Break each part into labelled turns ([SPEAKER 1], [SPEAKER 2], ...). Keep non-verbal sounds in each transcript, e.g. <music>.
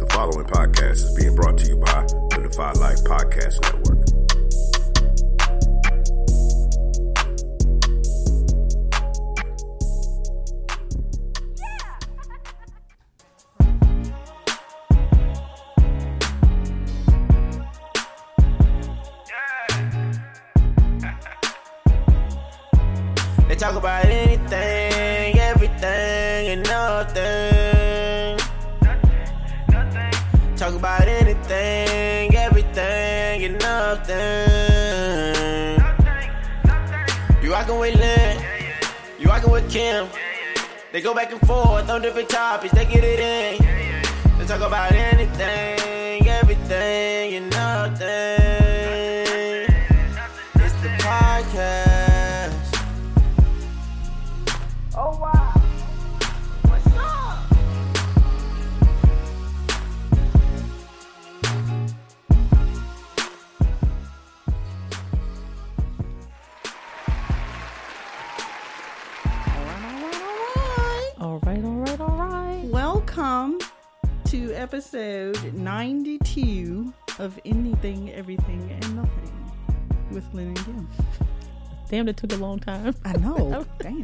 [SPEAKER 1] The following podcast is being brought to you by the Defy Life Podcast Network.
[SPEAKER 2] They talk about anything, everything, and nothing. Talk about anything, everything, and nothing. You rockin' with Lynn, you rockin' with Kim. They go back and forth on different topics, they get it in. They talk about anything, everything, and nothing. It's the podcast.
[SPEAKER 3] Oh wow. What's up?
[SPEAKER 4] All right, all right, all right.
[SPEAKER 3] Welcome to episode 92 of Anything, Everything, and Nothing with Lynn and Kim.
[SPEAKER 4] Damn, that took a long time.
[SPEAKER 3] I
[SPEAKER 4] <laughs>
[SPEAKER 3] know. Damn.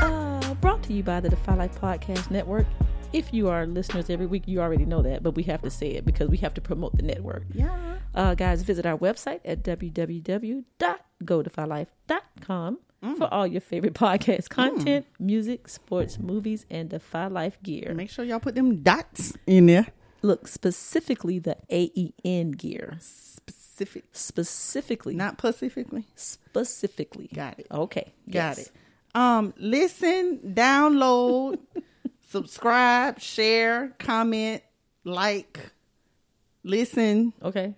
[SPEAKER 4] Uh, brought to you by the Defy Life Podcast Network. If you are listeners every week, you already know that, but we have to say it because we have to promote the network.
[SPEAKER 3] Yeah.
[SPEAKER 4] Uh, guys, visit our website at www.godefylife.com
[SPEAKER 3] Mm.
[SPEAKER 4] for all your favorite podcast content, music, sports, movies, and Defy Life gear.
[SPEAKER 3] Make sure y'all put them dots in there.
[SPEAKER 4] Look, specifically the AEN gear.
[SPEAKER 3] Specific.
[SPEAKER 4] Specifically.
[SPEAKER 3] Not specifically.
[SPEAKER 4] specifically.
[SPEAKER 3] Got it.
[SPEAKER 4] Okay.
[SPEAKER 3] Got
[SPEAKER 4] yes.
[SPEAKER 3] it. Um, listen, download, <laughs> subscribe, share, comment, like, listen,
[SPEAKER 4] Okay.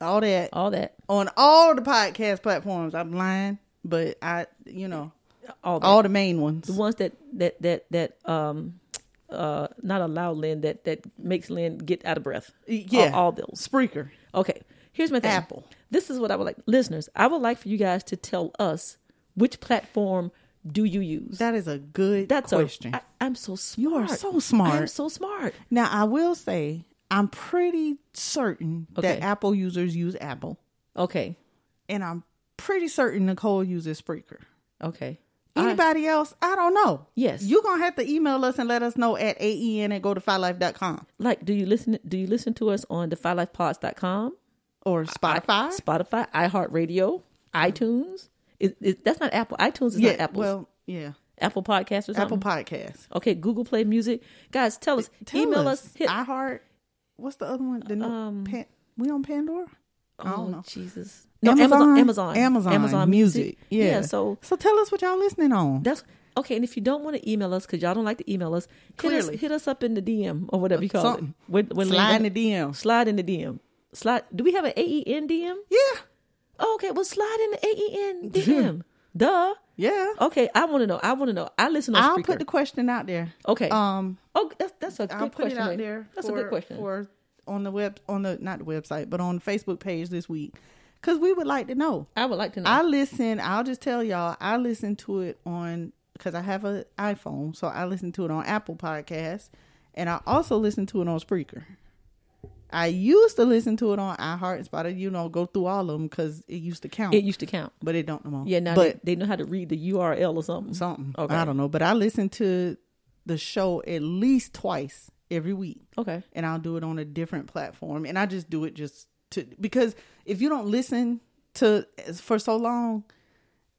[SPEAKER 3] all that.
[SPEAKER 4] All that.
[SPEAKER 3] on all the podcast platforms. I'm lying, but I, you know,
[SPEAKER 4] All that.
[SPEAKER 3] all the main ones.
[SPEAKER 4] the ones that that that that um uh not allow Lynn that that makes Lynn get out of breath.
[SPEAKER 3] Yeah,
[SPEAKER 4] all, all those.
[SPEAKER 3] Spreaker.
[SPEAKER 4] Okay, here's my thing.
[SPEAKER 3] Apple.
[SPEAKER 4] This is what I would like, listeners. I would like for you guys to tell us which platform do you use.
[SPEAKER 3] That is a good
[SPEAKER 4] That's
[SPEAKER 3] question.
[SPEAKER 4] A, I, I'm so smart.
[SPEAKER 3] You are so smart.
[SPEAKER 4] I'm so smart.
[SPEAKER 3] now, I will say, I'm pretty certain
[SPEAKER 4] Okay.
[SPEAKER 3] that Apple users use Apple,
[SPEAKER 4] Okay,
[SPEAKER 3] and I'm pretty certain Nicole uses Spreaker.
[SPEAKER 4] okay.
[SPEAKER 3] Anybody else? I don't know.
[SPEAKER 4] Yes.
[SPEAKER 3] You're going to have to email us and let us know at aen at go to com
[SPEAKER 4] Like, do you listen? Do you listen to us on defylifepods.com,
[SPEAKER 3] or Spotify. Mm-hmm.
[SPEAKER 4] Spotify, iHeartRadio, iTunes? Is, is, that's not Apple. iTunes is
[SPEAKER 3] yeah.
[SPEAKER 4] not Apple.
[SPEAKER 3] Well, yeah.
[SPEAKER 4] Apple Podcast or something.
[SPEAKER 3] Apple Podcast.
[SPEAKER 4] Okay, Google Play Music. Guys, tell us.
[SPEAKER 3] Tell
[SPEAKER 4] email us. hit,
[SPEAKER 3] iHeart. What's the other one? The new,
[SPEAKER 4] Um,
[SPEAKER 3] Pan, we on Pandora? I don't
[SPEAKER 4] oh,
[SPEAKER 3] know.
[SPEAKER 4] Jesus. No, Amazon. Amazon.
[SPEAKER 3] Amazon, Music. Yeah.
[SPEAKER 4] So
[SPEAKER 3] so tell us what y'all listening on.
[SPEAKER 4] that's okay. And if you don't want to email us because y'all don't like to email us, hit us,
[SPEAKER 3] Clearly.
[SPEAKER 4] hit us up in the DM or whatever you call
[SPEAKER 3] Something.
[SPEAKER 4] it. When, when
[SPEAKER 3] Slide in
[SPEAKER 4] Lynn-
[SPEAKER 3] the DM.
[SPEAKER 4] Slide in the DM. Slide. Do we have E an AEN DM?
[SPEAKER 3] yeah,
[SPEAKER 4] Oh, okay. Well, slide
[SPEAKER 3] <laughs>
[SPEAKER 4] in the E AEN DM. Duh.
[SPEAKER 3] yeah.
[SPEAKER 4] Okay. I want to know. I want to know. I listen on
[SPEAKER 3] I'll
[SPEAKER 4] Spreaker.
[SPEAKER 3] put the question out there.
[SPEAKER 4] Okay.
[SPEAKER 3] Um,
[SPEAKER 4] oh, that's, that's a good
[SPEAKER 3] I'll put
[SPEAKER 4] question.
[SPEAKER 3] it out
[SPEAKER 4] Lynn.
[SPEAKER 3] there.
[SPEAKER 4] That's
[SPEAKER 3] for,
[SPEAKER 4] a good question.
[SPEAKER 3] for on the web on the not the website but on the Facebook page this week because we would like to know.
[SPEAKER 4] I would like to know.
[SPEAKER 3] I listen. I'll just tell y'all. I listen to it on because I have an iPhone, so I listen to it on Apple Podcasts, and I also listen to it on Spreaker. I used to listen to it on iHeart and Spotify. You know, go through all of them because it used to count,
[SPEAKER 4] it used to count.
[SPEAKER 3] but it don't no more.
[SPEAKER 4] Yeah, now
[SPEAKER 3] but
[SPEAKER 4] they, they know how to read the URL or something.
[SPEAKER 3] something.
[SPEAKER 4] Okay.
[SPEAKER 3] I don't know, but I listen to the show at least twice every week
[SPEAKER 4] Okay.
[SPEAKER 3] and I'll do it on a different platform. And I just do it just to because if you don't listen to for so long,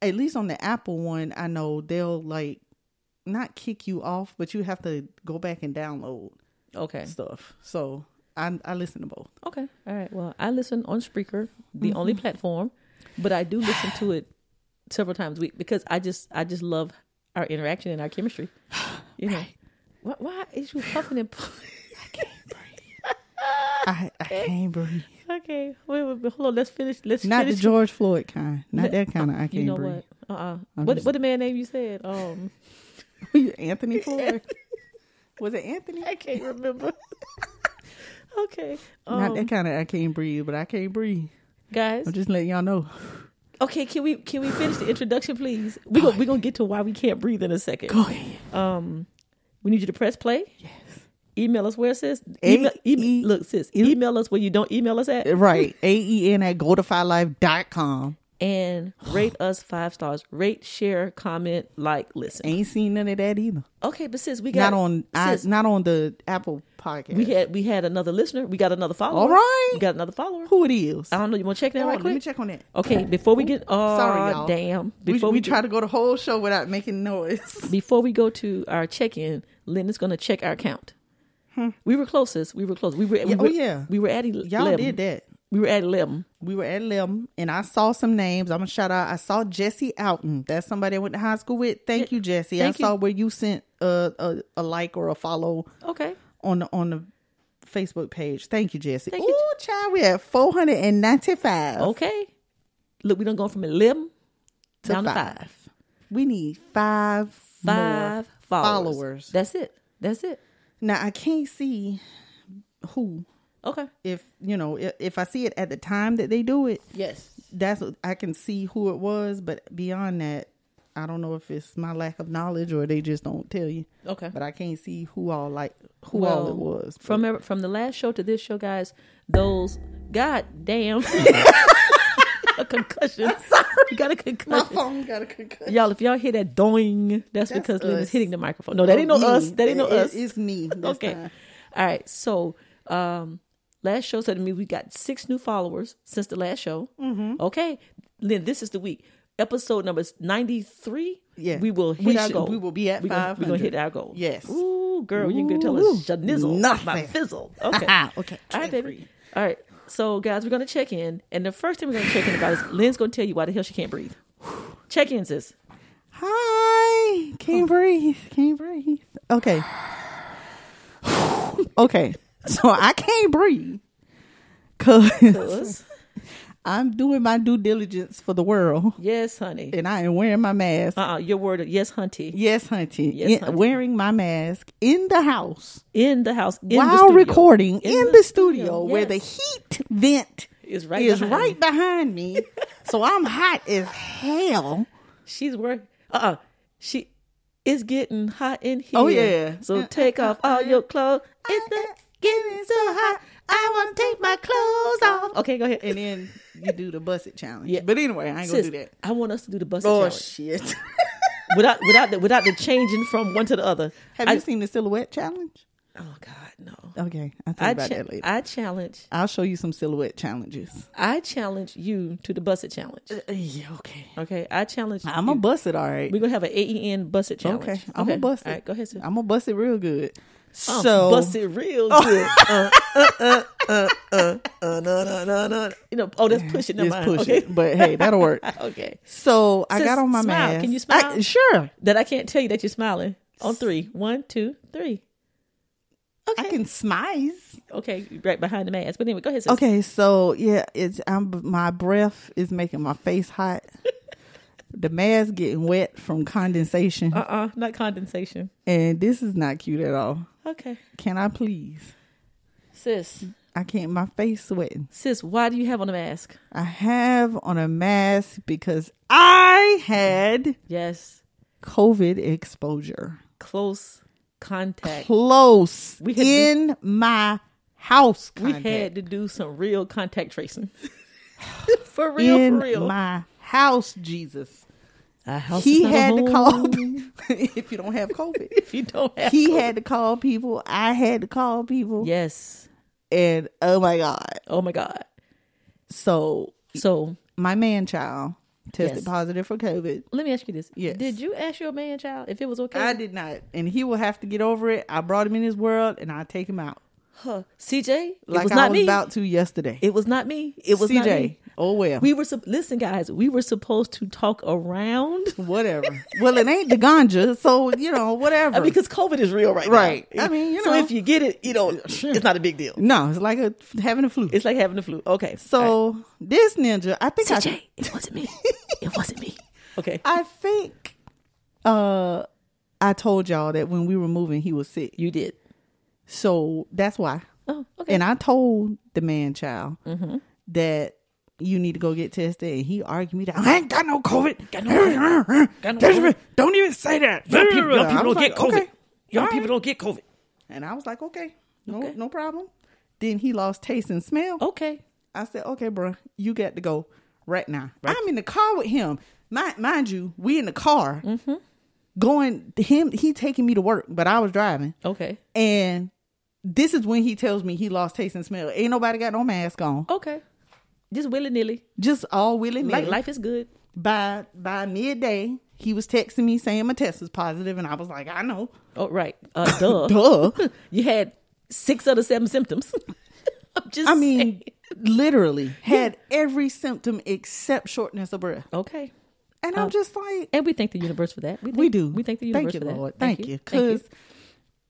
[SPEAKER 3] at least on the Apple one, I know they'll like not kick you off, but you have to go back and download
[SPEAKER 4] Okay.
[SPEAKER 3] stuff. So I I listen to both.
[SPEAKER 4] Okay. All right. Well, I listen on Spreaker, the
[SPEAKER 3] Mm-hmm.
[SPEAKER 4] only platform, but I do listen to it
[SPEAKER 3] <sighs>
[SPEAKER 4] several times a week because I just I just love our interaction and our chemistry. You know. Why, why is you huffing and puffing? <laughs>
[SPEAKER 3] I, I can't
[SPEAKER 4] <laughs>
[SPEAKER 3] breathe.
[SPEAKER 4] okay, wait, wait, wait, hold on. Let's finish. Let's
[SPEAKER 3] Not the
[SPEAKER 4] finish.
[SPEAKER 3] George Floyd kind. Not that kind of I can't
[SPEAKER 4] you know
[SPEAKER 3] breathe.
[SPEAKER 4] what? Uh uh
[SPEAKER 3] I'm
[SPEAKER 4] What
[SPEAKER 3] just-
[SPEAKER 4] what the man name you said?
[SPEAKER 3] <laughs>
[SPEAKER 4] Um,
[SPEAKER 3] Anthony
[SPEAKER 4] <laughs>
[SPEAKER 3] Floyd. Was it Anthony?
[SPEAKER 4] I can't remember. <laughs> okay,
[SPEAKER 3] Not
[SPEAKER 4] um,
[SPEAKER 3] that kind of I can't breathe, but I can't breathe.
[SPEAKER 4] guys.
[SPEAKER 3] I'm just letting y'all know.
[SPEAKER 4] Okay, can we can we finish the introduction, please? We go, we gonna get to why we can't breathe in a second. Go
[SPEAKER 3] ahead.
[SPEAKER 4] Um, we need you to press play. Yes. Email us where sis.
[SPEAKER 3] A-
[SPEAKER 4] Email, e-
[SPEAKER 3] E-
[SPEAKER 4] look sis. Email us where you don't email us at,
[SPEAKER 3] Right. AEN at godifylife.com.
[SPEAKER 4] and rate us five stars. Rate, share, comment, like, listen.
[SPEAKER 3] Ain't seen none of that either.
[SPEAKER 4] Okay, but sis, we got
[SPEAKER 3] Not on I,
[SPEAKER 4] sis,
[SPEAKER 3] not on the Apple podcast.
[SPEAKER 4] we had we had another listener. We got another follower.
[SPEAKER 3] All right.
[SPEAKER 4] we got another follower.
[SPEAKER 3] Who it is.
[SPEAKER 4] I don't know. You want to check that
[SPEAKER 3] All
[SPEAKER 4] right
[SPEAKER 3] right, let me
[SPEAKER 4] quick?
[SPEAKER 3] check on that.
[SPEAKER 4] Okay, before we get oh
[SPEAKER 3] Sorry, y'all.
[SPEAKER 4] damn.
[SPEAKER 3] We,
[SPEAKER 4] Before
[SPEAKER 3] we,
[SPEAKER 4] get-
[SPEAKER 3] try to go the whole show without making
[SPEAKER 4] <laughs>
[SPEAKER 3] noise.
[SPEAKER 4] before we go to our check-in, Lynn is going to check our count. We were closest. We were close. We were. we
[SPEAKER 3] Hmm. Yeah, oh,
[SPEAKER 4] were-
[SPEAKER 3] yeah.
[SPEAKER 4] We were at ele-
[SPEAKER 3] Y'all
[SPEAKER 4] 11.
[SPEAKER 3] did that.
[SPEAKER 4] We were at eleven.
[SPEAKER 3] We were at Lim and I saw some names. I'm gonna shout out. I saw Jesse Outen. That's somebody I went to high school with. Thank you, Jesse.
[SPEAKER 4] Thank
[SPEAKER 3] I
[SPEAKER 4] you.
[SPEAKER 3] saw where you sent a, a a like or a follow
[SPEAKER 4] Okay.
[SPEAKER 3] on the on the Facebook page. Thank you, Jesse.
[SPEAKER 4] Thank
[SPEAKER 3] Ooh,
[SPEAKER 4] you,
[SPEAKER 3] child, we at 495.
[SPEAKER 4] Okay. Look, we done gone from eleven
[SPEAKER 3] To
[SPEAKER 4] down
[SPEAKER 3] five.
[SPEAKER 4] to five.
[SPEAKER 3] We need five
[SPEAKER 4] Five
[SPEAKER 3] more
[SPEAKER 4] followers.
[SPEAKER 3] followers.
[SPEAKER 4] That's it. That's it.
[SPEAKER 3] Now I can't see who
[SPEAKER 4] Okay.
[SPEAKER 3] if you know if, if I see it at the time that they do it.
[SPEAKER 4] Yes.
[SPEAKER 3] that's what I can see who it was, but beyond that, I don't know if it's my lack of knowledge or they just don't tell you.
[SPEAKER 4] Okay.
[SPEAKER 3] But I can't see who all like who all it
[SPEAKER 4] Well,
[SPEAKER 3] was.
[SPEAKER 4] From ever, from the last show to this show, guys, those god
[SPEAKER 3] <laughs>
[SPEAKER 4] <laughs> damn a concussion. You got
[SPEAKER 3] <laughs>
[SPEAKER 4] a
[SPEAKER 3] my
[SPEAKER 4] concussion.
[SPEAKER 3] phone got a concussion.
[SPEAKER 4] Y'all, if y'all hear that doing, that's,
[SPEAKER 3] That's
[SPEAKER 4] because Lynn is
[SPEAKER 3] us.
[SPEAKER 4] hitting the microphone. No, that ain't no
[SPEAKER 3] Me.
[SPEAKER 4] us. That ain't no
[SPEAKER 3] It-
[SPEAKER 4] us.
[SPEAKER 3] It's me. this
[SPEAKER 4] okay.
[SPEAKER 3] time.
[SPEAKER 4] All right. So, um, last show said to me we got six new followers since the last show. Mm-hmm. Okay. Then this is the week. Episode number ninety three.
[SPEAKER 3] Yeah.
[SPEAKER 4] we will hit
[SPEAKER 3] We
[SPEAKER 4] our
[SPEAKER 3] should-
[SPEAKER 4] goal.
[SPEAKER 3] we will be at
[SPEAKER 4] We're gonna- We're gonna
[SPEAKER 3] 500.
[SPEAKER 4] hit our goal.
[SPEAKER 3] Yes.
[SPEAKER 4] Ooh, girl, you can tell
[SPEAKER 3] Ooh.
[SPEAKER 4] us shanizzle,
[SPEAKER 3] Nothing.
[SPEAKER 4] my
[SPEAKER 3] <laughs>
[SPEAKER 4] fizzle. Okay.
[SPEAKER 3] Okay.
[SPEAKER 4] All
[SPEAKER 3] Can't
[SPEAKER 4] right, baby. All right. So, guys, we're gonna check in, and the first thing we're gonna check in about is Lynn's gonna tell you why the hell she can't breathe. Check in, sis.
[SPEAKER 3] Hi.
[SPEAKER 4] Oh.
[SPEAKER 3] Can't breathe. Can't breathe. Okay. <sighs> okay. So I can't breathe. Cause <laughs>
[SPEAKER 4] Cuz-
[SPEAKER 3] I'm doing my due diligence for the world.
[SPEAKER 4] Yes, honey.
[SPEAKER 3] And I am wearing my mask.
[SPEAKER 4] Uh, uh your word. Yes, hunty.
[SPEAKER 3] Yes, hunty.
[SPEAKER 4] Yes,
[SPEAKER 3] In-
[SPEAKER 4] hunty.
[SPEAKER 3] Wearing my mask in the house
[SPEAKER 4] in the house in the
[SPEAKER 3] while
[SPEAKER 4] studio.
[SPEAKER 3] recording in, the, studio, where the
[SPEAKER 4] yes.
[SPEAKER 3] heat vent
[SPEAKER 4] Is right
[SPEAKER 3] is
[SPEAKER 4] behind
[SPEAKER 3] right behind me.
[SPEAKER 4] <laughs>
[SPEAKER 3] so I'm hot as hell.
[SPEAKER 4] she's work. Uh, uh she is getting hot in here.
[SPEAKER 3] Oh, yeah. uh-uh.
[SPEAKER 4] So take off all your clothes. It's the-
[SPEAKER 3] Getting so hot, I want to take my clothes
[SPEAKER 4] okay, go ahead.
[SPEAKER 3] Uh-uh. And then you do the busset challenge.
[SPEAKER 4] Yeah.
[SPEAKER 3] But anyway, I ain't
[SPEAKER 4] Sis,
[SPEAKER 3] gonna do that.
[SPEAKER 4] I want us to do the bus
[SPEAKER 3] Oh
[SPEAKER 4] challenge
[SPEAKER 3] shit! <laughs>
[SPEAKER 4] without without the, without the changing from one to the other.
[SPEAKER 3] Have
[SPEAKER 4] I,
[SPEAKER 3] you seen the silhouette challenge?
[SPEAKER 4] Oh God, no.
[SPEAKER 3] Okay, I'll think
[SPEAKER 4] I,
[SPEAKER 3] about
[SPEAKER 4] cha-
[SPEAKER 3] that later.
[SPEAKER 4] I challenge
[SPEAKER 3] I'll show you some silhouette challenges.
[SPEAKER 4] I challenge you to the busset challenge.
[SPEAKER 3] yeah, okay.
[SPEAKER 4] Uh, Okay, I challenge.
[SPEAKER 3] I'm
[SPEAKER 4] you.
[SPEAKER 3] gonna bust it, all right.
[SPEAKER 4] We're gonna have an AEN busset challenge.
[SPEAKER 3] Okay, I'm gonna bust it.
[SPEAKER 4] All right, go ahead. Sis.
[SPEAKER 3] I'm gonna bust it real good. so
[SPEAKER 4] Um,
[SPEAKER 3] oh.
[SPEAKER 4] bust it real good. Uh, uh, uh, uh, uh, no, no, no, no. You know, oh, that's pushing. Never
[SPEAKER 3] just
[SPEAKER 4] mind.
[SPEAKER 3] push
[SPEAKER 4] okay.
[SPEAKER 3] it. But hey, that'll
[SPEAKER 4] <laughs>
[SPEAKER 3] work.
[SPEAKER 4] okay.
[SPEAKER 3] So I
[SPEAKER 4] Sis,
[SPEAKER 3] got on my
[SPEAKER 4] smile.
[SPEAKER 3] mask.
[SPEAKER 4] Can you smile?
[SPEAKER 3] I- sure.
[SPEAKER 4] That I can't tell you that you're smiling. On three. One, two, three.
[SPEAKER 3] I can smize.
[SPEAKER 4] Okay, right behind the mask. But anyway, go ahead. Sis.
[SPEAKER 3] Okay, so yeah, it's I'm my breath is making my face
[SPEAKER 4] <laughs>
[SPEAKER 3] hot. the mask getting wet from condensation,
[SPEAKER 4] Uh uh not condensation.
[SPEAKER 3] and this is not cute at all.
[SPEAKER 4] Okay.
[SPEAKER 3] Can I please?
[SPEAKER 4] Sis,
[SPEAKER 3] I can't. My face sweating.
[SPEAKER 4] sis, why do you have on a mask?
[SPEAKER 3] I have on a mask because I had
[SPEAKER 4] Yes,
[SPEAKER 3] COVID exposure.
[SPEAKER 4] close contact.
[SPEAKER 3] close
[SPEAKER 4] We had
[SPEAKER 3] in my house.
[SPEAKER 4] we
[SPEAKER 3] Contact.
[SPEAKER 4] had to do some real
[SPEAKER 3] <laughs>
[SPEAKER 4] contact tracing. for real,
[SPEAKER 3] in
[SPEAKER 4] for real.
[SPEAKER 3] my house, Jesus.
[SPEAKER 4] Our house is
[SPEAKER 3] he
[SPEAKER 4] not a
[SPEAKER 3] had to call.
[SPEAKER 4] home
[SPEAKER 3] <laughs> if you don't have COVID,
[SPEAKER 4] <laughs> If you don't
[SPEAKER 3] <laughs>
[SPEAKER 4] have
[SPEAKER 3] he
[SPEAKER 4] COVID.
[SPEAKER 3] had to call people. I had to call people,
[SPEAKER 4] Yes.
[SPEAKER 3] and oh my god!
[SPEAKER 4] Oh my God.
[SPEAKER 3] So
[SPEAKER 4] So
[SPEAKER 3] my man child tested
[SPEAKER 4] Yes.
[SPEAKER 3] positive for COVID.
[SPEAKER 4] let me ask you this.
[SPEAKER 3] Yes.
[SPEAKER 4] Did you ask your man child if it was okay?
[SPEAKER 3] I did not, and he will have to get over it. I brought him in his world, and I take him out
[SPEAKER 4] Huh. CJ, it
[SPEAKER 3] like
[SPEAKER 4] was
[SPEAKER 3] I
[SPEAKER 4] not
[SPEAKER 3] was
[SPEAKER 4] me. <laughs>
[SPEAKER 3] about to yesterday.
[SPEAKER 4] it was not me. It was not
[SPEAKER 3] CJ,
[SPEAKER 4] me.
[SPEAKER 3] Oh well.
[SPEAKER 4] We were sup- listen, guys. We were supposed to talk around
[SPEAKER 3] whatever. well, it ain't the ganja, so you know
[SPEAKER 4] <laughs>
[SPEAKER 3] whatever.
[SPEAKER 4] Uh, because COVID is real right,
[SPEAKER 3] Right.
[SPEAKER 4] now.
[SPEAKER 3] I mean, you
[SPEAKER 4] so
[SPEAKER 3] know.
[SPEAKER 4] if you get it, you know, it's not a big deal.
[SPEAKER 3] no, it's like a, having a flu.
[SPEAKER 4] It's like having the flu. Okay, All right.
[SPEAKER 3] so this ninja, I think I
[SPEAKER 4] TJ, it wasn't me. It
[SPEAKER 3] <laughs>
[SPEAKER 4] wasn't me. Okay,
[SPEAKER 3] I think uh I told y'all that when we were moving he was sick.
[SPEAKER 4] you did.
[SPEAKER 3] So that's why.
[SPEAKER 4] Oh, okay.
[SPEAKER 3] And I told the man child that you need to go get tested and he argued me that I ain't got no COVID.
[SPEAKER 4] Got no COVID.
[SPEAKER 3] Don't even say that.
[SPEAKER 5] Young people, young
[SPEAKER 3] I
[SPEAKER 5] people
[SPEAKER 3] was
[SPEAKER 5] don't get
[SPEAKER 3] like,
[SPEAKER 5] COVID.
[SPEAKER 3] okay.
[SPEAKER 5] Young
[SPEAKER 3] All
[SPEAKER 5] people
[SPEAKER 3] right.
[SPEAKER 5] don't get COVID.
[SPEAKER 3] And I was like, okay, no,
[SPEAKER 4] Okay. Oh.
[SPEAKER 3] no problem. Then he lost taste and smell.
[SPEAKER 4] okay.
[SPEAKER 3] I said, okay, bro, you got to go right now. I'm in the car with him. Mind, mind you, we in the car going. Him, he taking me to work, but I was driving.
[SPEAKER 4] Okay.
[SPEAKER 3] And this is when he tells me he lost taste and smell. Ain't nobody got no mask on.
[SPEAKER 4] Okay. Just willy nilly.
[SPEAKER 3] Just all willy nilly.
[SPEAKER 4] Like life is good.
[SPEAKER 3] by by midday, he was texting me saying my test is positive, and I was like, I know,
[SPEAKER 4] Oh right.
[SPEAKER 3] <laughs>
[SPEAKER 4] Uh, duh.
[SPEAKER 3] duh.
[SPEAKER 4] You had six of the seven symptoms. <laughs> I'm <laughs> just.
[SPEAKER 3] I mean,
[SPEAKER 4] saying.
[SPEAKER 3] literally had every symptom except shortness of breath,
[SPEAKER 4] Okay.
[SPEAKER 3] and I'm just like,
[SPEAKER 4] And we thank the universe for that. Oh. We, thank,
[SPEAKER 3] We do.
[SPEAKER 4] We thank the universe
[SPEAKER 3] Thank you,
[SPEAKER 4] for
[SPEAKER 3] Lord.
[SPEAKER 4] that.
[SPEAKER 3] Thank, you. Because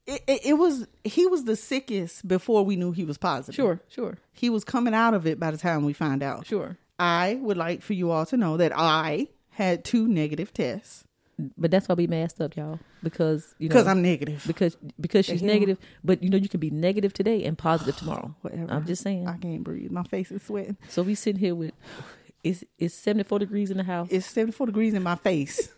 [SPEAKER 3] it, it, it was he was the sickest before we knew he was positive.
[SPEAKER 4] Sure. Sure.
[SPEAKER 3] He was coming out of it by the time we find out.
[SPEAKER 4] Sure.
[SPEAKER 3] I would like for you all to know that I had two negative tests
[SPEAKER 4] But that's why we masked up, y'all. Because you know.
[SPEAKER 3] because I'm negative.
[SPEAKER 4] because because she's negative. But you know, you can be negative today and
[SPEAKER 3] <sighs>
[SPEAKER 4] positive tomorrow.
[SPEAKER 3] Whatever.
[SPEAKER 4] I'm just saying.
[SPEAKER 3] I can't breathe. My face is sweating.
[SPEAKER 4] so we sitting here with it's it's 74 degrees in the house.
[SPEAKER 3] It's 74 degrees in my face.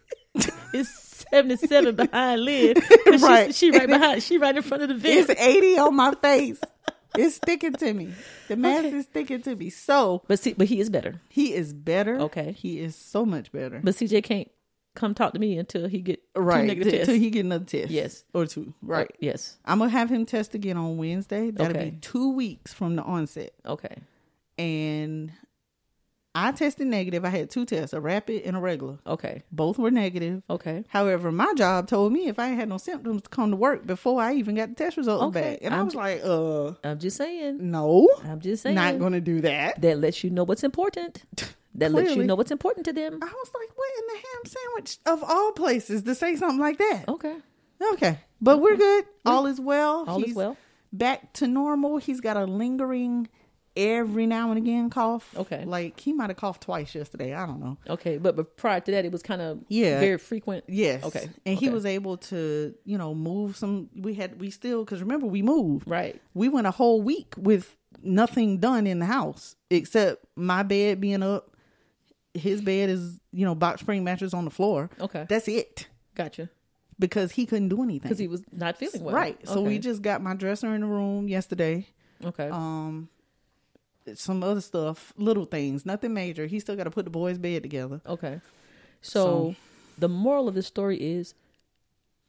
[SPEAKER 4] It's
[SPEAKER 3] <laughs>
[SPEAKER 4] 77 behind Lynn. 'Cause she-
[SPEAKER 3] Right. <laughs>
[SPEAKER 4] She, right behind. She right in front of the
[SPEAKER 3] it's
[SPEAKER 4] <laughs> vent.
[SPEAKER 3] 80 on my face. It's sticking to me. The mask is sticking to me. So
[SPEAKER 4] But see, but he is better.
[SPEAKER 3] he is better.
[SPEAKER 4] Okay.
[SPEAKER 3] He is so much better.
[SPEAKER 4] But CJ can't come talk to me until he get
[SPEAKER 3] right
[SPEAKER 4] two negative tests.
[SPEAKER 3] until he get another test
[SPEAKER 4] Yes.
[SPEAKER 3] or two right
[SPEAKER 4] Yes.
[SPEAKER 3] i'm gonna have him test again on wednesday that'll
[SPEAKER 4] Okay.
[SPEAKER 3] be two weeks from the onset
[SPEAKER 4] Okay.
[SPEAKER 3] and i tested negative i had two tests a rapid and a regular
[SPEAKER 4] Okay.
[SPEAKER 3] both were negative
[SPEAKER 4] Okay.
[SPEAKER 3] however my job told me if i ain't had no symptoms to come to work before i even got the test results
[SPEAKER 4] Okay,
[SPEAKER 3] back and i
[SPEAKER 4] I'm-
[SPEAKER 3] was like uh
[SPEAKER 4] I'm just saying.
[SPEAKER 3] no
[SPEAKER 4] I'm just saying.
[SPEAKER 3] not gonna do that
[SPEAKER 4] that lets you know
[SPEAKER 3] <laughs>
[SPEAKER 4] what's important. That lets you
[SPEAKER 3] Clearly.
[SPEAKER 4] know what's important to them.
[SPEAKER 3] i was like what in the ham sandwich of all places to say something like that
[SPEAKER 4] Okay.
[SPEAKER 3] Okay. But we're good. All is well.
[SPEAKER 4] All is well.
[SPEAKER 3] Back to normal. He's got a lingering every now and again cough.
[SPEAKER 4] Okay.
[SPEAKER 3] Like he might have coughed twice yesterday. I don't know.
[SPEAKER 4] Okay. But but prior to that, it was kind of
[SPEAKER 3] Yeah.
[SPEAKER 4] very frequent.
[SPEAKER 3] Yes.
[SPEAKER 4] Okay.
[SPEAKER 3] And he
[SPEAKER 4] Okay.
[SPEAKER 3] was able to, you know, move some we had we still cuz remember we moved.
[SPEAKER 4] Right.
[SPEAKER 3] We went a whole week with nothing done in the house except my bed being up. His bed is, you know, box spring mattress on the floor.
[SPEAKER 4] Okay.
[SPEAKER 3] That's it
[SPEAKER 4] Gotcha.
[SPEAKER 3] because he couldn't do anything.
[SPEAKER 4] Because he was not feeling well.
[SPEAKER 3] Right. So we
[SPEAKER 4] Okay.
[SPEAKER 3] just um, got my dresser in the room yesterday.
[SPEAKER 4] okay.
[SPEAKER 3] Some other stuff, little things, nothing major. He still got to put the boys' bed together.
[SPEAKER 4] okay. So, the moral of this story is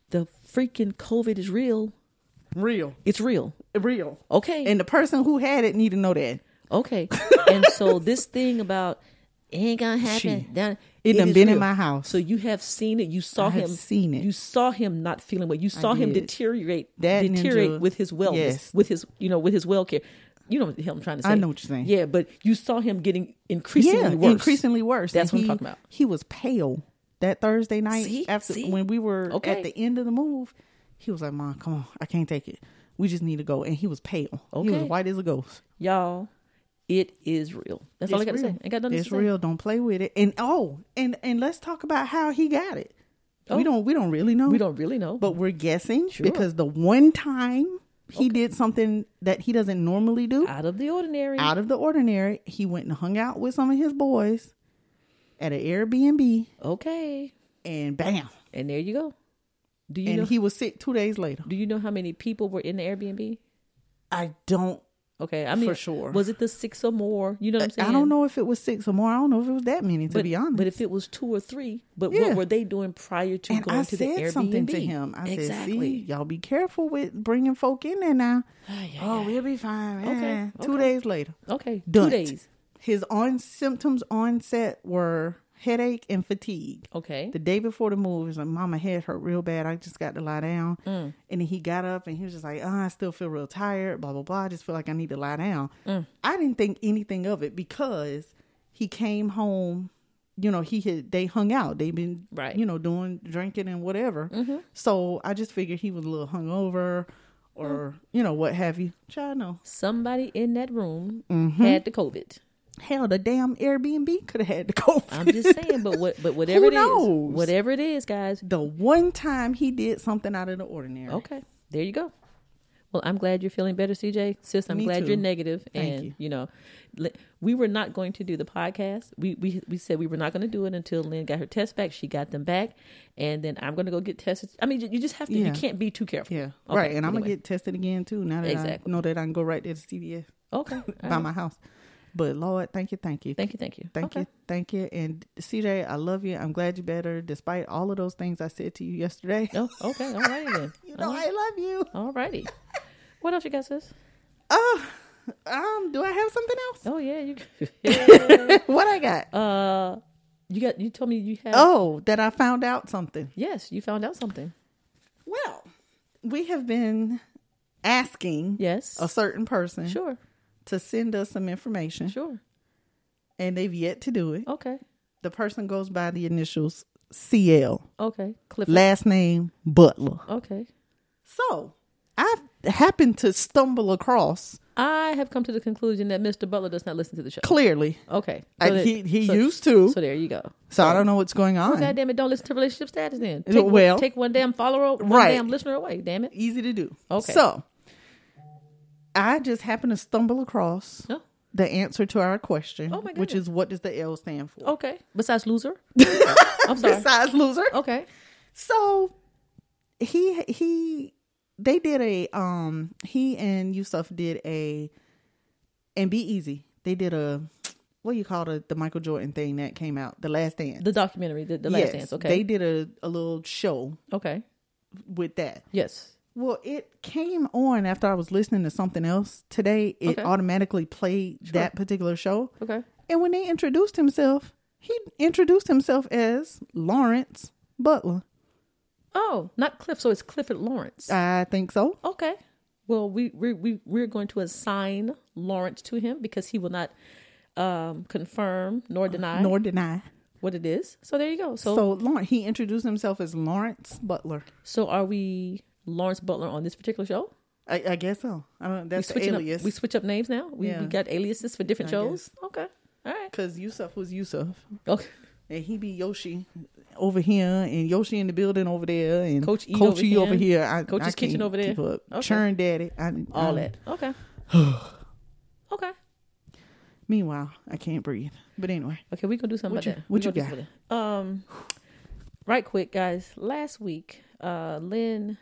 [SPEAKER 4] the freaking COVID is real.
[SPEAKER 3] Real,
[SPEAKER 4] It's real.
[SPEAKER 3] real.
[SPEAKER 4] Okay.
[SPEAKER 3] And the person who had it need to know that <laughs>
[SPEAKER 4] okay. and so this thing about it ain't gonna happen. that-
[SPEAKER 3] it done
[SPEAKER 4] is
[SPEAKER 3] been in my house.
[SPEAKER 4] So you have seen it. You saw
[SPEAKER 3] I have
[SPEAKER 4] him.
[SPEAKER 3] seen it.
[SPEAKER 4] You saw him not feeling well. You saw him
[SPEAKER 3] did.
[SPEAKER 4] deteriorate.
[SPEAKER 3] That
[SPEAKER 4] deteriorate
[SPEAKER 3] ninja-
[SPEAKER 4] with his wellness.
[SPEAKER 3] yes.
[SPEAKER 4] With his, you know, with his well care. You know what the hell I'm trying to say.
[SPEAKER 3] I know what you're saying.
[SPEAKER 4] Yeah, but you saw him getting increasingly
[SPEAKER 3] yeah,
[SPEAKER 4] worse.
[SPEAKER 3] increasingly worse.
[SPEAKER 4] That's
[SPEAKER 3] And
[SPEAKER 4] what I'm
[SPEAKER 3] he-
[SPEAKER 4] talking about.
[SPEAKER 3] He was pale that Thursday night
[SPEAKER 4] See?
[SPEAKER 3] after
[SPEAKER 4] See?
[SPEAKER 3] when we were
[SPEAKER 4] Okay.
[SPEAKER 3] at the end of the move. He was like, "Mom, come on, I can't take it. We just need to go." And he was pale. He
[SPEAKER 4] Okay.
[SPEAKER 3] was white as a ghost.
[SPEAKER 4] y'all it is real that's all i
[SPEAKER 3] It's
[SPEAKER 4] got to
[SPEAKER 3] real.
[SPEAKER 4] say i got nothing
[SPEAKER 3] It's
[SPEAKER 4] to say
[SPEAKER 3] real. Don't play with it. And oh, and and let's talk about how he got it. We don't we don't really know.
[SPEAKER 4] Oh. we don't really know
[SPEAKER 3] but we're guessing because the one time he did something that he doesn't normally do
[SPEAKER 4] out of the ordinary
[SPEAKER 3] out of the ordinary, he went and hung out with some of his boys at an Airbnb
[SPEAKER 4] okay
[SPEAKER 3] and bam.
[SPEAKER 4] and there you go do you
[SPEAKER 3] and
[SPEAKER 4] know
[SPEAKER 3] he was sick 2 days later.
[SPEAKER 4] do you know how many people were in the airbnb
[SPEAKER 3] I don't
[SPEAKER 4] okay i mean
[SPEAKER 3] For sure.
[SPEAKER 4] was it the six or more you know what i'm saying
[SPEAKER 3] I don't know if it was 6 or more. I don't know if it was that many to
[SPEAKER 4] but,
[SPEAKER 3] be honest.
[SPEAKER 4] but if it was two or three but
[SPEAKER 3] Yeah.
[SPEAKER 4] what were they doing prior to
[SPEAKER 3] and
[SPEAKER 4] going
[SPEAKER 3] I
[SPEAKER 4] to the
[SPEAKER 3] said
[SPEAKER 4] airbnb
[SPEAKER 3] something to him. I said,
[SPEAKER 4] exactly
[SPEAKER 3] "See, y'all be careful with bringing folk in there now. oh, we'll be fine."
[SPEAKER 4] Okay,
[SPEAKER 3] Eh. Two
[SPEAKER 4] okay.
[SPEAKER 3] days later,
[SPEAKER 4] okay
[SPEAKER 3] done.
[SPEAKER 4] two days
[SPEAKER 3] His on symptoms onset were headache and fatigue.
[SPEAKER 4] okay
[SPEAKER 3] The day before the move, he's like, "Mama, head hurt real bad. I just got to lie down."
[SPEAKER 4] Mm.
[SPEAKER 3] And then he got up and he was just like, "Uh, "I still feel real
[SPEAKER 4] Mm.
[SPEAKER 3] tired. Blah blah blah. I just feel like I need to lie down." I didn't think anything of it because he came home. You know, he had they hung out. They've been
[SPEAKER 4] Right. Mm-hmm.
[SPEAKER 3] You know, doing drinking and whatever. So I just figured he was a little hungover,
[SPEAKER 4] Mm.
[SPEAKER 3] or you know what have you. Child, no.
[SPEAKER 4] Somebody in that room
[SPEAKER 3] Mm-hmm.
[SPEAKER 4] had the COVID.
[SPEAKER 3] Hell, the damn Airbnb could have had the COVID. <laughs>
[SPEAKER 4] I'm just saying, but what, but whatever
[SPEAKER 3] Who
[SPEAKER 4] it is,
[SPEAKER 3] knows?
[SPEAKER 4] whatever it is, guys.
[SPEAKER 3] the one time he did something out of the ordinary.
[SPEAKER 4] Okay, there you go. Well, I'm glad you're feeling better, CJ. Sis, I'm
[SPEAKER 3] Me
[SPEAKER 4] glad
[SPEAKER 3] too.
[SPEAKER 4] you're negative.
[SPEAKER 3] Thank
[SPEAKER 4] and you.
[SPEAKER 3] you.
[SPEAKER 4] know, li- we were not going to do the podcast. We we we said we were not going to do it until Lynn got her tests back. She got them back, and then I'm going to go get tested. I mean, you- you just have to. You
[SPEAKER 3] Yeah.
[SPEAKER 4] can't be too careful.
[SPEAKER 3] Yeah.
[SPEAKER 4] Okay,
[SPEAKER 3] right. And I'm gonna
[SPEAKER 4] anyway.
[SPEAKER 3] get tested again too. Now that
[SPEAKER 4] Exactly.
[SPEAKER 3] I know that I can go right there to CVS <laughs>
[SPEAKER 4] okay.
[SPEAKER 3] by
[SPEAKER 4] all right.
[SPEAKER 3] my house. But Lord, thank you, thank you,
[SPEAKER 4] Thank you, thank you,
[SPEAKER 3] thank
[SPEAKER 4] Okay.
[SPEAKER 3] you, thank you. And CJ, I love you. I'm glad you're better, despite all of those things I said to you yesterday.
[SPEAKER 4] Oh, okay. All right then.
[SPEAKER 3] <laughs> you know, I love you. <laughs>
[SPEAKER 4] All righty. What else you got, sis?
[SPEAKER 3] Oh, um, do I have something else?
[SPEAKER 4] Oh yeah, you <laughs>
[SPEAKER 3] what I got?
[SPEAKER 4] uh you got you told me you had
[SPEAKER 3] oh, that I found out something.
[SPEAKER 4] yes, you found out something.
[SPEAKER 3] Well, we have been asking
[SPEAKER 4] Yes.
[SPEAKER 3] a certain person
[SPEAKER 4] Sure.
[SPEAKER 3] to send us some information,
[SPEAKER 4] Sure.
[SPEAKER 3] and they've yet to do it.
[SPEAKER 4] Okay.
[SPEAKER 3] The person goes by the initials CL,
[SPEAKER 4] Okay. Clifford.
[SPEAKER 3] last name Butler.
[SPEAKER 4] okay.
[SPEAKER 3] So I happened to stumble across
[SPEAKER 4] I have come to the conclusion that Mr. Butler does not listen to the show.
[SPEAKER 3] clearly.
[SPEAKER 4] Okay.
[SPEAKER 3] I-
[SPEAKER 4] that-
[SPEAKER 3] he- he used to.
[SPEAKER 4] So there you go.
[SPEAKER 3] So I don't know what's going on.
[SPEAKER 4] God damn it, don't listen to relationship status then.
[SPEAKER 3] Uh,
[SPEAKER 4] Take, one-
[SPEAKER 3] well-
[SPEAKER 4] take one damn follower, one
[SPEAKER 3] Right.
[SPEAKER 4] damn listener away, damn it.
[SPEAKER 3] Easy to do.
[SPEAKER 4] Okay.
[SPEAKER 3] So I just happened to stumble across
[SPEAKER 4] No.
[SPEAKER 3] the answer to our question,
[SPEAKER 4] Oh, my
[SPEAKER 3] which
[SPEAKER 4] goodness. Oh.
[SPEAKER 3] is what does the L stand for?
[SPEAKER 4] Okay.
[SPEAKER 3] <laughs>
[SPEAKER 4] Besides loser? I'm sorry.
[SPEAKER 3] Besides loser.
[SPEAKER 4] Okay.
[SPEAKER 3] So he he they did a um he and Yusuf did a and be easy. They did a what do you call the the Michael Jordan thing that came out, the last dance.
[SPEAKER 4] The documentary, the, the last dance. Okay.
[SPEAKER 3] They did a, a little show
[SPEAKER 4] okay.
[SPEAKER 3] with that.
[SPEAKER 4] Yes.
[SPEAKER 3] Well, it came on after I was listening to something else today. It
[SPEAKER 4] Okay.
[SPEAKER 3] automatically played that particular show.
[SPEAKER 4] Okay.
[SPEAKER 3] And when they introduced himself, he introduced himself as Lawrence Butler.
[SPEAKER 4] Oh, not Cliff. So it's Clifford Lawrence.
[SPEAKER 3] I think so.
[SPEAKER 4] okay. Well, we we we we're going to assign Lawrence to him because he will not um, confirm nor deny
[SPEAKER 3] Nor deny.
[SPEAKER 4] what it is. So there you go. So so,
[SPEAKER 3] So Lawrence, he introduced himself as Lawrence Butler.
[SPEAKER 4] are we Lawrence Butler on this particular show?
[SPEAKER 3] I, I guess so. I don't. That's the
[SPEAKER 4] Switching up-
[SPEAKER 3] alias.
[SPEAKER 4] we switch up names now. We,
[SPEAKER 3] Yeah.
[SPEAKER 4] we got aliases for different
[SPEAKER 3] I
[SPEAKER 4] shows. Okay. All right.
[SPEAKER 3] Because Yusuf was Yusuf,
[SPEAKER 4] Okay.
[SPEAKER 3] and he be Yoshi over here, and Yoshi in the building over there, and
[SPEAKER 4] Coach E over
[SPEAKER 3] E over
[SPEAKER 4] here.
[SPEAKER 3] here, I, I
[SPEAKER 4] Coach's
[SPEAKER 3] can't
[SPEAKER 4] kitchen over there.
[SPEAKER 3] keep up.
[SPEAKER 4] Okay.
[SPEAKER 3] Churn Daddy, I,
[SPEAKER 4] All
[SPEAKER 3] I-
[SPEAKER 4] that. Okay.
[SPEAKER 3] <sighs>
[SPEAKER 4] okay.
[SPEAKER 3] Meanwhile, I can't breathe. But anyway,
[SPEAKER 4] Okay, we're gonna do something
[SPEAKER 3] What
[SPEAKER 4] about
[SPEAKER 3] you-
[SPEAKER 4] that.
[SPEAKER 3] what
[SPEAKER 4] We
[SPEAKER 3] you
[SPEAKER 4] gonna do
[SPEAKER 3] got?
[SPEAKER 4] something about that. Um right quick, guys. Last week, uh Lynn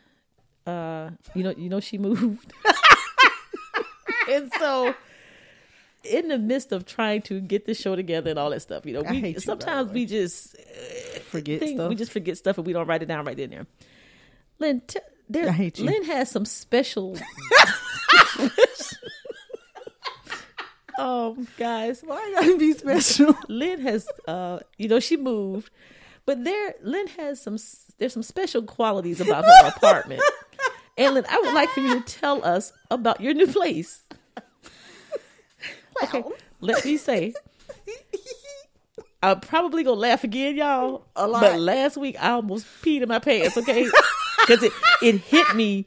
[SPEAKER 4] uh you know you know she moved. <laughs> and so in the midst of trying to get the show together and all that stuff, you know,
[SPEAKER 3] I
[SPEAKER 4] we
[SPEAKER 3] hate you, by the
[SPEAKER 4] sometimes
[SPEAKER 3] way.
[SPEAKER 4] we just
[SPEAKER 3] forget
[SPEAKER 4] think
[SPEAKER 3] stuff.
[SPEAKER 4] we just forget stuff and we don't write it down right then and there. Lynn, t- there,
[SPEAKER 3] I hate you.
[SPEAKER 4] Lynn has
[SPEAKER 3] <laughs>
[SPEAKER 4] some special. um, guys,
[SPEAKER 3] Why I gotta <laughs> be special? <laughs>
[SPEAKER 4] Lynn has, uh, you know, she moved, but there, Lynn has some. There's some special qualities about her apartment. And Lynn, I would like for you to tell us about your new place. Okay, let me say, I'm probably gonna laugh again, y'all.
[SPEAKER 3] A lot.
[SPEAKER 4] But last week I almost peed in my
[SPEAKER 3] <laughs>
[SPEAKER 4] pants. Okay, because it it hit me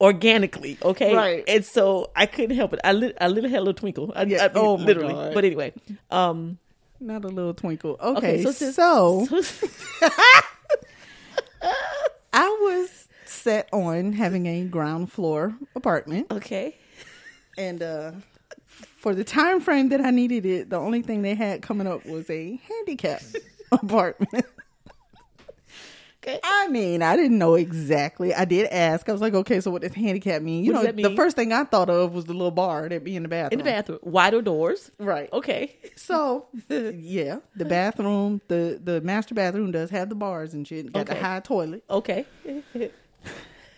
[SPEAKER 4] organically. Okay,
[SPEAKER 3] Right.
[SPEAKER 4] And so I couldn't help it. I lit, I literally had a little twinkle. I,
[SPEAKER 3] Yeah.
[SPEAKER 4] I-
[SPEAKER 3] Oh, my
[SPEAKER 4] literally.
[SPEAKER 3] God.
[SPEAKER 4] But anyway, um,
[SPEAKER 3] Not a little twinkle. Okay, so,
[SPEAKER 4] since-
[SPEAKER 3] I was set on having a ground floor apartment,
[SPEAKER 4] okay,
[SPEAKER 3] and uh, for the time frame that I needed it, the only thing they had coming up was a handicap <laughs> apartment.
[SPEAKER 4] okay,
[SPEAKER 3] I mean, I didn't know exactly. I did ask. I was like, okay, so what does handicap mean? You
[SPEAKER 4] What does
[SPEAKER 3] know,
[SPEAKER 4] that mean?
[SPEAKER 3] the first thing I thought of was the little bar that be in the bathroom.
[SPEAKER 4] in the bathroom, wider doors.
[SPEAKER 3] Right.
[SPEAKER 4] Okay. <laughs>
[SPEAKER 3] So yeah, the bathroom, the the master bathroom does have the bars and shit. Got
[SPEAKER 4] Okay.
[SPEAKER 3] the high toilet,
[SPEAKER 4] Okay.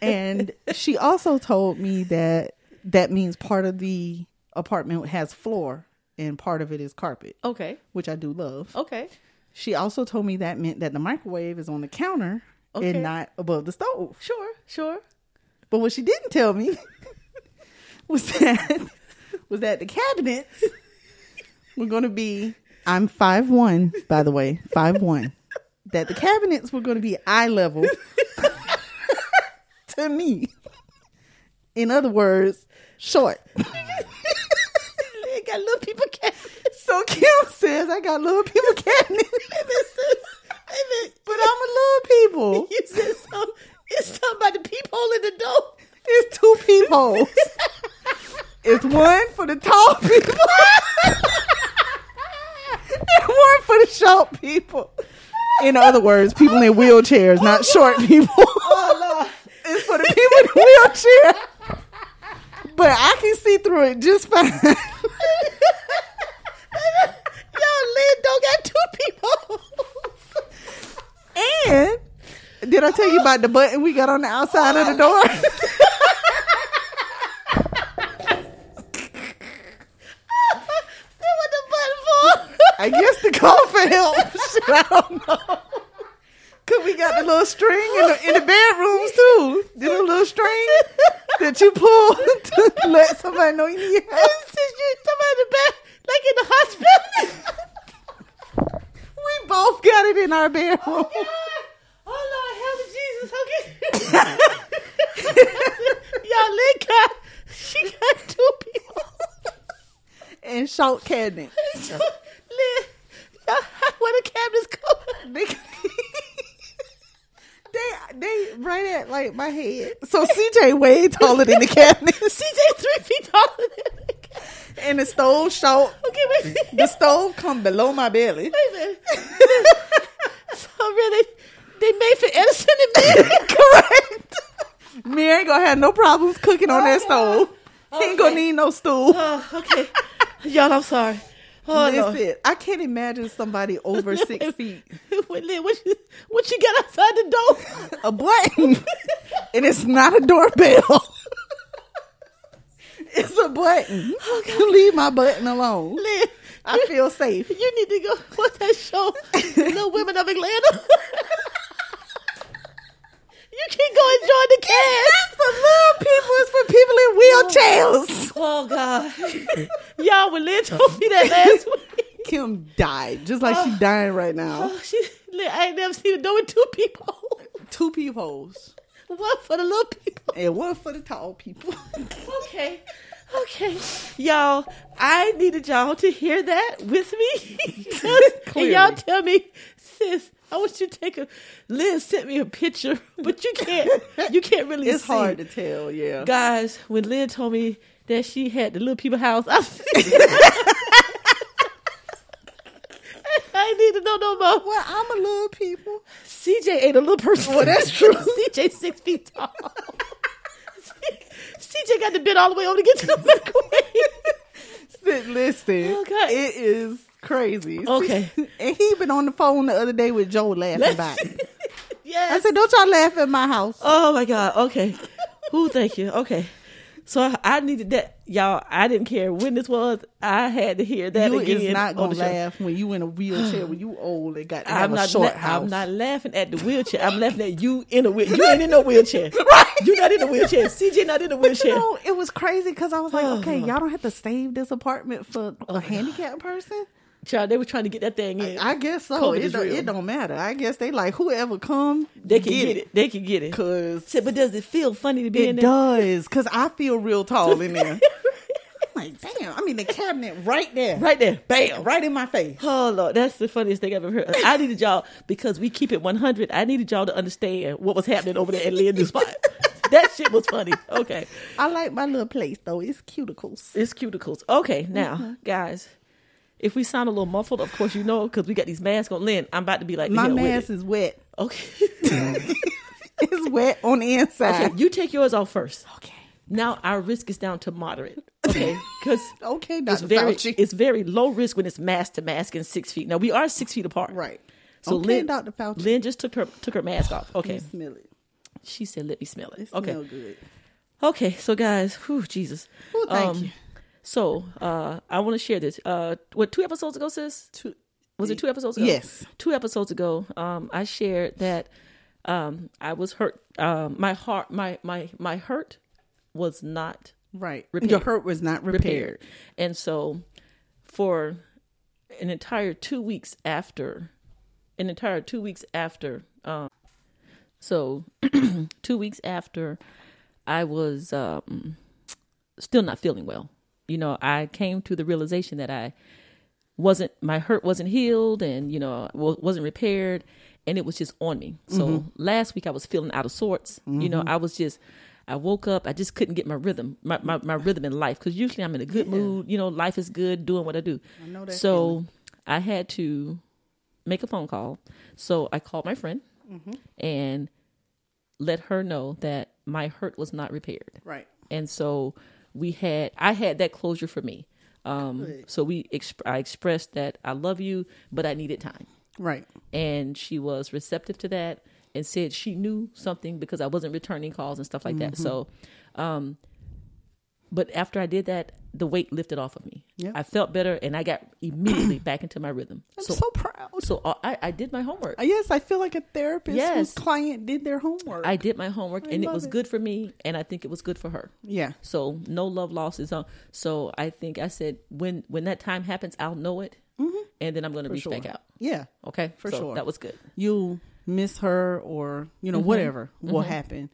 [SPEAKER 3] and she also told me that that means part of the apartment has floor and part of it is carpet,
[SPEAKER 4] Okay.
[SPEAKER 3] which I do love.
[SPEAKER 4] Okay.
[SPEAKER 3] She also told me that meant that the microwave is on the counter
[SPEAKER 4] Okay.
[SPEAKER 3] and not above the stove.
[SPEAKER 4] Sure. Sure.
[SPEAKER 3] But what she didn't tell <laughs> me was that was that the cabinets were going to be. I'm five one, by the way, five one. that the cabinets were going to be eye level <laughs> to me. In other words,
[SPEAKER 4] <laughs>
[SPEAKER 3] short.
[SPEAKER 4] It got little people cabinets.
[SPEAKER 3] So Kim says, I got little
[SPEAKER 4] <laughs>
[SPEAKER 3] people cabinet. but I'm a little people.
[SPEAKER 4] <laughs> You said so. It's talking about the peephole in the door.
[SPEAKER 3] It's two
[SPEAKER 4] <laughs>
[SPEAKER 3] peepholes. it's one for the tall people. and one for the short people. In other words, people in wheelchairs,
[SPEAKER 4] Oh,
[SPEAKER 3] not short people. it's for the people in wheelchair. But I can see through it just
[SPEAKER 4] <laughs>
[SPEAKER 3] fine.
[SPEAKER 4] Y'all, Lynn don't got two people.
[SPEAKER 3] and did I tell you about the button we got on the outside of the
[SPEAKER 4] <laughs>
[SPEAKER 3] door?
[SPEAKER 4] That was the button for.
[SPEAKER 3] I guess the call for
[SPEAKER 4] <laughs>
[SPEAKER 3] help. Shit, I don't know. Cause we got the little string in the, in the bedrooms too. The little, little string that you pull <laughs> to let somebody know you need help.
[SPEAKER 4] Since you talking about the back, like in the hospital.
[SPEAKER 3] <laughs> We both got it in our bedroom.
[SPEAKER 4] Oh Lord, help me, Jesus!
[SPEAKER 3] <laughs>
[SPEAKER 4] Okay. <laughs> Y'all, Lynn got she got two people.
[SPEAKER 3] And short
[SPEAKER 4] <laughs>
[SPEAKER 3] cabinet.
[SPEAKER 4] Lynn, y'all, what the cabinets covered?
[SPEAKER 3] They, <laughs> they they right at like my head. So CJ way taller than the cabinet.
[SPEAKER 4] <laughs> CJ three feet taller than the cabinets.
[SPEAKER 3] and the stove short.
[SPEAKER 4] Okay, wait.
[SPEAKER 3] The stove come below my belly.
[SPEAKER 4] Wait a minute. <laughs> so really, they made for Edison and me.
[SPEAKER 3] <laughs> Correct. Me ain't gonna have no problems cooking on that
[SPEAKER 4] Okay.
[SPEAKER 3] stove. He ain't gonna
[SPEAKER 4] Oh, Okay.
[SPEAKER 3] need no stool.
[SPEAKER 4] oh, okay. Y'all, I'm sorry. <laughs> Oh,
[SPEAKER 3] That's
[SPEAKER 4] Lord.
[SPEAKER 3] it. I can't imagine somebody <laughs> over six feet.
[SPEAKER 4] Wait, Lynn, what you, what you got outside the door?
[SPEAKER 3] A button, and it's not a doorbell. <laughs> it's a button. Leave my button alone.
[SPEAKER 4] Lynn,
[SPEAKER 3] <laughs> I feel safe.
[SPEAKER 4] you need to go. <laughs> What's that show? Little Women of Atlanta. <laughs> you can go enjoy the cast.
[SPEAKER 3] For little people, it's for people in wheelchairs.
[SPEAKER 4] Oh God, <laughs> y'all when Lynn told me that last
[SPEAKER 3] <laughs>
[SPEAKER 4] week.
[SPEAKER 3] <laughs> Kim died, just like she dying right now.
[SPEAKER 4] Oh, she, Lynn, I ain't never seen a door with two people. <laughs>
[SPEAKER 3] Two peepholes,
[SPEAKER 4] One for the little people.
[SPEAKER 3] and one for the tall people. <laughs>
[SPEAKER 4] Okay, okay, y'all. I needed y'all to hear that with
[SPEAKER 3] <laughs>
[SPEAKER 4] me. <laughs> and y'all
[SPEAKER 3] Clearly.
[SPEAKER 4] tell me, sis. I want you to take a. Lynn sent me a picture, <laughs> but you can't. You can't really.
[SPEAKER 3] it's
[SPEAKER 4] see.
[SPEAKER 3] hard to tell, yeah.
[SPEAKER 4] guys, when Lynn told me that she had the little people house,
[SPEAKER 3] <laughs>
[SPEAKER 4] I, <laughs> I need to know no more.
[SPEAKER 3] Well, I'm a little people.
[SPEAKER 4] CJ ain't a little person. Well, <laughs> that's true. CJ six feet tall. <laughs> CJ got to bend all the way over to get to the microwave.
[SPEAKER 3] Listen, listen.
[SPEAKER 4] Oh, God.
[SPEAKER 3] it is crazy.
[SPEAKER 4] Okay.
[SPEAKER 3] <laughs> and he been on the phone the other day with Joe laughing about it.
[SPEAKER 4] <laughs>
[SPEAKER 3] I
[SPEAKER 4] <laughs> yes.
[SPEAKER 3] said, "Don't y'all laugh at my house."
[SPEAKER 4] Oh my God. Okay. Ooh, thank you. Okay. So I, I needed that, y'all. I didn't care when this was. I had to hear that
[SPEAKER 3] you
[SPEAKER 4] again.
[SPEAKER 3] is not
[SPEAKER 4] on
[SPEAKER 3] gonna
[SPEAKER 4] the show.
[SPEAKER 3] laugh when you in a wheelchair when you old and got to have
[SPEAKER 4] I'm
[SPEAKER 3] a
[SPEAKER 4] not.
[SPEAKER 3] short
[SPEAKER 4] la-
[SPEAKER 3] house.
[SPEAKER 4] I'm not laughing at the wheelchair. I'm laughing at you in a wheelchair. You ain't in no wheelchair. <laughs> right. You're not in a wheelchair. CJ not in <laughs>
[SPEAKER 3] <laughs>
[SPEAKER 4] a
[SPEAKER 3] But you
[SPEAKER 4] wheelchair.
[SPEAKER 3] know, it was crazy because I was like,
[SPEAKER 4] Oh,
[SPEAKER 3] "Okay,
[SPEAKER 4] Lord. Oh,
[SPEAKER 3] y'all don't have to save this apartment for a handicapped person."
[SPEAKER 4] Child, they were trying to get that thing in.
[SPEAKER 3] I guess so.
[SPEAKER 4] COVID
[SPEAKER 3] It
[SPEAKER 4] is
[SPEAKER 3] don't,
[SPEAKER 4] real.
[SPEAKER 3] it don't matter. I guess they like whoever
[SPEAKER 4] <laughs>
[SPEAKER 3] come,
[SPEAKER 4] they can get, it. They can get it.
[SPEAKER 3] Cause
[SPEAKER 4] Said, but does it feel funny to be in
[SPEAKER 3] It
[SPEAKER 4] there?
[SPEAKER 3] does, cause I feel real tall in
[SPEAKER 4] <laughs>
[SPEAKER 3] there. I'm like, damn! I mean, the cabinet right there,
[SPEAKER 4] Right there,
[SPEAKER 3] bam, right in my face.
[SPEAKER 4] Oh Lord, that's the funniest thing I've ever heard. I needed y'all because we keep it 100. I needed y'all to understand what was happening over there at
[SPEAKER 3] <laughs>
[SPEAKER 4] Lynn New Spot. that shit was funny. Okay,
[SPEAKER 3] I like my little place though; it's cuticles.
[SPEAKER 4] it's cuticles. Okay, now
[SPEAKER 3] Mm-hmm.
[SPEAKER 4] guys, if we sound a little muffled, of course you know because we got these masks on. Lynn, I'm about to be like
[SPEAKER 3] My
[SPEAKER 4] hell with
[SPEAKER 3] mask
[SPEAKER 4] it.
[SPEAKER 3] is wet. <laughs>
[SPEAKER 4] Okay. <laughs>
[SPEAKER 3] It's wet on the inside.
[SPEAKER 4] Okay, you take yours off first.
[SPEAKER 3] Okay.
[SPEAKER 4] Now our risk is down
[SPEAKER 3] <laughs>
[SPEAKER 4] to moderate. Okay, because
[SPEAKER 3] Okay,
[SPEAKER 4] it's
[SPEAKER 3] Dr.
[SPEAKER 4] very
[SPEAKER 3] Fauci.
[SPEAKER 4] it's very low risk when it's mask to mask and six feet. Now we are six feet apart.
[SPEAKER 3] Right.
[SPEAKER 4] So
[SPEAKER 3] Okay,
[SPEAKER 4] Lynn,
[SPEAKER 3] Dr. Fauci.
[SPEAKER 4] Lynn just took her took her mask off. Okay,
[SPEAKER 3] Smell it.
[SPEAKER 4] she said, "Let me smell it."
[SPEAKER 3] It
[SPEAKER 4] okay.
[SPEAKER 3] smell good.
[SPEAKER 4] Okay, so guys, whew, Jesus.
[SPEAKER 3] Whew, thank
[SPEAKER 4] Um,
[SPEAKER 3] you.
[SPEAKER 4] So uh, I want to share this. Uh, what two episodes ago, sis? Two. Was it two episodes ago?
[SPEAKER 3] Yes.
[SPEAKER 4] Two episodes ago, um, I shared that um, I was hurt. Um, my heart, my my my hurt was not
[SPEAKER 3] Right.
[SPEAKER 4] Repaired.
[SPEAKER 3] Your hurt was not repaired.
[SPEAKER 4] repaired. And so for an entire two weeks after, an entire two weeks after. Um, so <clears throat> two weeks after, I was um, still not feeling well. You know, I came to the realization that I wasn't my hurt wasn't healed and you know wa- wasn't repaired and it was just on me so last week i was feeling out of sorts you know i was just i woke up i just couldn't get my rhythm my, my, my rhythm in life because usually i'm in a good mood you know life is good doing what i do I know that so i had to make a phone call so i called my friend and let her know that my hurt was not repaired
[SPEAKER 3] Right.
[SPEAKER 4] and so we had i had that closure for me um so we exp- i expressed that i love you but i needed time
[SPEAKER 3] Right.
[SPEAKER 4] and she was receptive to that and said she knew something because i wasn't returning calls and stuff like
[SPEAKER 3] Mm-hmm.
[SPEAKER 4] that so um but after i did that the weight lifted off of me
[SPEAKER 3] Yeah.
[SPEAKER 4] i felt better and i got
[SPEAKER 3] <clears throat>
[SPEAKER 4] immediately back into my rhythm
[SPEAKER 3] I'm
[SPEAKER 4] so
[SPEAKER 3] so, proud. Uh,
[SPEAKER 4] so uh, I, I did my homework
[SPEAKER 3] Yes, I feel like a therapist whose
[SPEAKER 4] Yes.
[SPEAKER 3] client did their homework.
[SPEAKER 4] i did my homework
[SPEAKER 3] I
[SPEAKER 4] and it
[SPEAKER 3] love
[SPEAKER 4] was
[SPEAKER 3] it.
[SPEAKER 4] good for me and i think it was good for her
[SPEAKER 3] yeah.
[SPEAKER 4] So no love losses. Uh, so I think I said when when that time happens, I'll know it, and then I'm going to reach back out.
[SPEAKER 3] Yeah.
[SPEAKER 4] Okay,
[SPEAKER 3] Mm-hmm. For
[SPEAKER 4] So
[SPEAKER 3] sure.
[SPEAKER 4] That was good.
[SPEAKER 3] You miss her or, you
[SPEAKER 4] Mm-hmm.
[SPEAKER 3] know, whatever will happen.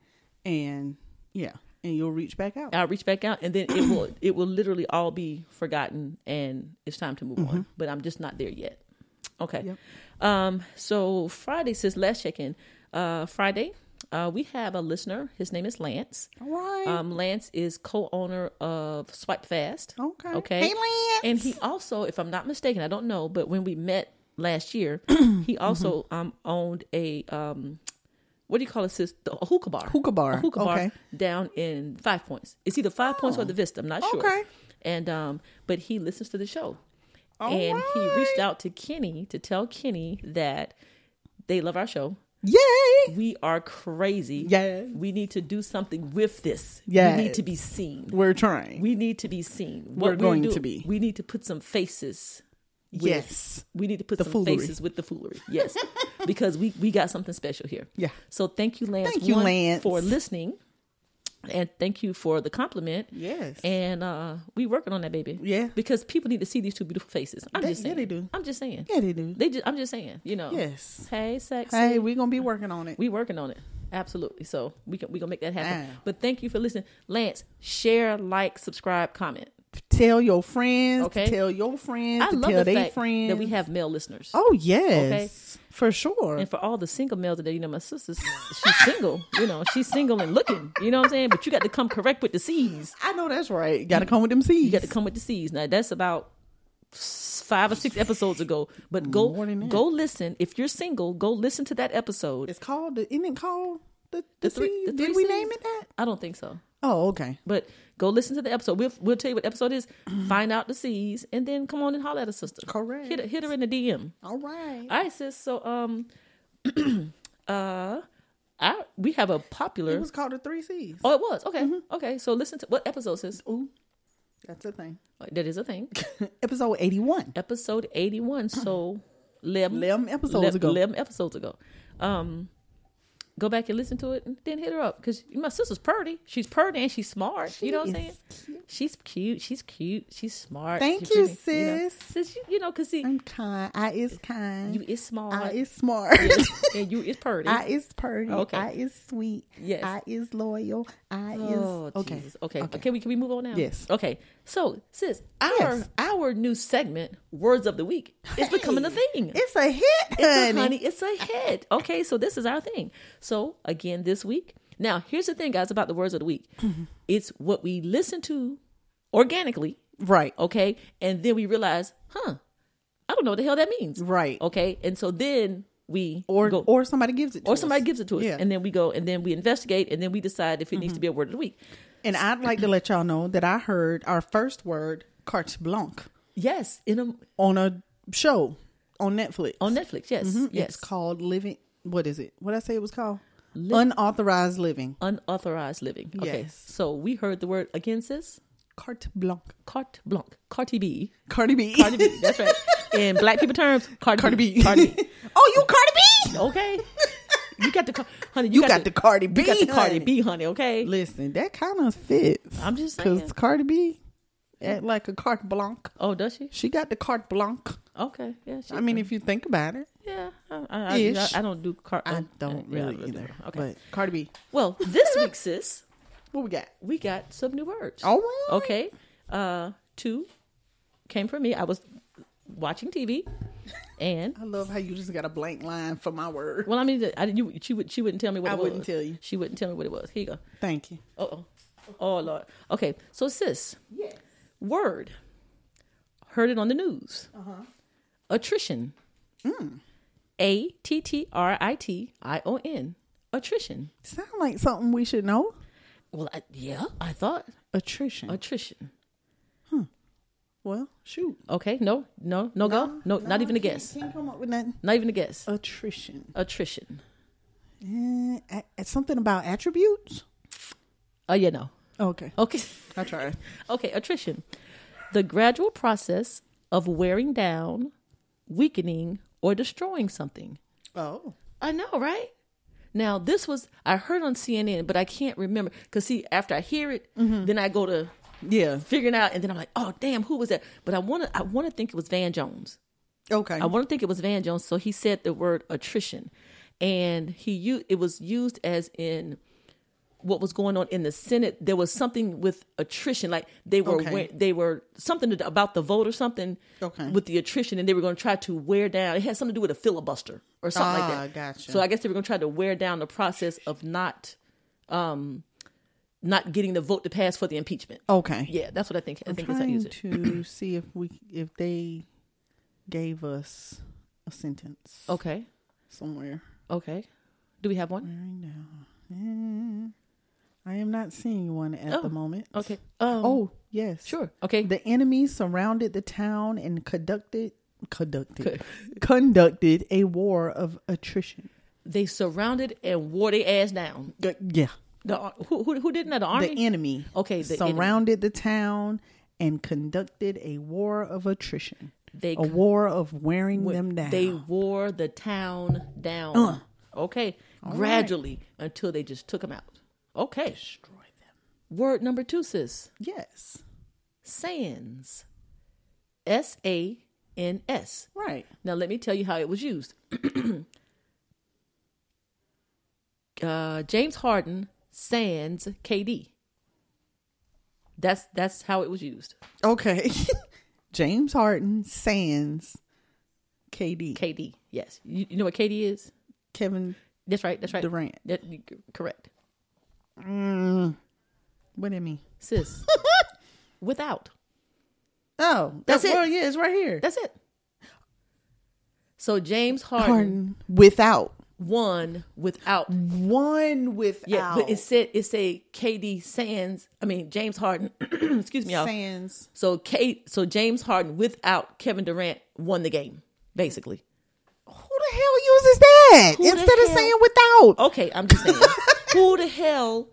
[SPEAKER 3] And yeah. And you'll reach back out.
[SPEAKER 4] I'll reach back out, and then
[SPEAKER 3] <clears throat>
[SPEAKER 4] it will it will literally all be forgotten, and it's time to move
[SPEAKER 3] Mm-hmm.
[SPEAKER 4] on. But I'm just not there yet. Okay. Um. So Friday, since last check in, uh, Friday, uh, we have a listener. His name is Lance.
[SPEAKER 3] Right.
[SPEAKER 4] Um, Lance is co-owner of Swipe Fast.
[SPEAKER 3] Okay.
[SPEAKER 4] Okay.
[SPEAKER 3] Hey, Lance.
[SPEAKER 4] And he also, if I'm not mistaken, I don't know, but when we met
[SPEAKER 3] <clears throat>
[SPEAKER 4] last year, he also
[SPEAKER 3] Mm-hmm.
[SPEAKER 4] um owned a um, what do you call it? Sis, the a hookah bar.
[SPEAKER 3] Hookah bar.
[SPEAKER 4] A hookah bar
[SPEAKER 3] Okay. Oh.
[SPEAKER 4] down in Five Points. It's either Five Points or the Vista. I'm not sure.
[SPEAKER 3] Okay.
[SPEAKER 4] And um, but he listens to the show, and he reached out to Kenny to tell Kenny that they love our show
[SPEAKER 3] Yay.
[SPEAKER 4] we are crazy.
[SPEAKER 3] Yes.
[SPEAKER 4] We need to do something with this.
[SPEAKER 3] Yes.
[SPEAKER 4] We need to be seen.
[SPEAKER 3] We're trying.
[SPEAKER 4] We need to be seen.
[SPEAKER 3] We're going to be.
[SPEAKER 4] We need to put some faces. with-
[SPEAKER 3] yes.
[SPEAKER 4] We need to put some
[SPEAKER 3] foolery.
[SPEAKER 4] faces with the foolery.
[SPEAKER 3] <laughs>
[SPEAKER 4] Yes. because we, we got something special here.
[SPEAKER 3] Yeah.
[SPEAKER 4] So thank you, Lance.
[SPEAKER 3] Thank you,
[SPEAKER 4] one,
[SPEAKER 3] Lance.
[SPEAKER 4] For listening. And thank you for the compliment.
[SPEAKER 3] Yes.
[SPEAKER 4] And uh we working on that baby.
[SPEAKER 3] Yeah.
[SPEAKER 4] Because people need to see these two beautiful faces. I'm
[SPEAKER 3] They-
[SPEAKER 4] just
[SPEAKER 3] yeah,
[SPEAKER 4] saying.
[SPEAKER 3] they do.
[SPEAKER 4] I'm just saying.
[SPEAKER 3] Yeah, they do.
[SPEAKER 4] They just I'm just saying, you know.
[SPEAKER 3] Yes.
[SPEAKER 4] Hey, sexy.
[SPEAKER 3] Hey, we're going to be working on it.
[SPEAKER 4] We working on it. Absolutely. So we can we gonna make that happen.
[SPEAKER 3] Wow.
[SPEAKER 4] But thank you for listening. Lance, share, like, subscribe, comment.
[SPEAKER 3] tell your friends.
[SPEAKER 4] Okay.
[SPEAKER 3] To tell your friends.
[SPEAKER 4] I
[SPEAKER 3] to
[SPEAKER 4] love
[SPEAKER 3] tell
[SPEAKER 4] the
[SPEAKER 3] their
[SPEAKER 4] fact
[SPEAKER 3] friends.
[SPEAKER 4] that we have male listeners.
[SPEAKER 3] Oh, yes. For sure.
[SPEAKER 4] And for all the single males today, you know, my sister, she's single. You know, she's single and looking. You know what I'm saying? But you got to come correct with the C's.
[SPEAKER 3] I know that's right. Got to come with them seeds.
[SPEAKER 4] You got to come with the C's. Now that's about s- five or six episodes ago. But go
[SPEAKER 3] More than that.
[SPEAKER 4] go listen. If you're single, go listen to that episode.
[SPEAKER 3] It's called. The, isn't it called the the,
[SPEAKER 4] The three-
[SPEAKER 3] seed?
[SPEAKER 4] the
[SPEAKER 3] Did
[SPEAKER 4] three
[SPEAKER 3] we
[SPEAKER 4] seeds?
[SPEAKER 3] name it that?
[SPEAKER 4] I don't think so.
[SPEAKER 3] Oh, okay.
[SPEAKER 4] But go listen to the episode. We'll, we'll tell you what episode
[SPEAKER 3] <clears throat>
[SPEAKER 4] is. Find out the C's, and then come on and holler at a sister.
[SPEAKER 3] Correct.
[SPEAKER 4] Hit, her- hit her in the DM.
[SPEAKER 3] All right.
[SPEAKER 4] All right, sis. So um, <clears throat> uh, I we have a popular.
[SPEAKER 3] It was Mm-hmm. called the three C's.
[SPEAKER 4] oh, it was okay. Okay, so listen to what episode, sis?
[SPEAKER 3] Ooh, that's a thing.
[SPEAKER 4] That is a thing.
[SPEAKER 3] Episode eighty-one.
[SPEAKER 4] episode eighty-one. So, lim
[SPEAKER 3] Lim Uh-huh. episodes
[SPEAKER 4] lim-
[SPEAKER 3] ago.
[SPEAKER 4] Lim episodes ago. Um. Go back and listen to it, and then hit her up because my sister's purty. She's purty and she's smart. you know what I'm saying?
[SPEAKER 3] is
[SPEAKER 4] She's cute. She's cute. She's smart.
[SPEAKER 3] Thank
[SPEAKER 4] she's
[SPEAKER 3] you,
[SPEAKER 4] pretty, You know,
[SPEAKER 3] sis.
[SPEAKER 4] sis, you, you know, cause see,
[SPEAKER 3] I'm kind. I is kind.
[SPEAKER 4] you is smart.
[SPEAKER 3] I <laughs> is smart.
[SPEAKER 4] and you is purty.
[SPEAKER 3] I is pretty.
[SPEAKER 4] Oh, Okay.
[SPEAKER 3] I is sweet.
[SPEAKER 4] Yes.
[SPEAKER 3] I is loyal. I
[SPEAKER 4] Oh,
[SPEAKER 3] is okay.
[SPEAKER 4] Jesus. okay. Okay. Can we can we move on now?
[SPEAKER 3] Yes.
[SPEAKER 4] Okay. So, sis, our
[SPEAKER 3] Yes.
[SPEAKER 4] our new segment, words of the week, is becoming a thing.
[SPEAKER 3] It's a hit, honey.
[SPEAKER 4] It's a honey. It's a hit. Okay. So this is our thing. So again, this week. Now, here's the thing, guys, about the words of the week.
[SPEAKER 3] Mm-hmm.
[SPEAKER 4] It's what we listen to organically,
[SPEAKER 3] Right.
[SPEAKER 4] okay, and then we realize, huh, I don't know what the hell that means,
[SPEAKER 3] Right.
[SPEAKER 4] Okay, and so then we
[SPEAKER 3] Or
[SPEAKER 4] go,
[SPEAKER 3] or somebody gives it. To
[SPEAKER 4] or somebody
[SPEAKER 3] us.
[SPEAKER 4] gives it to us,
[SPEAKER 3] Yeah. Mm-hmm.
[SPEAKER 4] and then we go, and then we investigate, and then we decide if it needs to be a word of the week.
[SPEAKER 3] And I'd like to let y'all know that I heard our first word carte blanche
[SPEAKER 4] Yes, in a
[SPEAKER 3] on a show on Netflix.
[SPEAKER 4] on Netflix. Yes, yes.
[SPEAKER 3] Mm-hmm. It's called Living. What is it? What I say it was called?
[SPEAKER 4] Li-
[SPEAKER 3] Unauthorized Living.
[SPEAKER 4] Unauthorized living. Okay,
[SPEAKER 3] Yes.
[SPEAKER 4] so we heard the word again, sis.
[SPEAKER 3] Carte blanche.
[SPEAKER 4] Carte blanc, Carti B,
[SPEAKER 3] Cardi B.
[SPEAKER 4] Cardi B. That's right. In black people terms, Cardi,
[SPEAKER 3] <laughs> Cardi
[SPEAKER 4] B.
[SPEAKER 3] B.
[SPEAKER 4] Cardi B.
[SPEAKER 3] <laughs> oh, you <laughs> Cardi B?
[SPEAKER 4] Okay, you got the Car- honey. You,
[SPEAKER 3] You, got, the Cardi B.
[SPEAKER 4] you got the Cardi
[SPEAKER 3] honey.
[SPEAKER 4] B, honey. Okay,
[SPEAKER 3] Listen, that kind of fits.
[SPEAKER 4] I'm just saying.
[SPEAKER 3] Because Cardi B, act like a carte blanche.
[SPEAKER 4] Oh, does she?
[SPEAKER 3] She got the carte blanche.
[SPEAKER 4] Okay. Yeah. She
[SPEAKER 3] I mean, if you think about it,
[SPEAKER 4] yeah, I, I, I,
[SPEAKER 3] Ish.
[SPEAKER 4] I, I don't do car.
[SPEAKER 3] I
[SPEAKER 4] oh,
[SPEAKER 3] don't
[SPEAKER 4] yeah, I
[SPEAKER 3] really
[SPEAKER 4] do
[SPEAKER 3] either.
[SPEAKER 4] that.
[SPEAKER 3] Okay,
[SPEAKER 4] Okay.
[SPEAKER 3] but Cardi B,
[SPEAKER 4] Well, this week, sis,
[SPEAKER 3] what we got?
[SPEAKER 4] we got some new words.
[SPEAKER 3] All right.
[SPEAKER 4] Okay. Uh, two came from me. I was watching TV, and
[SPEAKER 3] I love how you just got a blank line for my word.
[SPEAKER 4] well, I mean, I you, she would she wouldn't tell me what
[SPEAKER 3] I
[SPEAKER 4] it was.
[SPEAKER 3] wouldn't tell you.
[SPEAKER 4] She wouldn't tell me what it was. Here you go.
[SPEAKER 3] Thank you.
[SPEAKER 4] Oh, oh, oh, Lord. Okay. So, sis. Yes. Word. Heard it on the news. Uh-huh. Mm. Attrition. A T T R I T I O N. Attrition.
[SPEAKER 3] Sound like something we should know?
[SPEAKER 4] Well, I, yeah, I thought
[SPEAKER 3] Attrition.
[SPEAKER 4] attrition.
[SPEAKER 3] well, shoot.
[SPEAKER 4] Okay, no, no, no, go, no, not even a guess,
[SPEAKER 3] Can't come up with nothing.
[SPEAKER 4] not even a guess.
[SPEAKER 3] Attrition.
[SPEAKER 4] Attrition.
[SPEAKER 3] Eh, a- a- something about attributes.
[SPEAKER 4] Oh yeah, no.
[SPEAKER 3] Okay,
[SPEAKER 4] Okay, <laughs>
[SPEAKER 3] I tried.
[SPEAKER 4] okay, attrition. The gradual process of wearing down, weakening, or destroying something.
[SPEAKER 3] Oh,
[SPEAKER 4] I know, right? Now this was I heard on CNN, but I can't remember because see, after I hear it, then I go to
[SPEAKER 3] yeah.
[SPEAKER 4] figuring out, and then I'm like, oh damn, who was that? But I want to, I want to think it was Van Jones.
[SPEAKER 3] Okay.
[SPEAKER 4] I want to think it was Van Jones. So he said the word attrition, and he u- it was used as in what was going on in the Senate. There was something with attrition, like they were
[SPEAKER 3] Okay.
[SPEAKER 4] we- they were something to- about the vote or something
[SPEAKER 3] Okay.
[SPEAKER 4] with the attrition, and they were going to try to wear down. It had something to do with a filibuster or something
[SPEAKER 3] Ah,
[SPEAKER 4] like that.
[SPEAKER 3] gotcha.
[SPEAKER 4] So I guess they were going to try to wear down the process of not. Um, not getting the vote to pass for the impeachment.
[SPEAKER 3] okay.
[SPEAKER 4] Yeah, that's what I think. I think that's how I
[SPEAKER 3] trying
[SPEAKER 4] use it.
[SPEAKER 3] to <coughs> see if we if they gave us a sentence
[SPEAKER 4] Okay.
[SPEAKER 3] somewhere
[SPEAKER 4] Okay. Do we have one?
[SPEAKER 3] right now. Eh, I am not seeing one at
[SPEAKER 4] Oh,
[SPEAKER 3] the moment.
[SPEAKER 4] Okay. Um,
[SPEAKER 3] Oh yes,
[SPEAKER 4] Sure. Okay.
[SPEAKER 3] The enemy surrounded the town and conducted conducted
[SPEAKER 4] Co-
[SPEAKER 3] <laughs> conducted a war of attrition.
[SPEAKER 4] they surrounded and wore their ass down.
[SPEAKER 3] G- Yeah,
[SPEAKER 4] The ar- who who, who did that? The army.
[SPEAKER 3] the enemy.
[SPEAKER 4] Okay, the enemy.
[SPEAKER 3] surrounded the town and conducted a war of attrition.
[SPEAKER 4] They
[SPEAKER 3] a
[SPEAKER 4] c-
[SPEAKER 3] war of wearing
[SPEAKER 4] Wh-
[SPEAKER 3] them down.
[SPEAKER 4] They wore the town down. Okay, gradually until they just took them out. Okay. Destroy them. Word number two, sis.
[SPEAKER 3] yes,
[SPEAKER 4] Sands. S A N S.
[SPEAKER 3] right.
[SPEAKER 4] Now let me tell you how it was used. <clears throat> uh, James Harden sands KD. That's that's how it was used.
[SPEAKER 3] Okay. <laughs> James Harden, Sands, KD,
[SPEAKER 4] KD. Yes. You, you know what KD is?
[SPEAKER 3] Kevin.
[SPEAKER 4] That's right. That's right.
[SPEAKER 3] Durant.
[SPEAKER 4] That, you- correct.
[SPEAKER 3] What do you mean? <laughs>
[SPEAKER 4] Sis. Without.
[SPEAKER 3] Oh,
[SPEAKER 4] That's it.
[SPEAKER 3] Well, yeah, it's right here.
[SPEAKER 4] That's it. So James Harden,
[SPEAKER 3] Harden without
[SPEAKER 4] won without.
[SPEAKER 3] one without
[SPEAKER 4] Yeah, but it said it said KD Sands. I mean James Harden. <clears throat> excuse me, y'all.
[SPEAKER 3] Sands.
[SPEAKER 4] So Kate, so James Harden without Kevin Durant won the game, basically.
[SPEAKER 3] Who the hell uses that
[SPEAKER 4] Who the
[SPEAKER 3] instead of
[SPEAKER 4] hell- Oh.
[SPEAKER 3] saying without?
[SPEAKER 4] Okay,
[SPEAKER 3] <laughs>
[SPEAKER 4] I'm just saying. who the hell?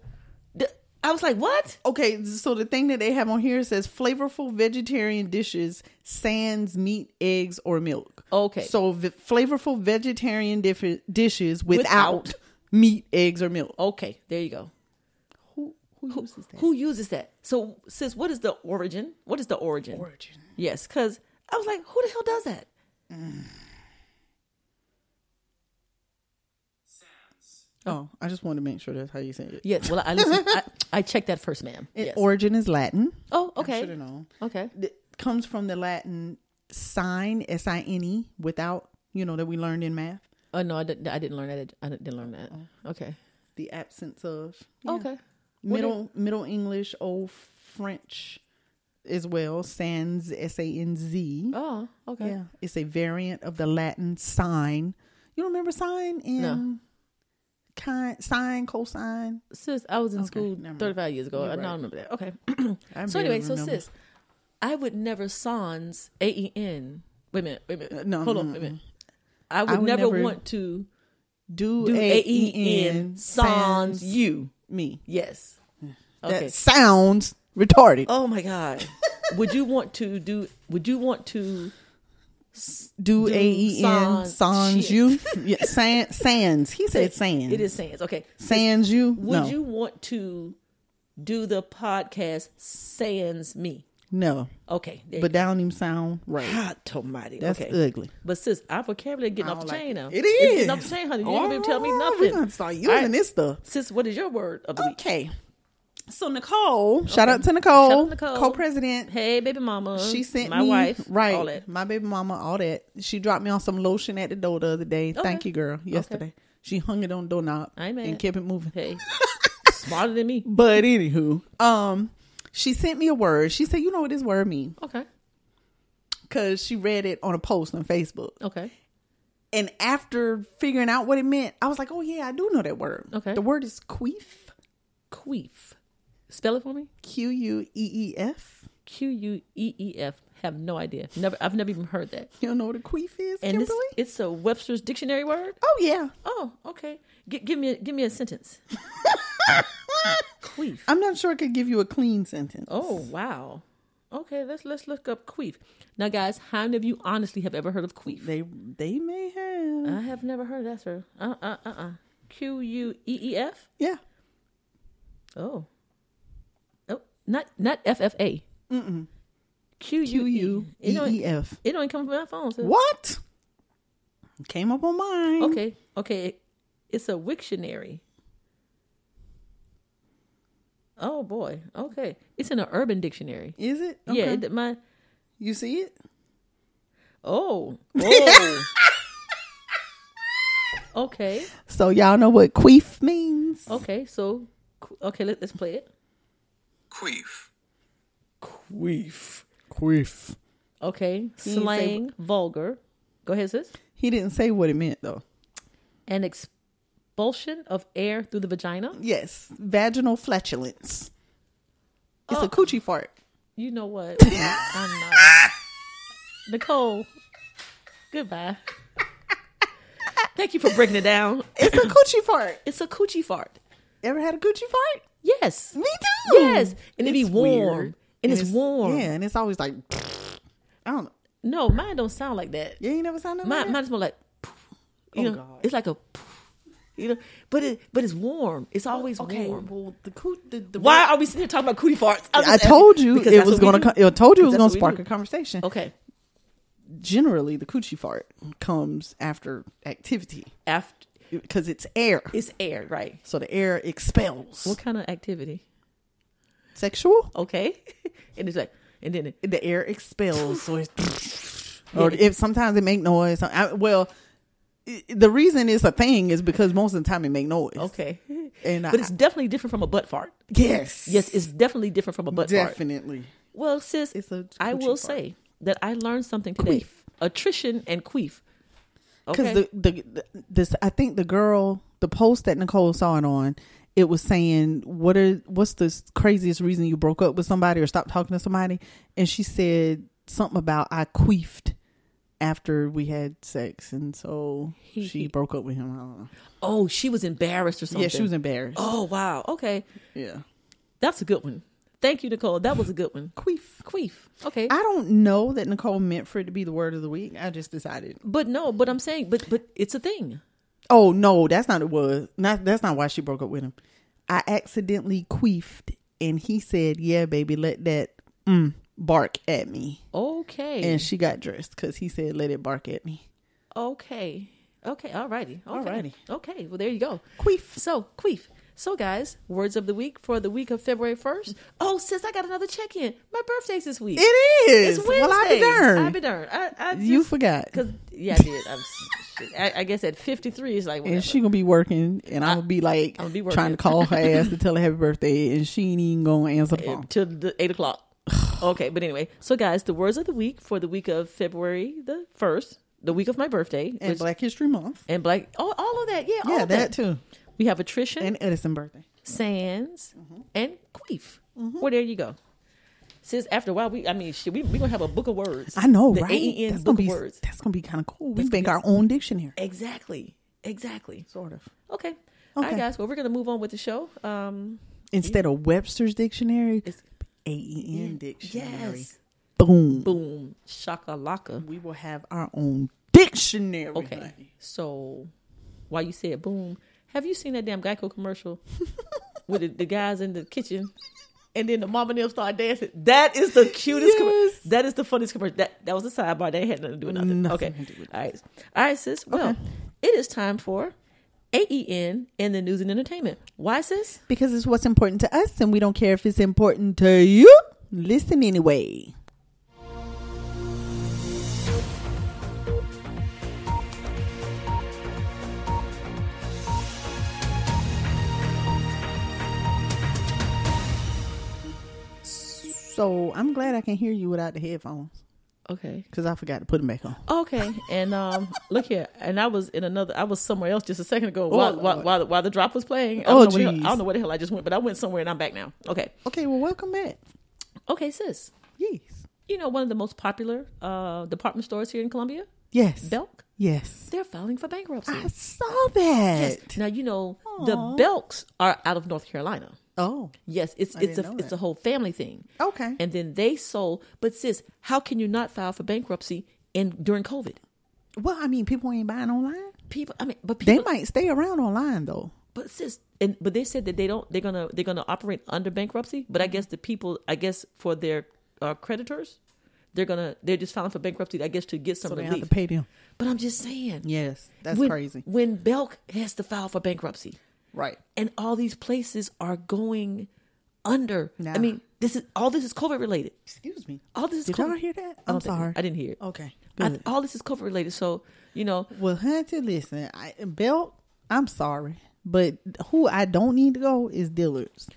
[SPEAKER 4] d- I was like, what?
[SPEAKER 3] Okay, so the thing that they have on here says flavorful vegetarian dishes, sans meat, eggs, or milk.
[SPEAKER 4] Okay.
[SPEAKER 3] So v- flavorful vegetarian diff- dishes without,
[SPEAKER 4] Without.
[SPEAKER 3] meat, eggs, or milk.
[SPEAKER 4] Okay, there you go.
[SPEAKER 3] Who, who uses that?
[SPEAKER 4] Who uses that? So, sis, what is the origin? What is the origin?
[SPEAKER 3] Origin.
[SPEAKER 4] Yes, because I was like, who the hell does that?
[SPEAKER 3] Oh, I just wanted to make sure that's how you say it.
[SPEAKER 4] Yes, well, I listen, I, I checked that first, ma'am.
[SPEAKER 3] It-
[SPEAKER 4] Yes.
[SPEAKER 3] Origin is Latin.
[SPEAKER 4] oh,
[SPEAKER 3] I should have
[SPEAKER 4] okay,
[SPEAKER 3] known.
[SPEAKER 4] okay,
[SPEAKER 3] It comes from the Latin sign, S I N E, without, you know, that we learned in math,
[SPEAKER 4] Oh no, I didn't. I didn't learn that. I didn't learn that. Okay.
[SPEAKER 3] the absence of. Yeah.
[SPEAKER 4] Okay. What
[SPEAKER 3] Middle Middle English, Old French as well, sans, S A N Z.
[SPEAKER 4] Oh. Okay.
[SPEAKER 3] Yeah. It's a variant of the Latin sign. You don't remember sign in
[SPEAKER 4] No.
[SPEAKER 3] kind sign, cosine?
[SPEAKER 4] Sis, I was in school
[SPEAKER 3] never mind.
[SPEAKER 4] 35 years ago. I don't remember that. Okay. so
[SPEAKER 3] barely
[SPEAKER 4] anyway, so
[SPEAKER 3] remember.
[SPEAKER 4] sis, I would never sans A E N. Wait a minute. Wait a minute.
[SPEAKER 3] Uh, no,
[SPEAKER 4] Hold
[SPEAKER 3] no,
[SPEAKER 4] on.
[SPEAKER 3] no,
[SPEAKER 4] Wait a
[SPEAKER 3] no.
[SPEAKER 4] minute. I would,
[SPEAKER 3] would
[SPEAKER 4] never,
[SPEAKER 3] never
[SPEAKER 4] want to
[SPEAKER 3] Do
[SPEAKER 4] do
[SPEAKER 3] A
[SPEAKER 4] A E N sans you.
[SPEAKER 3] me.
[SPEAKER 4] Yes.
[SPEAKER 3] That
[SPEAKER 4] Okay.
[SPEAKER 3] sounds retarded.
[SPEAKER 4] Oh my God. would you want to do? Would you want to?
[SPEAKER 3] do
[SPEAKER 4] do
[SPEAKER 3] A E N
[SPEAKER 4] sans-
[SPEAKER 3] sans
[SPEAKER 4] shit. <laughs>
[SPEAKER 3] you? Yeah, san, sans. He said sans.
[SPEAKER 4] It is sans. Okay.
[SPEAKER 3] sans you.
[SPEAKER 4] Would
[SPEAKER 3] no.
[SPEAKER 4] you want to do the podcast sans me?
[SPEAKER 3] No,
[SPEAKER 4] Okay. There
[SPEAKER 3] but that don't even sound
[SPEAKER 4] <sighs>
[SPEAKER 3] right.
[SPEAKER 4] God almighty.
[SPEAKER 3] That's
[SPEAKER 4] okay.
[SPEAKER 3] ugly.
[SPEAKER 4] But sis, our vocabulary getting
[SPEAKER 3] I
[SPEAKER 4] off the
[SPEAKER 3] don't like
[SPEAKER 4] chain now.
[SPEAKER 3] it. It
[SPEAKER 4] It's
[SPEAKER 3] is. Oh,
[SPEAKER 4] getting off the chain, honey. You ain't gonna tell me
[SPEAKER 3] We're
[SPEAKER 4] nothing.
[SPEAKER 3] gonna start using
[SPEAKER 4] All right.
[SPEAKER 3] this stuff.
[SPEAKER 4] Sis, what is your word of the week?
[SPEAKER 3] Okay. So Nicole, shout out to Nicole,
[SPEAKER 4] Shout out to Nicole.
[SPEAKER 3] co-president.
[SPEAKER 4] Hey, baby mama.
[SPEAKER 3] She sent
[SPEAKER 4] my
[SPEAKER 3] me-
[SPEAKER 4] wife.
[SPEAKER 3] right,
[SPEAKER 4] All that.
[SPEAKER 3] my baby mama, all that. She dropped me on some lotion at the door the other day. Thank you, girl. Yesterday, she hung it on the doorknob
[SPEAKER 4] I ain't mad.
[SPEAKER 3] and kept it moving.
[SPEAKER 4] Hey,
[SPEAKER 3] <laughs>
[SPEAKER 4] smarter than me.
[SPEAKER 3] But anywho, um, she sent me a word. She said, "You know what this word mean?"
[SPEAKER 4] Okay.
[SPEAKER 3] Because she read it on a post on Facebook.
[SPEAKER 4] Okay.
[SPEAKER 3] And after figuring out what it meant, I was like, "Oh yeah, I do know that word."
[SPEAKER 4] Okay.
[SPEAKER 3] the word is queef,
[SPEAKER 4] Queef. Spell it for me.
[SPEAKER 3] Q U E E F.
[SPEAKER 4] Q U E E F. Have no idea. Never. I've never even heard that.
[SPEAKER 3] You don't know what a queef is,
[SPEAKER 4] And it's,
[SPEAKER 3] Kimberly?
[SPEAKER 4] it's a Webster's dictionary word.
[SPEAKER 3] oh yeah,
[SPEAKER 4] Oh, okay. G- give me a, give me
[SPEAKER 3] <laughs>
[SPEAKER 4] a sentence. queef.
[SPEAKER 3] I'm not sure I could give you a clean sentence.
[SPEAKER 4] Oh wow. Okay, let's let's look up queef. Now, guys, how many of you honestly have ever heard of queef?
[SPEAKER 3] they they may have.
[SPEAKER 4] I have never heard that, sir. Uh uh uh uh. Q U E E F.
[SPEAKER 3] yeah,
[SPEAKER 4] Oh. Oh, not not F F A. Mm Q
[SPEAKER 3] Q
[SPEAKER 4] U
[SPEAKER 3] U
[SPEAKER 4] E
[SPEAKER 3] E
[SPEAKER 4] E
[SPEAKER 3] E
[SPEAKER 4] F.
[SPEAKER 3] F.
[SPEAKER 4] It don't even come from my phone. Sir.
[SPEAKER 3] What? Came up on mine.
[SPEAKER 4] Okay, okay. It's a Wiktionary. Oh boy. Okay, it's in an Urban Dictionary.
[SPEAKER 3] Is it?
[SPEAKER 4] Yeah,
[SPEAKER 3] Okay.
[SPEAKER 4] it, my
[SPEAKER 3] you see it?
[SPEAKER 4] <laughs> Oh. Oh. okay.
[SPEAKER 3] So y'all know what queef means?
[SPEAKER 4] Okay. So, qu- okay, let, let's play it.
[SPEAKER 5] Queef.
[SPEAKER 3] Queef. Queef.
[SPEAKER 4] Okay.
[SPEAKER 3] didn't say-
[SPEAKER 4] Slang, vulgar. Go ahead, sis.
[SPEAKER 3] He didn't say what it meant though.
[SPEAKER 4] An expulsion of air through the vagina.
[SPEAKER 3] Yes, vaginal flatulence. It's a coochie fart.
[SPEAKER 4] You
[SPEAKER 3] <laughs>
[SPEAKER 4] know what? I'm not. Nicole, goodbye. Thank you for breaking it down.
[SPEAKER 3] It's a coochie fart.
[SPEAKER 4] It's a coochie fart.
[SPEAKER 3] Ever had a coochie fart?
[SPEAKER 4] Yes.
[SPEAKER 3] Me too.
[SPEAKER 4] Yes. And it be
[SPEAKER 3] It's
[SPEAKER 4] warm.
[SPEAKER 3] weird.
[SPEAKER 4] And, it's, warm.
[SPEAKER 3] Yeah, and it's always like <sniffs> I don't know.
[SPEAKER 4] No, mine don't sound like that.
[SPEAKER 3] You ain't never sound
[SPEAKER 4] Mine,
[SPEAKER 3] like that?
[SPEAKER 4] mine's more like, poof. you
[SPEAKER 3] Oh,
[SPEAKER 4] know,
[SPEAKER 3] God.
[SPEAKER 4] it's like a, poof, you know, but it, but it's warm. It's always
[SPEAKER 3] Okay,
[SPEAKER 4] warm.
[SPEAKER 3] well the coo- the, the
[SPEAKER 4] Why are we sitting here talking about cootie farts? I'm
[SPEAKER 3] I
[SPEAKER 4] just
[SPEAKER 3] told
[SPEAKER 4] asking,
[SPEAKER 3] you
[SPEAKER 4] because
[SPEAKER 3] it
[SPEAKER 4] that's
[SPEAKER 3] was
[SPEAKER 4] what we
[SPEAKER 3] gonna.
[SPEAKER 4] do.
[SPEAKER 3] co- I told you it was gonna
[SPEAKER 4] Because that's what we
[SPEAKER 3] spark
[SPEAKER 4] do. Oh.
[SPEAKER 3] a conversation.
[SPEAKER 4] Okay,
[SPEAKER 3] Generally, the coochie fart comes after activity
[SPEAKER 4] after
[SPEAKER 3] because it's air,
[SPEAKER 4] it's air, right?
[SPEAKER 3] so the air expels.
[SPEAKER 4] What kind of activity?
[SPEAKER 3] Sexual?
[SPEAKER 4] Okay, <laughs> and it's like, and then it,
[SPEAKER 3] The air expels, so
[SPEAKER 4] <laughs>
[SPEAKER 3] it's <laughs> or if sometimes it make noise. I, well, i the reason it's a thing is because most of the time it make noise.
[SPEAKER 4] okay,
[SPEAKER 3] And
[SPEAKER 4] but
[SPEAKER 3] I-
[SPEAKER 4] it's definitely different from a butt fart.
[SPEAKER 3] Yes.
[SPEAKER 4] Yes,
[SPEAKER 3] <laughs>
[SPEAKER 4] it's definitely different from a butt fart.
[SPEAKER 3] Definitely.
[SPEAKER 4] Well, sis,
[SPEAKER 3] It's a
[SPEAKER 4] I
[SPEAKER 3] coochie
[SPEAKER 4] will
[SPEAKER 3] fart.
[SPEAKER 4] say that I learned something today:
[SPEAKER 3] Queef.
[SPEAKER 4] attrition and queef.
[SPEAKER 3] because the, the the this I think the girl the post that Nicole saw it on it was saying what are what's the craziest reason you broke up with somebody or stopped talking to somebody and she said something about I queefed after we had sex and so she broke up with him I don't know
[SPEAKER 4] oh, she was embarrassed or something.
[SPEAKER 3] yeah she was embarrassed
[SPEAKER 4] Oh wow. Okay.
[SPEAKER 3] yeah
[SPEAKER 4] That's a good one. Thank you, Nicole. That was a good one.
[SPEAKER 3] queef
[SPEAKER 4] Queef. Okay.
[SPEAKER 3] I don't know that Nicole meant for it to be the word of the week I just decided
[SPEAKER 4] but no, but I'm saying, but but it's a thing.
[SPEAKER 3] oh no that's not it was not that's not why she broke up with him I accidentally queefed and he said yeah baby let that mm, bark at me
[SPEAKER 4] Okay.
[SPEAKER 3] and she got dressed because he said let it bark at me
[SPEAKER 4] okay. Okay. Alrighty. Okay.
[SPEAKER 3] Alrighty.
[SPEAKER 4] Okay. Well, there you go.
[SPEAKER 3] queef
[SPEAKER 4] So queef. So guys, words of the week for the week of February first. Oh, sis, I got another check in. My birthday's this week.
[SPEAKER 3] it is
[SPEAKER 4] It's Wednesday.
[SPEAKER 3] well I be darned
[SPEAKER 4] I be darned. I, I just,
[SPEAKER 3] you forgot
[SPEAKER 4] Cause yeah, I did. I'm, shit. I, I guess at 53, it's like whatever.
[SPEAKER 3] and she gonna be working and I'm gonna be like
[SPEAKER 4] I'ma be working.
[SPEAKER 3] trying to call her ass to tell her happy birthday and she ain't even gonna answer the phone
[SPEAKER 4] till the
[SPEAKER 3] <sighs>
[SPEAKER 4] eight o'clock. okay, but anyway, so guys, the words of the week for the week of February the first, the week of my birthday,
[SPEAKER 3] and
[SPEAKER 4] which-
[SPEAKER 3] Black History Month
[SPEAKER 4] and black, all, all of that, yeah, all
[SPEAKER 3] yeah
[SPEAKER 4] of
[SPEAKER 3] that,
[SPEAKER 4] that.
[SPEAKER 3] too
[SPEAKER 4] We have attrition,
[SPEAKER 3] and Edison birthday
[SPEAKER 4] sands,
[SPEAKER 3] Mm-hmm.
[SPEAKER 4] and queef. Well, there you go. Sis, after a while, we I mean, shit, we we gonna have a book of words.
[SPEAKER 3] I know
[SPEAKER 4] the
[SPEAKER 3] right
[SPEAKER 4] AEN
[SPEAKER 3] that's
[SPEAKER 4] book
[SPEAKER 3] gonna
[SPEAKER 4] of
[SPEAKER 3] be
[SPEAKER 4] words.
[SPEAKER 3] that's gonna be kind of cool we make our own dictionary
[SPEAKER 4] E Exactly, exactly.
[SPEAKER 3] sort of
[SPEAKER 4] Okay. All right,
[SPEAKER 3] Okay.
[SPEAKER 4] guys. Well, we're gonna move on with the show. Um,
[SPEAKER 3] instead of Webster's dictionary,
[SPEAKER 4] It's-
[SPEAKER 3] AEN dictionary.
[SPEAKER 4] yes.
[SPEAKER 3] Boom.
[SPEAKER 4] Boom. Shakalaka.
[SPEAKER 3] We will have our own dictionary.
[SPEAKER 4] Okay. So while you
[SPEAKER 3] <laughs>
[SPEAKER 4] said boom, have you seen that damn Geico commercial with the, the guys in the kitchen and then the mama and them start dancing. That is the cutest. commer-
[SPEAKER 3] Yes.
[SPEAKER 4] that is the funniest commercial. That that was a sidebar. That had nothing to do with nothing.
[SPEAKER 3] Nothing
[SPEAKER 4] okay.
[SPEAKER 3] to do with
[SPEAKER 4] All right. All right, sis. Well, it is time for AEN and the news and entertainment. Why, sis?
[SPEAKER 3] Because it's what's important to us, and we don't care if it's important to you. Listen anyway. So I'm glad I can hear you without the headphones
[SPEAKER 4] Okay.
[SPEAKER 3] because I forgot to put them back on.
[SPEAKER 4] Okay. And um, look here. And I was in another. I was somewhere else just a second ago
[SPEAKER 3] Oh,
[SPEAKER 4] while
[SPEAKER 3] Lord.
[SPEAKER 4] while, while, the, while the drop was playing. I
[SPEAKER 3] Oh,
[SPEAKER 4] don't know where the hell-
[SPEAKER 3] jeez.
[SPEAKER 4] I don't know where the hell I just went, but I went somewhere and I'm back now. Okay.
[SPEAKER 3] Okay, well, welcome back.
[SPEAKER 4] Okay, sis.
[SPEAKER 3] Yes.
[SPEAKER 4] You know one of the most popular uh, department stores here in Columbia,
[SPEAKER 3] Yes.
[SPEAKER 4] Belk.
[SPEAKER 3] Yes.
[SPEAKER 4] They're filing for bankruptcy.
[SPEAKER 3] I saw that.
[SPEAKER 4] Yes. Now you know the Belks are out of North Carolina.
[SPEAKER 3] Oh.
[SPEAKER 4] Yes, it's
[SPEAKER 3] I
[SPEAKER 4] it's
[SPEAKER 3] didn't
[SPEAKER 4] a
[SPEAKER 3] know
[SPEAKER 4] it's
[SPEAKER 3] that.
[SPEAKER 4] a whole family thing.
[SPEAKER 3] Okay.
[SPEAKER 4] And then they sold, but sis, how can you not file for bankruptcy in during COVID?
[SPEAKER 3] Well, I mean, people ain't buying online.
[SPEAKER 4] People, I mean, but people,
[SPEAKER 3] They might stay around online though.
[SPEAKER 4] but sis, and but they said that they don't. They're gonna they're gonna operate under bankruptcy. But I
[SPEAKER 3] Mm-hmm.
[SPEAKER 4] guess the people, I guess for their uh, creditors, they're gonna they're just filing for bankruptcy. I guess to get some
[SPEAKER 3] So they have
[SPEAKER 4] relief.
[SPEAKER 3] to pay them.
[SPEAKER 4] But I'm just saying,
[SPEAKER 3] Yes, that's
[SPEAKER 4] when,
[SPEAKER 3] crazy.
[SPEAKER 4] When Belk has to file for bankruptcy,
[SPEAKER 3] Right.
[SPEAKER 4] and all these places are going under. I
[SPEAKER 3] Nah.
[SPEAKER 4] mean, this is all this is COVID related.
[SPEAKER 3] Excuse me.
[SPEAKER 4] All this is
[SPEAKER 3] Did
[SPEAKER 4] COVID.
[SPEAKER 3] y'all hear that?
[SPEAKER 4] I
[SPEAKER 3] I'm
[SPEAKER 4] don't think-
[SPEAKER 3] sorry.
[SPEAKER 4] I didn't hear it.
[SPEAKER 3] Okay.
[SPEAKER 4] I-
[SPEAKER 3] good.
[SPEAKER 4] all this is COVID related. So you know,
[SPEAKER 3] well, Hunter, listen, I, Belt, I'm sorry, but who I don't need to go is Dillard's.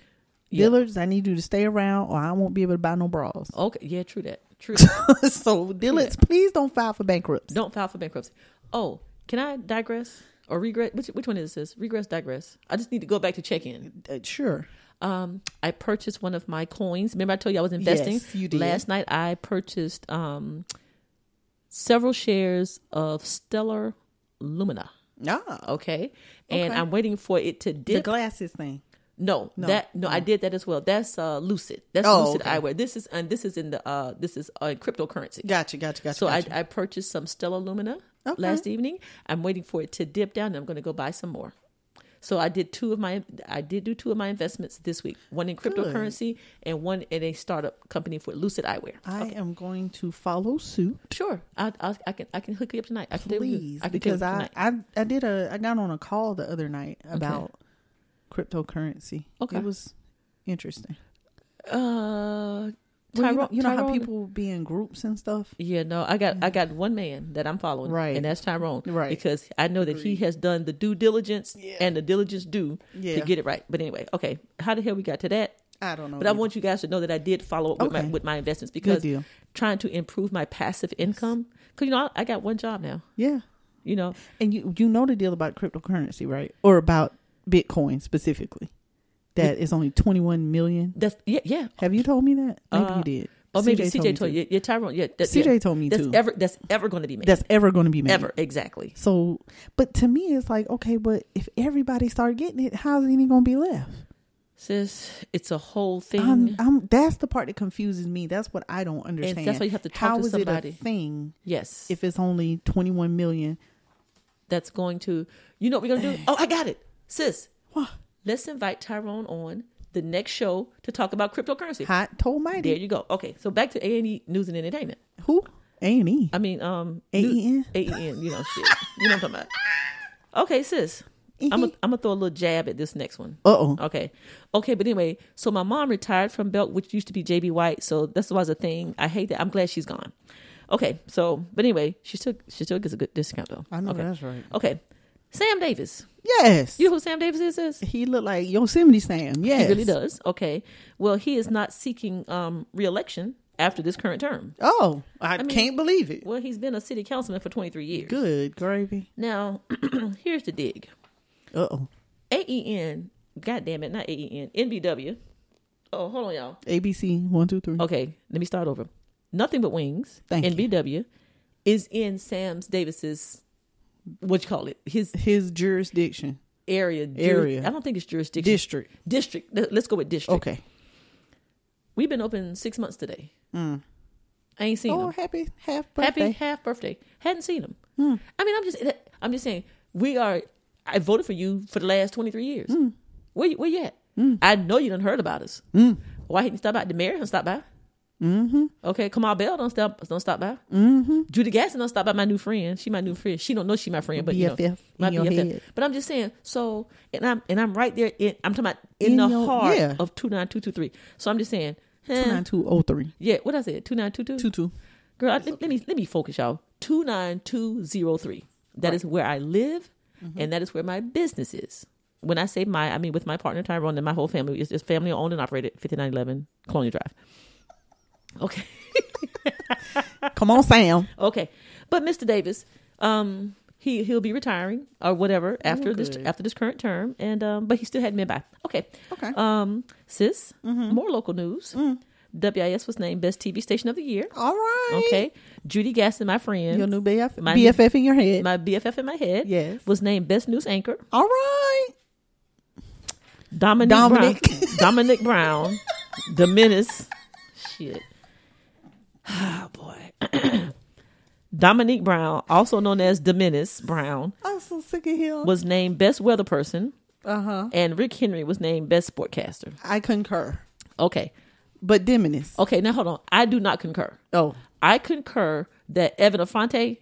[SPEAKER 4] Yeah.
[SPEAKER 3] Dillard's, I need you to stay around, or I won't be able to buy no bras.
[SPEAKER 4] okay, yeah, true that,
[SPEAKER 3] <laughs>
[SPEAKER 4] true. that.
[SPEAKER 3] Oh. so Dillard's, please don't file for bankruptcy.
[SPEAKER 4] Don't file for bankruptcy. Oh, can I digress or regress? Which which one is this? Regress, digress. I just need to go back to check in.
[SPEAKER 3] Uh, sure.
[SPEAKER 4] um, I purchased one of my coins. Remember, I told you I was investing.
[SPEAKER 3] Yes, you did.
[SPEAKER 4] Last night, I purchased um, several shares of Stellar Lumina.
[SPEAKER 3] No.
[SPEAKER 4] Okay, and
[SPEAKER 3] Okay.
[SPEAKER 4] I'm waiting for it to
[SPEAKER 3] The
[SPEAKER 4] dip.
[SPEAKER 3] glasses thing.
[SPEAKER 4] no, that no, I did that as well. That's uh, Lucid. That's
[SPEAKER 3] Oh,
[SPEAKER 4] Lucid
[SPEAKER 3] okay.
[SPEAKER 4] eyewear. This is and this is in the uh, this is uh, cryptocurrency.
[SPEAKER 3] Gotcha, gotcha, gotcha.
[SPEAKER 4] So I,
[SPEAKER 3] gotcha.
[SPEAKER 4] I purchased some Stella Lumina
[SPEAKER 3] Okay.
[SPEAKER 4] last evening. I'm waiting for it to dip down. And I'm going to go buy some more. So I did two of my I did do two of my investments this week. One in cryptocurrency and one in a startup company for Lucid Eyewear.
[SPEAKER 3] I am going to follow suit.
[SPEAKER 4] Sure, I, I, I can I can hook you up tonight. I can table you.
[SPEAKER 3] please
[SPEAKER 4] I can table
[SPEAKER 3] because
[SPEAKER 4] you
[SPEAKER 3] I,
[SPEAKER 4] tonight.
[SPEAKER 3] I I did a I got on a call the other night about cryptocurrency.
[SPEAKER 4] Okay.
[SPEAKER 3] it was interesting.
[SPEAKER 4] uh
[SPEAKER 3] Well, you
[SPEAKER 4] Tyro-
[SPEAKER 3] know, you know how
[SPEAKER 4] Tyrone-
[SPEAKER 3] people be in groups and stuff.
[SPEAKER 4] Yeah, no, I got I got one man that I'm following,
[SPEAKER 3] Right.
[SPEAKER 4] and that's Tyrone,
[SPEAKER 3] Right.
[SPEAKER 4] Because I know that he has done the due diligence and the diligence due
[SPEAKER 3] Yeah.
[SPEAKER 4] to get it right. But anyway, okay, how the hell we got to that?
[SPEAKER 3] I don't know
[SPEAKER 4] But I
[SPEAKER 3] either.
[SPEAKER 4] want you guys to know that I did follow up with my
[SPEAKER 3] Okay.
[SPEAKER 4] with my investments because
[SPEAKER 3] deal.
[SPEAKER 4] trying to improve my passive income. Because you know I, I got one job now,
[SPEAKER 3] Yeah,
[SPEAKER 4] you know.
[SPEAKER 3] and you you know the deal about cryptocurrency, right? Or about Bitcoin specifically, that is only twenty one million.
[SPEAKER 4] That's yeah, yeah.
[SPEAKER 3] Have you told me that? Maybe
[SPEAKER 4] Uh,
[SPEAKER 3] you did.
[SPEAKER 4] Oh, maybe
[SPEAKER 3] CJ
[SPEAKER 4] CJ,
[SPEAKER 3] told me
[SPEAKER 4] told
[SPEAKER 3] to.
[SPEAKER 4] you. Yeah, Tyrone. Yeah, that-
[SPEAKER 3] CJ
[SPEAKER 4] yeah.
[SPEAKER 3] told me
[SPEAKER 4] that's
[SPEAKER 3] to.
[SPEAKER 4] Ever that's ever going to be made.
[SPEAKER 3] That's ever going to be made.
[SPEAKER 4] ever exactly.
[SPEAKER 3] So, but to me, it's like okay, but if everybody start getting it, how's any going to be left?
[SPEAKER 4] Sis, it's a whole thing.
[SPEAKER 3] I'm, I'm, that's the part that confuses me. That's what I don't understand.
[SPEAKER 4] why you have to talk
[SPEAKER 3] How
[SPEAKER 4] to
[SPEAKER 3] is
[SPEAKER 4] somebody.
[SPEAKER 3] It a thing
[SPEAKER 4] yes,
[SPEAKER 3] if it's only 21 million.
[SPEAKER 4] that's going to you know what we're gonna do oh i got it sis
[SPEAKER 3] What?
[SPEAKER 4] let's invite tyrone on the next show to talk about cryptocurrency
[SPEAKER 3] Hot told
[SPEAKER 4] there
[SPEAKER 3] mighty.
[SPEAKER 4] you go okay so back to a&e news and entertainment
[SPEAKER 3] Who? A and E.
[SPEAKER 4] i mean um
[SPEAKER 3] AEN?
[SPEAKER 4] a-e-n you know shit you know what i'm talking about okay sis
[SPEAKER 3] E
[SPEAKER 4] I'm gonna I'm throw a little jab at this next one.
[SPEAKER 3] Uh-oh.
[SPEAKER 4] Okay. Okay, but anyway, so my mom retired from Belt, which used to be JB White, so that's was a thing. I hate that. I'm glad she's gone. Okay, so but anyway, she still she still gets a good discount though.
[SPEAKER 3] I know
[SPEAKER 4] okay.
[SPEAKER 3] that's right.
[SPEAKER 4] Okay. Sam Davis.
[SPEAKER 3] Yes.
[SPEAKER 4] You know who Sam Davis is? is?
[SPEAKER 3] he looked like Yosemite Sam. Yes.
[SPEAKER 4] He really does. Okay. Well, he is not seeking um, reelection after this current term.
[SPEAKER 3] Oh, I,
[SPEAKER 4] mean-
[SPEAKER 3] can't believe it.
[SPEAKER 4] Well, he's been a city councilman for 23 years.
[SPEAKER 3] Good gravy.
[SPEAKER 4] Now, <clears throat> here's the dig.
[SPEAKER 3] Uh oh.
[SPEAKER 4] AEN, God damn it, not E AEN, NBW. Oh, hold on, y'all.
[SPEAKER 3] ABC one two three.
[SPEAKER 4] Okay, let me start over. Nothing but wings.
[SPEAKER 3] Thank you.
[SPEAKER 4] NBW is in Sam Davis's what you call it? His
[SPEAKER 3] His jurisdiction
[SPEAKER 4] area. juri-
[SPEAKER 3] Area.
[SPEAKER 4] I don't think it's jurisdiction.
[SPEAKER 3] district.
[SPEAKER 4] District. Let- Let's go with district.
[SPEAKER 3] Okay.
[SPEAKER 4] We've been open six months today. I ain't seen
[SPEAKER 3] Mm. Oh,
[SPEAKER 4] him.
[SPEAKER 3] happy half birthday. Hmm.
[SPEAKER 4] Happy half birthday. Hadn't seen him. I mean, I'm just, I'm just saying. We are. I
[SPEAKER 3] Hmm. Hmm.
[SPEAKER 4] voted for you for the last 23 years. Where you, where you at? I know you done heard about us. Why didn't stop by? Demaris don't stop by. Mm-hmm. Okay, Kamal Bell don't stop don't stop by. Mm-hmm. Judy Gasson don't stop by. My new friend, she my new friend. She don't know she my friend, but you know,
[SPEAKER 3] BFF in
[SPEAKER 4] my
[SPEAKER 3] your
[SPEAKER 4] BFF.
[SPEAKER 3] head.
[SPEAKER 4] But I'm just saying. So and I'm and I'm right there. In, I'm talking about in,
[SPEAKER 3] In
[SPEAKER 4] the
[SPEAKER 3] your-
[SPEAKER 4] heart
[SPEAKER 3] yeah.
[SPEAKER 4] of two nine two two three. So I'm just saying. eh,
[SPEAKER 3] 9203.
[SPEAKER 4] yeah, what I said two nine two two two two. Girl, I- let, let me let me focus y'all. Two nine two zero three. That is where I live, and that is where my business is. When I say my, I mean with my partner Tyrone and my whole family. It's, it's family owned and operated. Fifty nine eleven Colonial Drive. Okay, <laughs>
[SPEAKER 3] Come on, Sam.
[SPEAKER 4] okay. But Mr. Davis, um, he he'll be retiring or whatever after this after this current term, and um, but he still had me by. Okay,
[SPEAKER 3] Okay.
[SPEAKER 4] Um, sis, more local news. WIS was named best TV station of the year.
[SPEAKER 3] All right.
[SPEAKER 4] Okay. Judy Gaston, my friend.
[SPEAKER 3] Your new BF,
[SPEAKER 4] My-
[SPEAKER 3] BFF in your head.
[SPEAKER 4] my BFF in my head.
[SPEAKER 3] Yes.
[SPEAKER 4] Was named Best News Anchor.
[SPEAKER 3] All right.
[SPEAKER 4] Dominic.
[SPEAKER 3] Dominic.
[SPEAKER 4] <laughs> Brown, Dominic Brown. The Menace. Shit. Oh, boy. <clears throat> Dominique Brown, also known as The Menace Brown,
[SPEAKER 3] I'm so sick of him.
[SPEAKER 4] was named Best Weather Person,
[SPEAKER 3] Uh huh.
[SPEAKER 4] and Rick Henry was named Best Sportcaster.
[SPEAKER 3] I concur.
[SPEAKER 4] Okay.
[SPEAKER 3] But Diminis.
[SPEAKER 4] Okay, now hold on. I do not concur.
[SPEAKER 3] Oh.
[SPEAKER 4] I concur that Evan Afante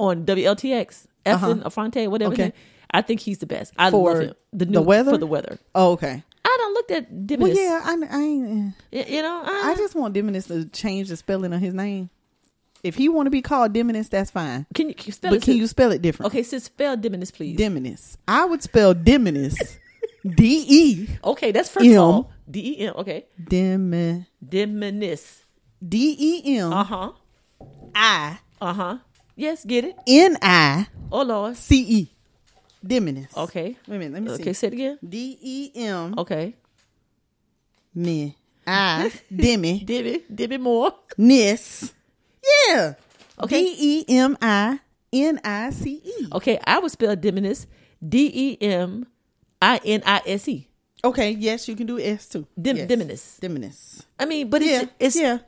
[SPEAKER 4] on WLTX, Evan Afante, whatever. his
[SPEAKER 3] Uh-huh. Okay.
[SPEAKER 4] name, I think he's the best. I
[SPEAKER 3] For
[SPEAKER 4] love him.
[SPEAKER 3] the weather?
[SPEAKER 4] for the weather.
[SPEAKER 3] Oh, okay.
[SPEAKER 4] I don't look at Diminis.
[SPEAKER 3] Well, yeah, I, I, ain't- eh.
[SPEAKER 4] Y- you know, I,
[SPEAKER 3] I just want Diminis to change the spelling of his name. If he want to be called Diminis, that's fine.
[SPEAKER 4] can you, can you spell
[SPEAKER 3] But
[SPEAKER 4] it?
[SPEAKER 3] can
[SPEAKER 4] sis?
[SPEAKER 3] you spell it different?
[SPEAKER 4] okay, sis, spell Diminis, please.
[SPEAKER 3] Diminis. I would spell Diminis. <laughs> D E
[SPEAKER 4] okay, that's first
[SPEAKER 3] M.
[SPEAKER 4] of all. D E M. Okay,
[SPEAKER 3] Dim
[SPEAKER 4] Diminis.
[SPEAKER 3] D E M
[SPEAKER 4] Uh huh.
[SPEAKER 3] I
[SPEAKER 4] Uh huh. Yes, get it.
[SPEAKER 3] N I
[SPEAKER 4] Oh Lord.
[SPEAKER 3] C E. Diminis.
[SPEAKER 4] Okay.
[SPEAKER 3] Wait a minute. Let me
[SPEAKER 4] Okay,
[SPEAKER 3] see.
[SPEAKER 4] say it again.
[SPEAKER 3] D E M
[SPEAKER 4] Okay.
[SPEAKER 3] me I Demi
[SPEAKER 4] Demi, Demi Moore.
[SPEAKER 3] Nis. Yeah.
[SPEAKER 4] Okay.
[SPEAKER 3] D E M I N I C E.
[SPEAKER 4] Okay, I would spell Diminis. D E M I N I S E.
[SPEAKER 3] Okay. Yes, you can do S too.
[SPEAKER 4] Dim-
[SPEAKER 3] yes.
[SPEAKER 4] Diminis.
[SPEAKER 3] Diminis.
[SPEAKER 4] I mean, but
[SPEAKER 3] Yeah.
[SPEAKER 4] it's, it's
[SPEAKER 3] yeah.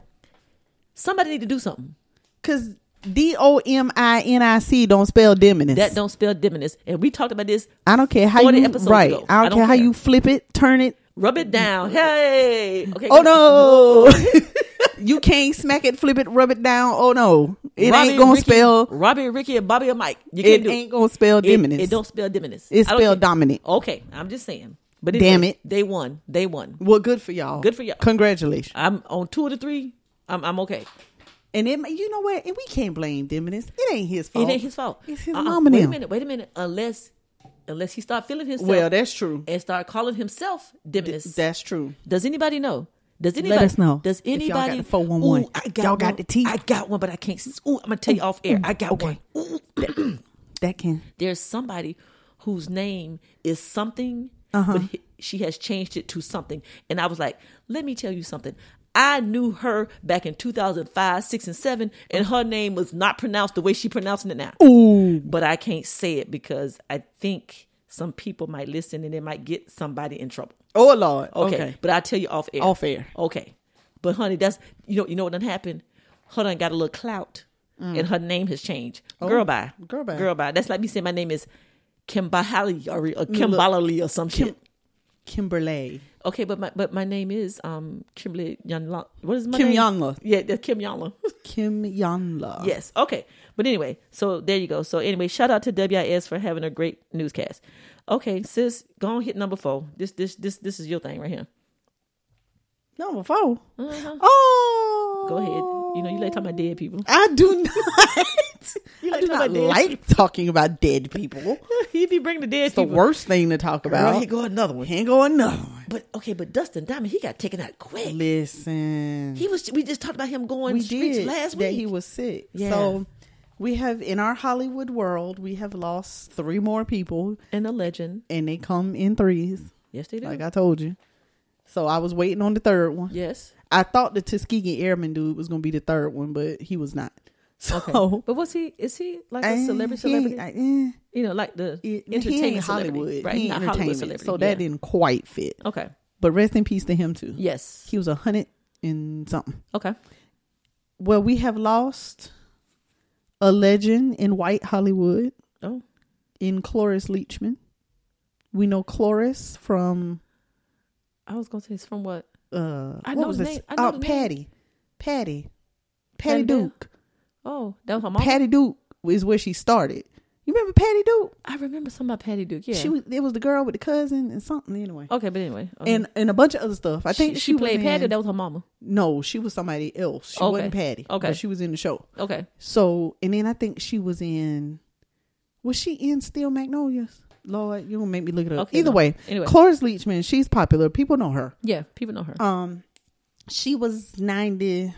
[SPEAKER 4] somebody need to do something
[SPEAKER 3] Cause D O M I N I C E don't spell Diminis.
[SPEAKER 4] that don't spell diminis. And we talked about this.
[SPEAKER 3] I don't care how
[SPEAKER 4] 40
[SPEAKER 3] you
[SPEAKER 4] episodes
[SPEAKER 3] right.
[SPEAKER 4] ago.
[SPEAKER 3] I don't,
[SPEAKER 4] I don't
[SPEAKER 3] care, how
[SPEAKER 4] care.
[SPEAKER 3] you flip it, turn it.
[SPEAKER 4] Rub
[SPEAKER 3] <laughs>
[SPEAKER 4] it down. Hey. Okay.
[SPEAKER 3] Oh no.
[SPEAKER 4] <laughs>
[SPEAKER 3] you can't smack it, flip it, rub it down. Oh no. It
[SPEAKER 4] Robbie,
[SPEAKER 3] ain't gonna
[SPEAKER 4] Ricky-
[SPEAKER 3] spell
[SPEAKER 4] Robbie, Ricky, and Bobby and Mike. You can't
[SPEAKER 3] it
[SPEAKER 4] do
[SPEAKER 3] ain't gonna spell
[SPEAKER 4] it,
[SPEAKER 3] Diminis.
[SPEAKER 4] it, don't spell diminis.
[SPEAKER 3] It's
[SPEAKER 4] I don't
[SPEAKER 3] spelled
[SPEAKER 4] care.
[SPEAKER 3] Dominic.
[SPEAKER 4] Okay, I'm just saying. But
[SPEAKER 3] Damn
[SPEAKER 4] anyway,
[SPEAKER 3] it.
[SPEAKER 4] they won. They won.
[SPEAKER 3] Well, good for y'all.
[SPEAKER 4] Good for y'all.
[SPEAKER 3] Congratulations.
[SPEAKER 4] I'm on two of the three. I'm I'm okay.
[SPEAKER 3] And it, you know what? And we can't blame Diminis. It ain't his fault.
[SPEAKER 4] It ain't his fault.
[SPEAKER 3] Oh. It's his
[SPEAKER 4] Uh-uh.
[SPEAKER 3] mama
[SPEAKER 4] Wait a
[SPEAKER 3] now.
[SPEAKER 4] minute. Wait a minute. Unless unless he start feeling himself.
[SPEAKER 3] Well, that's true.
[SPEAKER 4] and start calling himself diminis.
[SPEAKER 3] That's true.
[SPEAKER 4] Does anybody know? Does anybody
[SPEAKER 3] us know
[SPEAKER 4] Does
[SPEAKER 3] if y'all got
[SPEAKER 4] anybody
[SPEAKER 3] the 411.
[SPEAKER 4] Ooh, I got
[SPEAKER 3] Y'all
[SPEAKER 4] one.
[SPEAKER 3] got the tea?
[SPEAKER 4] I got one, but I can't. s- Ooh, I'm gonna tell you off air. I got one. Ooh,
[SPEAKER 3] That can.
[SPEAKER 4] there's somebody whose name is something,
[SPEAKER 3] Uh-huh.
[SPEAKER 4] but he- she has changed it to something. And I was like, let me tell you something. I knew her back in 2005, six, and seven, and her name was not pronounced the way she pronouncing it now. Ooh, but I can't say it because I think some people might listen and it might get somebody in trouble.
[SPEAKER 3] Oh Lord.
[SPEAKER 4] Okay.
[SPEAKER 3] Okay.
[SPEAKER 4] But I'll tell you off air.
[SPEAKER 3] Off air.
[SPEAKER 4] Okay. But honey, that's you know you know what done happened? Her done got a little clout and her name has changed. girl bye.
[SPEAKER 3] Mm. Oh, girl bye.
[SPEAKER 4] Girl bye. That's like me saying my name is Kimbahali or, or Kimbalali or some shit.
[SPEAKER 3] Kimberley.
[SPEAKER 4] Okay, but my but my name is um Kimberly Yanla. What is my
[SPEAKER 3] Kim
[SPEAKER 4] name?
[SPEAKER 3] Yanla.
[SPEAKER 4] Yeah, that's Kim Yanla.
[SPEAKER 3] Kim Yonla.
[SPEAKER 4] <laughs> yes. Okay. But anyway, so there you go. So anyway, shout out to WIS for having a great newscast. Okay, sis, go on hit number four. This this this this is your thing right here.
[SPEAKER 3] Number 4 Oh.
[SPEAKER 4] Uh-huh. Go ahead. You know you like talking about dead people.
[SPEAKER 3] I do not. I
[SPEAKER 4] <laughs> like
[SPEAKER 3] do
[SPEAKER 4] talking
[SPEAKER 3] not
[SPEAKER 4] about dead
[SPEAKER 3] like talking about dead people.
[SPEAKER 4] <laughs> he be bringing the dead
[SPEAKER 3] the
[SPEAKER 4] people.
[SPEAKER 3] worst thing to talk about.
[SPEAKER 4] here go another one.
[SPEAKER 3] Here go another one.
[SPEAKER 4] But okay, but Dustin Diamond, he got taken out quick.
[SPEAKER 3] Listen,
[SPEAKER 4] He was. We just talked about him going
[SPEAKER 3] we
[SPEAKER 4] streets
[SPEAKER 3] did
[SPEAKER 4] last week.
[SPEAKER 3] that. He was sick.
[SPEAKER 4] Yeah.
[SPEAKER 3] So we have in our Hollywood world, we have lost three more people,
[SPEAKER 4] and a legend.
[SPEAKER 3] and they come in threes,
[SPEAKER 4] Yes, they do.
[SPEAKER 3] like I told you. So I was waiting on the third one.
[SPEAKER 4] yes.
[SPEAKER 3] I thought the Tuskegee Airman dude was gonna be the third one, but he was not. <laughs> So
[SPEAKER 4] Okay. but was he? Is he like
[SPEAKER 3] eh,
[SPEAKER 4] a celebrity?
[SPEAKER 3] Oh. he ain't-
[SPEAKER 4] Celebrity?
[SPEAKER 3] I- eh,
[SPEAKER 4] you know, like the
[SPEAKER 3] it- he
[SPEAKER 4] entertainment
[SPEAKER 3] ain't
[SPEAKER 4] celebrity,
[SPEAKER 3] Hollywood,
[SPEAKER 4] right?
[SPEAKER 3] he ain't
[SPEAKER 4] not Hollywood
[SPEAKER 3] entertainment,
[SPEAKER 4] celebrity.
[SPEAKER 3] so that
[SPEAKER 4] yeah. Oh.
[SPEAKER 3] didn't quite fit.
[SPEAKER 4] Okay.
[SPEAKER 3] But rest in peace to him too.
[SPEAKER 4] Yes.
[SPEAKER 3] He was a hundred and something.
[SPEAKER 4] Okay.
[SPEAKER 3] Well, we have lost a legend in white Hollywood
[SPEAKER 4] Oh.
[SPEAKER 3] in Cloris Leachman. We know Cloris from
[SPEAKER 4] I was gonna say it's from what?
[SPEAKER 3] uh
[SPEAKER 4] I know
[SPEAKER 3] what was
[SPEAKER 4] the
[SPEAKER 3] this?
[SPEAKER 4] name- I know
[SPEAKER 3] Oh,
[SPEAKER 4] the name.
[SPEAKER 3] Patty. Patty. Patty
[SPEAKER 4] Patty Bell?
[SPEAKER 3] Duke.
[SPEAKER 4] Oh, that was my mom.
[SPEAKER 3] Patty Duke is where she started. You remember Patty Duke?
[SPEAKER 4] I remember something about Patty Duke. Yeah.
[SPEAKER 3] She was it was the girl with the cousin and something anyway.
[SPEAKER 4] okay, but anyway. okay.
[SPEAKER 3] And and a bunch of other stuff. I think
[SPEAKER 4] Oh. she,
[SPEAKER 3] she,
[SPEAKER 4] she played
[SPEAKER 3] was
[SPEAKER 4] Patty.
[SPEAKER 3] in-
[SPEAKER 4] That was her mama.
[SPEAKER 3] No, she was somebody else. She
[SPEAKER 4] Okay.
[SPEAKER 3] wasn't Patty.
[SPEAKER 4] Okay.
[SPEAKER 3] But she was in the show.
[SPEAKER 4] Okay.
[SPEAKER 3] So and then I think she was in was she in Steel Magnolias? Lord, you gonna make me look it up.
[SPEAKER 4] Okay,
[SPEAKER 3] Either
[SPEAKER 4] no.
[SPEAKER 3] way,
[SPEAKER 4] Anyway.
[SPEAKER 3] Cloris Leachman, she's popular. People know her.
[SPEAKER 4] Yeah, people know her.
[SPEAKER 3] Um, she was ninety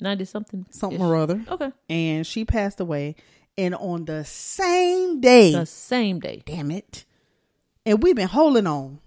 [SPEAKER 4] Ninety something.
[SPEAKER 3] something or other,
[SPEAKER 4] Okay.
[SPEAKER 3] and she passed away. And on the same day,
[SPEAKER 4] The same day.
[SPEAKER 3] damn it! And we've been holding on,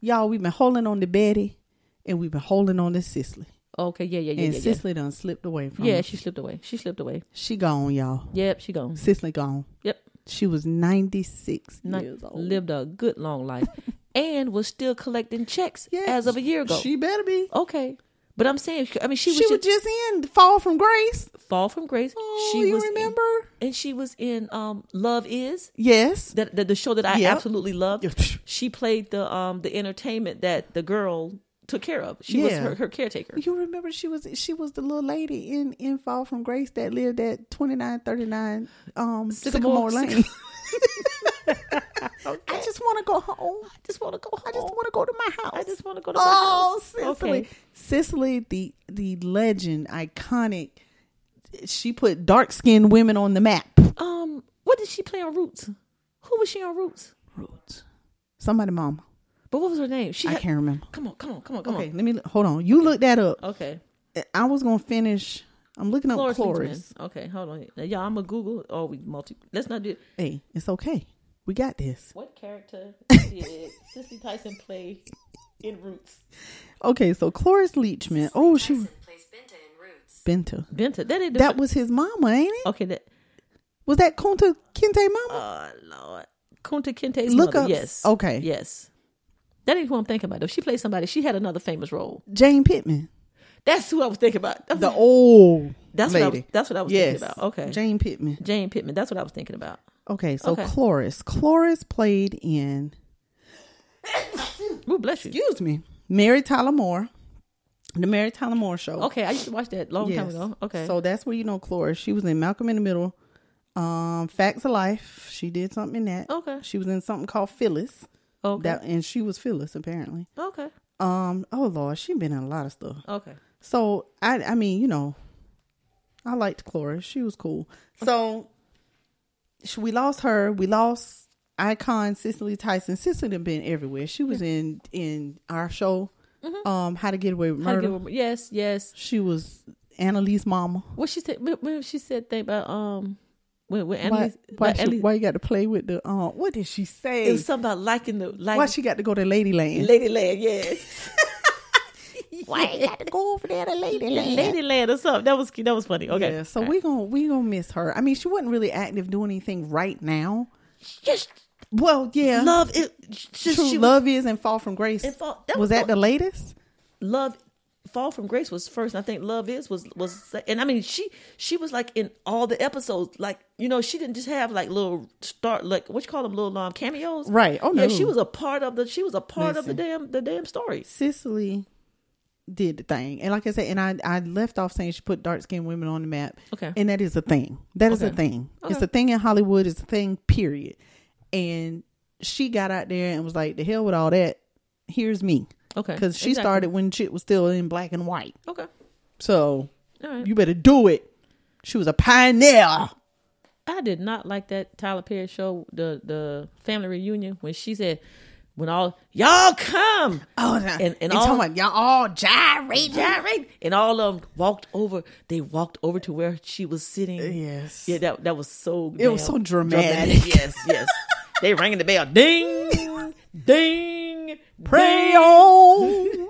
[SPEAKER 3] y'all. We've been holding on to Betty, and we've been holding on to Cicely.
[SPEAKER 4] Okay. Yeah. Yeah. Yeah.
[SPEAKER 3] And
[SPEAKER 4] yeah, yeah.
[SPEAKER 3] Cicely done slipped away from.
[SPEAKER 4] Yeah.
[SPEAKER 3] us.
[SPEAKER 4] She slipped away. She slipped away.
[SPEAKER 3] she gone, y'all.
[SPEAKER 4] Yep. She gone.
[SPEAKER 3] Cicely gone.
[SPEAKER 4] Yep.
[SPEAKER 3] She was ninety six
[SPEAKER 4] Not-
[SPEAKER 3] years old.
[SPEAKER 4] lived a good
[SPEAKER 3] <laughs>
[SPEAKER 4] long life, and was still collecting checks as of a year ago.
[SPEAKER 3] she better be.
[SPEAKER 4] okay. But I'm saying, I mean, she
[SPEAKER 3] She,
[SPEAKER 4] was,
[SPEAKER 3] was
[SPEAKER 4] just,
[SPEAKER 3] just in Fall from Grace.
[SPEAKER 4] fall from grace.
[SPEAKER 3] Oh,
[SPEAKER 4] she
[SPEAKER 3] you
[SPEAKER 4] was in-
[SPEAKER 3] remember?
[SPEAKER 4] and she was in um Love Is
[SPEAKER 3] Yes.
[SPEAKER 4] that the, the show that I
[SPEAKER 3] Yep.
[SPEAKER 4] absolutely loved.
[SPEAKER 3] Yeah. <laughs>
[SPEAKER 4] She played the um the entertainment that the girl took care of. She was
[SPEAKER 3] Yeah.
[SPEAKER 4] her, her caretaker.
[SPEAKER 3] You remember she was she was the little lady in in Fall from Grace that lived at twenty nine thirty nine um Sycamore,
[SPEAKER 4] Sycamore-
[SPEAKER 3] Lane.
[SPEAKER 4] <laughs>
[SPEAKER 3] I just want to go home.
[SPEAKER 4] I just want to go. Home.
[SPEAKER 3] I just want to go to my house.
[SPEAKER 4] I just wanna go to my
[SPEAKER 3] oh,
[SPEAKER 4] house.
[SPEAKER 3] Cicely,
[SPEAKER 4] Okay.
[SPEAKER 3] Cicely, the the legend, iconic. She put dark skinned women on the map.
[SPEAKER 4] Um, what did she play on Roots? Who was she on Roots?
[SPEAKER 3] Roots. Somebody, mama.
[SPEAKER 4] But what was her name? She
[SPEAKER 3] I
[SPEAKER 4] had-
[SPEAKER 3] can't remember.
[SPEAKER 4] Come on, come on, come on, come
[SPEAKER 3] Okay, let me look- hold on. You look that up.
[SPEAKER 4] on. Okay.
[SPEAKER 3] I was gonna finish. I'm looking up
[SPEAKER 4] Cloris.
[SPEAKER 3] Cloris.
[SPEAKER 4] Leachman. Okay, hold on. Now, y'all, I'm gonna Google. Oh, we multi. Let's not do.
[SPEAKER 3] Hey, it's okay. We got this.
[SPEAKER 4] What character did Cicely Tyson play in Roots?
[SPEAKER 3] Okay, so Cloris Leachman. Oh, she
[SPEAKER 6] plays Binta in Roots.
[SPEAKER 3] Benta.
[SPEAKER 4] Benta. That ain't the
[SPEAKER 3] That was his mama, ain't it?
[SPEAKER 4] Okay. That.
[SPEAKER 3] Was that Kunta Kinte mama?
[SPEAKER 4] Oh Lord. Kunta Kinte's
[SPEAKER 3] Look
[SPEAKER 4] mother.
[SPEAKER 3] up-
[SPEAKER 4] Yes.
[SPEAKER 3] okay.
[SPEAKER 4] Yes. That ain't who I'm thinking about. Though she played somebody. She had another famous role.
[SPEAKER 3] Jane Pittman,
[SPEAKER 4] That's who I was thinking about.
[SPEAKER 3] the old
[SPEAKER 4] That's what I
[SPEAKER 3] lady.
[SPEAKER 4] was- that's what I was thinking about. Okay.
[SPEAKER 3] Jane Pittman.
[SPEAKER 4] Jane Pittman. That's what I was thinking about.
[SPEAKER 3] Okay, so
[SPEAKER 4] Okay.
[SPEAKER 3] Cloris. Cloris played in.
[SPEAKER 4] Ooh, bless you.
[SPEAKER 3] Excuse me, Mary Tyler Moore, the Mary Tyler Moore show.
[SPEAKER 4] Okay, Oh, I used to watch that long time ago. Okay.
[SPEAKER 3] So that's where you know Cloris. She was in Malcolm in the Middle, um, Facts of Life. She did something in that.
[SPEAKER 4] Okay.
[SPEAKER 3] She was in something called Phyllis.
[SPEAKER 4] okay.
[SPEAKER 3] That and she was Phyllis apparently.
[SPEAKER 4] okay.
[SPEAKER 3] Um, oh Lord, she been in a lot of stuff.
[SPEAKER 4] Okay.
[SPEAKER 3] So I I mean, you know, I liked Cloris. She was cool. So sh- we lost her. We lost icon Cicely Tyson. Cicely done been everywhere. She was in in our show, um, How to Get Away with
[SPEAKER 4] Mm-hmm. How to
[SPEAKER 3] Murder.
[SPEAKER 4] Get Away- yes, yes.
[SPEAKER 3] she was Annalise mama.
[SPEAKER 4] What she said? When, when she said thing about um, when when
[SPEAKER 3] Why,
[SPEAKER 4] Annalise,
[SPEAKER 3] why,
[SPEAKER 4] when
[SPEAKER 3] she-
[SPEAKER 4] Annalise-
[SPEAKER 3] why you got to play with the um? What did she say?
[SPEAKER 4] it was something about liking the like
[SPEAKER 3] why she got to go to Lady Land?
[SPEAKER 4] Lady Land, <laughs> yes,
[SPEAKER 3] Why you got to go over there to Lady
[SPEAKER 4] Lady Land or something. That was cute. That was funny. Okay,
[SPEAKER 3] Yeah, so we gonna we gonna miss her. I mean, she wasn't really active doing anything right now.
[SPEAKER 4] just
[SPEAKER 3] Well, yeah,
[SPEAKER 4] love it. Just
[SPEAKER 3] True
[SPEAKER 4] she was-
[SPEAKER 3] love is and fall from grace.
[SPEAKER 4] And Fall-
[SPEAKER 3] was,
[SPEAKER 4] that was
[SPEAKER 3] that
[SPEAKER 4] what-
[SPEAKER 3] the latest?
[SPEAKER 4] love. Fall from grace was first. and I think love is was was, se- and I mean she she was like in all the episodes. Like you know she didn't just have like little start like what you call them little um cameos.
[SPEAKER 3] Right. Oh,
[SPEAKER 4] Yeah,
[SPEAKER 3] no.
[SPEAKER 4] she was a part of the. She was a part of the
[SPEAKER 3] Listen.
[SPEAKER 4] damn the damn story.
[SPEAKER 3] Cicely did the thing, and like I said, and I I left off saying she put dark skinned women on the map.
[SPEAKER 4] Okay.
[SPEAKER 3] and that is a thing. That is
[SPEAKER 4] Okay.
[SPEAKER 3] a thing. It's a thing in Hollywood. It's a thing. Period. And she got out there and was like, "The hell with all that. Here's me."
[SPEAKER 4] Okay.
[SPEAKER 3] because she
[SPEAKER 4] Exactly.
[SPEAKER 3] started when shit was still in black and white.
[SPEAKER 4] Okay.
[SPEAKER 3] So
[SPEAKER 4] All right.
[SPEAKER 3] you better do it. She was a
[SPEAKER 4] Uh-huh.
[SPEAKER 3] pioneer.
[SPEAKER 4] I did not like that Tyler Perry show, the the family reunion when she said, "When all y'all come,
[SPEAKER 3] Oh,
[SPEAKER 4] and and
[SPEAKER 3] all
[SPEAKER 4] all
[SPEAKER 3] y'all all gyrating.
[SPEAKER 4] Jared," and all of them walked over. They walked over to where she was sitting.
[SPEAKER 3] Yes.
[SPEAKER 4] yeah, that that was so.
[SPEAKER 3] It was
[SPEAKER 4] damn
[SPEAKER 3] so dramatic.
[SPEAKER 4] Yes, yes. they rang the bell. Ding, ding.
[SPEAKER 3] Pray
[SPEAKER 4] <laughs>
[SPEAKER 3] on.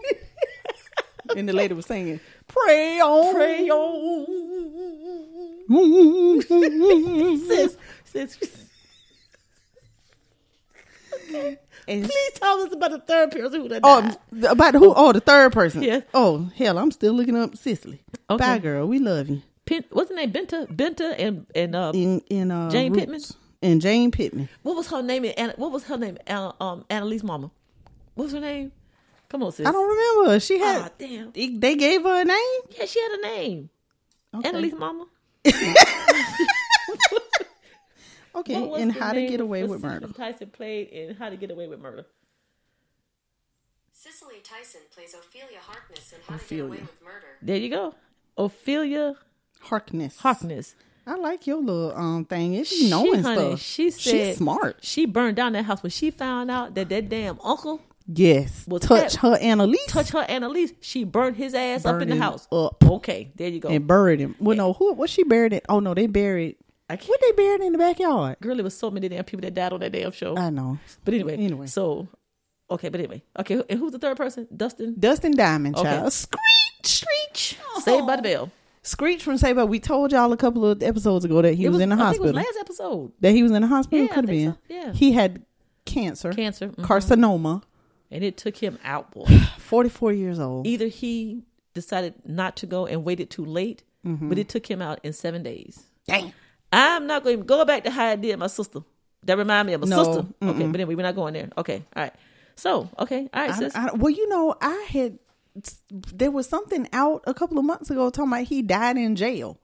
[SPEAKER 3] and the lady was singing, Pray
[SPEAKER 4] <laughs>
[SPEAKER 3] on.
[SPEAKER 4] Pray on, sis,
[SPEAKER 3] <laughs>
[SPEAKER 4] sis.
[SPEAKER 3] And-
[SPEAKER 4] Please tell us about the third person who done
[SPEAKER 3] Oh,
[SPEAKER 4] died.
[SPEAKER 3] th- about who? Oh, the third person.
[SPEAKER 4] Yeah.
[SPEAKER 3] Oh, hell, I'm still looking up Cicely.
[SPEAKER 4] Okay.
[SPEAKER 3] Bye, girl. We love you.
[SPEAKER 4] Pin, what's her name? Benta, Benta, and and uh,
[SPEAKER 3] In, in, uh,
[SPEAKER 4] Jane
[SPEAKER 3] Roots.
[SPEAKER 4] Pittman?
[SPEAKER 3] And Jane Pittman.
[SPEAKER 4] what was her name? And Anna- what was her name? Anna, um, Annalise Mama. What was her name? Come on, sis.
[SPEAKER 3] I don't remember. She had.
[SPEAKER 4] Ah, damn.
[SPEAKER 3] they- They gave her a name.
[SPEAKER 4] Yeah, she had a name.
[SPEAKER 3] Okay.
[SPEAKER 4] Annalise Mama.
[SPEAKER 3] Okay,
[SPEAKER 4] What was
[SPEAKER 3] and
[SPEAKER 4] the
[SPEAKER 3] how to
[SPEAKER 4] name
[SPEAKER 3] get away
[SPEAKER 4] for
[SPEAKER 3] with
[SPEAKER 4] Cicely
[SPEAKER 3] murder.
[SPEAKER 4] Tyson played in How to Get Away with Murder.
[SPEAKER 6] Cicely Tyson plays Ophelia Harkness in How to Get Away with Murder.
[SPEAKER 4] There you go. Ophelia
[SPEAKER 3] Harkness.
[SPEAKER 4] Harkness.
[SPEAKER 3] I like your little um thing. It's knowing
[SPEAKER 4] honey,
[SPEAKER 3] stuff.
[SPEAKER 4] She said
[SPEAKER 3] she's smart.
[SPEAKER 4] She burned down that house when she found out that that damn uncle
[SPEAKER 3] Yes.
[SPEAKER 4] Was
[SPEAKER 3] touch
[SPEAKER 4] that-
[SPEAKER 3] her Annalise.
[SPEAKER 4] touched her Annalise. She burned his ass up in
[SPEAKER 3] Burned
[SPEAKER 4] the
[SPEAKER 3] him
[SPEAKER 4] house.
[SPEAKER 3] up.
[SPEAKER 4] Okay, there you go.
[SPEAKER 3] and buried him. Well, no, who was she buried it? Oh no, they buried.
[SPEAKER 4] I
[SPEAKER 3] What
[SPEAKER 4] can't.
[SPEAKER 3] they buried in the backyard?
[SPEAKER 4] Girl, it was so many damn people that died on that damn show.
[SPEAKER 3] I know.
[SPEAKER 4] but anyway,
[SPEAKER 3] anyway.
[SPEAKER 4] So, okay, but anyway, okay. And who's the third person? Dustin.
[SPEAKER 3] Dustin Diamond,
[SPEAKER 4] Okay.
[SPEAKER 3] child. Screech, screech, Oh.
[SPEAKER 4] Saved by the Bell.
[SPEAKER 3] Screech from Save By. We told y'all a couple of episodes ago that he
[SPEAKER 4] It
[SPEAKER 3] was, in the
[SPEAKER 4] I think
[SPEAKER 3] hospital.
[SPEAKER 4] it was last episode.
[SPEAKER 3] that he was in the hospital
[SPEAKER 4] Yeah, I
[SPEAKER 3] could have been.
[SPEAKER 4] think so. Yeah.
[SPEAKER 3] He had cancer,
[SPEAKER 4] Cancer. mhm.
[SPEAKER 3] carcinoma.
[SPEAKER 4] and it took him
[SPEAKER 3] <sighs>
[SPEAKER 4] out, boy.
[SPEAKER 3] Forty-four years old.
[SPEAKER 4] Either he decided not to go and waited too late,
[SPEAKER 3] Mm-hmm.
[SPEAKER 4] but it took him out in seven days.
[SPEAKER 3] Damn.
[SPEAKER 4] I'm not going to go back to how I did my sister. That remind me of my
[SPEAKER 3] No,
[SPEAKER 4] sister. Okay, but anyway, we're not going there. Okay, all right. So, okay, all right,
[SPEAKER 3] I-
[SPEAKER 4] sis.
[SPEAKER 3] I- well, you know, I had there was something out a couple of months ago talking about he died in jail.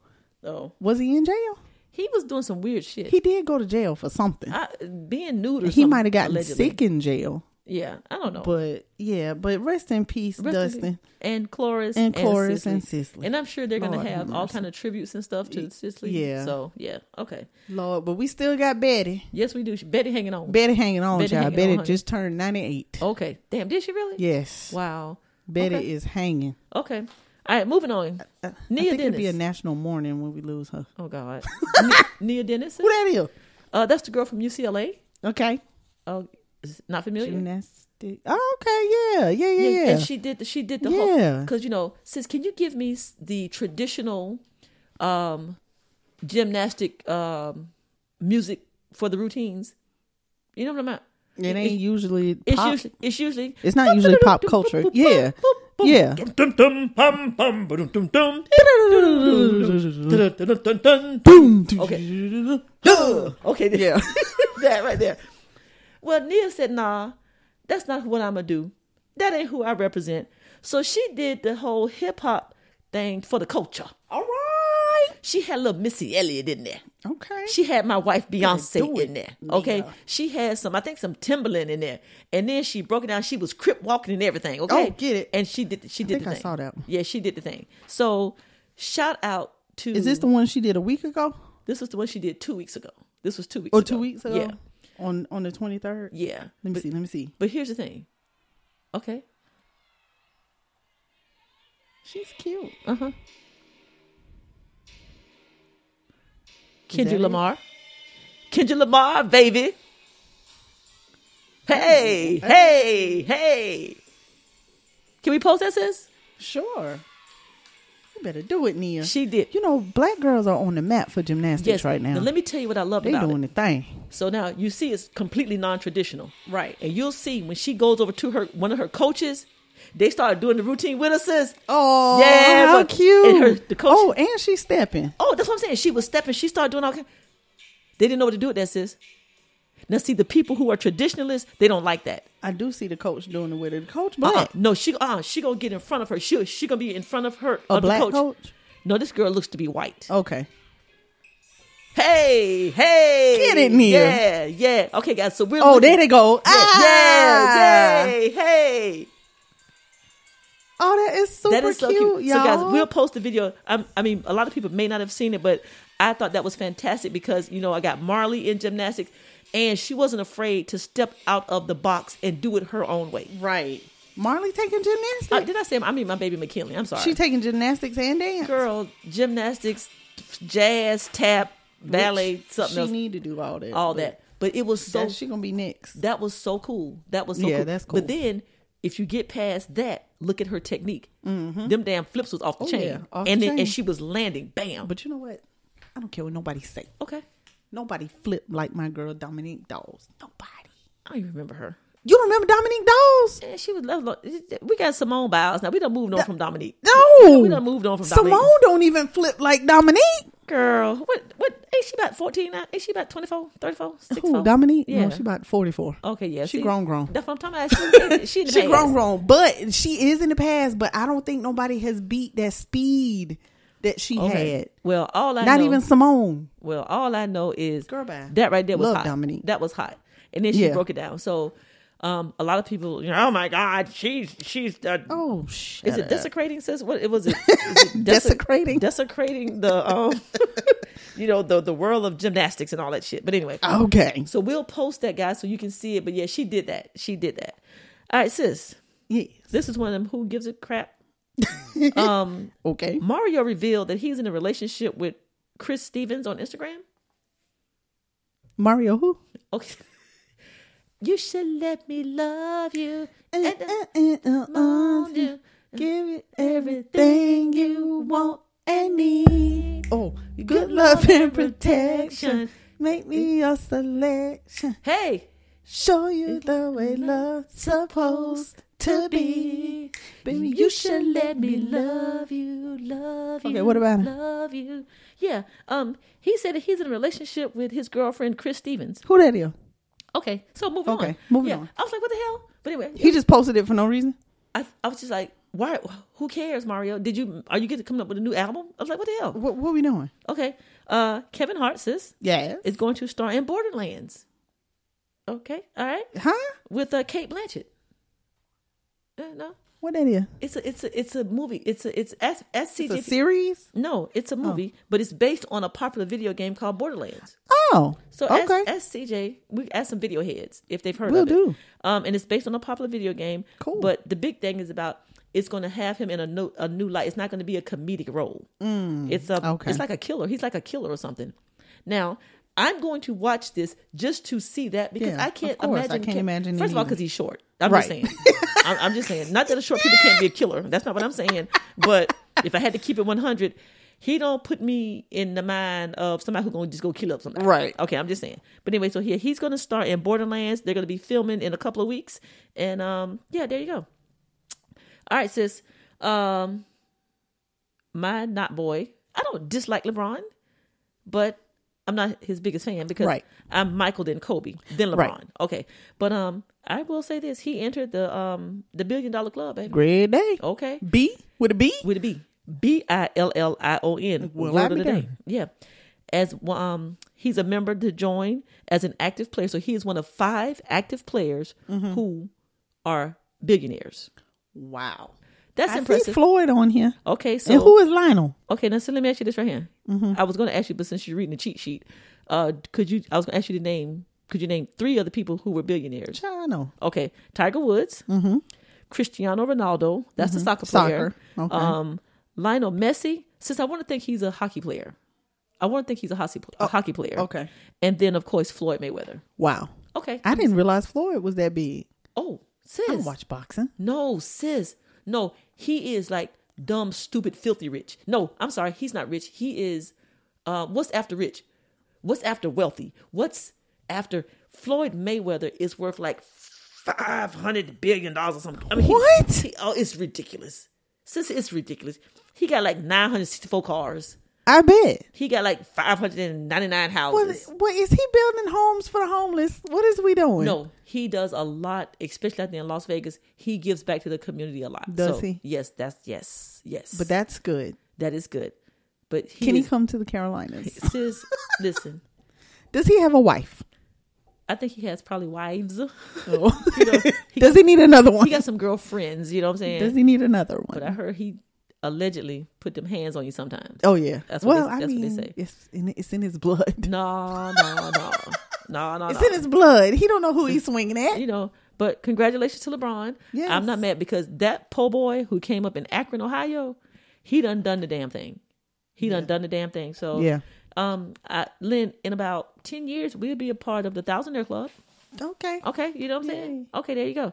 [SPEAKER 4] oh,
[SPEAKER 3] Was he in jail?
[SPEAKER 4] he was doing some weird shit.
[SPEAKER 3] He did go to jail for something.
[SPEAKER 4] I, being nude. Or
[SPEAKER 3] he
[SPEAKER 4] something,
[SPEAKER 3] might have gotten
[SPEAKER 4] allegedly.
[SPEAKER 3] sick in jail.
[SPEAKER 4] Yeah, I don't know.
[SPEAKER 3] But yeah, but rest in peace,
[SPEAKER 4] Rest in
[SPEAKER 3] Dustin.
[SPEAKER 4] peace. and Cloris
[SPEAKER 3] And Cloris and
[SPEAKER 4] Cicely.
[SPEAKER 3] Cicely.
[SPEAKER 4] And I'm sure they're going
[SPEAKER 3] Lord
[SPEAKER 4] to
[SPEAKER 3] have
[SPEAKER 4] have all kind of tributes and stuff to Cicely.
[SPEAKER 3] yeah.
[SPEAKER 4] So yeah, okay.
[SPEAKER 3] Lord, but we still got Betty.
[SPEAKER 4] Yes, we do. Betty hanging on.
[SPEAKER 3] Betty hanging on,
[SPEAKER 4] Betty
[SPEAKER 3] child.
[SPEAKER 4] hanging
[SPEAKER 3] Betty
[SPEAKER 4] on, honey.
[SPEAKER 3] just turned ninety eight.
[SPEAKER 4] Okay. Damn. Did she really?
[SPEAKER 3] Yes,
[SPEAKER 4] Wow.
[SPEAKER 3] Betty
[SPEAKER 4] Okay.
[SPEAKER 3] is hanging.
[SPEAKER 4] Okay. All right. Moving on.
[SPEAKER 3] I
[SPEAKER 4] Nia
[SPEAKER 3] think it'd
[SPEAKER 4] Dennis.
[SPEAKER 3] be a national mourning when we lose her. <laughs>
[SPEAKER 4] oh God. Ni- Nia Dennis.
[SPEAKER 3] Who that is?
[SPEAKER 4] Uh, that's the girl from UCLA.
[SPEAKER 3] Okay,
[SPEAKER 4] Oh, is- not familiar.
[SPEAKER 3] gymnastic. Oh, okay, yeah, yeah, yeah. yeah.
[SPEAKER 4] And she did. The, she did the whole.
[SPEAKER 3] Yeah.
[SPEAKER 4] Because you know, sis, can you give me s- the traditional, um, gymnastic um, music for the routines? You know what I'm at.
[SPEAKER 3] it ain't usually
[SPEAKER 4] It's
[SPEAKER 3] pop.
[SPEAKER 4] usually. It's usually.
[SPEAKER 3] it's not usually pop culture. Yeah, yeah.
[SPEAKER 7] Dum dum pum pum ba dum dum dum.
[SPEAKER 3] Okay.
[SPEAKER 4] Okay. then-
[SPEAKER 3] <laughs> Yeah.
[SPEAKER 4] <laughs> that right there. Well, Nia said, "Nah, that's not what I'm gonna do. That ain't who I represent." So she did the whole hip hop thing for the culture.
[SPEAKER 3] All right.
[SPEAKER 4] She had little Missy Elliott in there.
[SPEAKER 3] Okay.
[SPEAKER 4] She had my wife Beyonce
[SPEAKER 3] do it,
[SPEAKER 4] in there. Okay, she had some, I think, some Timberland in there, and then she broke it down. She was crip walking and everything. Okay,
[SPEAKER 3] Oh, get it.
[SPEAKER 4] And she did. She did.
[SPEAKER 3] think
[SPEAKER 4] the
[SPEAKER 3] I
[SPEAKER 4] thing.
[SPEAKER 3] saw that one.
[SPEAKER 4] Yeah, she did the thing. So, shout out to
[SPEAKER 3] Is this the one she did a week ago
[SPEAKER 4] This was the one she did two weeks ago. This was two weeks
[SPEAKER 3] or
[SPEAKER 4] ago.
[SPEAKER 3] Oh, two weeks ago?
[SPEAKER 4] Yeah,
[SPEAKER 3] On on the twenty third.
[SPEAKER 4] yeah.
[SPEAKER 3] Let me
[SPEAKER 4] But-
[SPEAKER 3] see. Let me see.
[SPEAKER 4] But here's the thing. Okay.
[SPEAKER 3] She's cute.
[SPEAKER 4] Uh huh.
[SPEAKER 3] that it?
[SPEAKER 4] Kendrick Lamar. Kendrick Lamar, baby. Hey, hey, hey. Can we post that, sis?
[SPEAKER 3] Sure. You better do it, Nia.
[SPEAKER 4] She did.
[SPEAKER 3] you know, black girls are on the map for gymnastics
[SPEAKER 4] Yes,
[SPEAKER 3] right now.
[SPEAKER 4] let me tell you what I love
[SPEAKER 3] they
[SPEAKER 4] about
[SPEAKER 3] doing
[SPEAKER 4] it.
[SPEAKER 3] the thing.
[SPEAKER 4] So now you see, it's completely non-traditional,
[SPEAKER 3] Right.
[SPEAKER 4] And you'll see when she goes over to her one of her coaches, they start doing the routine with her, sis.
[SPEAKER 3] Oh,
[SPEAKER 4] Yeah,
[SPEAKER 3] how
[SPEAKER 4] but-
[SPEAKER 3] cute.
[SPEAKER 4] and her- the coach-
[SPEAKER 3] oh, and she's stepping.
[SPEAKER 4] Oh, that's what I'm saying. She was stepping. She started doing all kind. They didn't know what to do with that, sis. Now, see, the people who are traditionalists, they don't like that.
[SPEAKER 3] I do see the coach doing it with her. The coach
[SPEAKER 4] Uh-uh.
[SPEAKER 3] black.
[SPEAKER 4] No, she uh, she gonna get in front of her. She she gonna be in front of her
[SPEAKER 3] A
[SPEAKER 4] of the
[SPEAKER 3] black Oh.
[SPEAKER 4] coach.
[SPEAKER 3] coach.
[SPEAKER 4] No, this girl looks to be white.
[SPEAKER 3] Okay.
[SPEAKER 4] Hey, hey,
[SPEAKER 3] Get it, Nia.
[SPEAKER 4] Yeah, yeah. Okay, guys. So we're
[SPEAKER 3] Oh,
[SPEAKER 4] looking-
[SPEAKER 3] there they go.
[SPEAKER 4] Yeah,
[SPEAKER 3] ah!
[SPEAKER 4] yeah, yay, hey.
[SPEAKER 3] Oh, that is super
[SPEAKER 4] that is so
[SPEAKER 3] cute,
[SPEAKER 4] cute.
[SPEAKER 3] y'all.
[SPEAKER 4] So, guys, we'll post the video. i I mean, a lot of people may not have seen it, but I thought that was fantastic because you know I got Marley in gymnastics, and she wasn't afraid to step out of the box and do it her own way.
[SPEAKER 3] right. Marley taking gymnastics.
[SPEAKER 4] Uh, did I say? I mean, my baby McKinley. I'm sorry.
[SPEAKER 3] she taking gymnastics and dance.
[SPEAKER 4] girl gymnastics, jazz, tap, ballet,
[SPEAKER 3] Which
[SPEAKER 4] something
[SPEAKER 3] She
[SPEAKER 4] else,
[SPEAKER 3] need to do all that.
[SPEAKER 4] all
[SPEAKER 3] but
[SPEAKER 4] that. But it was so
[SPEAKER 3] that- she gonna be next.
[SPEAKER 4] that was so cool. That was so
[SPEAKER 3] Yeah,
[SPEAKER 4] cool.
[SPEAKER 3] that's cool.
[SPEAKER 4] But then if you get past that, look at her technique. Them damn flips was off the
[SPEAKER 3] Mm-hmm. Oh,
[SPEAKER 4] chain,
[SPEAKER 3] yeah, off
[SPEAKER 4] and
[SPEAKER 3] the
[SPEAKER 4] then
[SPEAKER 3] chain.
[SPEAKER 4] and she was landing. Bam.
[SPEAKER 3] But you know what? I don't care what nobody say.
[SPEAKER 4] okay.
[SPEAKER 3] Nobody flip like my girl Dominique Dawes. Nobody.
[SPEAKER 4] I don't even remember her.
[SPEAKER 3] You remember Dominique Dawes?
[SPEAKER 4] Yeah, she was. that was like- We got Simone Biles now. We done moved on from Dominique.
[SPEAKER 3] No.
[SPEAKER 4] We done moved on from
[SPEAKER 3] Simone
[SPEAKER 4] Dominique.
[SPEAKER 3] don't even flip like Dominique.
[SPEAKER 4] girl. What? What? Ain't she about 14 now? Ain't she about 24, 34, 64?
[SPEAKER 3] Who, Dominique?
[SPEAKER 4] Yeah.
[SPEAKER 3] No, she about 44.
[SPEAKER 4] Okay, yeah.
[SPEAKER 3] She
[SPEAKER 4] see,
[SPEAKER 3] grown, grown.
[SPEAKER 4] That's what I'm talking about. She, she, in the
[SPEAKER 3] She
[SPEAKER 4] past.
[SPEAKER 3] grown, grown. But she is in the past, but I don't think nobody has beat that speed that she
[SPEAKER 4] Okay.
[SPEAKER 3] had.
[SPEAKER 4] Well, all I
[SPEAKER 3] Not
[SPEAKER 4] know,
[SPEAKER 3] even Simone.
[SPEAKER 4] Well, all I know is
[SPEAKER 3] Girl, bye.
[SPEAKER 4] that right there was
[SPEAKER 3] Love
[SPEAKER 4] hot.
[SPEAKER 3] Dominique.
[SPEAKER 4] That was hot, and then she
[SPEAKER 3] Yeah.
[SPEAKER 4] broke it down. So, um, a lot of people, you know, oh my God, she's she's uh,
[SPEAKER 3] Oh, shit.
[SPEAKER 4] is it desecrating sis? What it
[SPEAKER 3] <laughs>
[SPEAKER 4] was it, is it
[SPEAKER 3] Desecrating?
[SPEAKER 4] desecrating the um, <laughs> you know the the world of gymnastics and all that shit. But anyway,
[SPEAKER 3] Okay.
[SPEAKER 4] so we'll post that guys so you can see it. But yeah, she did that. She did that. All right, sis.
[SPEAKER 3] Yes.
[SPEAKER 4] This is one of them who gives a crap.
[SPEAKER 3] Okay.
[SPEAKER 4] Mario revealed that he's in a relationship with Chris Stevens on Instagram.
[SPEAKER 3] Mario who?
[SPEAKER 4] Okay. <laughs> You should let me love you.
[SPEAKER 3] Uh,
[SPEAKER 4] And
[SPEAKER 3] uh, uh, uh, uh,
[SPEAKER 4] own you.
[SPEAKER 3] Give it everything you want and need. Oh, good love and protection. Make me your selection.
[SPEAKER 4] Hey,
[SPEAKER 3] Show you the way love's supposed to be. Baby,
[SPEAKER 4] you should let me love you, love you.
[SPEAKER 3] Okay, what about him?
[SPEAKER 4] love you? Yeah. Um, he said that he's in a relationship with his girlfriend Chris Stevens.
[SPEAKER 3] Who that is?
[SPEAKER 4] Okay, so moving on.
[SPEAKER 3] Okay, moving
[SPEAKER 4] yeah.
[SPEAKER 3] on.
[SPEAKER 4] I was like, what the hell? But anyway,
[SPEAKER 3] He just posted it for no reason.
[SPEAKER 4] I, I was just like, why? Who cares, Mario? Did you are you getting coming up with a new album? I was like, what the hell?
[SPEAKER 3] What, what we doing?
[SPEAKER 4] Okay. Uh, Kevin Hart sis
[SPEAKER 3] Yes.
[SPEAKER 4] is going to star in Borderlands. Okay, all right.
[SPEAKER 3] Huh?
[SPEAKER 4] with uh, Kate Blanchett. Uh, no,
[SPEAKER 3] What that is?
[SPEAKER 4] it's a it's a it's a movie. It's a it's S-
[SPEAKER 3] It's a
[SPEAKER 4] SCGP.
[SPEAKER 3] series?
[SPEAKER 4] no, it's a movie, but it's based on a popular video game called Borderlands.
[SPEAKER 3] Oh.
[SPEAKER 4] So
[SPEAKER 3] okay.
[SPEAKER 4] S- SCJ, we ask some video heads if they've heard
[SPEAKER 3] Will
[SPEAKER 4] of it.
[SPEAKER 3] do.
[SPEAKER 4] Um, and it's based on a popular video game.
[SPEAKER 3] Cool.
[SPEAKER 4] But the big thing is about it's going to have him in a new a new light. It's not going to be a comedic role. it's a
[SPEAKER 3] Mm, okay.
[SPEAKER 4] it's like a killer. He's like a killer or something. Now. I'm going to watch this just to see that because
[SPEAKER 3] Yeah,
[SPEAKER 4] I can't
[SPEAKER 3] of course. I
[SPEAKER 4] imagine.
[SPEAKER 3] can't imagine
[SPEAKER 4] First of
[SPEAKER 3] anything.
[SPEAKER 4] all, because he's short. I'm just
[SPEAKER 3] Right.
[SPEAKER 4] saying. <laughs> I'm, I'm just saying. Not that a short people can't be a killer. That's not what I'm saying. But if I had to keep it 100, he don't put me in the mind of somebody who's gonna just go kill up somebody.
[SPEAKER 3] Right.
[SPEAKER 4] Okay, I'm just saying. But anyway, so here he's gonna start in Borderlands. They're gonna be filming in a couple of weeks, and um, yeah, there you go. All right, sis. Um, my not boy. I don't dislike LeBron, but I'm not his biggest fan because
[SPEAKER 3] Right.
[SPEAKER 4] I'm Michael, then Kobe, then LeBron.
[SPEAKER 3] Right.
[SPEAKER 4] Okay, but um, I will say this: he entered the um the billion dollar club, baby.
[SPEAKER 3] Great day.
[SPEAKER 4] Okay,
[SPEAKER 3] B with a B?
[SPEAKER 4] with a B, B I L L I O N.
[SPEAKER 3] Well,
[SPEAKER 4] word
[SPEAKER 3] I
[SPEAKER 4] of the
[SPEAKER 3] be
[SPEAKER 4] day.
[SPEAKER 3] darned.
[SPEAKER 4] Yeah, as um he's a member to join as an active player, so he is one of five active players
[SPEAKER 3] Mm-hmm.
[SPEAKER 4] who are billionaires.
[SPEAKER 3] Wow.
[SPEAKER 4] That's
[SPEAKER 3] I see
[SPEAKER 4] impressive.
[SPEAKER 3] Floyd on here.
[SPEAKER 4] okay, so
[SPEAKER 3] and who is Mm-hmm. Lionel?
[SPEAKER 4] Okay, now so let me ask you this right here. I was going to ask you, but since you're reading the cheat sheet, uh, could you? I was going to ask you to name. Could you name three other people who were billionaires?
[SPEAKER 3] Chano.
[SPEAKER 4] Okay, Tiger Woods,
[SPEAKER 3] Mm-hmm.
[SPEAKER 4] Cristiano Ronaldo. That's the soccer player.
[SPEAKER 3] Soccer, okay.
[SPEAKER 4] Um, Lionel Messi. Since I want to think he's a hockey player, I want to think he's a hockey a hockey player.
[SPEAKER 3] Oh, okay.
[SPEAKER 4] and then of course Floyd Mayweather.
[SPEAKER 3] Wow.
[SPEAKER 4] Okay.
[SPEAKER 3] I didn't realize Floyd was that big.
[SPEAKER 4] oh, sis.
[SPEAKER 3] I don't watch boxing.
[SPEAKER 4] No, sis. No, he is like dumb, stupid, filthy rich. No, I'm sorry, he's not rich. He is uh what's after rich? What's after wealthy? What's after Floyd Mayweather is worth like five hundred billion dollars or something. I mean, he-
[SPEAKER 3] What?
[SPEAKER 4] he- oh, it's ridiculous. Sis, it's ridiculous. He got like nine hundred sixty-four cars.
[SPEAKER 3] I bet.
[SPEAKER 4] He got like five hundred and ninety-nine
[SPEAKER 3] What,
[SPEAKER 4] houses.
[SPEAKER 3] what is he building homes for the homeless? What is we doing?
[SPEAKER 4] No, he does a lot, especially out there in Las Vegas. He gives back to the community a lot.
[SPEAKER 3] Does
[SPEAKER 4] So,
[SPEAKER 3] he?
[SPEAKER 4] Yes, that's yes, yes.
[SPEAKER 3] But that's good.
[SPEAKER 4] that is good. But he
[SPEAKER 3] Can he
[SPEAKER 4] is-
[SPEAKER 3] come to the Carolinas?
[SPEAKER 4] Sis, listen.
[SPEAKER 3] Does he have a wife?
[SPEAKER 4] I think he has probably wives.
[SPEAKER 3] Oh.
[SPEAKER 4] <laughs>
[SPEAKER 3] <laughs> Does he need another one?
[SPEAKER 4] he got some girlfriends. You know what I'm saying?
[SPEAKER 3] Does he need another
[SPEAKER 4] but I
[SPEAKER 3] one?
[SPEAKER 4] heard he allegedly put them hands on you sometimes.
[SPEAKER 3] Oh yeah.
[SPEAKER 4] That's what
[SPEAKER 3] well,
[SPEAKER 4] they-
[SPEAKER 3] I
[SPEAKER 4] that's what they
[SPEAKER 3] mean,
[SPEAKER 4] say.
[SPEAKER 3] it's in it's in his blood.
[SPEAKER 4] No, no, no, no, no.
[SPEAKER 3] It's
[SPEAKER 4] no.
[SPEAKER 3] in his blood. He don't know who he's swinging at.
[SPEAKER 4] <laughs> you know. But congratulations to LeBron.
[SPEAKER 3] Yes.
[SPEAKER 4] I'm not mad because that po' boy who came up in Akron, Ohio, he done done the damn thing. He done done the damn thing. So
[SPEAKER 3] Yeah.
[SPEAKER 4] um, I, Lynn, in about ten years, we'll be a part of the Thousandaire Club.
[SPEAKER 3] Okay.
[SPEAKER 4] Okay, you know what I'm saying? Okay, there you go.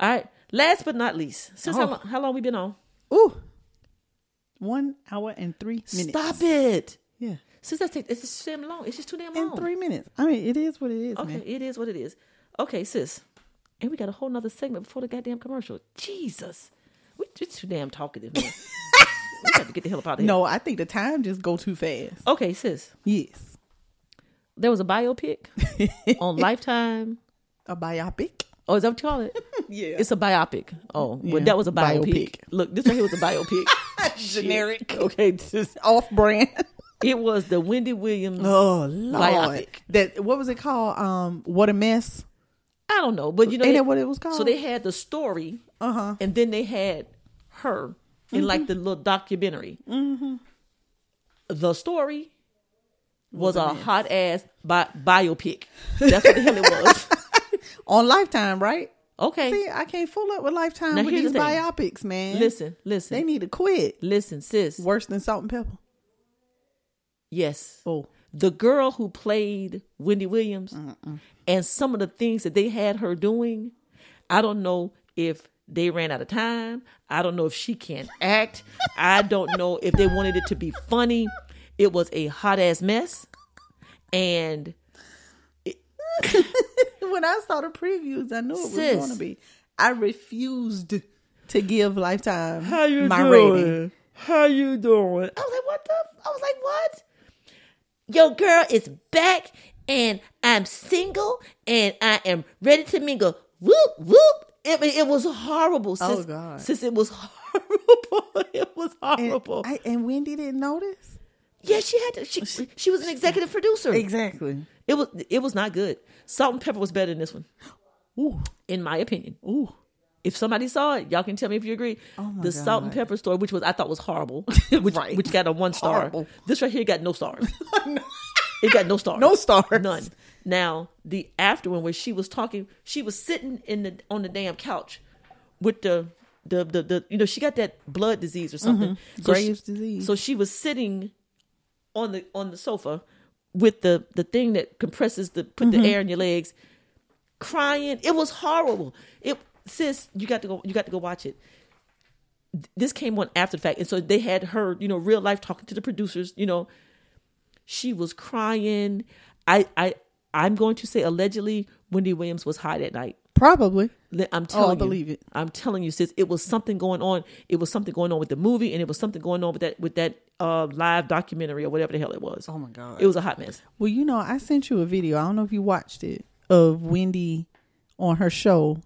[SPEAKER 4] All right. Last but not least, since
[SPEAKER 3] Oh.
[SPEAKER 4] how long how long we been on?
[SPEAKER 3] Ooh. One hour and three minutes.
[SPEAKER 4] Stop it.
[SPEAKER 3] Yeah.
[SPEAKER 4] Since that's it's just damn long. It's just too damn long.
[SPEAKER 3] In three minutes. I mean, it is what it is,
[SPEAKER 4] Okay,
[SPEAKER 3] man.
[SPEAKER 4] it is what it is. Okay, sis. And we got a whole
[SPEAKER 3] <laughs>
[SPEAKER 4] nother segment before the goddamn commercial. Jesus. We, we're too damn talkative, man. We got to get the hell up out of here.
[SPEAKER 3] No, I think the time just go too fast.
[SPEAKER 4] Okay, sis.
[SPEAKER 3] Yes.
[SPEAKER 4] There was a biopic
[SPEAKER 3] <laughs>
[SPEAKER 4] on Lifetime.
[SPEAKER 3] A biopic? <laughs>
[SPEAKER 4] Oh, is that what you call it?
[SPEAKER 3] Yeah.
[SPEAKER 4] It's a biopic. Oh, well,
[SPEAKER 3] Yeah.
[SPEAKER 4] that was a biopic.
[SPEAKER 3] Biopic.
[SPEAKER 4] Look, this right here was a biopic.
[SPEAKER 3] <laughs> generic. Okay, just off
[SPEAKER 4] <laughs>
[SPEAKER 3] brand.
[SPEAKER 4] it was the Wendy Williams.
[SPEAKER 3] Oh Lord.
[SPEAKER 4] Biopic.
[SPEAKER 3] That what was it called? Um What a Mess.
[SPEAKER 4] I don't know, but you know,
[SPEAKER 3] Ain't
[SPEAKER 4] they-
[SPEAKER 3] that what it was called?
[SPEAKER 4] So they had the story,
[SPEAKER 3] Uh-huh.
[SPEAKER 4] and then they had her in like the little documentary. Mm-hmm. The story was, a hot ass bi- biopic. That's what the hell
[SPEAKER 3] <laughs>
[SPEAKER 4] it was.
[SPEAKER 3] On Lifetime, right?
[SPEAKER 4] Okay,
[SPEAKER 3] See, I can't fool up with Lifetime
[SPEAKER 4] Now,
[SPEAKER 3] with
[SPEAKER 4] here's
[SPEAKER 3] these
[SPEAKER 4] the thing.
[SPEAKER 3] biopics, man.
[SPEAKER 4] listen, listen,
[SPEAKER 3] They need to quit.
[SPEAKER 4] listen, sis.
[SPEAKER 3] Worse than salt and pepper.
[SPEAKER 4] Yes,
[SPEAKER 3] Oh.
[SPEAKER 4] the girl who played Wendy Williams and some of the things that they had her doing, I don't know if they ran out of time. I don't know if she can't act. I don't know if they wanted it to be funny. It was a hot ass mess. And
[SPEAKER 3] When I saw the previews, I knew it
[SPEAKER 4] Sis.
[SPEAKER 3] was gonna be. I refused to give Lifetime my rating.
[SPEAKER 4] How you doing? I was like, what the? I was like, what? Yo, girl is back, and I'm single, and I am ready to mingle. Whoop whoop! It it was horrible. Sis,
[SPEAKER 3] Oh, God.
[SPEAKER 4] Since it was <laughs> horrible, it was
[SPEAKER 3] And,
[SPEAKER 4] horrible.
[SPEAKER 3] I, and Wendy didn't notice.
[SPEAKER 4] yeah, she had to. She she was an executive producer.
[SPEAKER 3] Oh, Exactly.
[SPEAKER 4] It was it was not good. Salt and pepper was better than this one,
[SPEAKER 3] Ooh,
[SPEAKER 4] in my opinion.
[SPEAKER 3] ooh. Oh
[SPEAKER 4] if somebody saw it, y'all can tell me if you agree.
[SPEAKER 3] my
[SPEAKER 4] the salt and
[SPEAKER 3] God.
[SPEAKER 4] pepper store, which was I thought
[SPEAKER 3] <laughs>
[SPEAKER 4] was horrible, which
[SPEAKER 3] Right.
[SPEAKER 4] which got a one star.
[SPEAKER 3] Horrible.
[SPEAKER 4] This right here got
[SPEAKER 3] <laughs>
[SPEAKER 4] no stars. it got no stars.
[SPEAKER 3] No stars.
[SPEAKER 4] None. Now the after one where she was talking, she was sitting in the on the damn couch with the the the, the you know she got that blood disease or something. So she-
[SPEAKER 3] Mm-hmm. Graves' disease.
[SPEAKER 4] So she was sitting on the on the sofa with the the thing that compresses the put
[SPEAKER 3] Mm-hmm.
[SPEAKER 4] the air in your legs crying. It was horrible. It sis, you got to go. You got to go watch it. Th- This came on after the fact, and so they had her, you know, real life talking to the producers. You know, she was crying. I, I, I'm going to say allegedly, Wendy Williams was high that night.
[SPEAKER 3] Probably.
[SPEAKER 4] Li- I'm telling you,
[SPEAKER 3] believe it.
[SPEAKER 4] I'm telling you, sis, it was something going on. It was something going on with the movie, and it was something going on with that with that uh, live documentary or whatever the hell it was. Oh my god, it was a hot mess.
[SPEAKER 3] Well, you know, I sent you a video. I don't know if you watched it of Wendy on her show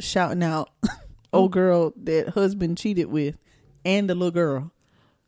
[SPEAKER 3] shouting out <laughs> old girl that husband cheated with and the little girl.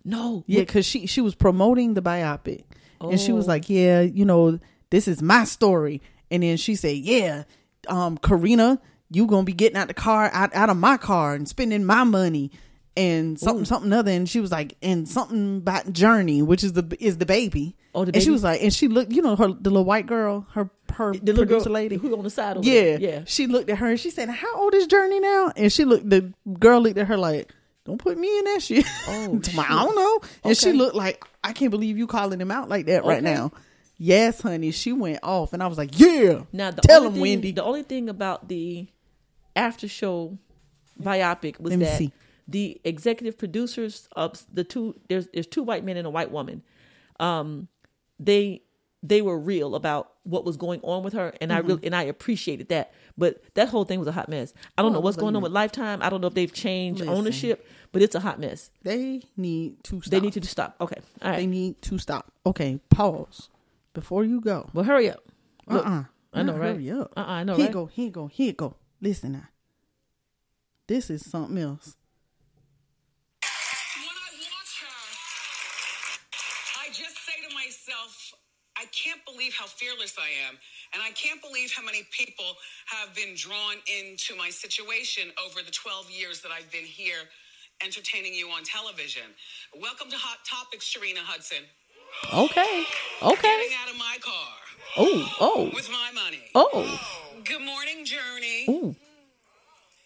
[SPEAKER 4] No,
[SPEAKER 3] Yeah, because she she was promoting the biopic, and she
[SPEAKER 4] Oh.
[SPEAKER 3] was like, "Yeah, you know, this is my story." And then she said, "Yeah, um, Karina, you gonna be getting out the car out out of my car and spending my money." And something, something other, and she was like, and something about Journey, which is the is the baby.
[SPEAKER 4] Oh, the
[SPEAKER 3] and she
[SPEAKER 4] baby?
[SPEAKER 3] was like, and she looked, you know, her the little white girl, her her
[SPEAKER 4] the little girl
[SPEAKER 3] producer lady
[SPEAKER 4] who on the side. Over
[SPEAKER 3] yeah,
[SPEAKER 4] there. yeah.
[SPEAKER 3] She looked at her and she said, "How old is Journey now?" And she looked. The girl looked at her like, "Don't put me in that shit." <laughs> Oh, I don't know. And she
[SPEAKER 4] Okay.
[SPEAKER 3] looked like, "I can't believe you calling him out like that right
[SPEAKER 4] Okay.
[SPEAKER 3] now." Yes, honey. She went off, and I was like, "Yeah."
[SPEAKER 4] Now the
[SPEAKER 3] tell
[SPEAKER 4] only
[SPEAKER 3] him,
[SPEAKER 4] thing,
[SPEAKER 3] Wendy.
[SPEAKER 4] The only thing about the after show biopic was
[SPEAKER 3] Let me
[SPEAKER 4] that
[SPEAKER 3] see.
[SPEAKER 4] the executive producers of the two there's there's two white men and a white woman. Um, they they were real about what was going on with her, and I
[SPEAKER 3] Mm-hmm.
[SPEAKER 4] really and I appreciated that. But that whole thing was a hot mess. I
[SPEAKER 3] Oh,
[SPEAKER 4] don't know what's going on with Lifetime. I don't know if they've changed ownership, but it's a hot mess.
[SPEAKER 3] they need to. Stop.
[SPEAKER 4] They need to stop. Okay, all right.
[SPEAKER 3] They need to stop. Okay, pause before you go.
[SPEAKER 4] well, hurry up.
[SPEAKER 3] Uh
[SPEAKER 4] Look,
[SPEAKER 3] uh
[SPEAKER 4] I know, right?
[SPEAKER 3] Hurry up.
[SPEAKER 4] Uh-uh, I know,
[SPEAKER 3] Here
[SPEAKER 4] right?
[SPEAKER 3] go, here go, here go. Listen now. This is something else.
[SPEAKER 8] When I watch her, I just say to myself, I can't believe how fearless I am. And I can't believe how many people have been drawn into my situation over the 12 years that I've been here entertaining you on television. Welcome to Hot Topics, Sharina Hudson.
[SPEAKER 4] Okay, okay.
[SPEAKER 8] Getting out of my car
[SPEAKER 4] Oh, oh,
[SPEAKER 8] with my money.
[SPEAKER 4] oh.
[SPEAKER 8] Good morning, Journey.
[SPEAKER 4] Ooh.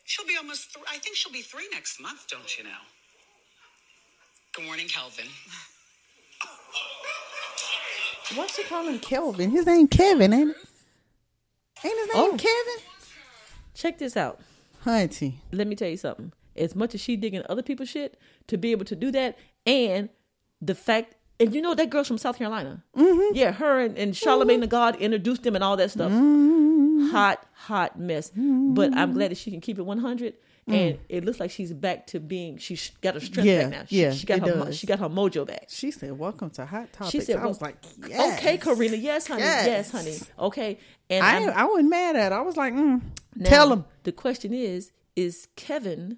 [SPEAKER 8] She'll be almost, th- I think she'll be three next month, don't you know? Good morning, Calvin.
[SPEAKER 3] Why she call him Kelvin? His name Kevin, ain't it? Ain't his name
[SPEAKER 4] Oh.
[SPEAKER 3] Kevin?
[SPEAKER 4] Check this out.
[SPEAKER 3] Hunty.
[SPEAKER 4] let me tell you something. As much as she digging other people's shit, to be able to do that, and the fact, and you know that girl's from South Carolina. Mm-hmm. Yeah, her and, and Charlemagne the God introduced
[SPEAKER 3] Mm-hmm.
[SPEAKER 4] them and all that stuff. Hot, hot mess. But I'm glad that she can keep it 100 and it looks like she's back to being. She's got her
[SPEAKER 3] Mm.
[SPEAKER 4] strength
[SPEAKER 3] Yeah,
[SPEAKER 4] back now. She,
[SPEAKER 3] yeah,
[SPEAKER 4] she got
[SPEAKER 3] it
[SPEAKER 4] her mo-
[SPEAKER 3] does.
[SPEAKER 4] she got her mojo back.
[SPEAKER 3] She said, "Welcome to Hot Topics."
[SPEAKER 4] She said,
[SPEAKER 3] I was
[SPEAKER 4] well,
[SPEAKER 3] like, yes.
[SPEAKER 4] okay, Karina, yes, honey, yes,
[SPEAKER 3] Yes.
[SPEAKER 4] honey, okay." And
[SPEAKER 3] I
[SPEAKER 4] I'm-
[SPEAKER 3] I wasn't mad at. her. I was like, mm,
[SPEAKER 4] now,
[SPEAKER 3] tell him.
[SPEAKER 4] The question is, is Kevin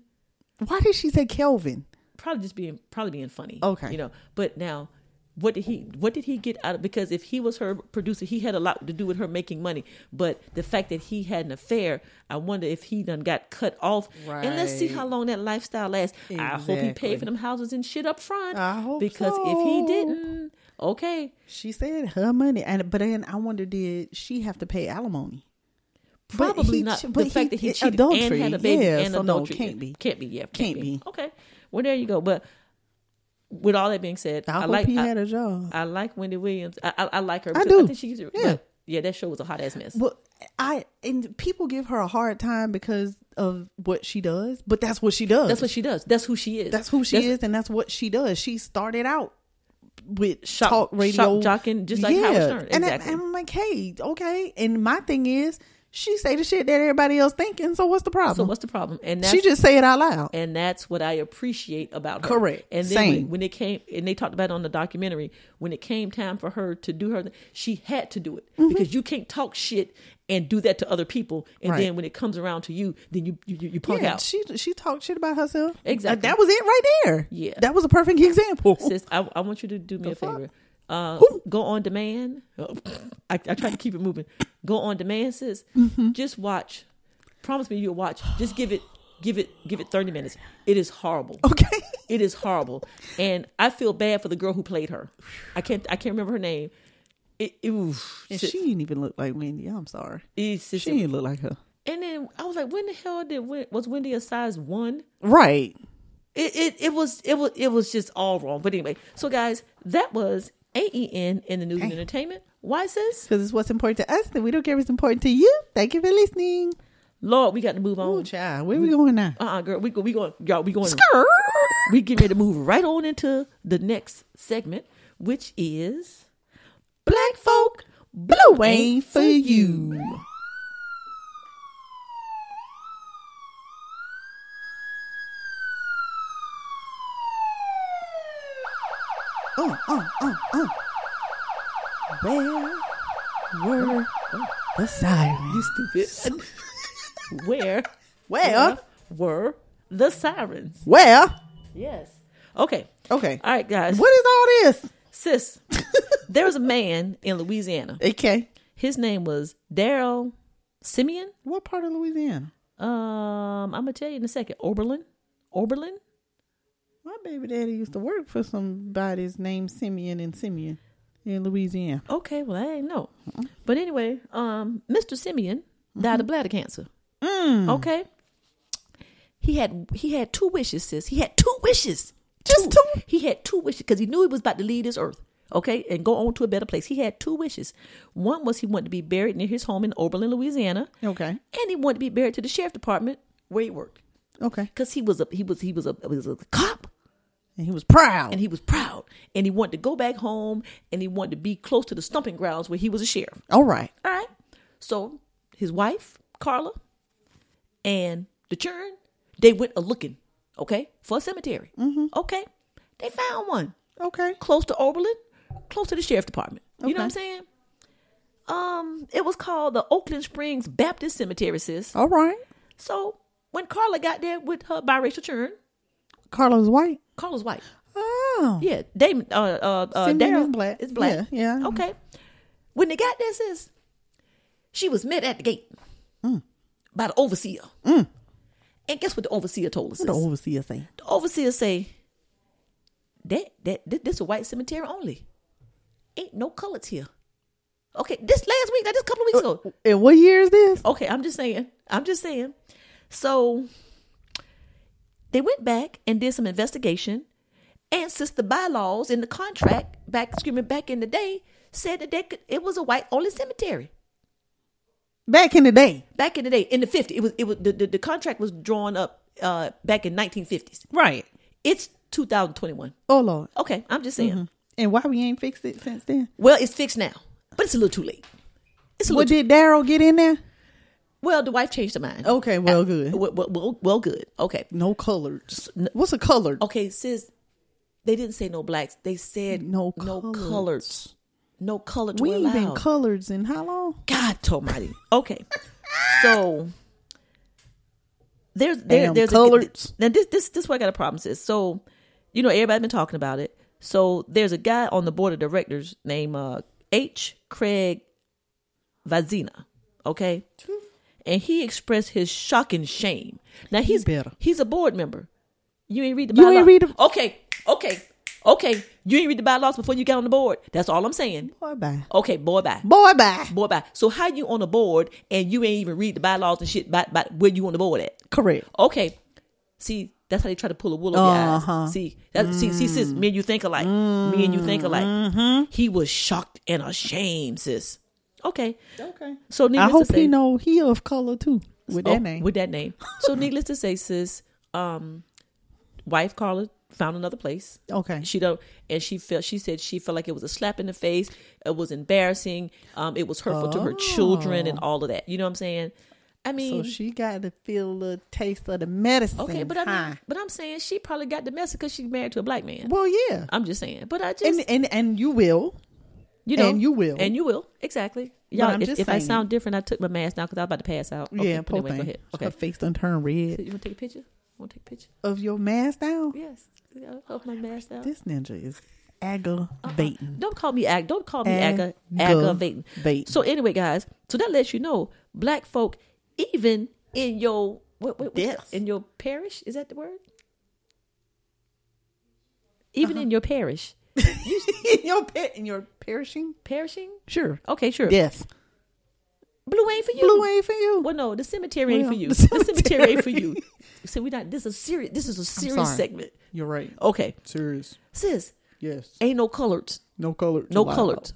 [SPEAKER 3] Why did she say Kelvin?
[SPEAKER 4] probably just being probably being funny?
[SPEAKER 3] Okay.
[SPEAKER 4] you know. But now, what did he what did he get out of? Because if he was her producer, he had a lot to do with her making money. But the fact that he had an affair, I wonder if he done got cut off. And let's see how
[SPEAKER 3] Right.
[SPEAKER 4] long that lifestyle lasts. I hope he
[SPEAKER 3] Exactly.
[SPEAKER 4] paid for them houses and shit up front.
[SPEAKER 3] I hope
[SPEAKER 4] because if he
[SPEAKER 3] so.
[SPEAKER 4] didn't, okay,
[SPEAKER 3] She said her money, and but then I wonder, did she have to pay alimony? But
[SPEAKER 4] Probably
[SPEAKER 3] he
[SPEAKER 4] not.
[SPEAKER 3] che-
[SPEAKER 4] the
[SPEAKER 3] but he
[SPEAKER 4] fact that he
[SPEAKER 3] did
[SPEAKER 4] cheated and had a
[SPEAKER 3] adultery.
[SPEAKER 4] baby
[SPEAKER 3] Yeah,
[SPEAKER 4] and
[SPEAKER 3] so no,
[SPEAKER 4] adultery
[SPEAKER 3] can't be.
[SPEAKER 4] can't be, yeah, can't,
[SPEAKER 3] Can't
[SPEAKER 4] be.
[SPEAKER 3] be.
[SPEAKER 4] Okay, well there you go. But with all that being said,
[SPEAKER 3] I,
[SPEAKER 4] I,
[SPEAKER 3] hope
[SPEAKER 4] like
[SPEAKER 3] he
[SPEAKER 4] I,
[SPEAKER 3] had a job.
[SPEAKER 4] I like Wendy Williams. I, I, I like her.
[SPEAKER 3] I
[SPEAKER 4] because I
[SPEAKER 3] do.
[SPEAKER 4] think she gives it.
[SPEAKER 3] Yeah.
[SPEAKER 4] Yeah, yeah. That show was a hot ass mess.
[SPEAKER 3] Well, I and people give her a hard time because of what she does, but that's what she does.
[SPEAKER 4] that's what she does. That's who she is.
[SPEAKER 3] that's who she
[SPEAKER 4] That's-
[SPEAKER 3] is, and that's what she does. She started out with
[SPEAKER 4] Shock-
[SPEAKER 3] talk radio,
[SPEAKER 4] shock jocking, just like Howard Stern.
[SPEAKER 3] And I-
[SPEAKER 4] Exactly.
[SPEAKER 3] I'm like, hey, okay. And my thing is, she say the shit that everybody else thinking. So what's the problem?
[SPEAKER 4] So what's the problem? And that's,
[SPEAKER 3] she just say it out loud.
[SPEAKER 4] and that's what I appreciate about her.
[SPEAKER 3] Correct.
[SPEAKER 4] And then when,
[SPEAKER 3] Same.
[SPEAKER 4] when it came, and they talked about it on the documentary, when it came time for her to do her, th- she had to do it
[SPEAKER 3] Mm-hmm.
[SPEAKER 4] because you can't talk shit and do that to other people. And
[SPEAKER 3] Right.
[SPEAKER 4] then when it comes around to you, then you you, you- you punk
[SPEAKER 3] yeah,
[SPEAKER 4] out.
[SPEAKER 3] she she talked shit about herself. Like,
[SPEAKER 4] Exactly.
[SPEAKER 3] that was it right there.
[SPEAKER 4] Yeah.
[SPEAKER 3] that was a perfect example.
[SPEAKER 4] Sis, I, I want you to do me a
[SPEAKER 3] fuck?
[SPEAKER 4] favor. Uh, go on demand. <laughs> I, I try to keep it moving. Go on demand, sis.
[SPEAKER 3] Mm-hmm.
[SPEAKER 4] Just watch. Promise me you'll watch. Just give it, give it, give it thirty minutes. It is horrible.
[SPEAKER 3] <laughs> Okay,
[SPEAKER 4] It is horrible, and I feel bad for the girl who played her. I can't. I can't remember her name. It. it oof,
[SPEAKER 3] and
[SPEAKER 4] shit.
[SPEAKER 3] she didn't even look like Wendy. I'm sorry,
[SPEAKER 4] It's just-
[SPEAKER 3] she didn't look like her.
[SPEAKER 4] and then I was like, when the hell did Wen- was Wendy a size one?
[SPEAKER 3] Right.
[SPEAKER 4] It, it it was it was it was just all wrong. But anyway, so guys, that was AEN in the news and entertainment. Why sis?
[SPEAKER 3] Because it's what's important to us, and we don't care if it's important to you. Thank you for listening.
[SPEAKER 4] Lord, we got to move
[SPEAKER 3] Oh,
[SPEAKER 4] on.
[SPEAKER 3] child, where we going now?
[SPEAKER 4] Uh uh girl, we go we going y'all we going we getting ready to move right on into the next segment, which is Black folk
[SPEAKER 3] Blue ain't for you. Oh, oh, oh, oh. Where were the sirens?
[SPEAKER 4] You stupid.
[SPEAKER 3] <laughs>
[SPEAKER 4] Where
[SPEAKER 3] Where?
[SPEAKER 4] were the sirens?
[SPEAKER 3] Where?
[SPEAKER 4] Yes. Okay.
[SPEAKER 3] Okay.
[SPEAKER 4] All right, guys.
[SPEAKER 3] What is all
[SPEAKER 4] Sis,
[SPEAKER 3] this? <laughs>
[SPEAKER 4] there was a man in Louisiana.
[SPEAKER 3] okay.
[SPEAKER 4] His name was Daryl Simeon.
[SPEAKER 3] What part of Louisiana?
[SPEAKER 4] Um, I'm gonna tell you in a second. Oberlin, Oberlin.
[SPEAKER 3] My baby daddy used to work for somebody's named Simeon and Simeon in Louisiana.
[SPEAKER 4] Okay, well I ain't know, but anyway, um, Mr. Simeon died of bladder cancer.
[SPEAKER 3] Mm.
[SPEAKER 4] Okay, he had he had two wishes, sis. He had two wishes,
[SPEAKER 3] Just two?
[SPEAKER 4] He had two wishes because he knew he was about to leave this earth. Okay, and go on to a better place. He had two wishes. One was he wanted to be buried near his home in Oberlin, Louisiana,
[SPEAKER 3] Okay.
[SPEAKER 4] and he wanted to be buried to the sheriff department where he worked
[SPEAKER 3] Okay.
[SPEAKER 4] because he was a he was he was a he was a cop.
[SPEAKER 3] And he was proud.
[SPEAKER 4] and he was proud and he wanted to go back home and he wanted to be close to the stumping grounds where he was a sheriff
[SPEAKER 3] all right.
[SPEAKER 4] all right so his wife carla and the children they went a looking okay for a cemetery okay they found one
[SPEAKER 3] Okay.
[SPEAKER 4] close to oberlin close to the sheriff department you know
[SPEAKER 3] Okay.
[SPEAKER 4] what i'm saying um it was called the oakland springs baptist cemetery sis
[SPEAKER 3] All right.
[SPEAKER 4] so when carla got there with her biracial children
[SPEAKER 3] Carlos White.
[SPEAKER 4] carla's wife
[SPEAKER 3] Oh.
[SPEAKER 4] Yeah, Damon. Uh, uh, uh,
[SPEAKER 3] Simeon
[SPEAKER 4] Daryl
[SPEAKER 3] is black.
[SPEAKER 4] Is black.
[SPEAKER 3] Yeah, yeah.
[SPEAKER 4] Okay. When they got there, sis, she was met at the gate
[SPEAKER 3] Mm.
[SPEAKER 4] by the overseer. And guess what the overseer told us?
[SPEAKER 3] What the overseer say?
[SPEAKER 4] the overseer say that that thi- this a white cemetery only. Ain't no colors here. Okay, this last week, now this couple
[SPEAKER 3] Uh,
[SPEAKER 4] of weeks ago.
[SPEAKER 3] And what year is this?
[SPEAKER 4] Okay, I'm just saying. I'm just saying. So they went back and did some investigation, and since the bylaws in the contract back, excuse me, back in the day said that they could, it was a white only cemetery.
[SPEAKER 3] Back in the day.
[SPEAKER 4] Back in the day, in the 50s, it was it was the, the, the contract was drawn up uh, back in 1950s.
[SPEAKER 3] Right.
[SPEAKER 4] It's 2021.
[SPEAKER 3] Oh Lord.
[SPEAKER 4] Okay, I'm just
[SPEAKER 3] Mm-hmm.
[SPEAKER 4] saying.
[SPEAKER 3] And why we ain't fixed it since then?
[SPEAKER 4] Well, it's fixed now, but it's a little too late. It's a
[SPEAKER 3] What
[SPEAKER 4] little.
[SPEAKER 3] did Daryl get in there?
[SPEAKER 4] Well, the wife changed her mind. Uh,
[SPEAKER 3] Okay, well, good.
[SPEAKER 4] Well, well, well, well, good. Okay.
[SPEAKER 3] No colors. What's a colored?
[SPEAKER 4] Okay, sis, they didn't say no blacks. They said
[SPEAKER 3] No
[SPEAKER 4] no
[SPEAKER 3] coloreds.
[SPEAKER 4] colors. No colors
[SPEAKER 3] we
[SPEAKER 4] were
[SPEAKER 3] ain't been
[SPEAKER 4] allowed.
[SPEAKER 3] coloreds in how long?
[SPEAKER 4] God almighty. Okay. So there's there,
[SPEAKER 3] Damn
[SPEAKER 4] there's
[SPEAKER 3] coloreds.
[SPEAKER 4] A, now this this this is where I got a problem is. So you know everybody been talking about it. So there's a guy on the board of directors named uh, H. Craig Vazina. Okay. And he expressed his shock and shame. Now he's
[SPEAKER 3] better.
[SPEAKER 4] he's a board member. You ain't read the
[SPEAKER 3] You
[SPEAKER 4] bylaws.
[SPEAKER 3] ain't read the-
[SPEAKER 4] okay, okay, okay. You ain't read the bylaws before you got on the board. That's all I'm saying.
[SPEAKER 3] Boy, bye.
[SPEAKER 4] Okay, boy, bye
[SPEAKER 3] Oh. Boy, bye.
[SPEAKER 4] board by. So how you on the board and you ain't even read the bylaws and shit about, about where you on the board at?
[SPEAKER 3] Correct.
[SPEAKER 4] Okay, see that's how they try to pull a wool over your
[SPEAKER 3] Uh-huh. Mm-hmm.
[SPEAKER 4] eyes. See, that, see, see, sis, me and you think alike. Me and you think alike. He was shocked and ashamed, sis. Okay,
[SPEAKER 3] Okay.
[SPEAKER 4] so
[SPEAKER 3] I
[SPEAKER 4] needless
[SPEAKER 3] hope
[SPEAKER 4] to say,
[SPEAKER 3] he know he of color too with
[SPEAKER 4] Oh,
[SPEAKER 3] that name.
[SPEAKER 4] With that name. So needless to say, sis, um, wife Carla found another place.
[SPEAKER 3] Okay.
[SPEAKER 4] She don't and she felt she said she felt like it was a slap in the face, it was embarrassing, um, it was hurtful to her children and all of that. You know what I'm saying? I mean
[SPEAKER 3] Oh. so she got to feel a little taste of the medicine.
[SPEAKER 4] Okay, but I
[SPEAKER 3] huh?
[SPEAKER 4] mean but I'm saying she probably got domestic because she's married to a black man.
[SPEAKER 3] well, yeah,
[SPEAKER 4] I'm just saying. But I just
[SPEAKER 3] and and and you will.
[SPEAKER 4] you know
[SPEAKER 3] and you will.
[SPEAKER 4] And you will. Exactly. Y'all
[SPEAKER 3] I'm
[SPEAKER 4] if,
[SPEAKER 3] just
[SPEAKER 4] if I
[SPEAKER 3] saying.
[SPEAKER 4] sound different, I took my mask down because I was about to pass out. Okay,
[SPEAKER 3] yeah,
[SPEAKER 4] but
[SPEAKER 3] poor
[SPEAKER 4] anyway,
[SPEAKER 3] thing.
[SPEAKER 4] go ahead.
[SPEAKER 3] Her
[SPEAKER 4] Okay.
[SPEAKER 3] face done turn
[SPEAKER 4] So
[SPEAKER 3] red
[SPEAKER 4] you wanna take a picture? Wanna take a picture?
[SPEAKER 3] of your mask down.
[SPEAKER 4] Yes. Yeah, Uh-uh. I hope my mask down.
[SPEAKER 3] This ninja is aggravating.
[SPEAKER 4] Don't call me ag. Don't call me agga,
[SPEAKER 3] Agga-
[SPEAKER 4] aggravating.
[SPEAKER 3] baiting.
[SPEAKER 4] So anyway, guys, so that lets you know, black folk, even in your what, what, what's that?
[SPEAKER 3] Death.
[SPEAKER 4] in your parish, is that the word?
[SPEAKER 3] Uh-huh.
[SPEAKER 4] Even in your parish,
[SPEAKER 3] in <laughs> your pet, in your perishing.
[SPEAKER 4] perishing.
[SPEAKER 3] Sure.
[SPEAKER 4] Okay, sure.
[SPEAKER 3] Death.
[SPEAKER 4] Blue ain't for you.
[SPEAKER 3] Blue ain't for you.
[SPEAKER 4] Well, no, the cemetery ain't for
[SPEAKER 3] Well,
[SPEAKER 4] you.
[SPEAKER 3] the
[SPEAKER 4] The cemetery, ain't for you. So we not. This is serious. This is a serious
[SPEAKER 3] sorry.
[SPEAKER 4] segment.
[SPEAKER 3] You're right.
[SPEAKER 4] Okay,
[SPEAKER 3] Serious.
[SPEAKER 4] sis,
[SPEAKER 3] Yes.
[SPEAKER 4] ain't no colors.
[SPEAKER 3] No colors.
[SPEAKER 4] No
[SPEAKER 3] Wow.
[SPEAKER 4] colors.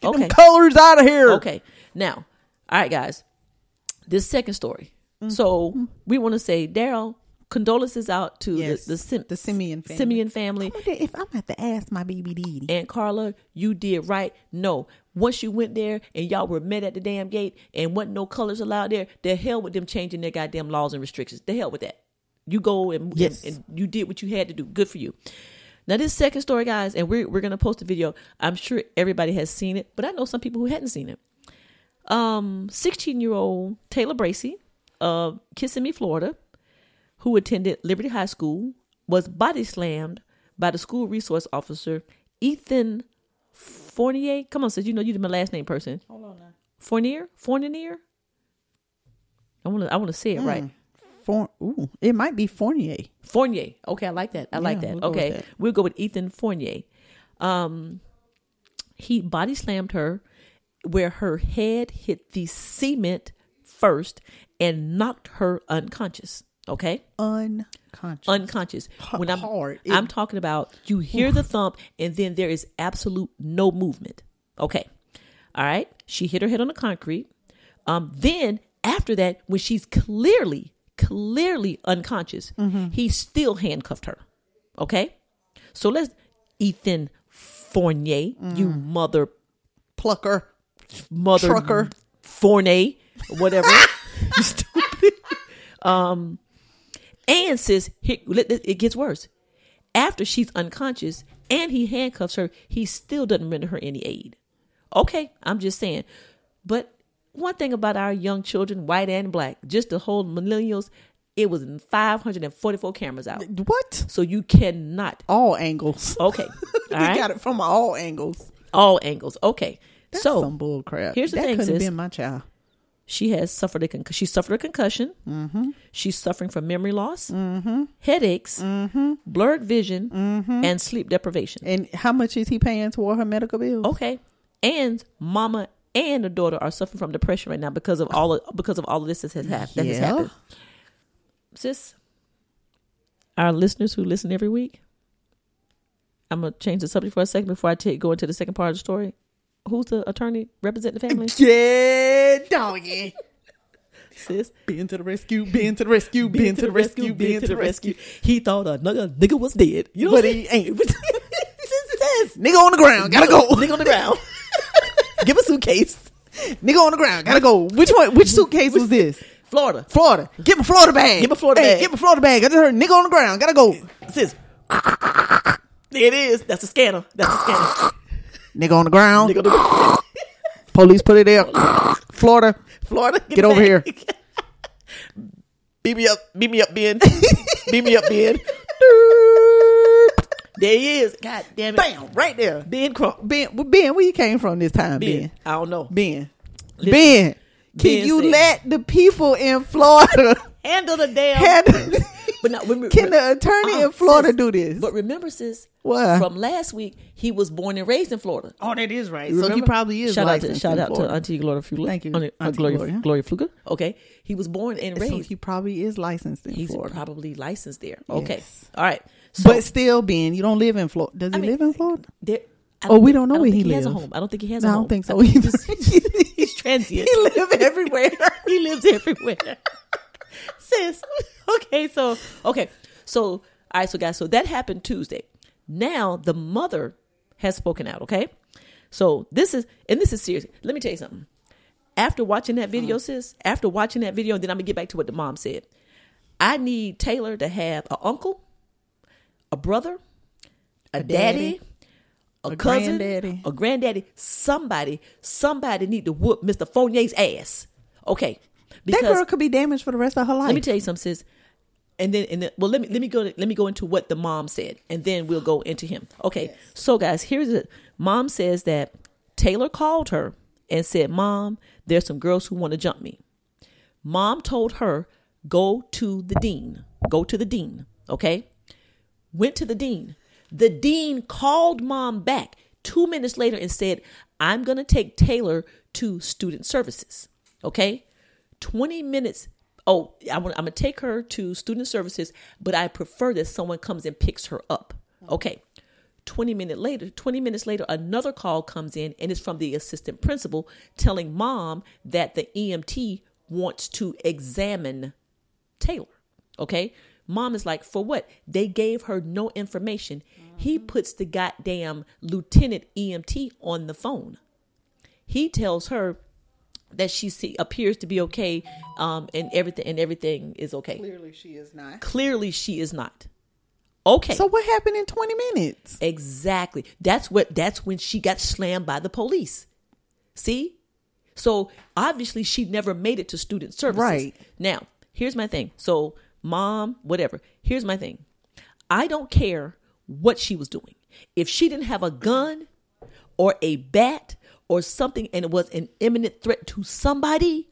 [SPEAKER 3] Get them colors out of here.
[SPEAKER 4] Okay. Now, all right, guys. This second story. So we want to say, Daryl, condolences out to
[SPEAKER 3] Mm-hmm. Yes,
[SPEAKER 4] the the, Sim-
[SPEAKER 3] the Simeon family.
[SPEAKER 4] Simeon family.
[SPEAKER 3] If I'm at the ass, my baby daddy.
[SPEAKER 4] And Carla, you did right. No, once you went there and y'all were met at the damn gate and wasn't no colors allowed there, the hell with them changing their goddamn laws and restrictions. The hell with that. You go and, and-
[SPEAKER 3] Yes.
[SPEAKER 4] and, you did what you had to do. Good for you. Now this second story, guys, and we're we're gonna post a video. I'm sure everybody has seen it, but I know some people who hadn't seen it. Um, 16 year old Taylor Bracy of Kissimmee, Florida, who attended Liberty High School, was body slammed by the school resource officer Ethan Fournier. Come on, sis, you know you did my last name person. Hold on now. Fournier? Fournier? I wanna I wanna say it right.
[SPEAKER 3] For, ooh, it might be Fournier.
[SPEAKER 4] Fournier. Okay, I like that. I like
[SPEAKER 3] Yeah, we'll
[SPEAKER 4] that.
[SPEAKER 3] go with
[SPEAKER 4] okay.
[SPEAKER 3] that.
[SPEAKER 4] We'll go with Ethan Fournier. Um he body slammed her where her head hit the cement first and knocked her unconscious. Okay?
[SPEAKER 3] Unconscious.
[SPEAKER 4] unconscious.
[SPEAKER 3] Ha-
[SPEAKER 4] When I'm
[SPEAKER 3] hard. It-
[SPEAKER 4] I'm talking about you hear the thump and then there is absolute no movement. Okay. All right. She hit her head on the concrete. Um then after that when she's clearly clearly unconscious,
[SPEAKER 3] Mm-hmm.
[SPEAKER 4] he still handcuffed her. Okay? So let's Ethan Fournier, you
[SPEAKER 3] Mm.
[SPEAKER 4] mother
[SPEAKER 3] Plucker.
[SPEAKER 4] mother
[SPEAKER 3] Trucker.
[SPEAKER 4] Fournier, whatever. <laughs> You stupid. Um, and sis, he- let- it gets worse. After she's unconscious and he handcuffs her, he still doesn't render her any aid. Okay, I'm just saying. But one thing about our young children, white and black, just the whole millennials, it was 544 cameras out.
[SPEAKER 3] What?
[SPEAKER 4] So you cannot.
[SPEAKER 3] All angles. <laughs>
[SPEAKER 4] Okay.
[SPEAKER 3] they
[SPEAKER 4] All right.
[SPEAKER 3] got it from all angles.
[SPEAKER 4] All angles. Okay.
[SPEAKER 3] That's
[SPEAKER 4] so
[SPEAKER 3] some bull crap.
[SPEAKER 4] here's the
[SPEAKER 3] that
[SPEAKER 4] thing,
[SPEAKER 3] could have
[SPEAKER 4] sis.
[SPEAKER 3] been my child.
[SPEAKER 4] She has suffered a con- she suffered a concussion.
[SPEAKER 3] Mm-hmm.
[SPEAKER 4] She's suffering from memory loss, headaches, blurred vision, and sleep deprivation.
[SPEAKER 3] Mm-hmm. And how much is he paying toward her medical bills?
[SPEAKER 4] Okay, and mama and the daughter are suffering from depression right now because of all of, because of all of this that has, hap- that has
[SPEAKER 3] Yeah.
[SPEAKER 4] happened. Sis, our listeners who listen every week, I'm gonna change the subject for a second before I take go into the second part of the story. Who's the attorney representing
[SPEAKER 3] <laughs>
[SPEAKER 4] the family?
[SPEAKER 3] Yeah, doggy.
[SPEAKER 4] Sis.
[SPEAKER 3] Been to the rescue, been to the rescue, been, to the rescue, been to the rescue.
[SPEAKER 4] He thought a nigga, nigga was dead. You know
[SPEAKER 3] But
[SPEAKER 4] what
[SPEAKER 3] he ain't. <laughs>
[SPEAKER 4] This is this.
[SPEAKER 3] Nigga on the ground, gotta go. <laughs>
[SPEAKER 4] Nigga on the ground. Give a suitcase.
[SPEAKER 3] Nigga on the ground. Gotta go. Which one? Which suitcase was this?
[SPEAKER 4] Florida.
[SPEAKER 3] Florida. Get my Florida bag.
[SPEAKER 4] Get my Florida
[SPEAKER 3] Hey,
[SPEAKER 4] bag.
[SPEAKER 3] Get my Florida bag. I just heard nigga on the ground. Gotta go.
[SPEAKER 4] Sis. There it is. That's a scanner. That's a scanner.
[SPEAKER 3] Nigga on the ground.
[SPEAKER 4] Nigga, the-
[SPEAKER 3] Police put
[SPEAKER 4] <laughs>
[SPEAKER 3] it there. Florida.
[SPEAKER 4] Florida.
[SPEAKER 3] Get over here.
[SPEAKER 4] Beat me up. <laughs> Beat me
[SPEAKER 3] <laughs>
[SPEAKER 4] up, Ben. Beat me up, Ben. There he is. God damn it.
[SPEAKER 3] Bam. Right there.
[SPEAKER 4] Ben Crump.
[SPEAKER 3] Ben, well, Ben, where you came from this time,
[SPEAKER 4] Ben.
[SPEAKER 3] Ben?
[SPEAKER 4] I don't know.
[SPEAKER 3] Ben.
[SPEAKER 4] Listen.
[SPEAKER 3] Ben. Can
[SPEAKER 4] Ben
[SPEAKER 3] you
[SPEAKER 4] said-
[SPEAKER 3] let the people in Florida
[SPEAKER 4] Handle the damn.
[SPEAKER 3] handle?
[SPEAKER 4] <laughs> But now, remember-
[SPEAKER 3] Can the attorney
[SPEAKER 4] Uh-uh,
[SPEAKER 3] in Florida
[SPEAKER 4] sis.
[SPEAKER 3] do this?
[SPEAKER 4] But remember, sis,
[SPEAKER 3] What?
[SPEAKER 4] from last week, he was born and raised in Florida.
[SPEAKER 3] Oh, that is right. So he
[SPEAKER 4] Remember?
[SPEAKER 3] probably is.
[SPEAKER 4] Shout out to
[SPEAKER 3] licensed
[SPEAKER 4] shout
[SPEAKER 3] in
[SPEAKER 4] out to
[SPEAKER 3] Florida.
[SPEAKER 4] Auntie Gloria Fluger.
[SPEAKER 3] Thank you,
[SPEAKER 4] Auntie,
[SPEAKER 3] Auntie
[SPEAKER 4] Gloria,
[SPEAKER 3] Gloria.
[SPEAKER 4] Gloria Fluger. Okay, he was born and
[SPEAKER 3] So
[SPEAKER 4] raised.
[SPEAKER 3] he probably is licensed in
[SPEAKER 4] He's
[SPEAKER 3] Florida.
[SPEAKER 4] probably licensed there. Okay,
[SPEAKER 3] Yes.
[SPEAKER 4] all right. So
[SPEAKER 3] but still, Ben, you don't live in Florida. Does he
[SPEAKER 4] I mean,
[SPEAKER 3] live in Florida?
[SPEAKER 4] there, I
[SPEAKER 3] Oh,
[SPEAKER 4] don't
[SPEAKER 3] we
[SPEAKER 4] think-
[SPEAKER 3] don't know
[SPEAKER 4] I
[SPEAKER 3] where he
[SPEAKER 4] think has a
[SPEAKER 3] lives.
[SPEAKER 4] home. I don't think he has.
[SPEAKER 3] No,
[SPEAKER 4] a
[SPEAKER 3] I
[SPEAKER 4] home.
[SPEAKER 3] don't think so
[SPEAKER 4] I think
[SPEAKER 3] either.
[SPEAKER 4] <laughs> he's, he's- he's transient.
[SPEAKER 3] He
[SPEAKER 4] <laughs>
[SPEAKER 3] live everywhere.
[SPEAKER 4] he lives everywhere. <laughs> Sis. Okay, so okay. So all right, so guys, so that happened Tuesday. Now the mother has spoken out, okay? So this is and this is serious. Let me tell you something. After watching that video,
[SPEAKER 3] Mm-hmm.
[SPEAKER 4] sis, after watching that video, and then I'm gonna get back to what the mom said. I need Taylor to have a uncle, a brother, a, daddy,
[SPEAKER 3] daddy,
[SPEAKER 4] a,
[SPEAKER 3] a
[SPEAKER 4] cousin,
[SPEAKER 3] granddaddy.
[SPEAKER 4] a granddaddy, somebody, somebody need to whoop Mr. Fournier's ass. Okay.
[SPEAKER 3] that
[SPEAKER 4] Because
[SPEAKER 3] girl could be damaged for the rest of her life.
[SPEAKER 4] let me tell you something, sis. And then and then, well let me let me go let me go into what the mom said and then we'll go into him. Okay. So guys, here's it. Mom says that Taylor called her and said, Mom, there's some girls who want to jump me. Mom told her, go to the dean. Go to the dean. Okay went to the dean. The dean called mom back two minutes later and said, I'm going to take Taylor to student services. Okay? 20 minutes. Oh, I'm, gonna- I'm going to take her to student services, but I prefer that someone comes and picks her up. Okay. 20 minutes later 20 minutes later another call comes in and it's from the assistant principal telling mom that the emt wants to examine Taylor. Okay. Mom is like, for what? They gave her no information. He puts the goddamn lieutenant EMT on the phone. He tells her that she see, appears to be okay, um, and everything and everything is okay.
[SPEAKER 3] Clearly, she is not.
[SPEAKER 4] Clearly, she is not okay.
[SPEAKER 3] So what happened in twenty minutes?
[SPEAKER 4] Exactly. That's what that's when she got slammed by the police. See? So obviously she never made it to student services.
[SPEAKER 3] Right.
[SPEAKER 4] Now, here's my thing. So mom, whatever. Here's my thing. I don't care what she was doing. If she didn't have a gun or a bat or something and it was an imminent threat to somebody,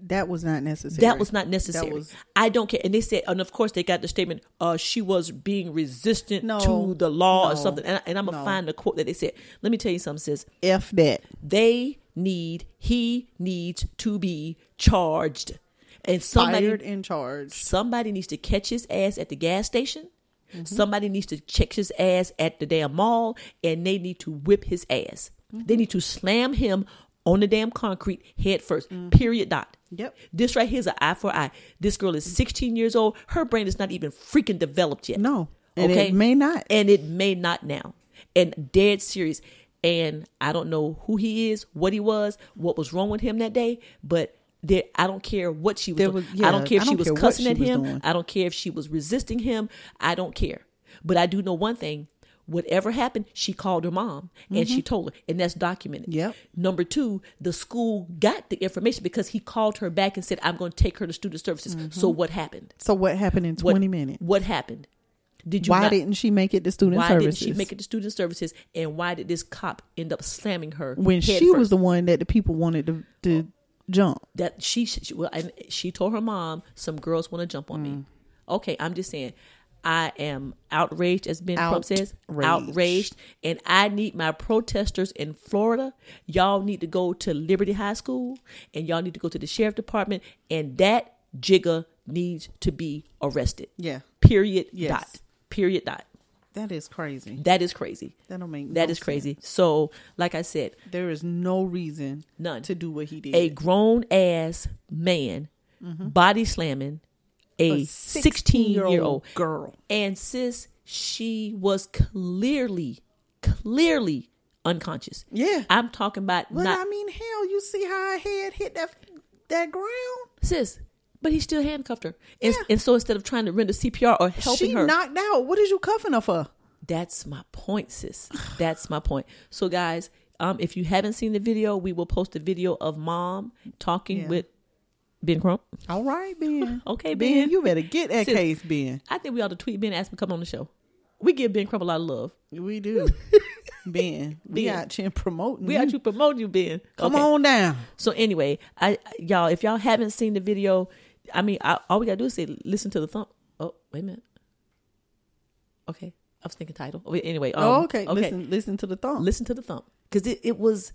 [SPEAKER 3] That was not necessary.
[SPEAKER 4] that was not necessary.
[SPEAKER 3] was-
[SPEAKER 4] I don't care. And they said, and of course they got the statement, uh, she was being resistant
[SPEAKER 3] No,
[SPEAKER 4] to the law or
[SPEAKER 3] no,
[SPEAKER 4] something. And, I- and I'm gonna
[SPEAKER 3] no.
[SPEAKER 4] find the quote that they said. Let me tell you something, sis.
[SPEAKER 3] F that.
[SPEAKER 4] They need, he needs to be charged, and somebody,
[SPEAKER 3] Fired in charge.
[SPEAKER 4] somebody needs to catch his ass at the gas station.
[SPEAKER 3] Mm-hmm.
[SPEAKER 4] Somebody needs to check his ass at the damn mall, and they need to whip his ass.
[SPEAKER 3] Mm-hmm.
[SPEAKER 4] They need to slam him on the damn concrete head 1st
[SPEAKER 3] Mm-hmm.
[SPEAKER 4] Period. Dot.
[SPEAKER 3] Yep.
[SPEAKER 4] This right here's an eye for eye. This girl is 16 years old. Her brain is not even freaking developed yet.
[SPEAKER 3] No. And it may not.
[SPEAKER 4] And it may not now. And dead serious. And I don't know who he is, what he was, what was wrong with him that day, but there, I don't care what she was.
[SPEAKER 3] There
[SPEAKER 4] doing.
[SPEAKER 3] was- yeah,
[SPEAKER 4] I don't care if
[SPEAKER 3] I
[SPEAKER 4] she
[SPEAKER 3] don't
[SPEAKER 4] was
[SPEAKER 3] care what
[SPEAKER 4] cussing
[SPEAKER 3] she
[SPEAKER 4] at
[SPEAKER 3] was
[SPEAKER 4] him.
[SPEAKER 3] doing.
[SPEAKER 4] I don't care if she was resisting him. I don't care. But I do know one thing. Whatever happened, she called her mom and she told her, and that's documented.
[SPEAKER 3] Mm-hmm. Yep.
[SPEAKER 4] Number two, the school got the information because he called her back and said, I'm going to take her to student services. So what happened?
[SPEAKER 3] So what happened in
[SPEAKER 4] What-
[SPEAKER 3] Mm-hmm. twenty minutes?
[SPEAKER 4] What happened? Did you
[SPEAKER 3] Why
[SPEAKER 4] not-
[SPEAKER 3] didn't she make it to student
[SPEAKER 4] why
[SPEAKER 3] services?
[SPEAKER 4] didn't she make it to student services? And why did this cop end up slamming her
[SPEAKER 3] when she
[SPEAKER 4] head first? Oh.
[SPEAKER 3] was the one that the people wanted to to jump?
[SPEAKER 4] that she, she well, and she told her mom some girls want to jump on
[SPEAKER 3] Mm.
[SPEAKER 4] me. Okay, I'm just saying, I am outraged, as Ben Crump says,
[SPEAKER 3] Outraged.
[SPEAKER 4] outraged, and I need my protesters in Florida. Y'all need to go to Liberty High School, and y'all need to go to the sheriff department, and that jigger needs to be arrested.
[SPEAKER 3] Yeah.
[SPEAKER 4] Period.
[SPEAKER 3] Yes.
[SPEAKER 4] Dot. Period. Dot.
[SPEAKER 3] That is crazy.
[SPEAKER 4] That is crazy.
[SPEAKER 3] That don't make
[SPEAKER 4] That
[SPEAKER 3] no
[SPEAKER 4] is crazy. So, like I said,
[SPEAKER 3] There is no reason
[SPEAKER 4] None.
[SPEAKER 3] to do what he did.
[SPEAKER 4] a grown ass man
[SPEAKER 3] Mm-hmm.
[SPEAKER 4] body slamming a 16 year old
[SPEAKER 3] girl.
[SPEAKER 4] and sis she was clearly clearly unconscious.
[SPEAKER 3] Yeah.
[SPEAKER 4] I'm talking about
[SPEAKER 3] But
[SPEAKER 4] not
[SPEAKER 3] I mean, hell, you see how her head hit that that ground?
[SPEAKER 4] sis, but he still handcuffed her. And, and so instead of trying to render CPR or helping
[SPEAKER 3] she
[SPEAKER 4] her,
[SPEAKER 3] knocked out. What is you cuffing her for?
[SPEAKER 4] That's my point, sis. That's my point. So, guys, um, if you haven't seen the video, we will post a video of mom talking
[SPEAKER 3] Yeah.
[SPEAKER 4] with Ben Crump.
[SPEAKER 3] All right, Ben.
[SPEAKER 4] <laughs> Okay,
[SPEAKER 3] Ben,
[SPEAKER 4] Ben.
[SPEAKER 3] you better get that
[SPEAKER 4] Sis-
[SPEAKER 3] case, Ben.
[SPEAKER 4] I think we ought to tweet Ben and ask him to come on the show. We give Ben Crump a lot of love.
[SPEAKER 3] We do. <laughs> ben, we
[SPEAKER 4] Ben.
[SPEAKER 3] out here promoting.
[SPEAKER 4] We
[SPEAKER 3] you.
[SPEAKER 4] actually promote you, Ben.
[SPEAKER 3] Mm-hmm. Come
[SPEAKER 4] Okay.
[SPEAKER 3] on down.
[SPEAKER 4] So anyway, I I- y'all, if y'all haven't seen the video, I mean, I, all we gotta do is say listen to the thump. Oh, wait a minute. Okay, I was thinking title. Wait, anyway. Um,
[SPEAKER 3] oh, okay. Listen, listen to the thought.
[SPEAKER 4] listen to the thump because it, it was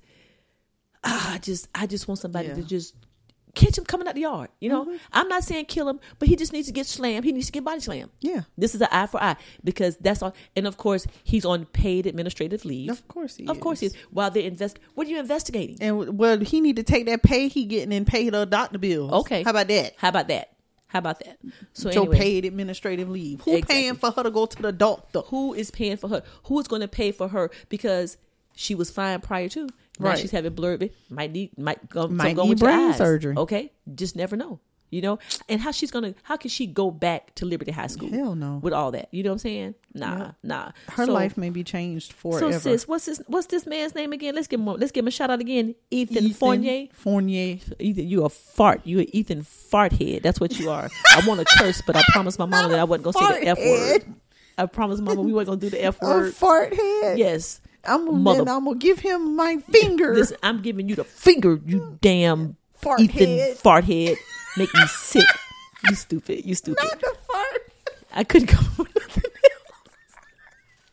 [SPEAKER 4] ah, I just I just want somebody to
[SPEAKER 3] Yeah. Mm-hmm.
[SPEAKER 4] just catch him coming out the yard. You know, I'm not saying kill him, but he just needs to get slammed. He needs to get body slammed.
[SPEAKER 3] Yeah.
[SPEAKER 4] this is an eye for eye because that's all. And of course, he's on paid administrative leave.
[SPEAKER 3] Of course he
[SPEAKER 4] of course he
[SPEAKER 3] is.
[SPEAKER 4] is. While they invest, what are you investigating?
[SPEAKER 3] And well, he need to take that pay he getting and pay the doctor bills.
[SPEAKER 4] Okay,
[SPEAKER 3] how about that?
[SPEAKER 4] How about that? How about that? So,
[SPEAKER 3] So
[SPEAKER 4] anyway,
[SPEAKER 3] paid administrative leave. Who
[SPEAKER 4] Exactly.
[SPEAKER 3] paying for her to go to the doctor?
[SPEAKER 4] who is paying for her? Who is going to pay for her because she was fine prior to? Now
[SPEAKER 3] Right.
[SPEAKER 4] she's having blurred. vi- Might need might go, some
[SPEAKER 3] Might
[SPEAKER 4] go
[SPEAKER 3] need
[SPEAKER 4] with your
[SPEAKER 3] brain
[SPEAKER 4] eyes.
[SPEAKER 3] surgery.
[SPEAKER 4] Okay, just never know. You know, and how she's gonna? How can she go back to Liberty High School?
[SPEAKER 3] Hell no.
[SPEAKER 4] With all that, you know what I'm saying? Nah, nah.
[SPEAKER 3] Her
[SPEAKER 4] So-
[SPEAKER 3] life may be changed forever.
[SPEAKER 4] So sis, what's this? What's this man's name again? Let's give him. a- Let's give him a shout out again. Ethan,
[SPEAKER 3] Ethan
[SPEAKER 4] Fournier.
[SPEAKER 3] Fournier.
[SPEAKER 4] Ethan, you a fart. You an Ethan fart head. That's what you are. I want to curse, but I promised my mama that I wasn't gonna say the
[SPEAKER 3] fart
[SPEAKER 4] f word.
[SPEAKER 3] head.
[SPEAKER 4] I promised mama we weren't gonna do the <laughs> f
[SPEAKER 3] A
[SPEAKER 4] word.
[SPEAKER 3] fart head.
[SPEAKER 4] Yes,
[SPEAKER 3] I'm gonna,
[SPEAKER 4] Mother-
[SPEAKER 3] then I'm gonna give him my finger.
[SPEAKER 4] this I'm giving you the finger. You damn
[SPEAKER 3] Fart
[SPEAKER 4] Ethan
[SPEAKER 3] head.
[SPEAKER 4] fart head. Make me sick. You stupid. You stupid.
[SPEAKER 3] Not the fart.
[SPEAKER 4] I couldn't come up with nothing else.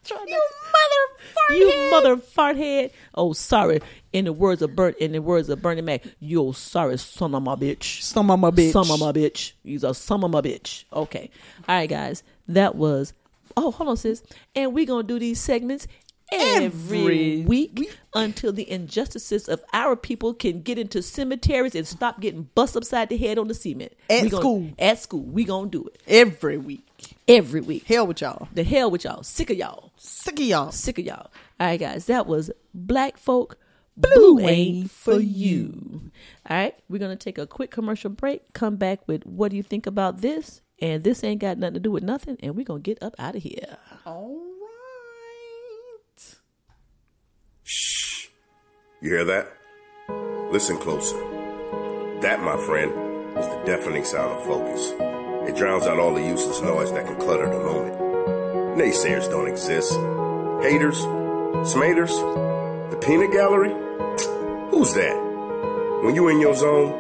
[SPEAKER 4] Trying
[SPEAKER 3] You mother fart
[SPEAKER 4] you
[SPEAKER 3] head.
[SPEAKER 4] mother fart head. Oh, sorry. In the words of Bert, in the words of Bernie Mac, you old sorry son of my bitch.
[SPEAKER 3] Some of my bitch.
[SPEAKER 4] Some of my bitch. He's a some of my bitch. Okay. All right, guys. That was. Oh, hold on, sis. And we're going to do these segments every,
[SPEAKER 3] Every
[SPEAKER 4] week, until the injustices of our people can get into cemeteries and stop getting bust upside the head on the cement.
[SPEAKER 3] At
[SPEAKER 4] We gonna-
[SPEAKER 3] school.
[SPEAKER 4] At school. we going to do it
[SPEAKER 3] every week.
[SPEAKER 4] every week.
[SPEAKER 3] Hell with y'all.
[SPEAKER 4] The hell with y'all. Sick of y'all.
[SPEAKER 3] Sick of y'all.
[SPEAKER 4] Sick of y'all. All right, guys. That was Black Folk Blue, Ain't For You. All right. We're going to take a quick commercial break, come back with what do you think about this? And this ain't got nothing to do with nothing. And we're going to get up out of here.
[SPEAKER 3] All right.
[SPEAKER 1] You hear that? Listen closer. That, my friend, is the deafening sound of focus. It drowns out all the useless noise that can clutter the moment. Naysayers don't exist. Haters? Smaters? The peanut gallery? Who's that? When you in your zone,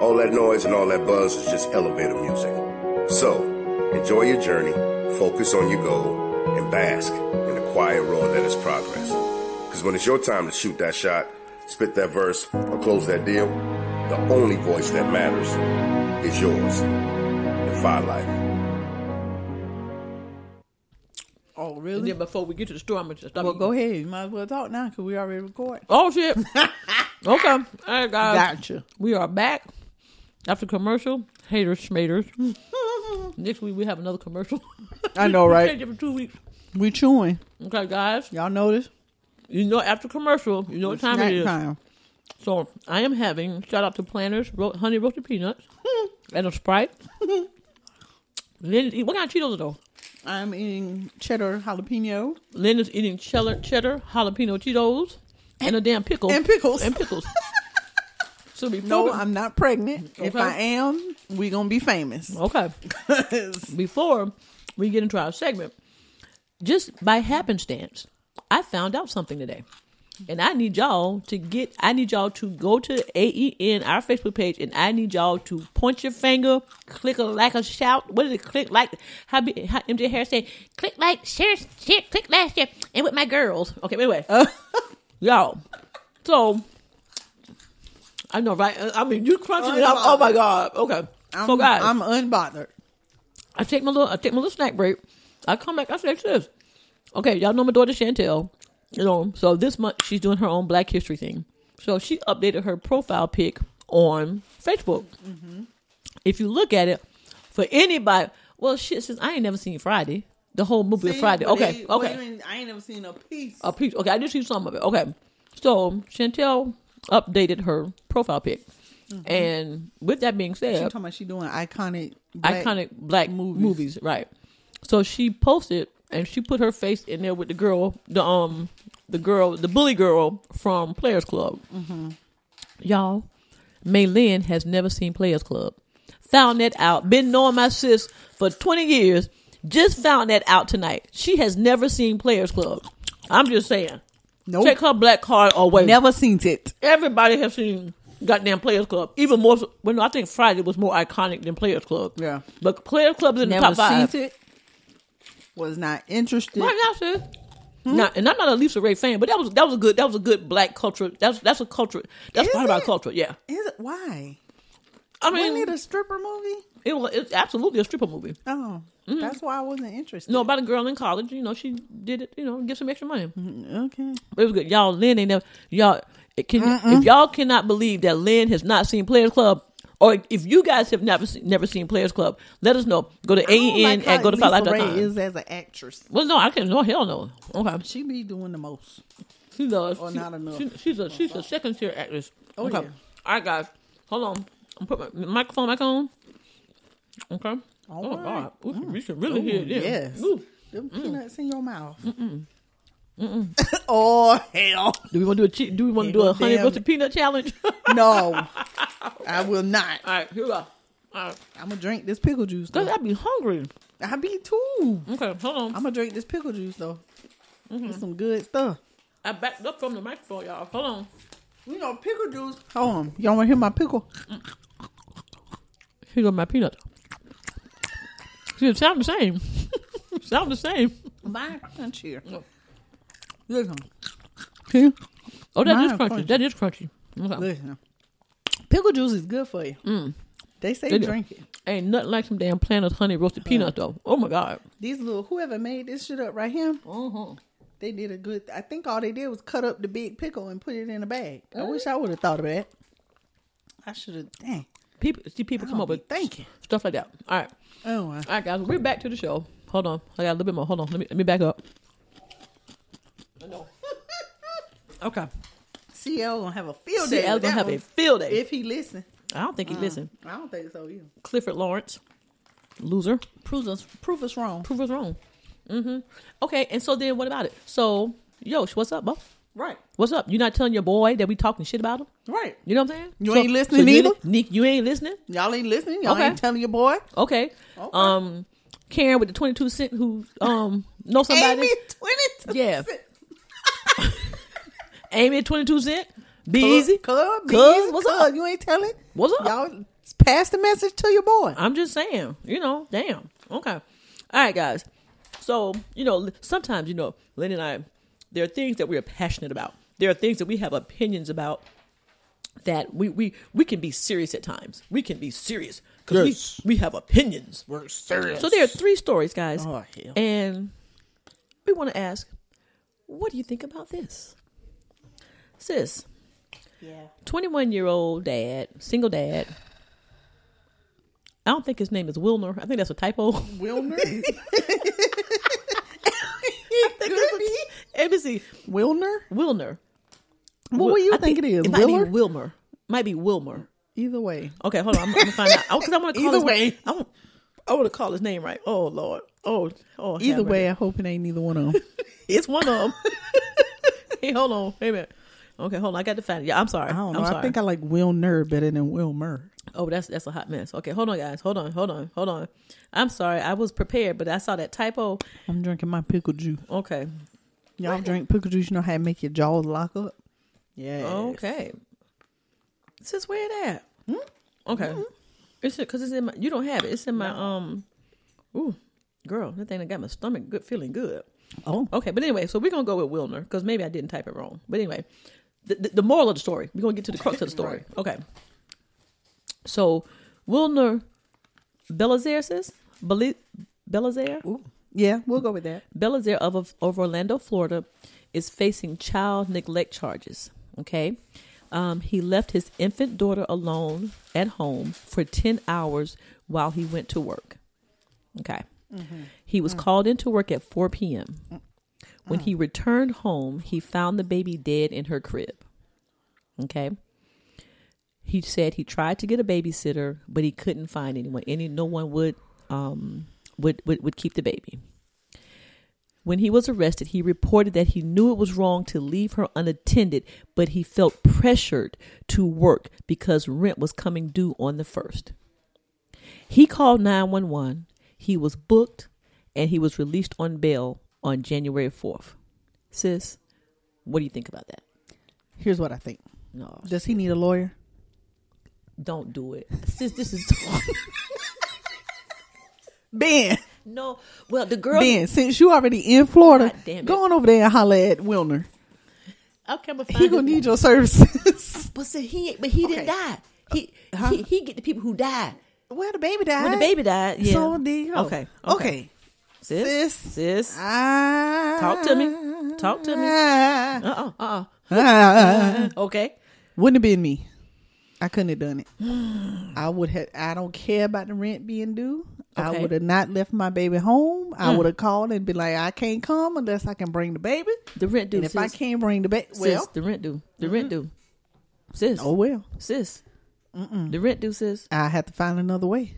[SPEAKER 1] all that noise and all that buzz is just elevator music. So, enjoy your journey, focus on your goal, and bask in the quiet roar that is progress. Because when it's your time to shoot that shot, spit that verse, or close that deal, the only voice that matters is yours. Defy life.
[SPEAKER 3] Oh
[SPEAKER 4] And
[SPEAKER 3] really?
[SPEAKER 4] then before we get to the store, I'm going to stop.
[SPEAKER 3] Well, go ahead. You might as well talk now because we already recording.
[SPEAKER 4] Oh, <laughs> shit. okay. All right, guys.
[SPEAKER 3] Gotcha.
[SPEAKER 4] We are back after commercial. Haters, schmaters. <laughs> Next week, we have another commercial.
[SPEAKER 3] I know,
[SPEAKER 4] <laughs>
[SPEAKER 3] right?
[SPEAKER 4] Change it for two weeks.
[SPEAKER 3] We chewing.
[SPEAKER 4] Okay, guys.
[SPEAKER 3] Y'all notice?
[SPEAKER 4] You know, after commercial, you know what time
[SPEAKER 3] Snack
[SPEAKER 4] it is.
[SPEAKER 3] time.
[SPEAKER 4] So I am having shout out to Planners ro- honey roasted peanuts <laughs> and a sprite. <laughs> Lynn is eat- what kind of Cheetos are those?
[SPEAKER 3] I'm eating cheddar jalapeno
[SPEAKER 4] Lynn is eating cheddar, cheddar jalapeno Cheetos and a damn pickle
[SPEAKER 3] and pickles.
[SPEAKER 4] and
[SPEAKER 3] <laughs>
[SPEAKER 4] pickles. so before
[SPEAKER 3] no,
[SPEAKER 4] we-
[SPEAKER 3] I'm not pregnant. If
[SPEAKER 4] Okay.
[SPEAKER 3] I am, we gonna be famous.
[SPEAKER 4] <laughs> okay. Before we get into our segment, just by happenstance, I found out something today. And I need y'all to get, I need y'all to go to AEN, our Facebook page, and I need y'all to point your finger, click a like a shout. What is it? Click like, how, be- how MJ Harris said, click like, share, share, click last year, and with my girls. Okay, anyway. <laughs> y'all. So, I know, right? I mean, you crunching it up. Oh my God. Okay.
[SPEAKER 3] I'm,
[SPEAKER 4] so, guys.
[SPEAKER 3] I'm unbothered.
[SPEAKER 4] I take my little I take my little snack break. I come back. I say, sis, okay, y'all know my daughter Chantel. You know, so this month she's doing her own Black History thing. So she updated her profile pic on Facebook.
[SPEAKER 3] Mm-hmm.
[SPEAKER 4] If you look at it, for anybody, well, shit, since I ain't never seen Friday. The whole movie was
[SPEAKER 3] See,
[SPEAKER 4] Friday.
[SPEAKER 3] but
[SPEAKER 4] Okay,
[SPEAKER 3] they- but
[SPEAKER 4] okay.
[SPEAKER 3] you ain't- I ain't never seen a piece.
[SPEAKER 4] A piece. Okay, I did see some of it. Okay, so Chantel updated her profile pic, and with that being
[SPEAKER 3] Mm-hmm. She
[SPEAKER 4] said,
[SPEAKER 3] talking about she doing iconic, black-
[SPEAKER 4] iconic black movies.
[SPEAKER 3] movies.
[SPEAKER 4] right? So she posted and she put her face in there with the girl, the um, the girl, the bully girl from Players Club.
[SPEAKER 3] Mm-hmm.
[SPEAKER 4] Y'all, May Lynn has never seen Players Club. Found that out. Been knowing my sis for twenty years. Just found that out tonight. She has never seen Players Club. I'm just saying.
[SPEAKER 3] Nope.
[SPEAKER 4] Take her black card away.
[SPEAKER 3] Never seen it.
[SPEAKER 4] Everybody has seen goddamn Players Club. Even more, so- well, no, I think Friday was more iconic than Players Club.
[SPEAKER 3] Yeah.
[SPEAKER 4] but Players Club is in the
[SPEAKER 3] Never
[SPEAKER 4] top five.
[SPEAKER 3] seen it. Was not interested.
[SPEAKER 4] Right now, sis.
[SPEAKER 3] Hmm?
[SPEAKER 4] Not, and I'm not a Lisa Ray fan, but that was that was a good that was a good black culture. That's that's a culture. That's
[SPEAKER 3] Is
[SPEAKER 4] part of our
[SPEAKER 3] it?
[SPEAKER 4] culture. Yeah,
[SPEAKER 3] Is it why?
[SPEAKER 4] I
[SPEAKER 3] Wasn't
[SPEAKER 4] mean,
[SPEAKER 3] it a stripper movie?
[SPEAKER 4] it was it's absolutely a stripper movie.
[SPEAKER 3] Oh, that's why I wasn't interested.
[SPEAKER 4] No, about a girl in college. You know, she did it. You know, get some extra money.
[SPEAKER 3] Hmm. Okay.
[SPEAKER 4] It was good. Y'all, Lynn ain't never. Y'all, it can if y'all cannot believe that Lynn has not seen Players Club, or if you guys have never seen, never seen Players Club, let us know. Go to
[SPEAKER 3] I don't
[SPEAKER 4] AN
[SPEAKER 3] like
[SPEAKER 4] at
[SPEAKER 3] how
[SPEAKER 4] go to five
[SPEAKER 3] Oh Lisa Ray
[SPEAKER 4] life
[SPEAKER 3] is as an actress.
[SPEAKER 4] Well, no, I can't. No, hell no. Okay,
[SPEAKER 3] She be doing the most.
[SPEAKER 4] she does.
[SPEAKER 3] Or
[SPEAKER 4] she,
[SPEAKER 3] not enough.
[SPEAKER 4] she- she's a she's a second tier actress.
[SPEAKER 3] Oh,
[SPEAKER 4] okay.
[SPEAKER 3] yeah.
[SPEAKER 4] All right, guys, hold on. I'm put my microphone back on. Okay. oh my
[SPEAKER 3] right. Mm.
[SPEAKER 4] God, Ooh, we should really hear this.
[SPEAKER 3] yes.
[SPEAKER 4] Ooh.
[SPEAKER 3] Them
[SPEAKER 4] Mm.
[SPEAKER 3] peanuts in your mouth. <laughs> oh hell,
[SPEAKER 4] Do we want to do a cheat? Do we want to
[SPEAKER 3] Ain't
[SPEAKER 4] do a
[SPEAKER 3] no
[SPEAKER 4] honey
[SPEAKER 3] damn-
[SPEAKER 4] roasted peanut challenge? <laughs> All
[SPEAKER 3] no! I will not.
[SPEAKER 4] right, here we go. All right,
[SPEAKER 3] I'm gonna drink this pickle juice.
[SPEAKER 4] cause
[SPEAKER 3] Though.
[SPEAKER 4] I be hungry.
[SPEAKER 3] I be too.
[SPEAKER 4] Okay, hold on.
[SPEAKER 3] I'm gonna drink this pickle juice though.
[SPEAKER 4] Mm-hmm.
[SPEAKER 3] It's some good stuff.
[SPEAKER 4] I backed up from the microphone, y'all. Hold on.
[SPEAKER 3] You know, pickle juice. Hold on. Y'all want to hear my pickle?
[SPEAKER 4] Here go my peanut. See, it sound the same. <laughs> It sound the same.
[SPEAKER 3] My crunchier. Listen,
[SPEAKER 4] See? Oh, that
[SPEAKER 3] Mine
[SPEAKER 4] is crunchy.
[SPEAKER 3] crunchy.
[SPEAKER 4] That is crunchy. Okay.
[SPEAKER 3] listen. Pickle juice is good for you. They say
[SPEAKER 4] Mm. They do.
[SPEAKER 3] drink it.
[SPEAKER 4] Ain't nothing like some damn Planters honey
[SPEAKER 3] Uh-huh.
[SPEAKER 4] roasted peanut though. Oh my god.
[SPEAKER 3] These little whoever made this shit up right here,
[SPEAKER 4] Uh-huh.
[SPEAKER 3] they did a good. I think all they did was cut up the big pickle and put it in a bag. I wish I would have thought of that. I should have. Dang.
[SPEAKER 4] People see people come
[SPEAKER 3] I'll
[SPEAKER 4] up
[SPEAKER 3] be
[SPEAKER 4] with
[SPEAKER 3] thinking.
[SPEAKER 4] stuff like that. All right,
[SPEAKER 3] Oh, wow.
[SPEAKER 4] all right, guys. We're back to the show. Hold on, I got a little bit more. Hold on, let me let me back up. <laughs> Okay,
[SPEAKER 3] CL gonna have a field day.
[SPEAKER 4] CL
[SPEAKER 3] with
[SPEAKER 4] gonna
[SPEAKER 3] that
[SPEAKER 4] have a
[SPEAKER 3] one. Uh-huh.
[SPEAKER 4] field day.
[SPEAKER 3] if he listen.
[SPEAKER 4] I don't think he listened.
[SPEAKER 3] I don't think so either.
[SPEAKER 4] Clifford Lawrence, loser.
[SPEAKER 3] Prove us, prove us wrong.
[SPEAKER 4] prove us wrong. hmm Okay, and so then what about it? So, Yosh, what's up, Bo?
[SPEAKER 3] Right,
[SPEAKER 4] What's up? You not telling your boy that we talking shit about him?
[SPEAKER 3] right.
[SPEAKER 4] You know what I'm saying?
[SPEAKER 3] You
[SPEAKER 4] So-
[SPEAKER 3] ain't listening
[SPEAKER 4] you
[SPEAKER 3] either?
[SPEAKER 4] ain't- Nick, you ain't listening.
[SPEAKER 3] Y'all ain't listening. Y'all
[SPEAKER 4] Okay.
[SPEAKER 3] ain't telling your boy.
[SPEAKER 4] Okay.
[SPEAKER 3] Okay.
[SPEAKER 4] Um, Karen with the 22 cent who um know somebody.
[SPEAKER 3] Amy, twenty.
[SPEAKER 4] Yeah. Amy at 22 cent. Be easy.
[SPEAKER 3] Easy, cub, be
[SPEAKER 4] Cuz,
[SPEAKER 3] easy,
[SPEAKER 4] what's
[SPEAKER 3] cuz.
[SPEAKER 4] up?
[SPEAKER 3] You ain't telling.
[SPEAKER 4] What's up?
[SPEAKER 3] Y'all pass the message to your boy.
[SPEAKER 4] I'm just saying, you know, damn. Okay. All right, guys. So, you know, sometimes, you know, Lynn and I, there are things that we are passionate about. There are things that we have opinions about that we we, we can be serious at times. We can be serious because
[SPEAKER 3] Yes.
[SPEAKER 4] we, we have opinions.
[SPEAKER 3] We're serious.
[SPEAKER 4] So there are three stories, guys.
[SPEAKER 3] Oh, hell.
[SPEAKER 4] And we want to ask, what do you think about this? Sis,
[SPEAKER 3] Yeah.
[SPEAKER 4] 21 year old dad, single dad. I don't think his name is Wilner. I think that's a typo. <laughs>
[SPEAKER 3] Wilner.
[SPEAKER 4] ABC.
[SPEAKER 3] Wilner?
[SPEAKER 4] Wilner.
[SPEAKER 3] What were you
[SPEAKER 4] I
[SPEAKER 3] think, it is?
[SPEAKER 4] It might
[SPEAKER 3] Willer?
[SPEAKER 4] be Wilmer. Might be Wilmer.
[SPEAKER 3] Either way.
[SPEAKER 4] Okay, hold on. I'm, I'm gonna find out. Because I want to call
[SPEAKER 3] Either
[SPEAKER 4] his
[SPEAKER 3] way.
[SPEAKER 4] I want, I want to call his name right. Oh Lord. Oh. Oh. have
[SPEAKER 3] Either
[SPEAKER 4] mercy.
[SPEAKER 3] way, I hope it ain't either one of them.
[SPEAKER 4] It's one of them. <laughs> hey, hold on. Hey, man. Okay, hold on. I got to find it. Yeah, I'm sorry.
[SPEAKER 3] <laughs> I don't know.
[SPEAKER 4] I'm sorry.
[SPEAKER 3] I think I like Wilner better than Wilmer.
[SPEAKER 4] Oh, that's that's a hot mess. Okay, hold on, guys. Hold on, hold on, hold on. I'm sorry. I was prepared, but I saw that typo.
[SPEAKER 3] I'm drinking my pickle juice.
[SPEAKER 4] Okay,
[SPEAKER 3] Y'all drink pickle juice, you know how it make your jaws lock up? Yeah.
[SPEAKER 4] okay. Sis, where it at?
[SPEAKER 3] Hmm?
[SPEAKER 4] Okay,
[SPEAKER 3] Mm-hmm.
[SPEAKER 4] it's because it's in my. You don't have it. It's in my um. Ooh, girl, that thing that got my stomach good, feeling good.
[SPEAKER 3] Oh.
[SPEAKER 4] Okay, but anyway, so we're gonna go with Wilner because maybe I didn't type it wrong. But anyway, the, the, the moral of the story. We're gonna get to the crux of the story. Okay. So, Wilner Belazaire says Beli- Belazaire
[SPEAKER 3] Yeah, we'll go with that.
[SPEAKER 4] Belazaire of, of of Orlando, Florida, is facing child neglect charges. Okay, um, he left his infant daughter alone at home for ten hours while he went to work. Okay, He was called into work at 4 p.m. When he returned home, he found the baby dead in her crib. Okay. He said he tried to get a babysitter, but he couldn't find anyone. Any no one would um would would, would keep the baby. When he was arrested, he reported that he knew it was wrong to leave her unattended, but he felt pressured to work because rent was coming due on the 1st. He called 911. He was booked and he was released on bail on January 4th. Sis, what do you think about that?
[SPEAKER 3] Here's what I think.
[SPEAKER 4] No.
[SPEAKER 3] Does he need a lawyer?
[SPEAKER 4] Don't do it. Sis,
[SPEAKER 3] <laughs>
[SPEAKER 4] this is
[SPEAKER 3] Ben,
[SPEAKER 4] No. Well, the girl
[SPEAKER 3] Ben, since you already in Florida,
[SPEAKER 4] God damn it.
[SPEAKER 3] go on over there and holler at Wilner.
[SPEAKER 4] Okay, but
[SPEAKER 3] He gonna need your
[SPEAKER 4] <laughs>
[SPEAKER 3] services.
[SPEAKER 4] But see, he but he
[SPEAKER 3] Okay.
[SPEAKER 4] didn't die. He,
[SPEAKER 3] Huh?
[SPEAKER 4] he he get the people who died.
[SPEAKER 3] Where the baby died.
[SPEAKER 4] When the baby died, yeah.
[SPEAKER 3] So there you go.
[SPEAKER 4] Okay.
[SPEAKER 3] Okay.
[SPEAKER 4] Sis.
[SPEAKER 3] Sis.
[SPEAKER 4] Sis.
[SPEAKER 3] Ah.
[SPEAKER 4] Talk to me. Talk to me.
[SPEAKER 3] Ah.
[SPEAKER 4] Uh-uh. Uh-uh.
[SPEAKER 3] Ah.
[SPEAKER 4] Okay.
[SPEAKER 3] Wouldn't have been me. I couldn't have done it.
[SPEAKER 4] <sighs>
[SPEAKER 3] I would have. I don't care about the rent being due. I
[SPEAKER 4] Okay. Mm.
[SPEAKER 3] would have not left my baby home. I would have called and be like, I can't come unless I can bring the baby.
[SPEAKER 4] The rent due.
[SPEAKER 3] and if I
[SPEAKER 4] sis.
[SPEAKER 3] can't bring the baby,
[SPEAKER 4] sis,
[SPEAKER 3] well,
[SPEAKER 4] the rent due. The rent due. Sis.
[SPEAKER 3] oh well.
[SPEAKER 4] Sis. The rent due, sis.
[SPEAKER 3] I have to find another way.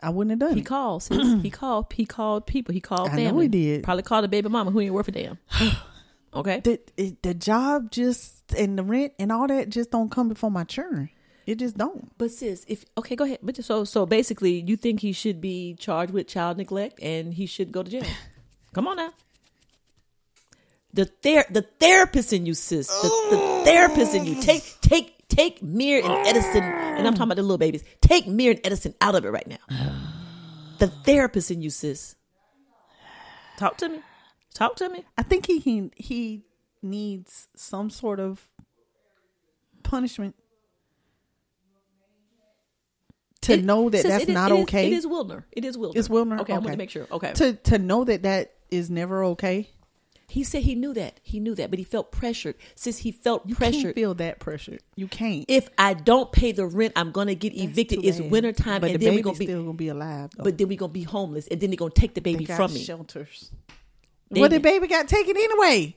[SPEAKER 3] I wouldn't have done
[SPEAKER 4] He
[SPEAKER 3] it.
[SPEAKER 4] called,
[SPEAKER 3] <clears throat>
[SPEAKER 4] sis. he called. He called people. He called
[SPEAKER 3] I know
[SPEAKER 4] family.
[SPEAKER 3] he did.
[SPEAKER 4] Probably called a baby mama who ain't worth
[SPEAKER 3] <sighs>
[SPEAKER 4] a damn. Okay.
[SPEAKER 3] The, it- the job just and the rent and all that just don't come before my children. It just don't.
[SPEAKER 4] But sis, if okay, go ahead. But just- so so basically, you think he should be charged with child neglect and he should go to jail? Come on now. The ther- the therapist in you, sis. The, the therapist in
[SPEAKER 3] Oh.
[SPEAKER 4] you. Take take take Mir and Edison, and I'm talking about the little babies. Take Mir and Edison out of it
[SPEAKER 3] <sighs>
[SPEAKER 4] right now. The therapist in you, sis. Talk to me. Talk to me.
[SPEAKER 3] I think he he, he needs some sort of punishment to
[SPEAKER 4] It-
[SPEAKER 3] know that
[SPEAKER 4] sis,
[SPEAKER 3] that's
[SPEAKER 4] it is-
[SPEAKER 3] not
[SPEAKER 4] it is-
[SPEAKER 3] okay.
[SPEAKER 4] It is Wilner. It is Wilner.
[SPEAKER 3] It's Wilner.
[SPEAKER 4] Okay, I wanted to make sure. Okay.
[SPEAKER 3] To to know that that is never okay.
[SPEAKER 4] He said he knew that. He knew that, but he felt pressured. Since he felt
[SPEAKER 3] You
[SPEAKER 4] pressured,
[SPEAKER 3] can't feel that pressure. You can't.
[SPEAKER 4] if I don't pay the rent, I'm gonna get
[SPEAKER 3] Too
[SPEAKER 4] evicted. It's
[SPEAKER 3] bad.
[SPEAKER 4] wintertime,
[SPEAKER 3] but
[SPEAKER 4] and
[SPEAKER 3] the
[SPEAKER 4] then we're
[SPEAKER 3] baby's
[SPEAKER 4] gonna be,
[SPEAKER 3] still gonna be alive. Though.
[SPEAKER 4] but then we're gonna be homeless, and then they're gonna take the
[SPEAKER 3] they
[SPEAKER 4] baby
[SPEAKER 3] got
[SPEAKER 4] from me.
[SPEAKER 3] shelters.
[SPEAKER 4] Damn
[SPEAKER 3] Well, the
[SPEAKER 4] it.
[SPEAKER 3] baby got taken anyway.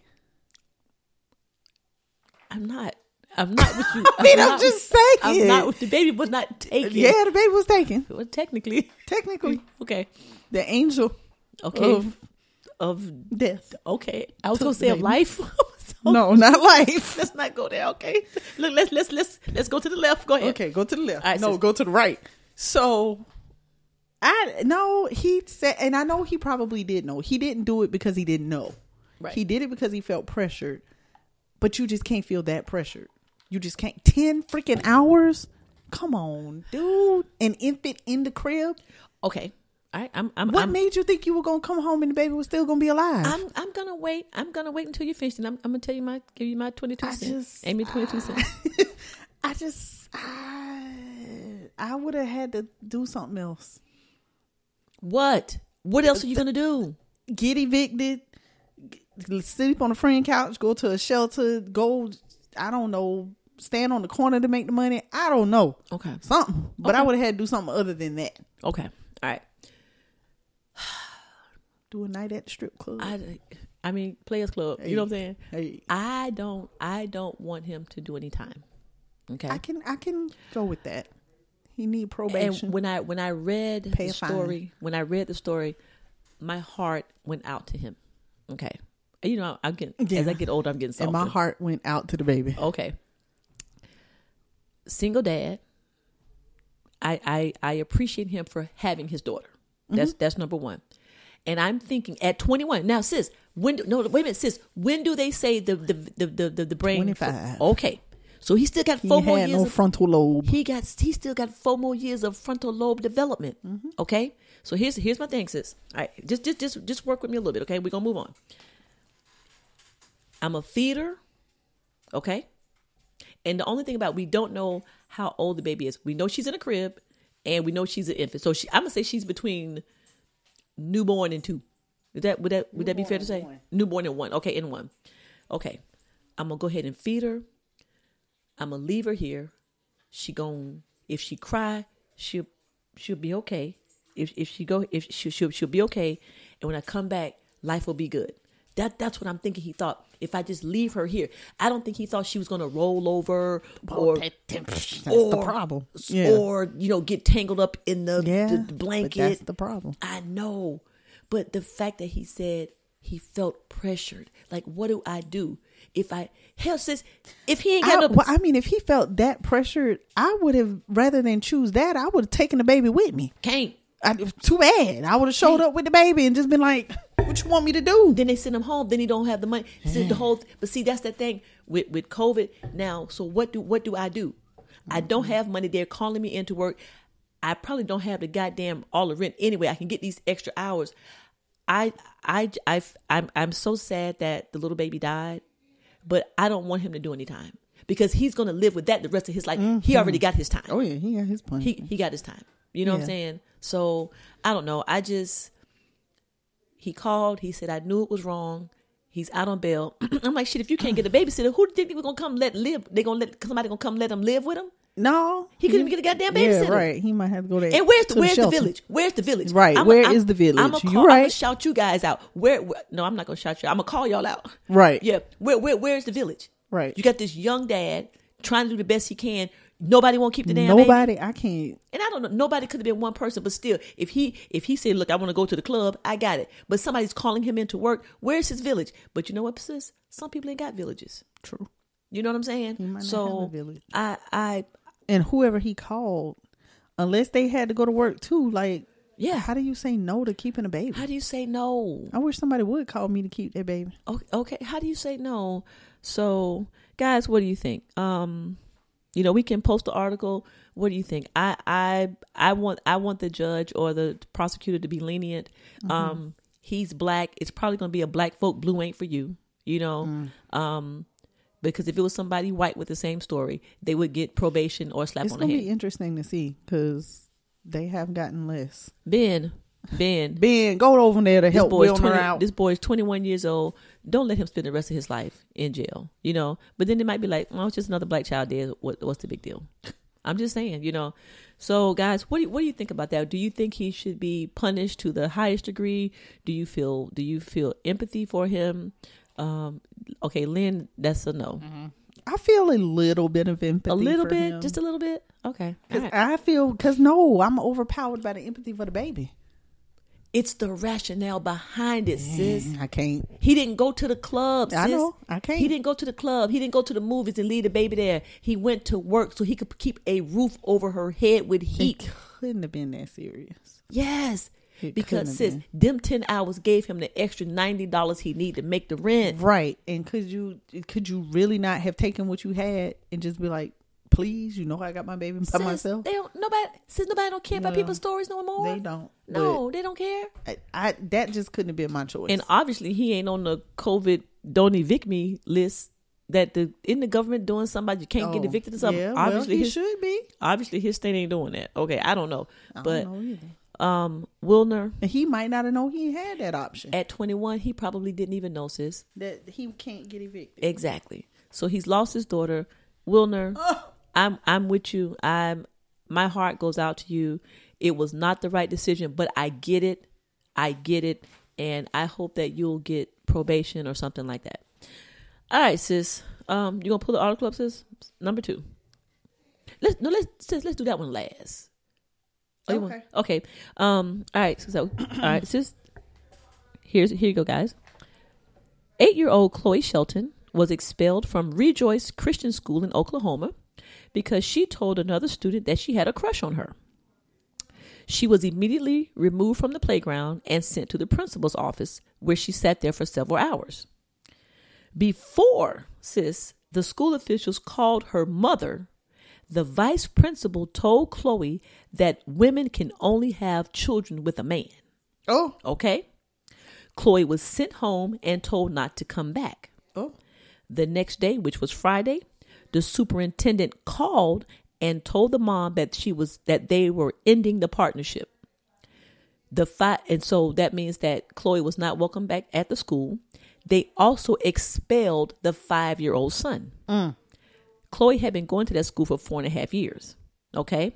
[SPEAKER 4] I'm not. I'm not with you.
[SPEAKER 3] <laughs> I mean, I'm
[SPEAKER 4] not
[SPEAKER 3] just
[SPEAKER 4] with-
[SPEAKER 3] saying.
[SPEAKER 4] I'm not with the baby. Was not taken.
[SPEAKER 3] Yeah, the baby was taken.
[SPEAKER 4] Well, technically. <laughs>
[SPEAKER 3] Technically,
[SPEAKER 4] Okay.
[SPEAKER 3] the angel
[SPEAKER 4] Okay.
[SPEAKER 3] Of-
[SPEAKER 4] Of,
[SPEAKER 3] death.
[SPEAKER 4] okay. I was
[SPEAKER 3] Took
[SPEAKER 4] gonna
[SPEAKER 3] the
[SPEAKER 4] say of
[SPEAKER 3] baby.
[SPEAKER 4] life. <laughs> So
[SPEAKER 3] No, not life.
[SPEAKER 4] <laughs> Let's not go there. Okay. Look. Let's let's let's let's go to the left. Go ahead.
[SPEAKER 3] Okay, go to the left.
[SPEAKER 4] All right,
[SPEAKER 3] no,
[SPEAKER 4] sis.
[SPEAKER 3] go to the right. So I no, he said and I know he probably did know. He didn't do it because he didn't know.
[SPEAKER 4] Right.
[SPEAKER 3] He did it because he felt pressured. But you just can't feel that pressured. You just can't. Ten freaking hours? Come on, dude. An infant in the crib?
[SPEAKER 4] Okay. All right. I'm. I'm.
[SPEAKER 3] What
[SPEAKER 4] I'm,
[SPEAKER 3] made you think you were gonna come home and the baby was still gonna be alive?
[SPEAKER 4] I'm I'm gonna wait. I'm gonna wait until you finish, and I'm, I'm gonna tell you my give you my twenty two
[SPEAKER 3] I
[SPEAKER 4] cents.
[SPEAKER 3] just-
[SPEAKER 4] Amy twenty <sighs> two cents.
[SPEAKER 3] <laughs> I just I, I would have had to do something else.
[SPEAKER 4] What? What else are you gonna do?
[SPEAKER 3] get evicted, g- sleep on a friend couch, go to a shelter, go, I don't know, stand on the corner to make the money. I don't know.
[SPEAKER 4] Okay.
[SPEAKER 3] Something. But I would have had to do something other than that.
[SPEAKER 4] Okay. All right.
[SPEAKER 3] Do a night at the strip club.
[SPEAKER 4] I I mean Players Club. You know what I'm saying?
[SPEAKER 3] Hey.
[SPEAKER 4] I don't I don't want him to do any time. Okay.
[SPEAKER 3] I can I can go with that. He need probation.
[SPEAKER 4] and when I when I read
[SPEAKER 3] Pay
[SPEAKER 4] the
[SPEAKER 3] a fine.
[SPEAKER 4] story, when I read the story, my heart went out to him. Okay. You know, I'm getting as
[SPEAKER 3] Yeah.
[SPEAKER 4] I get older, I'm getting
[SPEAKER 3] and
[SPEAKER 4] softer.
[SPEAKER 3] my heart went out to the baby.
[SPEAKER 4] <laughs> Okay. Single dad. I I I appreciate him for having his daughter. That's
[SPEAKER 3] Mm-hmm.
[SPEAKER 4] that's number one. And I'm thinking at 21 now, sis. When do, no wait a minute, sis. When do they say the the the the, the, the brain?
[SPEAKER 3] 25.
[SPEAKER 4] Okay, so he still got
[SPEAKER 3] He
[SPEAKER 4] four more
[SPEAKER 3] had
[SPEAKER 4] years.
[SPEAKER 3] no
[SPEAKER 4] of-
[SPEAKER 3] frontal lobe.
[SPEAKER 4] he got he still got four more years of frontal lobe development. Okay, so here's here's my thing, sis. All right, just just just just work with me a little bit. Okay, we're gonna move on. I'm a feeder. Okay, and the only thing about we don't know how old the baby is. We know she's in a crib, and we know she's an infant. So she, I'm gonna say she's between newborn and two. Is that would that would that be fair to say? Newborn and one. Okay, and one. Okay, I'm gonna go ahead and feed her. I'm gonna leave her here she gon' if she cry she'll she'll be okay if if she go if she she'll, she'll be okay, and when I come back, life will be good. That that's what I'm thinking. He thought if I just leave her here, I don't think he thought she was gonna roll over or
[SPEAKER 3] that's
[SPEAKER 4] or,
[SPEAKER 3] the problem. Yeah.
[SPEAKER 4] or you know get tangled up in the,
[SPEAKER 3] yeah,
[SPEAKER 4] the
[SPEAKER 3] but
[SPEAKER 4] blanket.
[SPEAKER 3] that's the problem.
[SPEAKER 4] I know, but the fact that he said he felt pressured. Like, what do I do if I hell says if he ain't
[SPEAKER 3] I,
[SPEAKER 4] got no
[SPEAKER 3] well, I mean, if he felt that pressured, I would have rather than choose that. I would have taken the baby with me.
[SPEAKER 4] can't.
[SPEAKER 3] I, too bad. I would have showed up with the baby and just been like, "What you want me to do?"
[SPEAKER 4] Then they send him home. Then he don't have the money. See, the whole. But see, that's the thing with with COVID now. So what do what do I do? I don't have money. They're calling me into work. I probably don't have the goddamn all the rent anyway. I can get these extra hours. I I I I'm I'm so sad that the little baby died, but I don't want him to do any time because he's gonna live with that the rest of his life. He already got his time.
[SPEAKER 3] Oh yeah, he got his punishment.
[SPEAKER 4] he he got his time. You know what
[SPEAKER 3] Yeah.
[SPEAKER 4] I'm saying? So I don't know. I just he called. He said I knew it was wrong. He's out on bail. <clears throat> I'm like shit. If you can't get a babysitter, who do you think they were gonna come let live? They gonna let somebody gonna come let him live with him?
[SPEAKER 3] no,
[SPEAKER 4] He couldn't even get a goddamn
[SPEAKER 3] Yeah,
[SPEAKER 4] babysitter.
[SPEAKER 3] right. He might have to go there.
[SPEAKER 4] And where's
[SPEAKER 3] to
[SPEAKER 4] the, where's the,
[SPEAKER 3] shelter.
[SPEAKER 4] village? Where's the village?
[SPEAKER 3] Right,
[SPEAKER 4] Where
[SPEAKER 3] where
[SPEAKER 4] is
[SPEAKER 3] is the village?
[SPEAKER 4] I'm gonna
[SPEAKER 3] You
[SPEAKER 4] call. I'm gonna
[SPEAKER 3] right.
[SPEAKER 4] shout you guys out. Where, where? No, I'm not gonna shout you. I'm gonna call y'all out.
[SPEAKER 3] Right.
[SPEAKER 4] Yeah. Where? Where? Where's the village?
[SPEAKER 3] Right.
[SPEAKER 4] You got this young dad trying to do the best he can. Nobody won't keep the damn baby
[SPEAKER 3] Nobody. I can't.
[SPEAKER 4] and I don't know. Nobody could have been one person, but still, if he if he said, "Look, I want to go to the club," I got it. But somebody's calling him into work. Where's his village? But you know what, sis? Some people ain't got villages.
[SPEAKER 3] True.
[SPEAKER 4] You know what I'm saying?
[SPEAKER 3] might not
[SPEAKER 4] so
[SPEAKER 3] have a village.
[SPEAKER 4] I I
[SPEAKER 3] And whoever he called, unless they had to go to work too, like
[SPEAKER 4] yeah.
[SPEAKER 3] how
[SPEAKER 4] How do,
[SPEAKER 3] do you say no to keeping a baby?
[SPEAKER 4] you say no?
[SPEAKER 3] I wish somebody would call me to keep their baby.
[SPEAKER 4] O- Okay. How do you say no? So guys, what do you think? Um, you know, we can post the article. What do you think? I I I want I want the judge or the prosecutor to be lenient.
[SPEAKER 3] Mm-hmm.
[SPEAKER 4] Um, he's black. It's probably gonna be a black folk. Blue ain't for you. You know.
[SPEAKER 3] Mm.
[SPEAKER 4] Um, because if it was somebody white with the same story, they would get probation or slap
[SPEAKER 3] It's
[SPEAKER 4] on the
[SPEAKER 3] gonna
[SPEAKER 4] head.
[SPEAKER 3] be interesting to see because they have gotten less.
[SPEAKER 4] ben, Ben,
[SPEAKER 3] Ben, go over there to
[SPEAKER 4] this
[SPEAKER 3] help
[SPEAKER 4] boy, is
[SPEAKER 3] Wilmer
[SPEAKER 4] 20,
[SPEAKER 3] out.
[SPEAKER 4] this boy is 21 years old. Don't let him spend the rest of his life in jail, you know? But then it might be like, well, it's just another black child dead. What, what's the big deal? <laughs> I'm just saying, you know? So, guys, what do, you, what do you think about that? Do you think he should be punished to the highest degree? Do you feel do you feel empathy for him? Um, okay, Lynn, that's a no.
[SPEAKER 3] I feel a little bit of Mm-hmm. empathy.
[SPEAKER 4] A little
[SPEAKER 3] for
[SPEAKER 4] bit,
[SPEAKER 3] him.
[SPEAKER 4] just a little bit. Okay. All
[SPEAKER 3] 'Cause
[SPEAKER 4] right.
[SPEAKER 3] I feel because no, I'm overpowered by the empathy for the baby.
[SPEAKER 4] It's the rationale behind it, sis.
[SPEAKER 3] I can't.
[SPEAKER 4] He didn't go to the club.
[SPEAKER 3] I
[SPEAKER 4] sis.
[SPEAKER 3] know. I can't.
[SPEAKER 4] He didn't go to the club. He didn't go to the movies and leave the baby there. He went to work so he could keep a roof over her head with
[SPEAKER 3] It
[SPEAKER 4] heat.
[SPEAKER 3] couldn't have been that serious.
[SPEAKER 4] yes.
[SPEAKER 3] It
[SPEAKER 4] Because sis,
[SPEAKER 3] couldn't
[SPEAKER 4] them ten hours gave him the extra ninety dollars he needed to make the rent.
[SPEAKER 3] Right. And could you could you really not have taken what you had and just be like, please, you know I got my baby by
[SPEAKER 4] Sis,
[SPEAKER 3] myself?
[SPEAKER 4] They don't nobody sis nobody don't care about
[SPEAKER 3] No.
[SPEAKER 4] people's stories no more.
[SPEAKER 3] They don't,
[SPEAKER 4] No, they don't care.
[SPEAKER 3] I, I that just couldn't have been my choice.
[SPEAKER 4] And obviously he ain't on the COVID don't evict me list that the in the government doing somebody you can't get
[SPEAKER 3] Oh,
[SPEAKER 4] evicted or something.
[SPEAKER 3] Yeah,
[SPEAKER 4] obviously
[SPEAKER 3] well, he
[SPEAKER 4] his-
[SPEAKER 3] should be. Oh,
[SPEAKER 4] obviously his state ain't doing that. Okay, I don't know,
[SPEAKER 3] I
[SPEAKER 4] but
[SPEAKER 3] don't know either.
[SPEAKER 4] um, Wilner
[SPEAKER 3] And he might not have known he had that option.
[SPEAKER 4] at 21, he probably didn't even know sis.
[SPEAKER 3] that he can't get evicted.
[SPEAKER 4] Exactly. So he's lost his daughter. Wilner, I'm I'm with you. I'm my heart goes out to you. It was not the right decision, but I get it. I get it, and I hope that you'll get probation or something like that. All right, sis. Um, you gonna pull the article up, sis? Number two. Let's no, let's sis, let's do that one last. Oh, you want-
[SPEAKER 3] Okay.
[SPEAKER 4] okay. Um. All right. So, all right, sis. Here's here you go, guys. Eight-year-old Chloe Shelton was expelled from Rejoice Christian School in Oklahoma because she told another student that she had a crush on her. She was immediately removed from the playground and sent to the principal's office, where she sat there for several hours before sis the school officials called her mother the vice principal told chloe that women can only have children with a man
[SPEAKER 3] Oh,
[SPEAKER 4] okay chloe was sent home and told not to come back
[SPEAKER 3] oh,
[SPEAKER 4] the next day which was friday the superintendent called and told the mom that she was that they were ending the partnership the five and so that means that chloe was not welcome back at the school they also expelled the five year old son chloe had been going to that school for four and a half years okay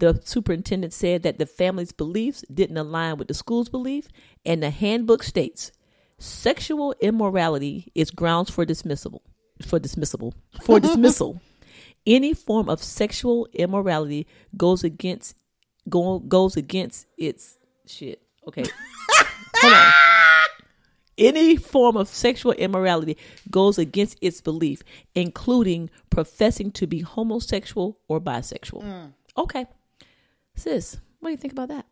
[SPEAKER 4] The superintendent said that the family's beliefs didn't align with the school's belief, and the handbook states sexual immorality is grounds for dismissible for dismissible for dismissal. Any form of sexual immorality goes against go, goes against its shit. Okay. Hold on. Any form of sexual immorality goes against its belief, including professing to be homosexual or bisexual. Okay. Sis, what do you think about that?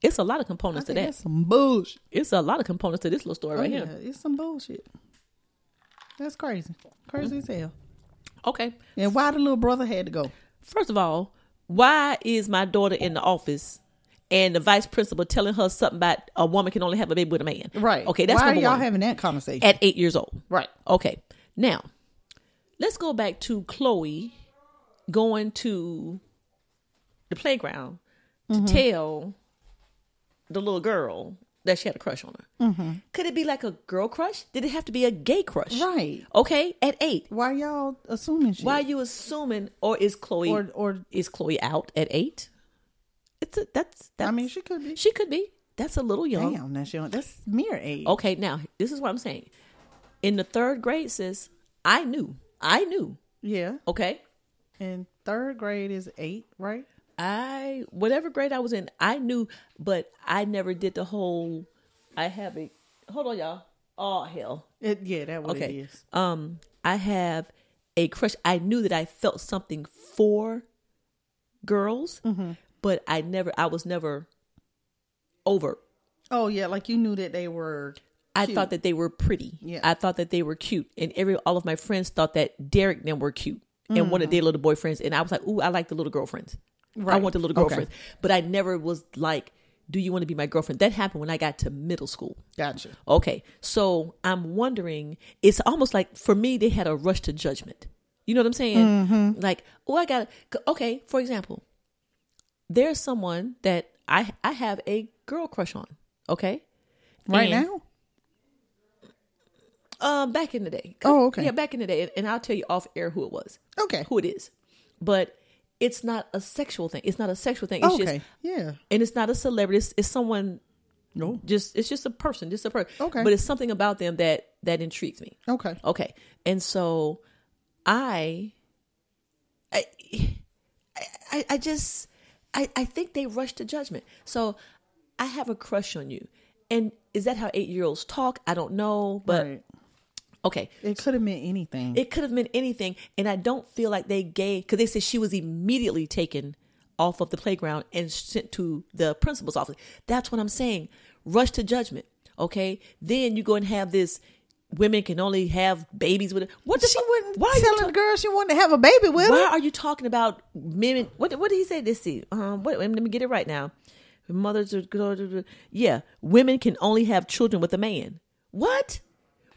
[SPEAKER 4] It's a lot of components to that.
[SPEAKER 3] That's some bullshit.
[SPEAKER 4] It's a lot of components to this little story right
[SPEAKER 3] Oh, yeah,
[SPEAKER 4] here.
[SPEAKER 3] it's some bullshit. That's crazy. Crazy as hell.
[SPEAKER 4] Okay.
[SPEAKER 3] And why the little brother had to go?
[SPEAKER 4] First of all, why is my daughter in the office and the vice principal telling her something about a woman can only have a baby with a man? Okay, that's
[SPEAKER 3] why
[SPEAKER 4] number
[SPEAKER 3] y'all
[SPEAKER 4] one.
[SPEAKER 3] having that conversation?
[SPEAKER 4] at eight years old.
[SPEAKER 3] right.
[SPEAKER 4] Okay. Now, let's go back to Chloe going to the playground
[SPEAKER 3] Mm-hmm.
[SPEAKER 4] to tell the little girl that she had a crush on her.
[SPEAKER 3] Mm-hmm.
[SPEAKER 4] Could it be like a girl crush? Did it have to be a gay crush?
[SPEAKER 3] Right.
[SPEAKER 4] Okay. At eight.
[SPEAKER 3] Why y'all assuming shit?
[SPEAKER 4] Why are you assuming, or is Chloe,
[SPEAKER 3] Or- or-
[SPEAKER 4] is Chloe out at eight? It's a, that's, that's
[SPEAKER 3] I mean, she could be.
[SPEAKER 4] she could be. That's a little young. Oh.
[SPEAKER 3] Damn, that's young. That's mere age.
[SPEAKER 4] Okay, now this is what I'm saying. In the third grade, sis, I knew, I knew.
[SPEAKER 3] Yeah.
[SPEAKER 4] Okay,
[SPEAKER 3] And third grade is eight, right?
[SPEAKER 4] I whatever grade I was in, I knew, but I never did the whole. I have a hold on, y'all. Oh hell.
[SPEAKER 3] It, yeah, that what it
[SPEAKER 4] Okay.
[SPEAKER 3] is.
[SPEAKER 4] Um, I have a crush. I knew that I felt something for girls,
[SPEAKER 3] Mm-hmm.
[SPEAKER 4] but I never. I was never over.
[SPEAKER 3] Oh yeah, like you knew that they were.
[SPEAKER 4] I
[SPEAKER 3] Cute.
[SPEAKER 4] thought that they were pretty.
[SPEAKER 3] Yeah.
[SPEAKER 4] I thought that they were cute, and every all of my friends thought that Derek and them were cute, and one of their little boyfriends. And I was like, "Ooh, I like the little girlfriends. I
[SPEAKER 3] Mm. Right.
[SPEAKER 4] want the little
[SPEAKER 3] Okay.
[SPEAKER 4] girlfriends." But I never was like, "Do you want to be my girlfriend?" That happened when I got to middle school.
[SPEAKER 3] Gotcha.
[SPEAKER 4] Okay, so I'm wondering. It's almost like for me, they had a rush to judgment. You know what I'm saying?
[SPEAKER 3] Mm-hmm.
[SPEAKER 4] Like, oh, I got okay. For example, there's someone that I I have a girl crush on. Okay,
[SPEAKER 3] Right
[SPEAKER 4] And-
[SPEAKER 3] now.
[SPEAKER 4] Um, back in the day.
[SPEAKER 3] Oh, okay.
[SPEAKER 4] Yeah, back in the day, and, and I'll tell you off air who it was,
[SPEAKER 3] Okay.
[SPEAKER 4] who it is. But it's not a sexual thing. It's not a sexual thing. It's
[SPEAKER 3] Okay.
[SPEAKER 4] just,
[SPEAKER 3] yeah.
[SPEAKER 4] and it's not a celebrity. It's, it's someone.
[SPEAKER 3] No.
[SPEAKER 4] Just it's just a person, just a person.
[SPEAKER 3] Okay.
[SPEAKER 4] But it's something about them that that intrigues me.
[SPEAKER 3] Okay.
[SPEAKER 4] Okay, and so I, I, I, I just, I, I think they rush to judgment. So I have a crush on you, and is that how eight year olds talk? I don't know, but
[SPEAKER 3] right.
[SPEAKER 4] okay.
[SPEAKER 3] It could have meant anything.
[SPEAKER 4] It could have meant anything, and I don't feel like they gave because they said she was immediately taken off of the playground and sent to the principal's office. That's what I'm saying. Rush to judgment, okay? Then you go and have this. Women can only have babies with. What the
[SPEAKER 3] she
[SPEAKER 4] fuck-
[SPEAKER 3] wouldn't.
[SPEAKER 4] Why
[SPEAKER 3] Why
[SPEAKER 4] are you
[SPEAKER 3] telling
[SPEAKER 4] ta-
[SPEAKER 3] the girl she wanted to have a baby with
[SPEAKER 4] why
[SPEAKER 3] her?
[SPEAKER 4] are you talking about women? What what did he say? This see, um, what, let me get it right now. Mothers are yeah. Women can only have children with a man. What?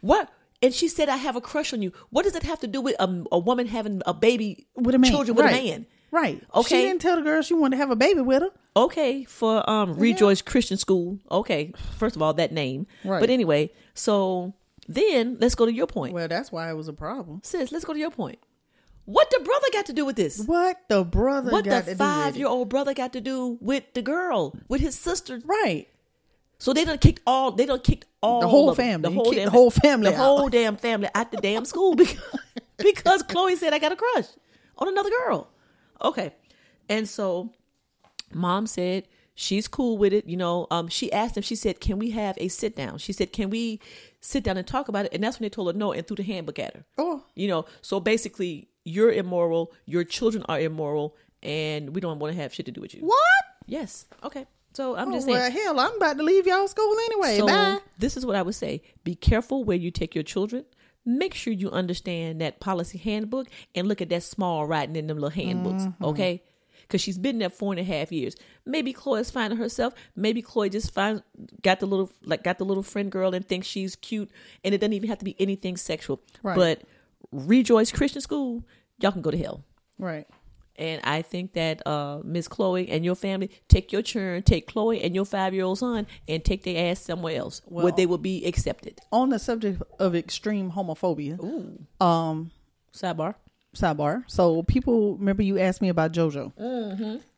[SPEAKER 4] What? And she said, "I have a crush on you." What does it have to do with a, a woman having a baby
[SPEAKER 3] With a man.
[SPEAKER 4] Children with
[SPEAKER 3] right.
[SPEAKER 4] a man.
[SPEAKER 3] Right.
[SPEAKER 4] Okay.
[SPEAKER 3] She didn't tell the girl she wanted to have a baby with her.
[SPEAKER 4] Okay, for um Rejoice Christian School. Okay, first of all, that name.
[SPEAKER 3] Right.
[SPEAKER 4] But anyway, so then let's go to your point,
[SPEAKER 3] Well, that's why it was a problem.
[SPEAKER 4] sis. Let's go to your point. What the brother got to do with this?
[SPEAKER 3] What the brother
[SPEAKER 4] what
[SPEAKER 3] got
[SPEAKER 4] the
[SPEAKER 3] to do with it?
[SPEAKER 4] five year old brother got to do with the girl with his sister
[SPEAKER 3] Right.
[SPEAKER 4] so they done kicked all they done kicked all
[SPEAKER 3] whole
[SPEAKER 4] of
[SPEAKER 3] family.
[SPEAKER 4] them. the
[SPEAKER 3] He
[SPEAKER 4] whole,
[SPEAKER 3] kicked
[SPEAKER 4] damn,
[SPEAKER 3] the whole family
[SPEAKER 4] the
[SPEAKER 3] out.
[SPEAKER 4] whole damn family at the damn school <laughs> because, because chloe said i got a crush on another girl okay and so mom said she's cool with it you know um, she asked him she said can we have a sit down she said can we sit down and talk about it and that's when they told her no and threw the handbook at her
[SPEAKER 3] Oh.
[SPEAKER 4] you know so basically you're immoral your children are immoral and we don't want to have shit to do with you
[SPEAKER 3] What?
[SPEAKER 4] Yes. Okay. So I'm
[SPEAKER 3] Oh,
[SPEAKER 4] just
[SPEAKER 3] well,
[SPEAKER 4] saying.
[SPEAKER 3] hell, I'm about to leave y'all school anyway.
[SPEAKER 4] so
[SPEAKER 3] Bye.
[SPEAKER 4] this is what I would say: be careful where you take your children. Make sure you understand that policy handbook and look at that small writing in them little handbooks.
[SPEAKER 3] Mm-hmm.
[SPEAKER 4] Okay. Because she's been there four and a half years. Maybe Chloe is finding herself. Maybe Chloe just find got the little like got the little friend girl and thinks she's cute, and it doesn't even have to be anything sexual.
[SPEAKER 3] Right.
[SPEAKER 4] But Rejoice Christian School, y'all can go to hell.
[SPEAKER 3] Right.
[SPEAKER 4] And I think that uh, Miss Chloe and your family take your children, take Chloe and your five year old son, and take their ass somewhere else where
[SPEAKER 3] Well-
[SPEAKER 4] they will be accepted.
[SPEAKER 3] On the subject of extreme homophobia,
[SPEAKER 4] Ooh.
[SPEAKER 3] um,
[SPEAKER 4] Sidebar. Mm-hmm.
[SPEAKER 3] sidebar. So people remember you asked me about JoJo.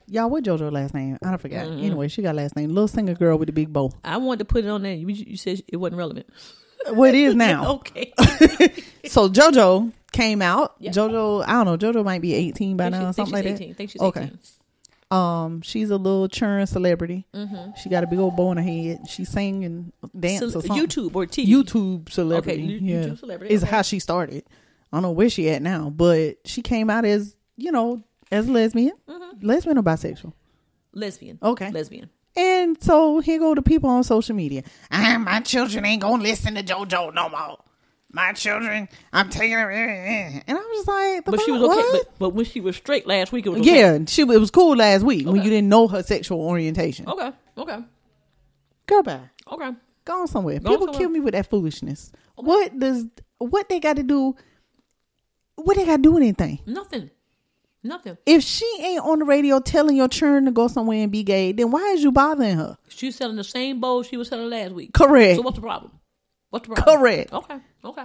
[SPEAKER 3] Y'all, what JoJo last name? I don't forget. Anyway, she got last name. Little singer girl with the big bow.
[SPEAKER 4] I wanted to put it on there. You, you said it wasn't relevant.
[SPEAKER 3] Well, it
[SPEAKER 4] <laughs>
[SPEAKER 3] is now. <laughs>
[SPEAKER 4] Okay.
[SPEAKER 3] So JoJo came out.
[SPEAKER 4] Yeah.
[SPEAKER 3] JoJo, I don't know. JoJo might be eighteen by
[SPEAKER 4] Think she-
[SPEAKER 3] now,
[SPEAKER 4] think
[SPEAKER 3] something
[SPEAKER 4] she's
[SPEAKER 3] like
[SPEAKER 4] 18.
[SPEAKER 3] that.
[SPEAKER 4] Think she's
[SPEAKER 3] okay.
[SPEAKER 4] 18.
[SPEAKER 3] Um, she's a little churn celebrity. She got a big old bow in her head. She sing and dance
[SPEAKER 4] Mm-hmm. Cele-
[SPEAKER 3] or something.
[SPEAKER 4] YouTube or TV.
[SPEAKER 3] YouTube celebrity.
[SPEAKER 4] Okay, you-
[SPEAKER 3] yeah.
[SPEAKER 4] YouTube celebrity,
[SPEAKER 3] is
[SPEAKER 4] okay.
[SPEAKER 3] how she started. I don't know where she at now, but she came out as you know as lesbian,
[SPEAKER 4] Mm-hmm.
[SPEAKER 3] lesbian or bisexual.
[SPEAKER 4] Lesbian.
[SPEAKER 3] Okay.
[SPEAKER 4] Lesbian.
[SPEAKER 3] And so here go the people on social media. Ah, my children ain't gonna listen to JoJo no more. My children, I'm taking her. eh. And I was just like,
[SPEAKER 4] But she was okay.
[SPEAKER 3] what?
[SPEAKER 4] But, but when she was straight last week, it was okay.
[SPEAKER 3] yeah, she it was cool last week when
[SPEAKER 4] Okay. Oh.
[SPEAKER 3] you didn't know her sexual orientation.
[SPEAKER 4] Okay. Okay.
[SPEAKER 3] Girl, bye.
[SPEAKER 4] Okay.
[SPEAKER 3] Gone somewhere.
[SPEAKER 4] Gone
[SPEAKER 3] people
[SPEAKER 4] somewhere. Oh
[SPEAKER 3] kill me with that foolishness. What does what they got to do? What they got to do with anything?
[SPEAKER 4] Nothing. Nothing.
[SPEAKER 3] If she ain't on the radio telling your children to go somewhere and be gay, then why is you bothering her?
[SPEAKER 4] She's selling the same bowl she was selling last week.
[SPEAKER 3] Correct.
[SPEAKER 4] So what's the problem? What's the problem?
[SPEAKER 3] Correct.
[SPEAKER 4] Okay. Okay.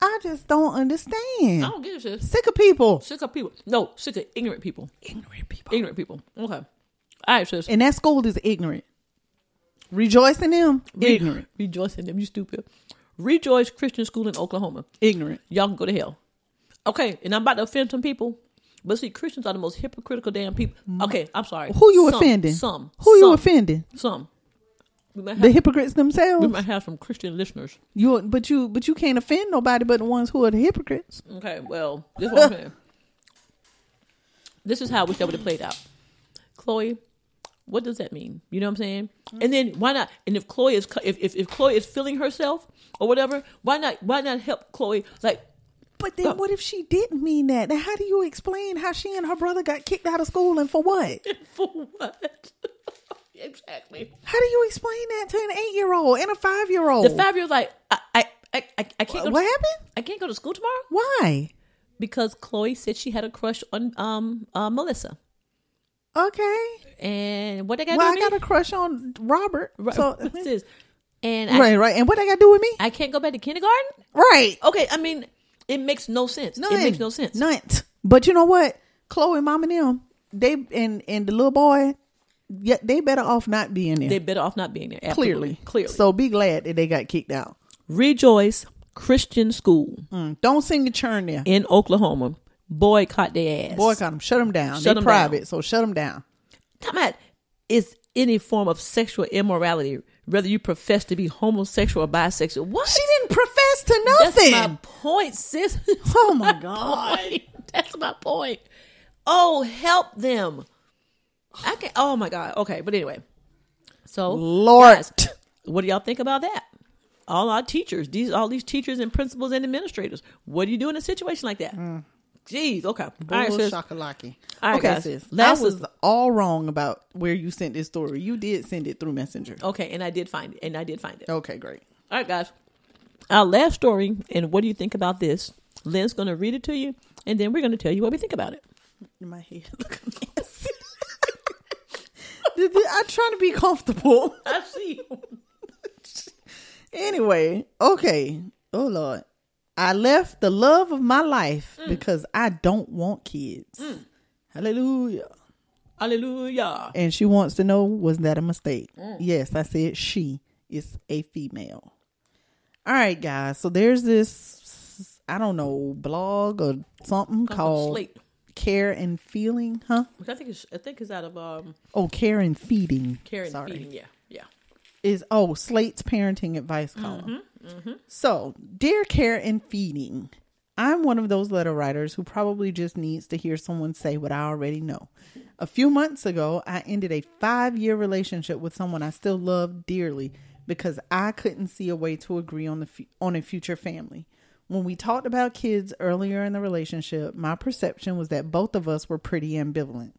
[SPEAKER 3] I just don't understand.
[SPEAKER 4] I don't give a shit.
[SPEAKER 3] Sick of people.
[SPEAKER 4] Oh. Sick of people. No, sick of ignorant people. Ignorant people. Ignorant people. Okay. All right, sis.
[SPEAKER 3] and that school is ignorant. Rejoice in them,
[SPEAKER 4] Re-
[SPEAKER 3] ignorant,
[SPEAKER 4] Rejoice in them. You stupid. Rejoice Christian School in Oklahoma.
[SPEAKER 3] ignorant.
[SPEAKER 4] Y'all can go to hell. Okay. And I'm about to offend some people. But see, Christians are the most hypocritical damn people. Okay, I'm sorry.
[SPEAKER 3] Mm. Who you
[SPEAKER 4] Some-
[SPEAKER 3] offending?
[SPEAKER 4] Some.
[SPEAKER 3] Who you
[SPEAKER 4] Some.
[SPEAKER 3] offending?
[SPEAKER 4] Some. We might, have,
[SPEAKER 3] The hypocrites
[SPEAKER 4] we
[SPEAKER 3] themselves.
[SPEAKER 4] might have some Christian listeners.
[SPEAKER 3] You, but you, but you can't offend nobody but the ones who are the hypocrites.
[SPEAKER 4] Okay, well, this is what I'm saying. This is how I wish that would have played out. Chloe, what does that mean? You know what I'm saying? And then why not? And if Chloe is cu- if, if if Chloe is feeling herself or whatever, why not why not help Chloe? Like, <laughs>
[SPEAKER 3] But then, what if she didn't mean that? Then how do you explain how she and her brother got kicked out of school and for
[SPEAKER 4] <laughs>
[SPEAKER 3] what?
[SPEAKER 4] for what? exactly.
[SPEAKER 3] How do you explain that to an eight-year-old and a five-year-old?
[SPEAKER 4] The five year old like I I I, I I can't
[SPEAKER 3] Oh.
[SPEAKER 4] go.
[SPEAKER 3] what
[SPEAKER 4] to,
[SPEAKER 3] happened?
[SPEAKER 4] I can't go to school tomorrow
[SPEAKER 3] Why?
[SPEAKER 4] because Chloe said she had a crush on um uh, Melissa.
[SPEAKER 3] Okay.
[SPEAKER 4] And what they got
[SPEAKER 3] Well,
[SPEAKER 4] to
[SPEAKER 3] I
[SPEAKER 4] do?
[SPEAKER 3] got
[SPEAKER 4] with
[SPEAKER 3] a
[SPEAKER 4] me?
[SPEAKER 3] crush on Robert.
[SPEAKER 4] Right,
[SPEAKER 3] So, <laughs>
[SPEAKER 4] what's this? And I,
[SPEAKER 3] right, right. And what I got to do with me?
[SPEAKER 4] I can't go back to kindergarten.
[SPEAKER 3] Right.
[SPEAKER 4] Okay, I mean, it makes no sense.
[SPEAKER 3] None.
[SPEAKER 4] It makes no sense.
[SPEAKER 3] None. But you know what? Chloe, mom, and them, they and and the little boy, yeah, they better off not being there.
[SPEAKER 4] They're better off not being there. Absolutely.
[SPEAKER 3] clearly,
[SPEAKER 4] clearly. So
[SPEAKER 3] So be glad that they got kicked out.
[SPEAKER 4] rejoice Christian School
[SPEAKER 3] Mm, Don't sing the churn there.
[SPEAKER 4] in Oklahoma. Boycott their ass.
[SPEAKER 3] Boycott them. Shut them down.
[SPEAKER 4] Shut
[SPEAKER 3] They're
[SPEAKER 4] 'em
[SPEAKER 3] private,
[SPEAKER 4] down.
[SPEAKER 3] so shut them down.
[SPEAKER 4] Time out. Is any form of sexual immorality, whether you profess to be homosexual or bisexual? What?
[SPEAKER 3] She didn't profess to
[SPEAKER 4] That's
[SPEAKER 3] nothing.
[SPEAKER 4] my point, sis.
[SPEAKER 3] Oh,
[SPEAKER 4] <laughs>
[SPEAKER 3] my God.
[SPEAKER 4] point. That's my point. Oh, help them. I can. Oh my God. Okay, but anyway. So
[SPEAKER 3] Lord.
[SPEAKER 4] guys, what do y'all think about that? All our teachers, these all these teachers and principals and administrators. What do you do in a situation like that? Jeez. Okay. All right,
[SPEAKER 3] Bull
[SPEAKER 4] sis.
[SPEAKER 3] shakalaki.
[SPEAKER 4] All right,
[SPEAKER 3] okay,
[SPEAKER 4] guys.
[SPEAKER 3] sis.
[SPEAKER 4] Last
[SPEAKER 3] I was
[SPEAKER 4] is-
[SPEAKER 3] all wrong about where you sent this story. You did send it through Messenger.
[SPEAKER 4] Okay, and I did find it. And I did find it.
[SPEAKER 3] Okay, great.
[SPEAKER 4] All right, guys. Our last story, and what do you think about this? Lynn's going to read it to you, and then we're going to tell you what we think about it.
[SPEAKER 3] in my head. <laughs> I'm trying to be comfortable.
[SPEAKER 4] I see.
[SPEAKER 3] Anyway, okay. Oh Lord. I left the love of my life because I don't want kids. Hallelujah.
[SPEAKER 4] <laughs> Hallelujah.
[SPEAKER 3] And she wants to know was that a mistake? Yes, I said she is a female. All right, guys. So there's this I don't know, blog or something called
[SPEAKER 4] Slate.
[SPEAKER 3] Care and Feeling, huh?
[SPEAKER 4] Which I think is I think is out of um
[SPEAKER 3] Oh, Care and Feeding.
[SPEAKER 4] Karen
[SPEAKER 3] Sorry.
[SPEAKER 4] Feeding. Yeah, yeah.
[SPEAKER 3] is oh Slate's parenting advice column. So, dear care and feeding, I'm one of those letter writers who probably just needs to hear someone say what I already know. A few months ago, I ended a five year relationship with someone I still love dearly because I couldn't see a way to agree on the fu- on a future family. When we talked about kids earlier in the relationship, my perception was that both of us were pretty ambivalent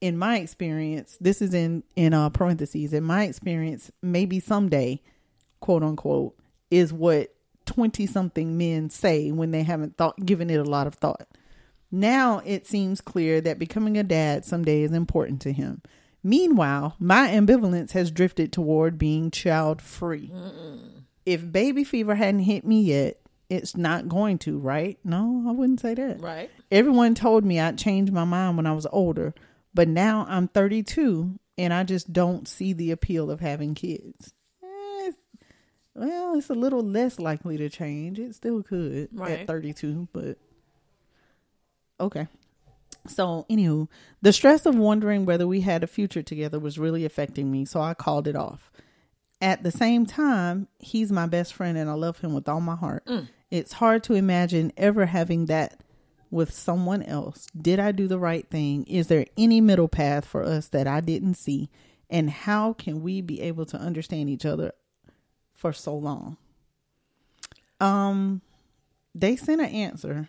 [SPEAKER 3] in my experience, this is in in uh, parentheses. In my experience, maybe someday, quote unquote, is what twenty something men say when they haven't thought given it a lot of thought. Now it seems clear that becoming a dad someday is important to him. Meanwhile, my ambivalence has drifted toward being child free. If baby fever hadn't hit me yet, it's not going to, right? No, I wouldn't say that.
[SPEAKER 4] Right.
[SPEAKER 3] Everyone told me I'd change my mind when I was older. But now I'm 32 and I just don't see the appeal of having kids. Eh, well, it's a little less likely to change. It still could at
[SPEAKER 4] Right.
[SPEAKER 3] 32, but okay. So, anywho, the stress of wondering whether we had a future together was really affecting me, so I called it off. At the same time, he's my best friend and I love him with all my heart. It's hard to imagine ever having that with someone else. Did I do the right thing? Is there any middle path for us that I didn't see? And how can we be able to understand each other for so long? Um they sent an answer.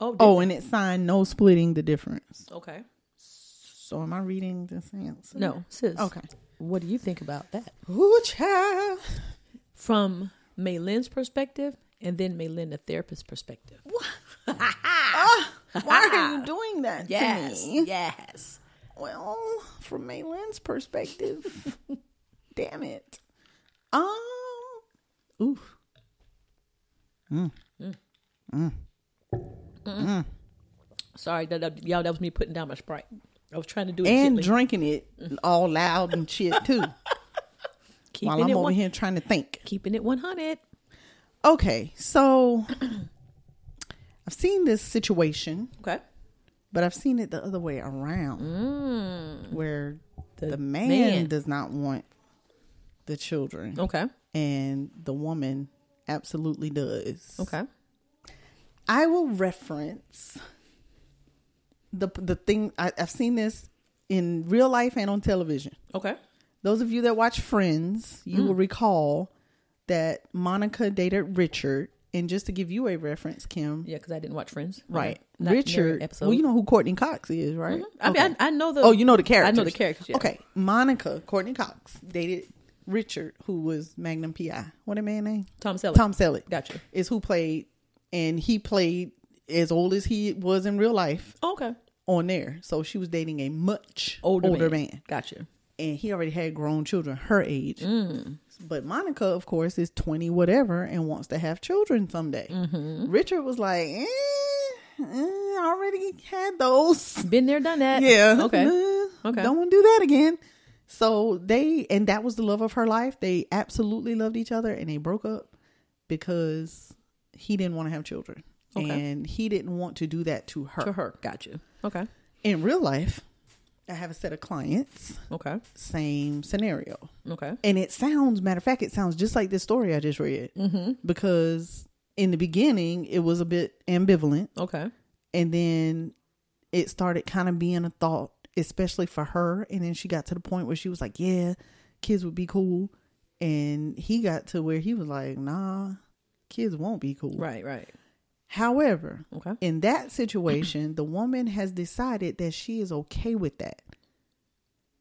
[SPEAKER 4] Oh,
[SPEAKER 3] Oh, and it's signed no splitting the difference.
[SPEAKER 4] okay.
[SPEAKER 3] So am I reading this answer?
[SPEAKER 4] No, sis.
[SPEAKER 3] Okay.
[SPEAKER 4] What do you think about that?
[SPEAKER 3] Ooh, child.
[SPEAKER 4] From Maylin's perspective and then Maylin, the therapist's perspective.
[SPEAKER 3] Why are <laughs> you doing that
[SPEAKER 4] Yes.
[SPEAKER 3] to me?
[SPEAKER 4] Yes.
[SPEAKER 3] Well, from Maylin's <laughs> perspective, damn it. Um, ooh.
[SPEAKER 4] Sorry, that, that- y'all, that was me putting down my Sprite. I was trying to do it
[SPEAKER 3] And
[SPEAKER 4] gently.
[SPEAKER 3] drinking it all loud and shit
[SPEAKER 4] <laughs>
[SPEAKER 3] too,
[SPEAKER 4] keeping,
[SPEAKER 3] while I'm
[SPEAKER 4] it
[SPEAKER 3] over
[SPEAKER 4] one,
[SPEAKER 3] here trying to think.
[SPEAKER 4] keeping it 100.
[SPEAKER 3] Okay, so <clears throat> I've seen this situation,
[SPEAKER 4] Okay.
[SPEAKER 3] but I've seen it the other way around, where the, man,
[SPEAKER 4] Mm. man. Oh.
[SPEAKER 3] does not want the children,
[SPEAKER 4] Okay.
[SPEAKER 3] and the woman absolutely does.
[SPEAKER 4] Okay.
[SPEAKER 3] I will reference the the thing I, I've seen this in real life and on television.
[SPEAKER 4] Okay.
[SPEAKER 3] Those of you that watch Friends, you
[SPEAKER 4] Mm.
[SPEAKER 3] will recall that Monica dated Richard, and just to give you a reference, Kim,
[SPEAKER 4] Yeah, because I didn't watch Friends. Okay.
[SPEAKER 3] right?
[SPEAKER 4] Not in every
[SPEAKER 3] Richard.
[SPEAKER 4] Episode. Mm-hmm.
[SPEAKER 3] Well, you know who Courtney Cox is, right?
[SPEAKER 4] I mean, I, I know the.
[SPEAKER 3] Oh, you know the characters.
[SPEAKER 4] I know the characters. Yeah.
[SPEAKER 3] Okay, Monica Courtney Cox dated Richard, who was Magnum PI. What a man name?
[SPEAKER 4] Tom Selleck.
[SPEAKER 3] Tom Selleck.
[SPEAKER 4] Gotcha.
[SPEAKER 3] Is who played, and he played as old as he was in real life
[SPEAKER 4] Oh, okay.
[SPEAKER 3] on there. So she was dating a much
[SPEAKER 4] Older,
[SPEAKER 3] older,
[SPEAKER 4] man.
[SPEAKER 3] man. <laughs>
[SPEAKER 4] Gotcha.
[SPEAKER 3] and he already had grown children her age.
[SPEAKER 4] Mm.
[SPEAKER 3] But Monica, of course, is twenty whatever and wants to have children someday.
[SPEAKER 4] Mm-hmm.
[SPEAKER 3] Richard was like, eh, eh, I already had those.
[SPEAKER 4] Been there, done that.
[SPEAKER 3] <laughs> Yeah.
[SPEAKER 4] Okay.
[SPEAKER 3] Uh,
[SPEAKER 4] Okay.
[SPEAKER 3] Don't want to do that again. So they and that was the love of her life. They absolutely loved each other and they broke up because he didn't want to have children.
[SPEAKER 4] Okay.
[SPEAKER 3] And he didn't want to do that to her.
[SPEAKER 4] To her. Gotcha. Okay.
[SPEAKER 3] In real life, I have a set of clients,
[SPEAKER 4] Okay.
[SPEAKER 3] same scenario.
[SPEAKER 4] Okay.
[SPEAKER 3] And it sounds, matter of fact, it sounds just like this story I just read. Mm-hmm. Because in the beginning, it was a bit ambivalent
[SPEAKER 4] Okay.
[SPEAKER 3] and then it started kind of being a thought especially for her and then she got to the point where she was like yeah kids would be cool and he got to where he was like nah kids won't be cool
[SPEAKER 4] Right. Right.
[SPEAKER 3] however
[SPEAKER 4] Okay.
[SPEAKER 3] in that situation the woman has decided that she is okay with that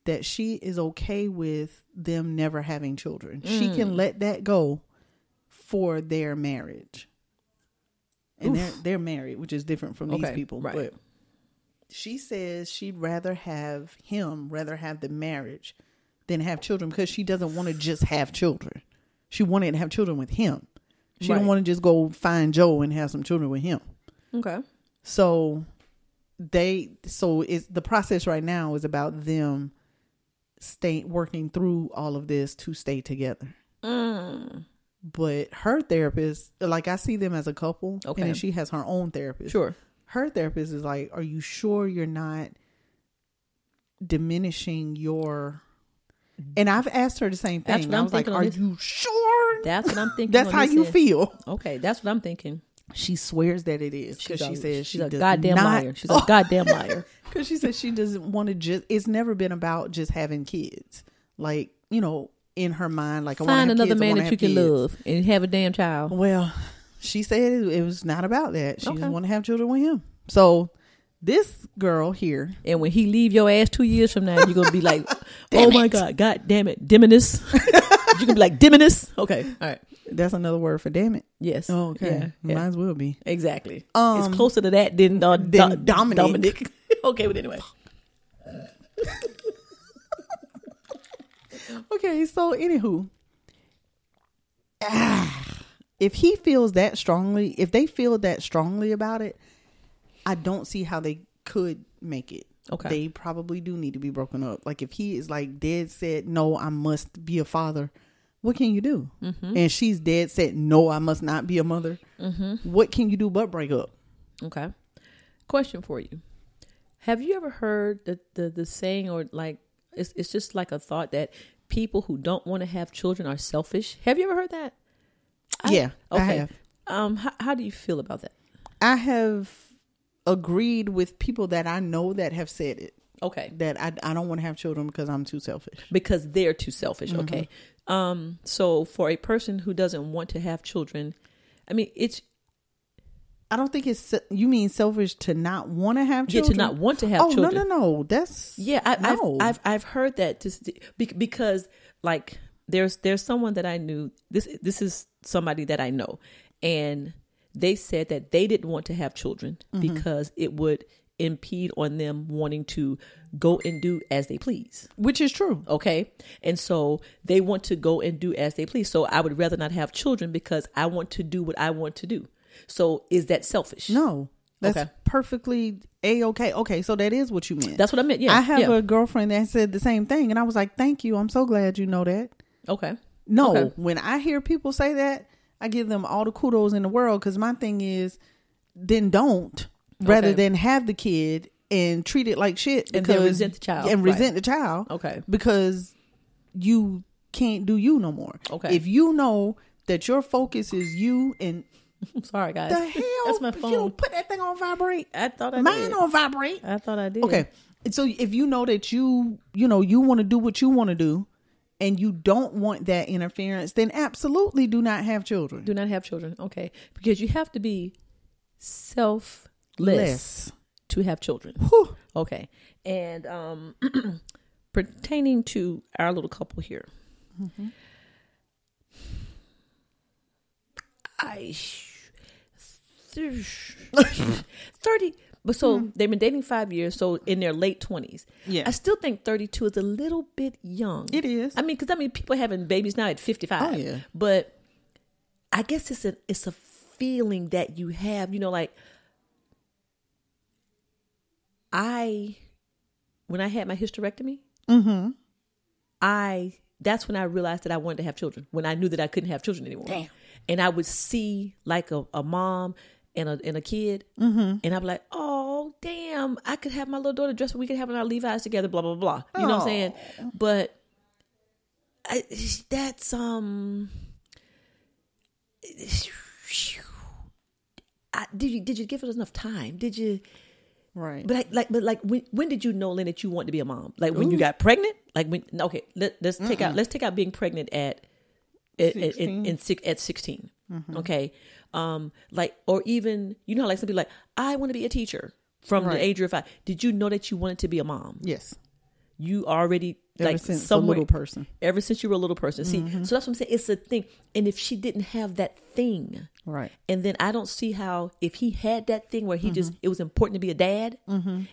[SPEAKER 3] that she is okay with them never having children she
[SPEAKER 4] Mm.
[SPEAKER 3] can let that go for their marriage and they're, they're married which is different from these
[SPEAKER 4] Okay,
[SPEAKER 3] people
[SPEAKER 4] right.
[SPEAKER 3] but she says she'd rather have him rather have the marriage than have children because she doesn't want to just have children she wanted to have children with him she
[SPEAKER 4] Right.
[SPEAKER 3] don't want to just go find joe and have some children with him
[SPEAKER 4] Okay.
[SPEAKER 3] so they so it's the process right now is about them stay working through all of this to stay together.
[SPEAKER 4] Mm.
[SPEAKER 3] But her therapist, like I see them as a couple,
[SPEAKER 4] Okay.
[SPEAKER 3] and then she has her own therapist.
[SPEAKER 4] Sure.
[SPEAKER 3] Her therapist is like, "Are you sure you're not diminishing your?" And I've asked her the same thing.
[SPEAKER 4] Mm. That's what
[SPEAKER 3] I
[SPEAKER 4] I'm
[SPEAKER 3] was like,
[SPEAKER 4] thinking on
[SPEAKER 3] "Are
[SPEAKER 4] this-
[SPEAKER 3] you sure?" <laughs>
[SPEAKER 4] That's what I'm thinking.
[SPEAKER 3] That's
[SPEAKER 4] on
[SPEAKER 3] how
[SPEAKER 4] this
[SPEAKER 3] you
[SPEAKER 4] end.
[SPEAKER 3] feel.
[SPEAKER 4] Okay. That's what I'm thinking.
[SPEAKER 3] She swears that it is because
[SPEAKER 4] She's
[SPEAKER 3] she
[SPEAKER 4] a-
[SPEAKER 3] says
[SPEAKER 4] she's
[SPEAKER 3] she
[SPEAKER 4] a
[SPEAKER 3] does
[SPEAKER 4] goddamn
[SPEAKER 3] not- Oh.
[SPEAKER 4] liar. She's a goddamn
[SPEAKER 3] <laughs>
[SPEAKER 4] liar.
[SPEAKER 3] Because she said she doesn't want to just. It's never been about just having kids. Like you know, in her mind, like I want
[SPEAKER 4] Find another
[SPEAKER 3] kids, I
[SPEAKER 4] man
[SPEAKER 3] wanna
[SPEAKER 4] that
[SPEAKER 3] have
[SPEAKER 4] you can
[SPEAKER 3] kids.
[SPEAKER 4] love and have a damn child.
[SPEAKER 3] Well, she said it, it was not about that. She
[SPEAKER 4] Okay.
[SPEAKER 3] just want to have children with him. So this girl here,
[SPEAKER 4] And when he leave your ass two years from now, you're gonna
[SPEAKER 3] <laughs>
[SPEAKER 4] be like, "Oh my god, god damn it, Demonus." you're gonna be like Demonus. Okay. All right.
[SPEAKER 3] that's another word for damn it.
[SPEAKER 4] Yes.
[SPEAKER 3] Oh, okay,
[SPEAKER 4] Yeah, yeah.
[SPEAKER 3] might as well be.
[SPEAKER 4] Exactly.
[SPEAKER 3] Um,
[SPEAKER 4] it's closer to that than, uh,
[SPEAKER 3] than
[SPEAKER 4] Do-
[SPEAKER 3] Dominic.
[SPEAKER 4] Dominic. <laughs> okay, but anyway.
[SPEAKER 3] Okay, so anywho, <sighs> if he feels that strongly, if they feel that strongly about it, I don't see how they could make it.
[SPEAKER 4] Okay.
[SPEAKER 3] they probably do need to be broken up. Like if he is like dead set, no, I must be a father. What can you do? And she's dead set, no, I must not be a mother. What can you do but break up?
[SPEAKER 4] Okay. Question for you. Have you ever heard the, the, the saying or like it's it's just like a thought that people who don't want to have children are selfish? Have you ever heard that?
[SPEAKER 3] yeah, I have.
[SPEAKER 4] Um how, how do you feel about that?
[SPEAKER 3] I have agreed with people that I know that have said it
[SPEAKER 4] Okay.
[SPEAKER 3] that I I don't want to have children because I'm too selfish.
[SPEAKER 4] Because they're too selfish,
[SPEAKER 3] Mm-hmm.
[SPEAKER 4] okay? Um so for a person who doesn't want to have children, I mean it's
[SPEAKER 3] I don't think it's se- you mean selfish to not want to have
[SPEAKER 4] Yeah, to
[SPEAKER 3] children.
[SPEAKER 4] not want to have
[SPEAKER 3] oh,
[SPEAKER 4] children.
[SPEAKER 3] no, no, no. That's
[SPEAKER 4] Yeah, I,
[SPEAKER 3] no.
[SPEAKER 4] I've, I've I've heard that just bec- because like there's there's someone that I knew this this is somebody that I know, and they said that they didn't want to have children
[SPEAKER 3] Mm-hmm.
[SPEAKER 4] because it would impede on them wanting to go and do as they please.
[SPEAKER 3] which is true.
[SPEAKER 4] Okay, and so they want to go and do as they please. So I would rather not have children because I want to do what I want to do. So is that selfish?
[SPEAKER 3] No, that's
[SPEAKER 4] Okay.
[SPEAKER 3] perfectly a okay. Okay, so that is what you meant.
[SPEAKER 4] that's what I meant. Yeah,
[SPEAKER 3] I have
[SPEAKER 4] yeah.
[SPEAKER 3] a girlfriend that said the same thing, and I was like, "Thank you. I'm so glad you know that."
[SPEAKER 4] okay.
[SPEAKER 3] No,
[SPEAKER 4] Okay.
[SPEAKER 3] when I hear people say that, I give them all the kudos in the world because my thing is, then don't rather
[SPEAKER 4] Okay.
[SPEAKER 3] than have the kid and treat it like shit
[SPEAKER 4] And then resent the child,
[SPEAKER 3] and
[SPEAKER 4] right.
[SPEAKER 3] resent the child.
[SPEAKER 4] Okay.
[SPEAKER 3] because you can't do you no more.
[SPEAKER 4] Okay.
[SPEAKER 3] if you know that your focus is you and
[SPEAKER 4] I'm sorry, guys.
[SPEAKER 3] the hell
[SPEAKER 4] <laughs> that's my
[SPEAKER 3] if
[SPEAKER 4] phone.
[SPEAKER 3] you don't put that thing on vibrate.
[SPEAKER 4] I thought I
[SPEAKER 3] Mine
[SPEAKER 4] did.
[SPEAKER 3] on vibrate.
[SPEAKER 4] I thought I did.
[SPEAKER 3] Okay. So if you know that you, you know, you want to do what you want to do and you don't want that interference, then absolutely do not have children.
[SPEAKER 4] Do not have children. Okay. Because you have to be selfless
[SPEAKER 3] Less.
[SPEAKER 4] to have children.
[SPEAKER 3] Whew.
[SPEAKER 4] Okay. And um <clears throat> pertaining to our little couple here.
[SPEAKER 3] Mm-hmm.
[SPEAKER 4] I
[SPEAKER 3] <laughs>
[SPEAKER 4] 30 but so they've been dating 5 years so in their late 20s.
[SPEAKER 3] Hmm. Yeah.
[SPEAKER 4] I still think 32 is a little bit young.
[SPEAKER 3] It is.
[SPEAKER 4] I mean cuz I mean people having babies now at 55.
[SPEAKER 3] Oh, yeah.
[SPEAKER 4] But I guess it's a it's a feeling that you have, you know, like I when I had my hysterectomy,
[SPEAKER 3] Mm-hmm.
[SPEAKER 4] I that's when I realized that I wanted to have children. When I knew that I couldn't have children anymore, and I would see like a, a mom and a and a kid, and I'm like, oh damn, I could have my little daughter dressed. We could have our Levi's together. Blah blah blah. You know what I'm saying? But I, that's um. <sighs> I, did you did you give it enough time? Did you?
[SPEAKER 3] Right.
[SPEAKER 4] But I, like, but like, when, when did you know, Lynn, that you wanted to be a mom? Like when you got pregnant? Like when? no, Okay, let, let's take out let's take out being pregnant at at at, in, in six, at 16
[SPEAKER 3] Mm-hmm.
[SPEAKER 4] Okay, um, like or even you know how like somebody like I want to be a teacher from
[SPEAKER 3] Right.
[SPEAKER 4] the age of five. Did you know that you wanted to be a mom?
[SPEAKER 3] yes.
[SPEAKER 4] You already
[SPEAKER 3] Ever
[SPEAKER 4] like
[SPEAKER 3] since a
[SPEAKER 4] somewhere-
[SPEAKER 3] little person. Mm-hmm.
[SPEAKER 4] Ever since you were a little person. See, so that's what I'm saying. It's a thing. And if she didn't have that thing,
[SPEAKER 3] Right.
[SPEAKER 4] and then I don't see how if he had that thing where he
[SPEAKER 3] Mm-hmm.
[SPEAKER 4] just it was important to be a dad,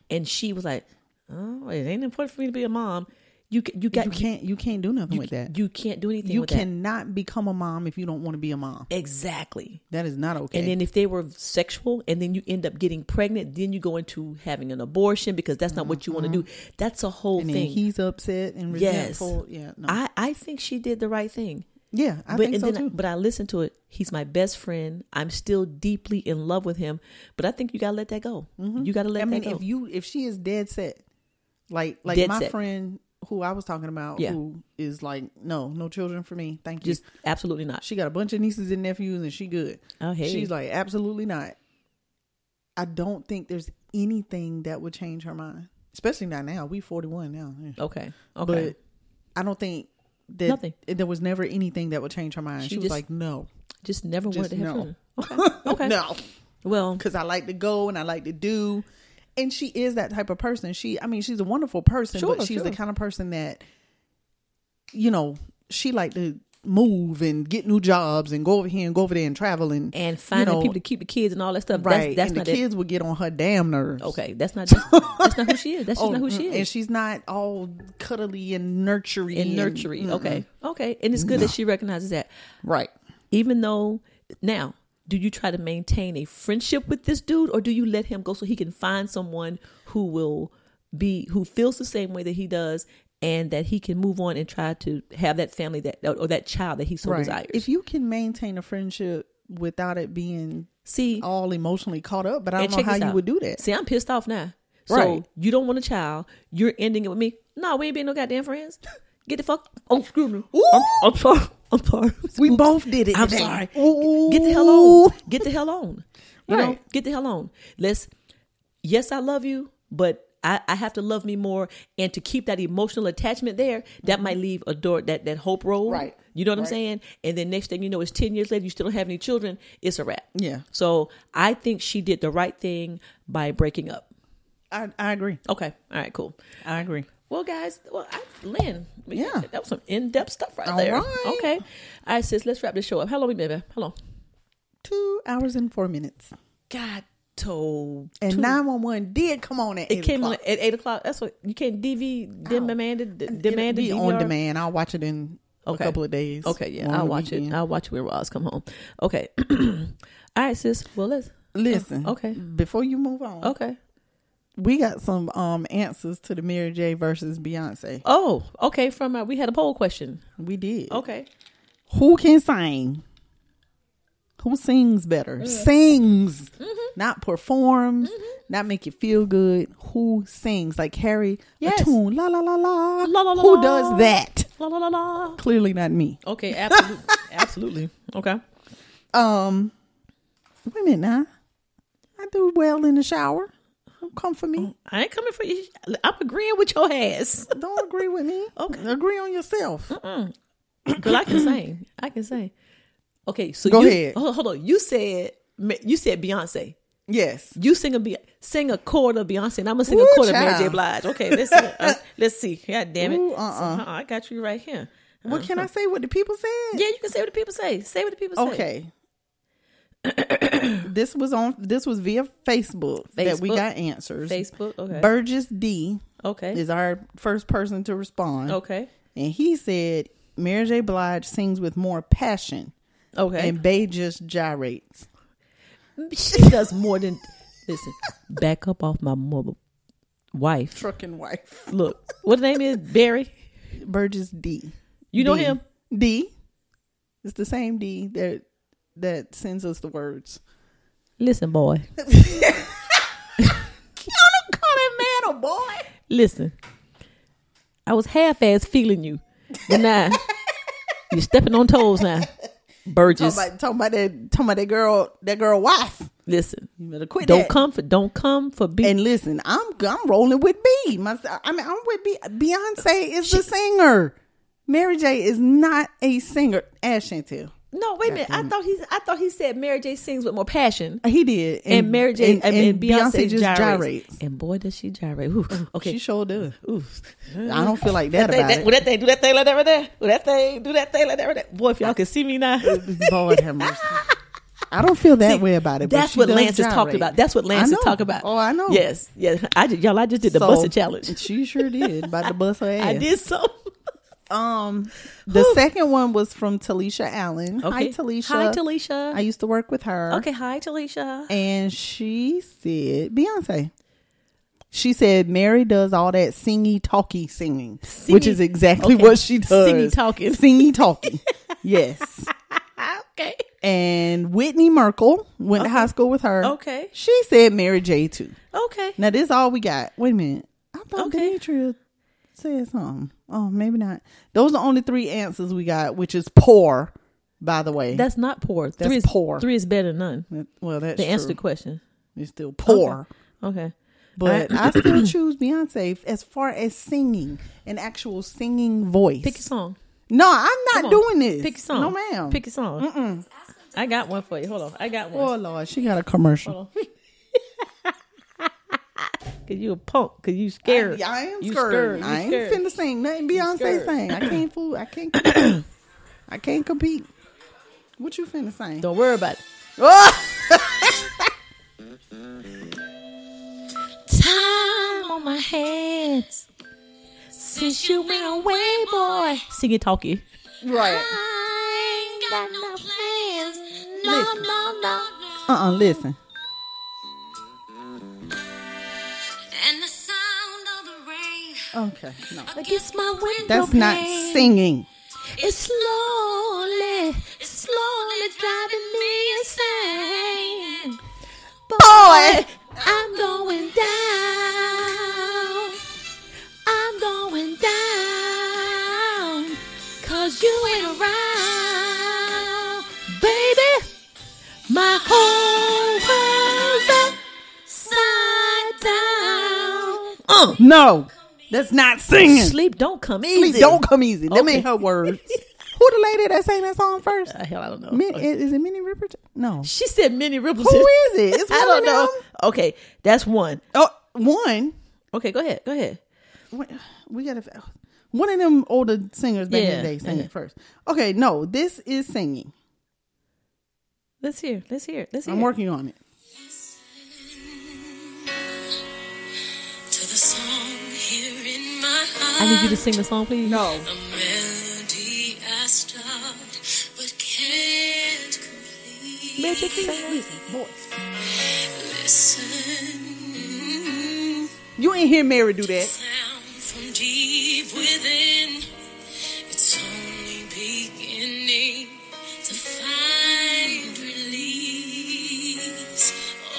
[SPEAKER 4] and she was like, "Oh, it ain't important for me to be a mom." You ca- you got
[SPEAKER 3] You can't you can't do nothing with that.
[SPEAKER 4] You can't do anything.
[SPEAKER 3] You
[SPEAKER 4] with
[SPEAKER 3] cannot become a mom if you don't want to be a mom.
[SPEAKER 4] that. exactly.
[SPEAKER 3] That is not okay.
[SPEAKER 4] And then if they were sexual, and then you end up getting pregnant, then you go into having an abortion because that's not what you want to do. That's a whole
[SPEAKER 3] Mm-hmm. And then
[SPEAKER 4] thing.
[SPEAKER 3] he's upset and
[SPEAKER 4] yes,
[SPEAKER 3] resentful. Yeah. No.
[SPEAKER 4] I I think she did the right thing.
[SPEAKER 3] yeah, I
[SPEAKER 4] but
[SPEAKER 3] think
[SPEAKER 4] and
[SPEAKER 3] so
[SPEAKER 4] then I-
[SPEAKER 3] too.
[SPEAKER 4] but I listened to it. He's my best friend. I'm still deeply in love with him. But I think you gotta let that go. You gotta let
[SPEAKER 3] Mm-hmm. I
[SPEAKER 4] that
[SPEAKER 3] mean,
[SPEAKER 4] go.
[SPEAKER 3] if you if she is dead set, like like
[SPEAKER 4] Dead
[SPEAKER 3] my
[SPEAKER 4] set.
[SPEAKER 3] friend who I was talking about,
[SPEAKER 4] Yeah.
[SPEAKER 3] who is like, no, no children for me. Thank you.
[SPEAKER 4] Just absolutely not.
[SPEAKER 3] She got a bunch of nieces and nephews, and she good.
[SPEAKER 4] Oh, hey.
[SPEAKER 3] She's like, absolutely not. I don't think there's anything that would change her mind, especially not now. We 41 now, Yeah.
[SPEAKER 4] okay. Oh, Okay.
[SPEAKER 3] but I don't think that
[SPEAKER 4] Nothing.
[SPEAKER 3] there was never anything that would change her mind. She,
[SPEAKER 4] She
[SPEAKER 3] was
[SPEAKER 4] just-
[SPEAKER 3] like, no,
[SPEAKER 4] just never wanted
[SPEAKER 3] just
[SPEAKER 4] to have
[SPEAKER 3] no.
[SPEAKER 4] children. Okay.
[SPEAKER 3] <laughs>
[SPEAKER 4] Okay.
[SPEAKER 3] no,
[SPEAKER 4] Well,
[SPEAKER 3] because I like to go and I like to do. And she is that type of person. She, I mean, she's a wonderful person, but
[SPEAKER 4] Sure,
[SPEAKER 3] she's the
[SPEAKER 4] sure.
[SPEAKER 3] kind of person that, you know, she like to move and get new jobs and go over here and go over there and travel and
[SPEAKER 4] and
[SPEAKER 3] you
[SPEAKER 4] finding
[SPEAKER 3] know,
[SPEAKER 4] people to keep the kids and all that stuff.
[SPEAKER 3] right.
[SPEAKER 4] That's, that's
[SPEAKER 3] and
[SPEAKER 4] not
[SPEAKER 3] the
[SPEAKER 4] it.
[SPEAKER 3] kids would get on her damn nerves. <laughs>
[SPEAKER 4] Okay. That's not that's, that's not who she is. That's just
[SPEAKER 3] Oh,
[SPEAKER 4] not who she
[SPEAKER 3] mm, And
[SPEAKER 4] is.
[SPEAKER 3] she's not all cuddly and nurturing
[SPEAKER 4] And nurturing.
[SPEAKER 3] mm-mm.
[SPEAKER 4] Okay. Okay. And it's good that she recognizes that.
[SPEAKER 3] right?
[SPEAKER 4] Even though now, do you try to maintain a friendship with this dude or do you let him go so he can find someone who will be who feels the same way that he does and that he can move on and try to have that family that or that child that he so desires.
[SPEAKER 3] If you can maintain a friendship without it being
[SPEAKER 4] see
[SPEAKER 3] all emotionally caught up, but I
[SPEAKER 4] and
[SPEAKER 3] don't
[SPEAKER 4] check
[SPEAKER 3] know how
[SPEAKER 4] this
[SPEAKER 3] you
[SPEAKER 4] out.
[SPEAKER 3] would do that.
[SPEAKER 4] See, I'm pissed off now.
[SPEAKER 3] Right.
[SPEAKER 4] So you don't want a child. You're ending it with me. No, we ain't being no goddamn friends. Get the fuck. Oh, excuse me. I'm, I'm sorry. I'm sorry.
[SPEAKER 3] <laughs> we both did it.
[SPEAKER 4] I'm
[SPEAKER 3] today.
[SPEAKER 4] sorry.
[SPEAKER 3] Ooh.
[SPEAKER 4] Get the hell on. Get the hell on. You know,
[SPEAKER 3] Right.
[SPEAKER 4] get the hell on. Let's. Yes, I love you, but I, I have to love me more, and to keep that emotional attachment there, that might leave a door that that hope road.
[SPEAKER 3] Mm-hmm. Right.
[SPEAKER 4] You know what I'm
[SPEAKER 3] Right.
[SPEAKER 4] saying? And then next thing you know, it's ten years later. You still don't have any children. It's a wrap.
[SPEAKER 3] Yeah.
[SPEAKER 4] So I think she did the right thing by breaking up.
[SPEAKER 3] I, I agree.
[SPEAKER 4] Okay. All right. Cool.
[SPEAKER 3] I agree.
[SPEAKER 4] Well, guys, well, I, Lynn, we-
[SPEAKER 3] Yeah.
[SPEAKER 4] that was some in-depth stuff right
[SPEAKER 3] All
[SPEAKER 4] there.
[SPEAKER 3] right.
[SPEAKER 4] Okay. All right, sis, let's wrap this show up. How long we been there? How long?
[SPEAKER 3] Two hours and four minutes.
[SPEAKER 4] God, told
[SPEAKER 3] And 911 did come on at
[SPEAKER 4] it
[SPEAKER 3] eight
[SPEAKER 4] came on
[SPEAKER 3] o'clock.
[SPEAKER 4] at eight o'clock. That's what you can't DV demand it. d- Demand it
[SPEAKER 3] It'll be on demand. I'll watch it in a couple of days.
[SPEAKER 4] Okay, yeah,
[SPEAKER 3] on
[SPEAKER 4] I'll
[SPEAKER 3] the
[SPEAKER 4] watch
[SPEAKER 3] weekend.
[SPEAKER 4] it. I'll watch it when Roz come home. Okay. <clears throat> All right, sis. Well, let's.
[SPEAKER 3] Listen,
[SPEAKER 4] uh, Okay. Oh.
[SPEAKER 3] Before you move on,
[SPEAKER 4] Okay.
[SPEAKER 3] we got some um answers to the Mary J versus Beyonce.
[SPEAKER 4] Oh, okay. From uh, we had a poll question.
[SPEAKER 3] We did.
[SPEAKER 4] Okay.
[SPEAKER 3] Who can sing? Who sings better?
[SPEAKER 4] Mm-hmm.
[SPEAKER 3] Sings, not performs, not make you feel good. Who sings like Harry?
[SPEAKER 4] Yes.
[SPEAKER 3] A tune, la la la la.
[SPEAKER 4] La, la, la,
[SPEAKER 3] Who
[SPEAKER 4] la.
[SPEAKER 3] does that?
[SPEAKER 4] La la la la.
[SPEAKER 3] Clearly not me.
[SPEAKER 4] Okay. Absolutely. <laughs> absolutely. Okay.
[SPEAKER 3] Um, wait a minute now. I do well in the shower. Don't come for me.
[SPEAKER 4] I ain't coming for you. I'm agreeing with
[SPEAKER 3] <coughs>
[SPEAKER 4] your ass.
[SPEAKER 3] Don't agree with me.
[SPEAKER 4] Oh. Okay.
[SPEAKER 3] Agree on yourself.
[SPEAKER 4] Girl, I can sing. I can sing. Okay, so
[SPEAKER 3] Go
[SPEAKER 4] you,
[SPEAKER 3] ahead.
[SPEAKER 4] Hold, hold on. You said you said Beyonce.
[SPEAKER 3] Yes.
[SPEAKER 4] You sing a Be- sing a chord of Beyonce, and I'm gonna sing
[SPEAKER 3] Ooh,
[SPEAKER 4] a chord of Mary J.
[SPEAKER 3] child.
[SPEAKER 4] Blige. Okay,
[SPEAKER 3] <laughs>
[SPEAKER 4] let's uh, let's see. God damn it!
[SPEAKER 3] Ooh, uh-uh.
[SPEAKER 4] So, I got you right here.
[SPEAKER 3] What can I say? What the people said?
[SPEAKER 4] Uh-huh. Yeah, you can say what the people say. Say what the people say.
[SPEAKER 3] Okay. <coughs> this was on. This was via Facebook, that we
[SPEAKER 4] Facebook.
[SPEAKER 3] got answers.
[SPEAKER 4] Facebook. Okay.
[SPEAKER 3] Burgess D
[SPEAKER 4] okay.
[SPEAKER 3] is our first person to respond,
[SPEAKER 4] okay.
[SPEAKER 3] and he said Mary J. Blige sings with more passion,
[SPEAKER 4] Okay.
[SPEAKER 3] and Bay just gyrates.
[SPEAKER 4] she does more than listen. Back up off my mother, wife.
[SPEAKER 3] Trucking wife.
[SPEAKER 4] Look, what the name is Barry.
[SPEAKER 3] Burgess D.
[SPEAKER 4] You know
[SPEAKER 3] D.
[SPEAKER 4] him.
[SPEAKER 3] D. It's the same D that that sends us the
[SPEAKER 4] <laughs>
[SPEAKER 3] words.
[SPEAKER 4] Listen, boy.
[SPEAKER 3] I don't call that man a boy.
[SPEAKER 4] Listen, I was half ass feeling you,
[SPEAKER 3] <laughs>
[SPEAKER 4] but now you're stepping on toes now. Burgess,
[SPEAKER 3] Talking about, talking about that talking about that girl that girl wife.
[SPEAKER 4] listen.
[SPEAKER 3] You better quit
[SPEAKER 4] Don't
[SPEAKER 3] that.
[SPEAKER 4] come for don't come for being
[SPEAKER 3] And listen, I'm I'm rolling with B. My, I mean, I'm with B. Beyonce is the singer. Mary J is not a singer. As Chantel,
[SPEAKER 4] no, wait a minute. I thought he I thought he said Mary J sings with more passion.
[SPEAKER 3] he did,
[SPEAKER 4] And, Mary J and, and Beyonce, just gyrates.
[SPEAKER 3] gyrates.
[SPEAKER 4] And boy does she gyrate. Ooh, okay.
[SPEAKER 3] She sure does.
[SPEAKER 4] <laughs>
[SPEAKER 3] I don't feel like that
[SPEAKER 4] That-
[SPEAKER 3] about
[SPEAKER 4] that-
[SPEAKER 3] it.
[SPEAKER 4] well, that thing, do that thing like that right there. Well, that thing, do that thing like that right there. Boy, if y'all can see me now.
[SPEAKER 3] Uh, Lord have mercy. I don't feel that
[SPEAKER 4] See,
[SPEAKER 3] way about it. but
[SPEAKER 4] That's
[SPEAKER 3] she
[SPEAKER 4] what
[SPEAKER 3] does
[SPEAKER 4] Lance is
[SPEAKER 3] gyrate.
[SPEAKER 4] talking about. That's what Lance
[SPEAKER 3] I
[SPEAKER 4] is
[SPEAKER 3] know.
[SPEAKER 4] talking about.
[SPEAKER 3] Oh, I know.
[SPEAKER 4] Yes, yes. I just, y'all, I just did the
[SPEAKER 3] So,
[SPEAKER 4] busted challenge.
[SPEAKER 3] She sure did. About to bust her ass.
[SPEAKER 4] <laughs> I did so.
[SPEAKER 3] Um, the second one was from Talisha Allen. Hi,
[SPEAKER 4] Okay.
[SPEAKER 3] Talisha.
[SPEAKER 4] Hi, Talisha.
[SPEAKER 3] I used to work with her.
[SPEAKER 4] Okay, hi, Talisha.
[SPEAKER 3] And she said, Beyonce. She said, Mary does all that singy, talky singing, which
[SPEAKER 4] Singy-
[SPEAKER 3] is exactly
[SPEAKER 4] okay.
[SPEAKER 3] what she does.
[SPEAKER 4] Singy talking.
[SPEAKER 3] Singy, talky.
[SPEAKER 4] <laughs>
[SPEAKER 3] yes.
[SPEAKER 4] Ah, Okay.
[SPEAKER 3] And Whitney Merkel went to high school with her.
[SPEAKER 4] Okay.
[SPEAKER 3] She said Mary J too.
[SPEAKER 4] Okay.
[SPEAKER 3] Now this all we got. Wait a minute. I thought
[SPEAKER 4] Okay.
[SPEAKER 3] Demetria said something. Oh, maybe not. Those are the only three answers we got, which is poor, by the way.
[SPEAKER 4] That's not poor.
[SPEAKER 3] That's
[SPEAKER 4] three is,
[SPEAKER 3] poor.
[SPEAKER 4] Three is better than none.
[SPEAKER 3] well, that's
[SPEAKER 4] To answer the
[SPEAKER 3] true.
[SPEAKER 4] question.
[SPEAKER 3] It's still poor.
[SPEAKER 4] Okay.
[SPEAKER 3] But I still choose Beyonce as far as singing, an actual singing voice.
[SPEAKER 4] Pick a song.
[SPEAKER 3] No, I'm
[SPEAKER 4] Come
[SPEAKER 3] not
[SPEAKER 4] on.
[SPEAKER 3] doing this.
[SPEAKER 4] Pick a song.
[SPEAKER 3] No, ma'am.
[SPEAKER 4] Pick a song. I got one for you. Hold on. I got one.
[SPEAKER 3] oh Lord, she got a commercial.
[SPEAKER 4] Cause you a punk. Cause you scared.
[SPEAKER 3] I am
[SPEAKER 4] You
[SPEAKER 3] scared.
[SPEAKER 4] You
[SPEAKER 3] I ain't
[SPEAKER 4] scared.
[SPEAKER 3] finna sing nothing Beyonce
[SPEAKER 4] scared.
[SPEAKER 3] sing. I can't fool. I can't.
[SPEAKER 4] <clears throat>
[SPEAKER 3] compete. I can't compete. What you finna sing? <laughs>
[SPEAKER 4] Don't worry about it.
[SPEAKER 9] time on my hands since you went away, boy.
[SPEAKER 4] Sing it talkie.
[SPEAKER 3] Right.
[SPEAKER 9] I ain't got no plans. No, no, no.
[SPEAKER 3] Uh uh listen.
[SPEAKER 9] And the sound of
[SPEAKER 3] Okay, no.
[SPEAKER 9] Against my window
[SPEAKER 3] That's not
[SPEAKER 9] pane.
[SPEAKER 3] singing.
[SPEAKER 9] It's slowly, it's slowly driving me insane. Boy, I'm going down. I'm going down. Cause you ain't around. Baby, my whole world's upside down. Uh.
[SPEAKER 3] No, that's not singing.
[SPEAKER 4] Sleep don't come
[SPEAKER 3] Sleep
[SPEAKER 4] easy.
[SPEAKER 3] don't come easy. Let me
[SPEAKER 4] Okay.
[SPEAKER 9] <laughs>
[SPEAKER 3] her words. Who the lady that sang that song first?
[SPEAKER 4] Uh, hell, I don't know.
[SPEAKER 3] Min-
[SPEAKER 4] Okay.
[SPEAKER 3] is, is it Minnie Riperton? No.
[SPEAKER 4] She said Minnie Rippleton.
[SPEAKER 3] Who is it? It's
[SPEAKER 4] <laughs> I
[SPEAKER 3] one
[SPEAKER 4] don't
[SPEAKER 3] of
[SPEAKER 4] know.
[SPEAKER 3] them.
[SPEAKER 4] Okay, that's one.
[SPEAKER 3] Oh, one.
[SPEAKER 4] Okay, go ahead. Go ahead.
[SPEAKER 3] Wait, We got to. One of them older singers back in
[SPEAKER 4] Yeah,
[SPEAKER 3] the day sang
[SPEAKER 4] yeah.
[SPEAKER 3] it first. Okay, no, this is singing.
[SPEAKER 4] Let's hear. Let's hear. Let's hear.
[SPEAKER 3] I'm working on it.
[SPEAKER 6] To the song here in my heart.
[SPEAKER 4] I need you to sing the song, please. No.
[SPEAKER 6] A melody I start, but can't complete.
[SPEAKER 4] Magic voice.
[SPEAKER 6] Listen.
[SPEAKER 3] You ain't hear Mary do that.
[SPEAKER 6] Sound from deep within. It's only beginning to find release. Oh,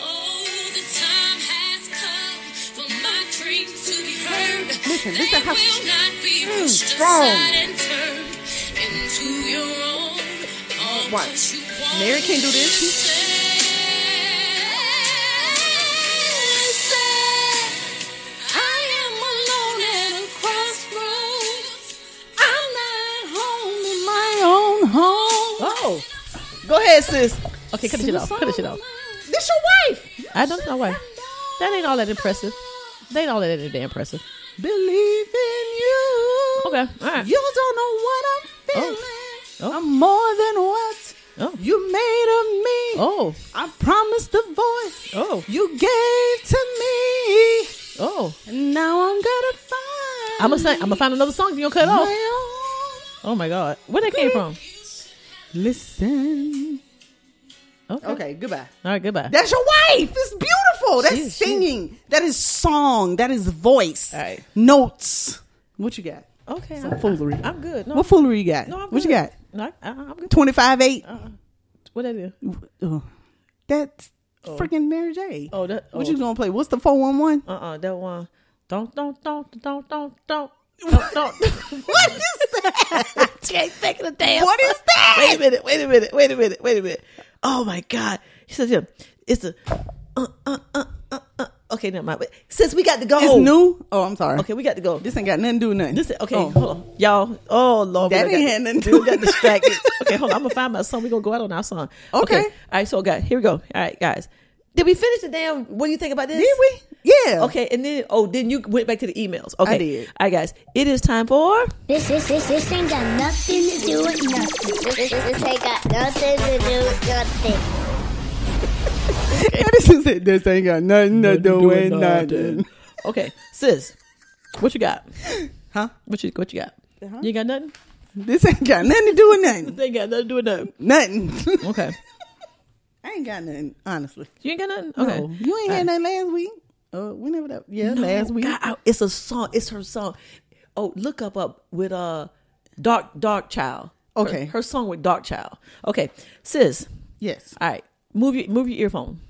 [SPEAKER 6] the time has come for my dreams to be heard.
[SPEAKER 3] Listen,
[SPEAKER 6] they
[SPEAKER 3] listen how-
[SPEAKER 6] will not be pushed
[SPEAKER 3] strong.
[SPEAKER 6] aside and turned into your own. All
[SPEAKER 3] Watch.
[SPEAKER 6] 'cause you want
[SPEAKER 3] Mary can't do this.
[SPEAKER 4] Oh,
[SPEAKER 6] to say, say. I am alone at a crossroads. I'm not home in my own home.
[SPEAKER 4] Oh,
[SPEAKER 3] Go ahead, sis.
[SPEAKER 4] okay. Cut the shit off. Cut the shit off.
[SPEAKER 3] This your wife.
[SPEAKER 4] I don't know why. That ain't all that impressive. That ain't all that damn impressive.
[SPEAKER 3] Believe in you.
[SPEAKER 4] Okay. All right.
[SPEAKER 3] You don't know what I'm feeling.
[SPEAKER 4] Oh.
[SPEAKER 3] I'm more than what
[SPEAKER 4] Oh.
[SPEAKER 3] you made of me.
[SPEAKER 4] Oh.
[SPEAKER 3] I promised the voice
[SPEAKER 4] Oh.
[SPEAKER 3] you gave to me.
[SPEAKER 4] Oh.
[SPEAKER 3] And now I'm gonna find.
[SPEAKER 4] I'm gonna sing. I'm gonna find another song. if You don't cut it off.
[SPEAKER 3] my own.
[SPEAKER 4] Oh my god. Where that came from?
[SPEAKER 3] Listen.
[SPEAKER 4] Okay.
[SPEAKER 3] Okay, goodbye.
[SPEAKER 4] All right. Goodbye.
[SPEAKER 3] That's your wife. It's beautiful. That's
[SPEAKER 4] She is, she is.
[SPEAKER 3] singing. That is song. That is voice.
[SPEAKER 4] All right.
[SPEAKER 3] Notes. What you got?
[SPEAKER 4] okay.
[SPEAKER 3] Some
[SPEAKER 4] I'm,
[SPEAKER 3] foolery.
[SPEAKER 4] I'm good. No.
[SPEAKER 3] What foolery you got?
[SPEAKER 4] no, I'm
[SPEAKER 3] what you
[SPEAKER 4] good. Oh.
[SPEAKER 3] got?
[SPEAKER 4] No, I, I, I'm good.
[SPEAKER 3] 25 8.
[SPEAKER 4] What that is?
[SPEAKER 3] Ugh. Oh. That's freaking Mary J.
[SPEAKER 4] Oh, that. Oh.
[SPEAKER 3] What you gonna play? What's the 411?
[SPEAKER 4] Uh uh that one. Don't don't don't don't don't <laughs> don't don't don't.
[SPEAKER 3] <laughs> What is
[SPEAKER 4] <laughs>
[SPEAKER 3] that?
[SPEAKER 4] she ain't thinking a damn.
[SPEAKER 3] What is that?
[SPEAKER 4] Wait a minute. Wait a minute. Wait a minute. Wait a minute. Oh my god. She says, "Yeah, it's a." Uh, uh, uh, uh, uh. Okay, never mind. Wait, Since we got to go,
[SPEAKER 3] It's new? Oh, I'm sorry.
[SPEAKER 4] Okay, we got to go.
[SPEAKER 3] This ain't got nothing to do with nothing.
[SPEAKER 4] This is okay.
[SPEAKER 3] Oh.
[SPEAKER 4] Hold on, y'all. Oh Lord, we
[SPEAKER 3] That
[SPEAKER 4] done
[SPEAKER 3] ain't
[SPEAKER 4] got-
[SPEAKER 3] had nothing to
[SPEAKER 4] we
[SPEAKER 3] do
[SPEAKER 4] got
[SPEAKER 3] with
[SPEAKER 4] <laughs> distracted. okay, hold on. I'm gonna find my song. We are gonna go out on our song.
[SPEAKER 3] Okay.
[SPEAKER 4] All right. So, guys, here we go. All right, guys. Did we finish the damn? What do you think about this?
[SPEAKER 3] Did we? Yeah.
[SPEAKER 4] Okay, and then oh, then you went back to the emails. Okay,
[SPEAKER 3] did.
[SPEAKER 4] All right, guys. It is time for.
[SPEAKER 10] This, this, this, this ain't got nothing to do with nothing. This, this, this ain't got nothing to do with nothing.
[SPEAKER 3] <laughs> this is it. This ain't got nothing to do with nothing.
[SPEAKER 4] Okay, sis, what you got?
[SPEAKER 3] Huh?
[SPEAKER 4] What you what you got?
[SPEAKER 3] Uh-huh.
[SPEAKER 4] You ain't got nothing.
[SPEAKER 3] This ain't got nothing to do with nothing.
[SPEAKER 4] <laughs> They ain't got nothing to do with nothing.
[SPEAKER 3] Nothing.
[SPEAKER 4] Okay,
[SPEAKER 3] I <laughs> ain't got nothing, honestly.
[SPEAKER 4] you ain't got nothing. Okay,
[SPEAKER 3] No, you ain't had nothing last week. Uh, whenever that, yeah,
[SPEAKER 4] No,
[SPEAKER 3] last week.
[SPEAKER 4] God, I- it's a song. It's her song. Oh, look up up with uh, dark dark child. Her-
[SPEAKER 3] Okay.
[SPEAKER 4] her, song with dark child. Okay, sis.
[SPEAKER 3] Yes.
[SPEAKER 4] All right, move your move your earphone.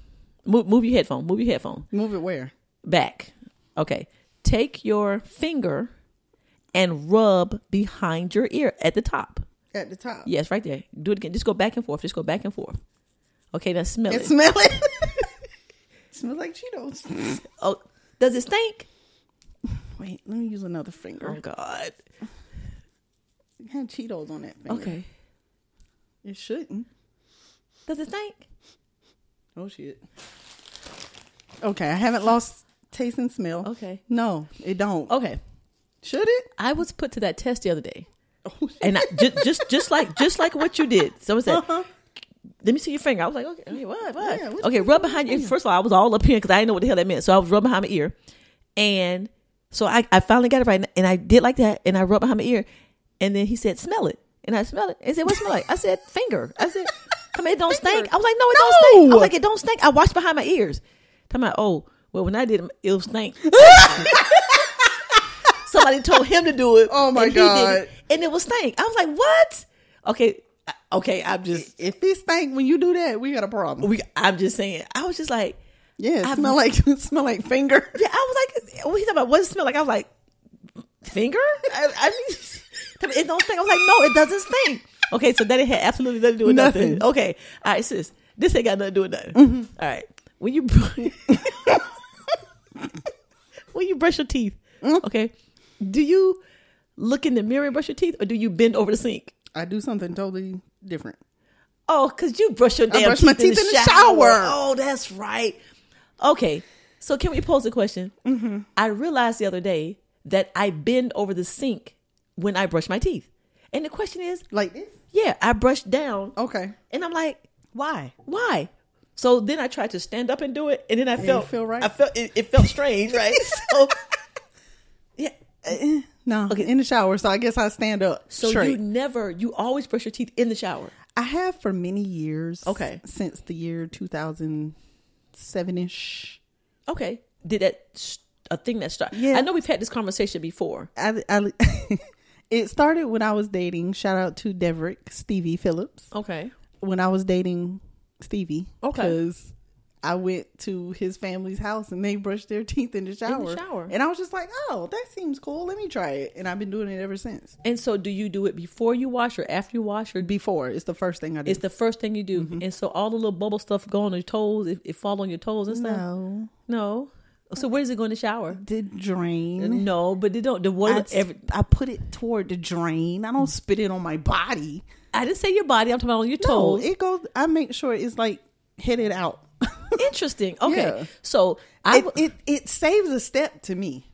[SPEAKER 4] Move move your headphone. Move your headphone
[SPEAKER 3] Move it where?
[SPEAKER 4] back. Okay, take your finger and rub behind your ear at the top.
[SPEAKER 3] At the top.
[SPEAKER 4] Yes, right there. Do it again. Just go back and forth. Just go back and forth. Okay, now smell
[SPEAKER 3] And
[SPEAKER 4] it.
[SPEAKER 3] smell it. <laughs> smells like Cheetos.
[SPEAKER 4] <laughs> oh, does it stink?
[SPEAKER 3] Wait, let me use another
[SPEAKER 4] Oh
[SPEAKER 3] finger.
[SPEAKER 4] God.
[SPEAKER 3] It had Cheetos on that finger.
[SPEAKER 4] Okay.
[SPEAKER 3] It shouldn't.
[SPEAKER 4] Does it stink?
[SPEAKER 3] Oh shit. Okay, I haven't lost taste and smell.
[SPEAKER 4] Okay.
[SPEAKER 3] No, it don't.
[SPEAKER 4] Okay.
[SPEAKER 3] Should it?
[SPEAKER 4] I was put to that test the other day,
[SPEAKER 3] Oh, shit.
[SPEAKER 4] <laughs> and I, just, just just like just like what you did. Someone said,
[SPEAKER 3] Uh-huh.
[SPEAKER 4] "Let me see your finger." I was like, "Okay, okay, what, what?"
[SPEAKER 3] Yeah, what
[SPEAKER 4] okay,
[SPEAKER 3] you
[SPEAKER 4] rub behind your. First of all, I was all up here because I didn't know what the hell that meant, so I was rubbing behind my ear, and so I, I finally got it right, and I did like that, and I rubbed behind my ear, and then he said, "Smell it," and I smelled it. He said, "What smell like?" I said, "Finger." I said, "Come here, it don't stink." I was like, "No, it don't stink." I
[SPEAKER 3] No.
[SPEAKER 4] was like, "It don't stink." I washed behind my
[SPEAKER 3] <laughs>
[SPEAKER 4] ears. Talking about, oh, well, when I did it, it was stink. Somebody told him to do it.
[SPEAKER 3] Oh my
[SPEAKER 4] and he did
[SPEAKER 3] God.
[SPEAKER 4] it. And it was stank. I was like, what? Okay, I- okay. I'm just
[SPEAKER 3] if this thing when you do that, we got a problem.
[SPEAKER 4] we. I'm just saying. I was just like,
[SPEAKER 3] yeah,
[SPEAKER 4] I've-
[SPEAKER 3] it smell like <laughs> it smell like finger.
[SPEAKER 4] <laughs> yeah. I was like, what he talking about? What does it smell like? I was like, finger. I, I mean, <laughs> it don't stink. I was like, no, it doesn't stink. Okay, so that it had absolutely nothing to do with nothing.
[SPEAKER 3] Nothing.
[SPEAKER 4] Okay, all right, sis. This ain't got nothing to do with nothing. All right, when you <laughs> when you brush your teeth, okay, do you look in the mirror and brush your teeth, or do you bend over the sink?
[SPEAKER 3] I do something totally different.
[SPEAKER 4] Oh, cause you brush your damn
[SPEAKER 3] brush
[SPEAKER 4] teeth,
[SPEAKER 3] my
[SPEAKER 4] in,
[SPEAKER 3] teeth
[SPEAKER 4] the
[SPEAKER 3] in the
[SPEAKER 4] shower.
[SPEAKER 3] shower.
[SPEAKER 4] Oh, that's right. Okay, so can we pose a question?
[SPEAKER 3] Mm-hmm.
[SPEAKER 4] I realized the other day that I bend over the sink when I brush my teeth, and the question is,
[SPEAKER 3] Like this?
[SPEAKER 4] yeah, I brush down,
[SPEAKER 3] Okay.
[SPEAKER 4] and I'm like, why, why? So then I tried to stand up and do it, and then I felt
[SPEAKER 3] feel right?
[SPEAKER 4] I felt it, it felt
[SPEAKER 3] <laughs>
[SPEAKER 4] strange, right? so yeah,
[SPEAKER 3] Eh, No.
[SPEAKER 4] Okay.
[SPEAKER 3] In the shower, so I guess I stand up.
[SPEAKER 4] so
[SPEAKER 3] straight.
[SPEAKER 4] you never, you always brush your teeth in the shower.
[SPEAKER 3] I have for many years.
[SPEAKER 4] Okay.
[SPEAKER 3] Since the year two thousand seven ish.
[SPEAKER 4] Okay. Did that st- a thing that started?
[SPEAKER 3] Yeah.
[SPEAKER 4] I know we've had this conversation before.
[SPEAKER 3] I, <laughs> I it started when I was dating. Shout out to Deverick Stevie Phillips.
[SPEAKER 4] Okay.
[SPEAKER 3] When I was dating Stevie,
[SPEAKER 4] Okay.
[SPEAKER 3] because I went to his family's house and they brushed their teeth in the shower.
[SPEAKER 4] shower.
[SPEAKER 3] and I was just like, "Oh, that seems cool. Let me try it." And I've been doing it ever since.
[SPEAKER 4] And so, do you do it before you wash or after you wash or?
[SPEAKER 3] Before Mm-hmm. it's the first thing I do.
[SPEAKER 4] It's the first thing you do, and so all the little bubble stuff go on your toes. It, it fall on your toes and stuff.
[SPEAKER 3] no,
[SPEAKER 4] No. So where does it go in the shower?
[SPEAKER 3] did drain.
[SPEAKER 4] No, but they don't. The
[SPEAKER 3] I,
[SPEAKER 4] water.
[SPEAKER 3] s-
[SPEAKER 4] Every,
[SPEAKER 3] I put it toward the drain. I don't spit it on my body.
[SPEAKER 4] I didn't say your body. I'm talking about on your
[SPEAKER 3] No, <laughs>
[SPEAKER 4] toes.
[SPEAKER 3] it goes. I make sure it's like headed out.
[SPEAKER 4] Interesting. Okay.
[SPEAKER 3] Yeah.
[SPEAKER 4] So I.
[SPEAKER 3] it,
[SPEAKER 4] w-
[SPEAKER 3] it it saves a step to me.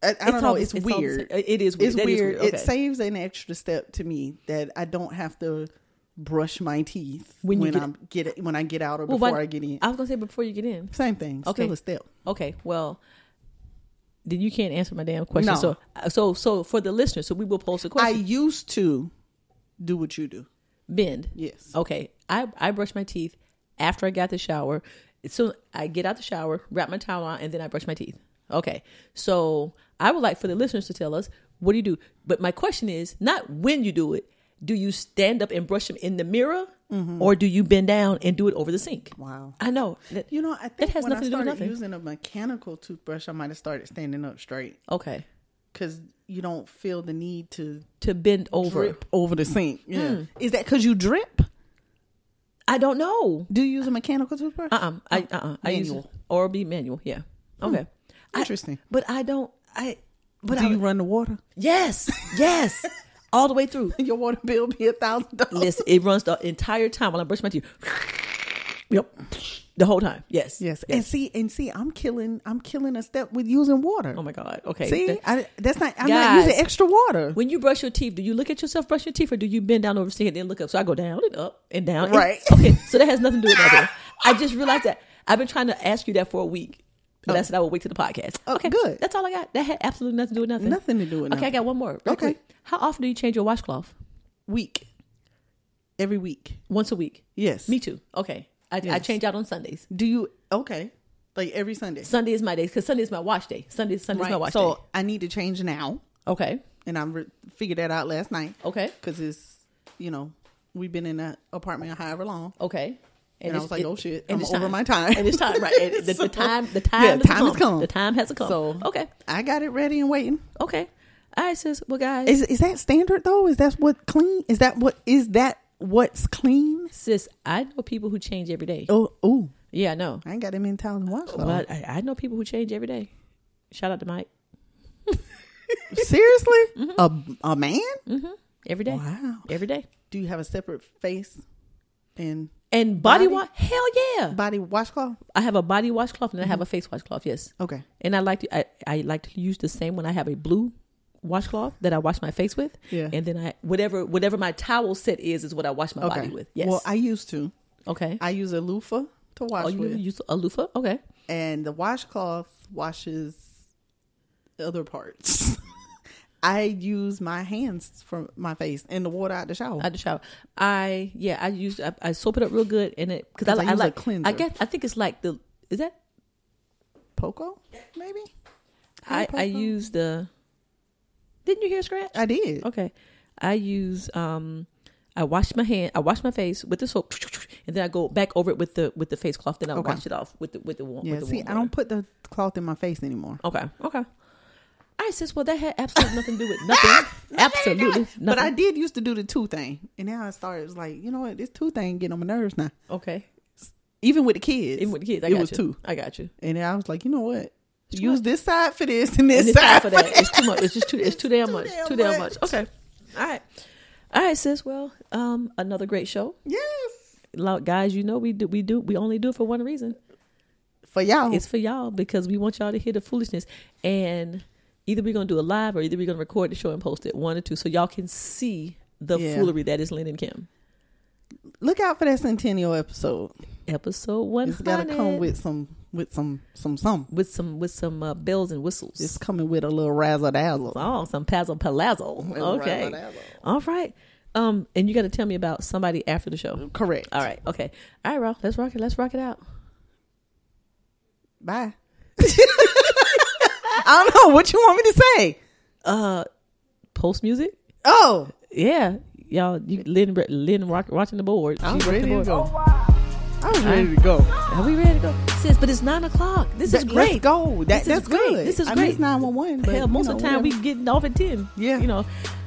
[SPEAKER 3] I, I don't know.
[SPEAKER 4] all-
[SPEAKER 3] It's,
[SPEAKER 4] it's all the
[SPEAKER 3] weird.
[SPEAKER 4] same. It is weird.
[SPEAKER 3] It's
[SPEAKER 4] That is
[SPEAKER 3] weird.
[SPEAKER 4] weird. Okay.
[SPEAKER 3] It saves an extra step to me that I don't have to brush my teeth
[SPEAKER 4] When
[SPEAKER 3] when,
[SPEAKER 4] you get-
[SPEAKER 3] I get when I get out or
[SPEAKER 4] well,
[SPEAKER 3] before
[SPEAKER 4] why-
[SPEAKER 3] I get in.
[SPEAKER 4] I was gonna say before you get in.
[SPEAKER 3] Same thing.
[SPEAKER 4] Okay.
[SPEAKER 3] Still a step.
[SPEAKER 4] Okay, well, then you can't answer my damn question.
[SPEAKER 3] No.
[SPEAKER 4] So, so, so for the listeners, so we will post a
[SPEAKER 3] I
[SPEAKER 4] question.
[SPEAKER 3] used to do what you do.
[SPEAKER 4] Bend.
[SPEAKER 3] Yes.
[SPEAKER 4] Okay. I I brush my teeth after I got the shower. So I get out the shower, wrap my towel on, and then I brush my teeth. Okay. So I would like for the listeners to tell us what do you do. But my question is not when you do it. Do you stand up and brush them in the mirror, or do you bend down and do it over the sink?
[SPEAKER 3] Mm-hmm. Wow.
[SPEAKER 4] I know. That,
[SPEAKER 3] You know, I
[SPEAKER 4] that
[SPEAKER 3] think
[SPEAKER 4] has
[SPEAKER 3] when I
[SPEAKER 4] nothing to do with
[SPEAKER 3] started
[SPEAKER 4] nothing.
[SPEAKER 3] using a mechanical toothbrush, I might have started standing up straight
[SPEAKER 4] okay.
[SPEAKER 3] because you don't feel the need to
[SPEAKER 4] To bend over.
[SPEAKER 3] drip over the sink. Yeah. Is that because you drip?
[SPEAKER 4] I don't know.
[SPEAKER 3] Do you use a mechanical toothbrush?
[SPEAKER 4] Uh uh I uh uh I use
[SPEAKER 3] Manual. Hmm.
[SPEAKER 4] Oral B manual. Yeah. Okay. I-
[SPEAKER 3] Interesting.
[SPEAKER 4] but I don't. I. But
[SPEAKER 3] Do
[SPEAKER 4] I,
[SPEAKER 3] you run the water?
[SPEAKER 4] Yes. Yes. all the way through.
[SPEAKER 3] <laughs> Your water bill be a thousand dollars.
[SPEAKER 4] Listen, it runs the entire time while I brush my teeth. Yep. The whole time. Yes.
[SPEAKER 3] Yes, and see, and see, I'm killing, I'm killing a step with using water.
[SPEAKER 4] Oh my God. Okay.
[SPEAKER 3] See,
[SPEAKER 4] The-
[SPEAKER 3] I, that's not, I'm
[SPEAKER 4] Guys.
[SPEAKER 3] not using extra water.
[SPEAKER 4] when you brush your teeth, do you look at yourself brush your teeth, or do you bend down over the sink and then look up? So I go down and up and down. and-
[SPEAKER 3] Right.
[SPEAKER 4] <laughs> okay. So that has nothing to do with nothing. I just realized that I've been trying to ask you that for a week. But I said I will wait to the podcast.
[SPEAKER 3] Oh, good.
[SPEAKER 4] That's all I got. That had absolutely nothing to do with nothing.
[SPEAKER 3] Nothing to do with
[SPEAKER 4] Okay, I
[SPEAKER 3] nothing.
[SPEAKER 4] got one more. real
[SPEAKER 3] Okay.
[SPEAKER 4] quick. How often do you change your washcloth?
[SPEAKER 3] Week, every week.
[SPEAKER 4] Once a week.
[SPEAKER 3] Yes.
[SPEAKER 4] Me too. Okay. I, I
[SPEAKER 3] Yes.
[SPEAKER 4] change out on Sundays.
[SPEAKER 3] Do you okay? Like every Sunday.
[SPEAKER 4] Sunday is my day because Sunday is my wash day. Sunday, Sunday is my wash
[SPEAKER 3] So
[SPEAKER 4] day.
[SPEAKER 3] I need to change now,
[SPEAKER 4] Okay.
[SPEAKER 3] and I re- figured that out last night.
[SPEAKER 4] Okay.
[SPEAKER 3] because it's, you know, we've been in that apartment however long.
[SPEAKER 4] Okay.
[SPEAKER 3] And I
[SPEAKER 4] it's-
[SPEAKER 3] was like, oh, shit,
[SPEAKER 4] and
[SPEAKER 3] I'm
[SPEAKER 4] it's
[SPEAKER 3] over my time.
[SPEAKER 4] And it's time,
[SPEAKER 3] <laughs>
[SPEAKER 4] right? And the,
[SPEAKER 3] So-
[SPEAKER 4] the time, the
[SPEAKER 3] Yeah,
[SPEAKER 4] time, has
[SPEAKER 3] time
[SPEAKER 4] come.
[SPEAKER 3] has come.
[SPEAKER 4] The time has come.
[SPEAKER 3] So-
[SPEAKER 4] okay,
[SPEAKER 3] I got it ready and waiting.
[SPEAKER 4] okay. All right, sis. Well, guys,
[SPEAKER 3] Is is that standard though? Is that what clean? Is that what is that what's clean?
[SPEAKER 4] sis, I know people who change every day.
[SPEAKER 3] Oh, ooh.
[SPEAKER 4] Yeah, I know.
[SPEAKER 3] I ain't got them in town watch
[SPEAKER 4] But I, I know people who change every day. Shout out to Mike.
[SPEAKER 3] <laughs> Seriously,
[SPEAKER 4] Mm-hmm.
[SPEAKER 3] a a man?
[SPEAKER 4] Every day.
[SPEAKER 3] Wow.
[SPEAKER 4] Every day.
[SPEAKER 3] Do you have a separate face and
[SPEAKER 4] And body,
[SPEAKER 3] Body-
[SPEAKER 4] wash. Hell yeah.
[SPEAKER 3] body washcloth?
[SPEAKER 4] I have a body washcloth and I have
[SPEAKER 3] Mm-hmm.
[SPEAKER 4] a face washcloth. Yes.
[SPEAKER 3] Okay.
[SPEAKER 4] and I like to I, I like to use the same one. I have a blue washcloth that I wash my face with.
[SPEAKER 3] Yeah.
[SPEAKER 4] And then I whatever whatever my towel set is is what I wash my
[SPEAKER 3] Okay.
[SPEAKER 4] body with. Yes.
[SPEAKER 3] Well, I used to.
[SPEAKER 4] okay.
[SPEAKER 3] I use a loofah to wash
[SPEAKER 4] oh, you
[SPEAKER 3] with,
[SPEAKER 4] use a loofah? Okay.
[SPEAKER 3] and the washcloth washes the other parts. <laughs> I use my hands for my face and the water out the shower.
[SPEAKER 4] I just shower. I yeah. I use I, I soap it up real good and it because
[SPEAKER 3] 'Cause
[SPEAKER 4] I,
[SPEAKER 3] I
[SPEAKER 4] I
[SPEAKER 3] use a
[SPEAKER 4] like
[SPEAKER 3] cleanser.
[SPEAKER 4] I guess I think it's like the is that
[SPEAKER 3] Poco, maybe.
[SPEAKER 4] I, I use Oh, the. Didn't you hear scratch?
[SPEAKER 3] I did.
[SPEAKER 4] Okay. I use um I wash my hand I wash my face with the soap and then I go back over it with the with the face cloth, then I
[SPEAKER 3] Okay.
[SPEAKER 4] wash it off with the with the warm
[SPEAKER 3] Yeah,
[SPEAKER 4] with the
[SPEAKER 3] see,
[SPEAKER 4] warm
[SPEAKER 3] I don't put the cloth in my face anymore.
[SPEAKER 4] Okay. Okay. I says, well, that had absolutely nothing to do with <laughs> nothing. absolutely nothing.
[SPEAKER 3] <laughs> But I did used to do the two thing, and now I started it was like, you know what, this two thing getting on my nerves now.
[SPEAKER 4] Okay.
[SPEAKER 3] Even with the kids,
[SPEAKER 4] Even with the kids, I
[SPEAKER 3] it
[SPEAKER 4] got
[SPEAKER 3] was
[SPEAKER 4] you.
[SPEAKER 3] two,
[SPEAKER 4] I got you.
[SPEAKER 3] and then I was like, you know what,
[SPEAKER 4] too
[SPEAKER 3] use
[SPEAKER 4] much.
[SPEAKER 3] this side for this and this, <laughs>
[SPEAKER 4] And it's
[SPEAKER 3] side
[SPEAKER 4] not for that. It's too much. It's just too. It's too
[SPEAKER 3] <laughs>
[SPEAKER 4] damn much.
[SPEAKER 3] damn
[SPEAKER 4] too damn
[SPEAKER 3] much.
[SPEAKER 4] much. Okay. All right. All right, sis. Well, um, another great show.
[SPEAKER 3] Yes,
[SPEAKER 4] Lo- guys, you know we do. We do. We only do it for one reason.
[SPEAKER 3] for y'all.
[SPEAKER 4] It's for y'all because we want y'all to hear the foolishness. And either we're gonna do a live or either we're gonna record the show and post it one or two, so y'all can see the
[SPEAKER 3] Yeah.
[SPEAKER 4] foolery that is Lynn and Kim.
[SPEAKER 3] Look out for that centennial episode.
[SPEAKER 4] Episode one
[SPEAKER 3] It's got to come with some, with some, some, some.
[SPEAKER 4] with some with some uh, bells and whistles.
[SPEAKER 3] It's coming with a little razzle dazzle.
[SPEAKER 4] Oh, some Pazzo
[SPEAKER 3] <laughs>
[SPEAKER 4] Palazzo.
[SPEAKER 3] Little
[SPEAKER 4] Okay.
[SPEAKER 3] razzle-dazzle.
[SPEAKER 4] All right. Um, and you got to tell me about somebody after the show.
[SPEAKER 3] Correct.
[SPEAKER 4] All right. Okay. All right, Ralph. Let's rock it. Let's rock it out.
[SPEAKER 3] Bye. <laughs> I don't know what you want me to say.
[SPEAKER 4] Uh, post music.
[SPEAKER 3] Oh,
[SPEAKER 4] Yeah, y'all. You Lynn, Lynn rock, watching the board.
[SPEAKER 3] I'm
[SPEAKER 4] She rocked
[SPEAKER 3] ready
[SPEAKER 4] the Oh,
[SPEAKER 3] to
[SPEAKER 4] board.
[SPEAKER 3] go. I'm ready to go.
[SPEAKER 4] Are we ready to go, sis? But it's nine o'clock. This is
[SPEAKER 3] That-
[SPEAKER 4] great.
[SPEAKER 3] Let's go. That,
[SPEAKER 4] This is
[SPEAKER 3] that's
[SPEAKER 4] great.
[SPEAKER 3] good.
[SPEAKER 4] This is
[SPEAKER 3] I
[SPEAKER 4] great.
[SPEAKER 3] Mean, it's 911. But,
[SPEAKER 4] Hell, most
[SPEAKER 3] you
[SPEAKER 4] of the
[SPEAKER 3] know,
[SPEAKER 4] time we
[SPEAKER 3] whatever.
[SPEAKER 4] getting off at ten.
[SPEAKER 3] Yeah.
[SPEAKER 4] you know.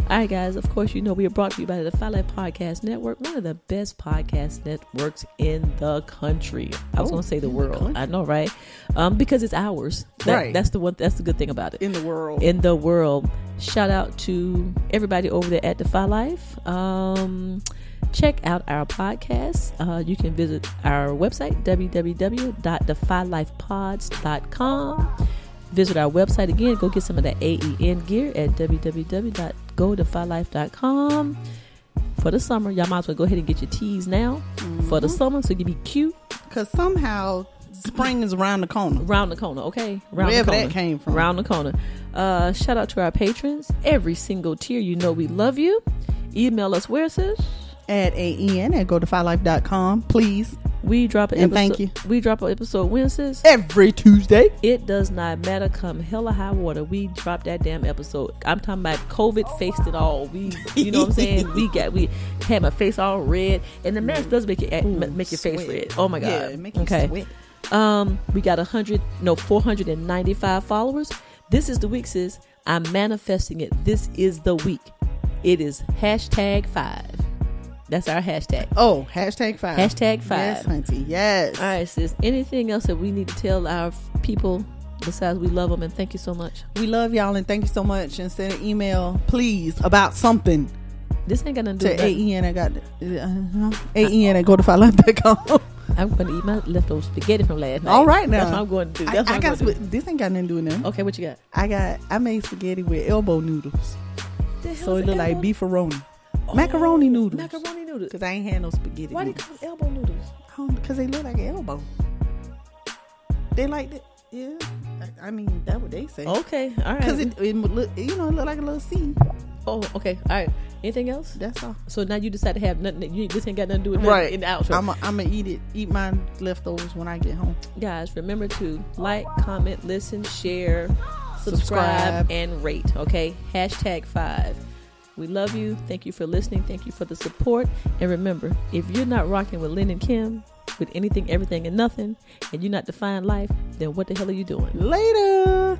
[SPEAKER 4] All right, guys. Of course, you know we are brought to you by the Five Life Podcast Network, one of the best podcast networks in the country. I was
[SPEAKER 3] Oh,
[SPEAKER 4] going to say the
[SPEAKER 3] in the
[SPEAKER 4] world.
[SPEAKER 3] country.
[SPEAKER 4] I know, right? Um, because it's ours. That-
[SPEAKER 3] Right.
[SPEAKER 4] That's the one. That's the good thing about it.
[SPEAKER 3] in the world.
[SPEAKER 4] in the world. Shout out to everybody over there at Defy Life. Um, check out our podcast. Uh, you can visit our website, www.defylifepods.com. Visit our website again. Go get some of that AEN gear at www.godefylife.com. For the summer, y'all might as well go ahead and get your teas now for the summer so you can be cute
[SPEAKER 3] Because somehow spring is around the corner.
[SPEAKER 4] round the corner, okay? Round
[SPEAKER 3] Wherever
[SPEAKER 4] the
[SPEAKER 3] that
[SPEAKER 4] corner.
[SPEAKER 3] came from.
[SPEAKER 4] Round the corner. Uh, shout out to our patrons. Every single tier, you know we love you. Email us where, sis?
[SPEAKER 3] At AEN at godefylife.com, please.
[SPEAKER 4] We drop an
[SPEAKER 3] And
[SPEAKER 4] episode.
[SPEAKER 3] thank you.
[SPEAKER 4] We drop an episode when, sis?
[SPEAKER 3] Every Tuesday.
[SPEAKER 4] It does not matter. Come hell or high water, we dropped that damn episode. I'm talking about COVID faced it all. We, you know what
[SPEAKER 3] <laughs>
[SPEAKER 4] I'm saying? We got we had my face all red, and the mask does make it act- ma- make your face
[SPEAKER 3] sweat.
[SPEAKER 4] red. Oh my god!
[SPEAKER 3] Yeah, it make you sweat.
[SPEAKER 4] Um, we got a hundred, no, four hundred and ninety-five followers. This is the week, sis. I'm manifesting it. This is the week. It is hashtag five. That's our hashtag.
[SPEAKER 3] Oh, hashtag five.
[SPEAKER 4] Hashtag five.
[SPEAKER 3] Yes, hunty. Yes.
[SPEAKER 4] All right, sis. Anything else that we need to tell our people besides we love them and thank you so much?
[SPEAKER 3] We love y'all and thank you so much. And send an email, please, about something
[SPEAKER 4] This ain't got nothing to do
[SPEAKER 3] to
[SPEAKER 4] with nothing.
[SPEAKER 3] AEN. I got uh, AEN at <laughs> godefylife.com.
[SPEAKER 4] I'm going to eat my leftover spaghetti from last night.
[SPEAKER 3] E. All right now.
[SPEAKER 4] That's what I'm going to do.
[SPEAKER 3] I,
[SPEAKER 4] That's
[SPEAKER 3] I
[SPEAKER 4] what I am
[SPEAKER 3] got
[SPEAKER 4] going to do. Oh.
[SPEAKER 3] sp- this ain't got nothing to do with nothing.
[SPEAKER 4] Okay, what you got?
[SPEAKER 3] I got I made spaghetti with elbow noodles. So it look like beefaroni. Oh, macaroni noodles.
[SPEAKER 4] Oh, Macaroni noodles.
[SPEAKER 3] Cause I ain't had no spaghetti.
[SPEAKER 4] Why do you
[SPEAKER 3] noodles.
[SPEAKER 4] call them elbow noodles?
[SPEAKER 3] Um, Cause they look like an elbow. They like that. Yeah. I, I mean, that what they say.
[SPEAKER 4] Okay, all right.
[SPEAKER 3] Cause it, it look, you know, it look like a little C.
[SPEAKER 4] oh, okay, all right. Anything else?
[SPEAKER 3] That's all.
[SPEAKER 4] So now you decide to have nothing. that- You, this ain't got nothing to do with nothing in the outro.
[SPEAKER 3] I'm gonna eat it. Eat my leftovers when I get home.
[SPEAKER 4] Guys, remember to like, comment, listen, share, subscribe,
[SPEAKER 3] Subscribe.
[SPEAKER 4] and rate. Okay? Hashtag five. We love you. Thank you for listening. Thank you for the support. And remember, if you're not rocking with Lynn and Kim, with anything, everything, and nothing, and you're not defying life, then what the hell are you doing?
[SPEAKER 3] Later.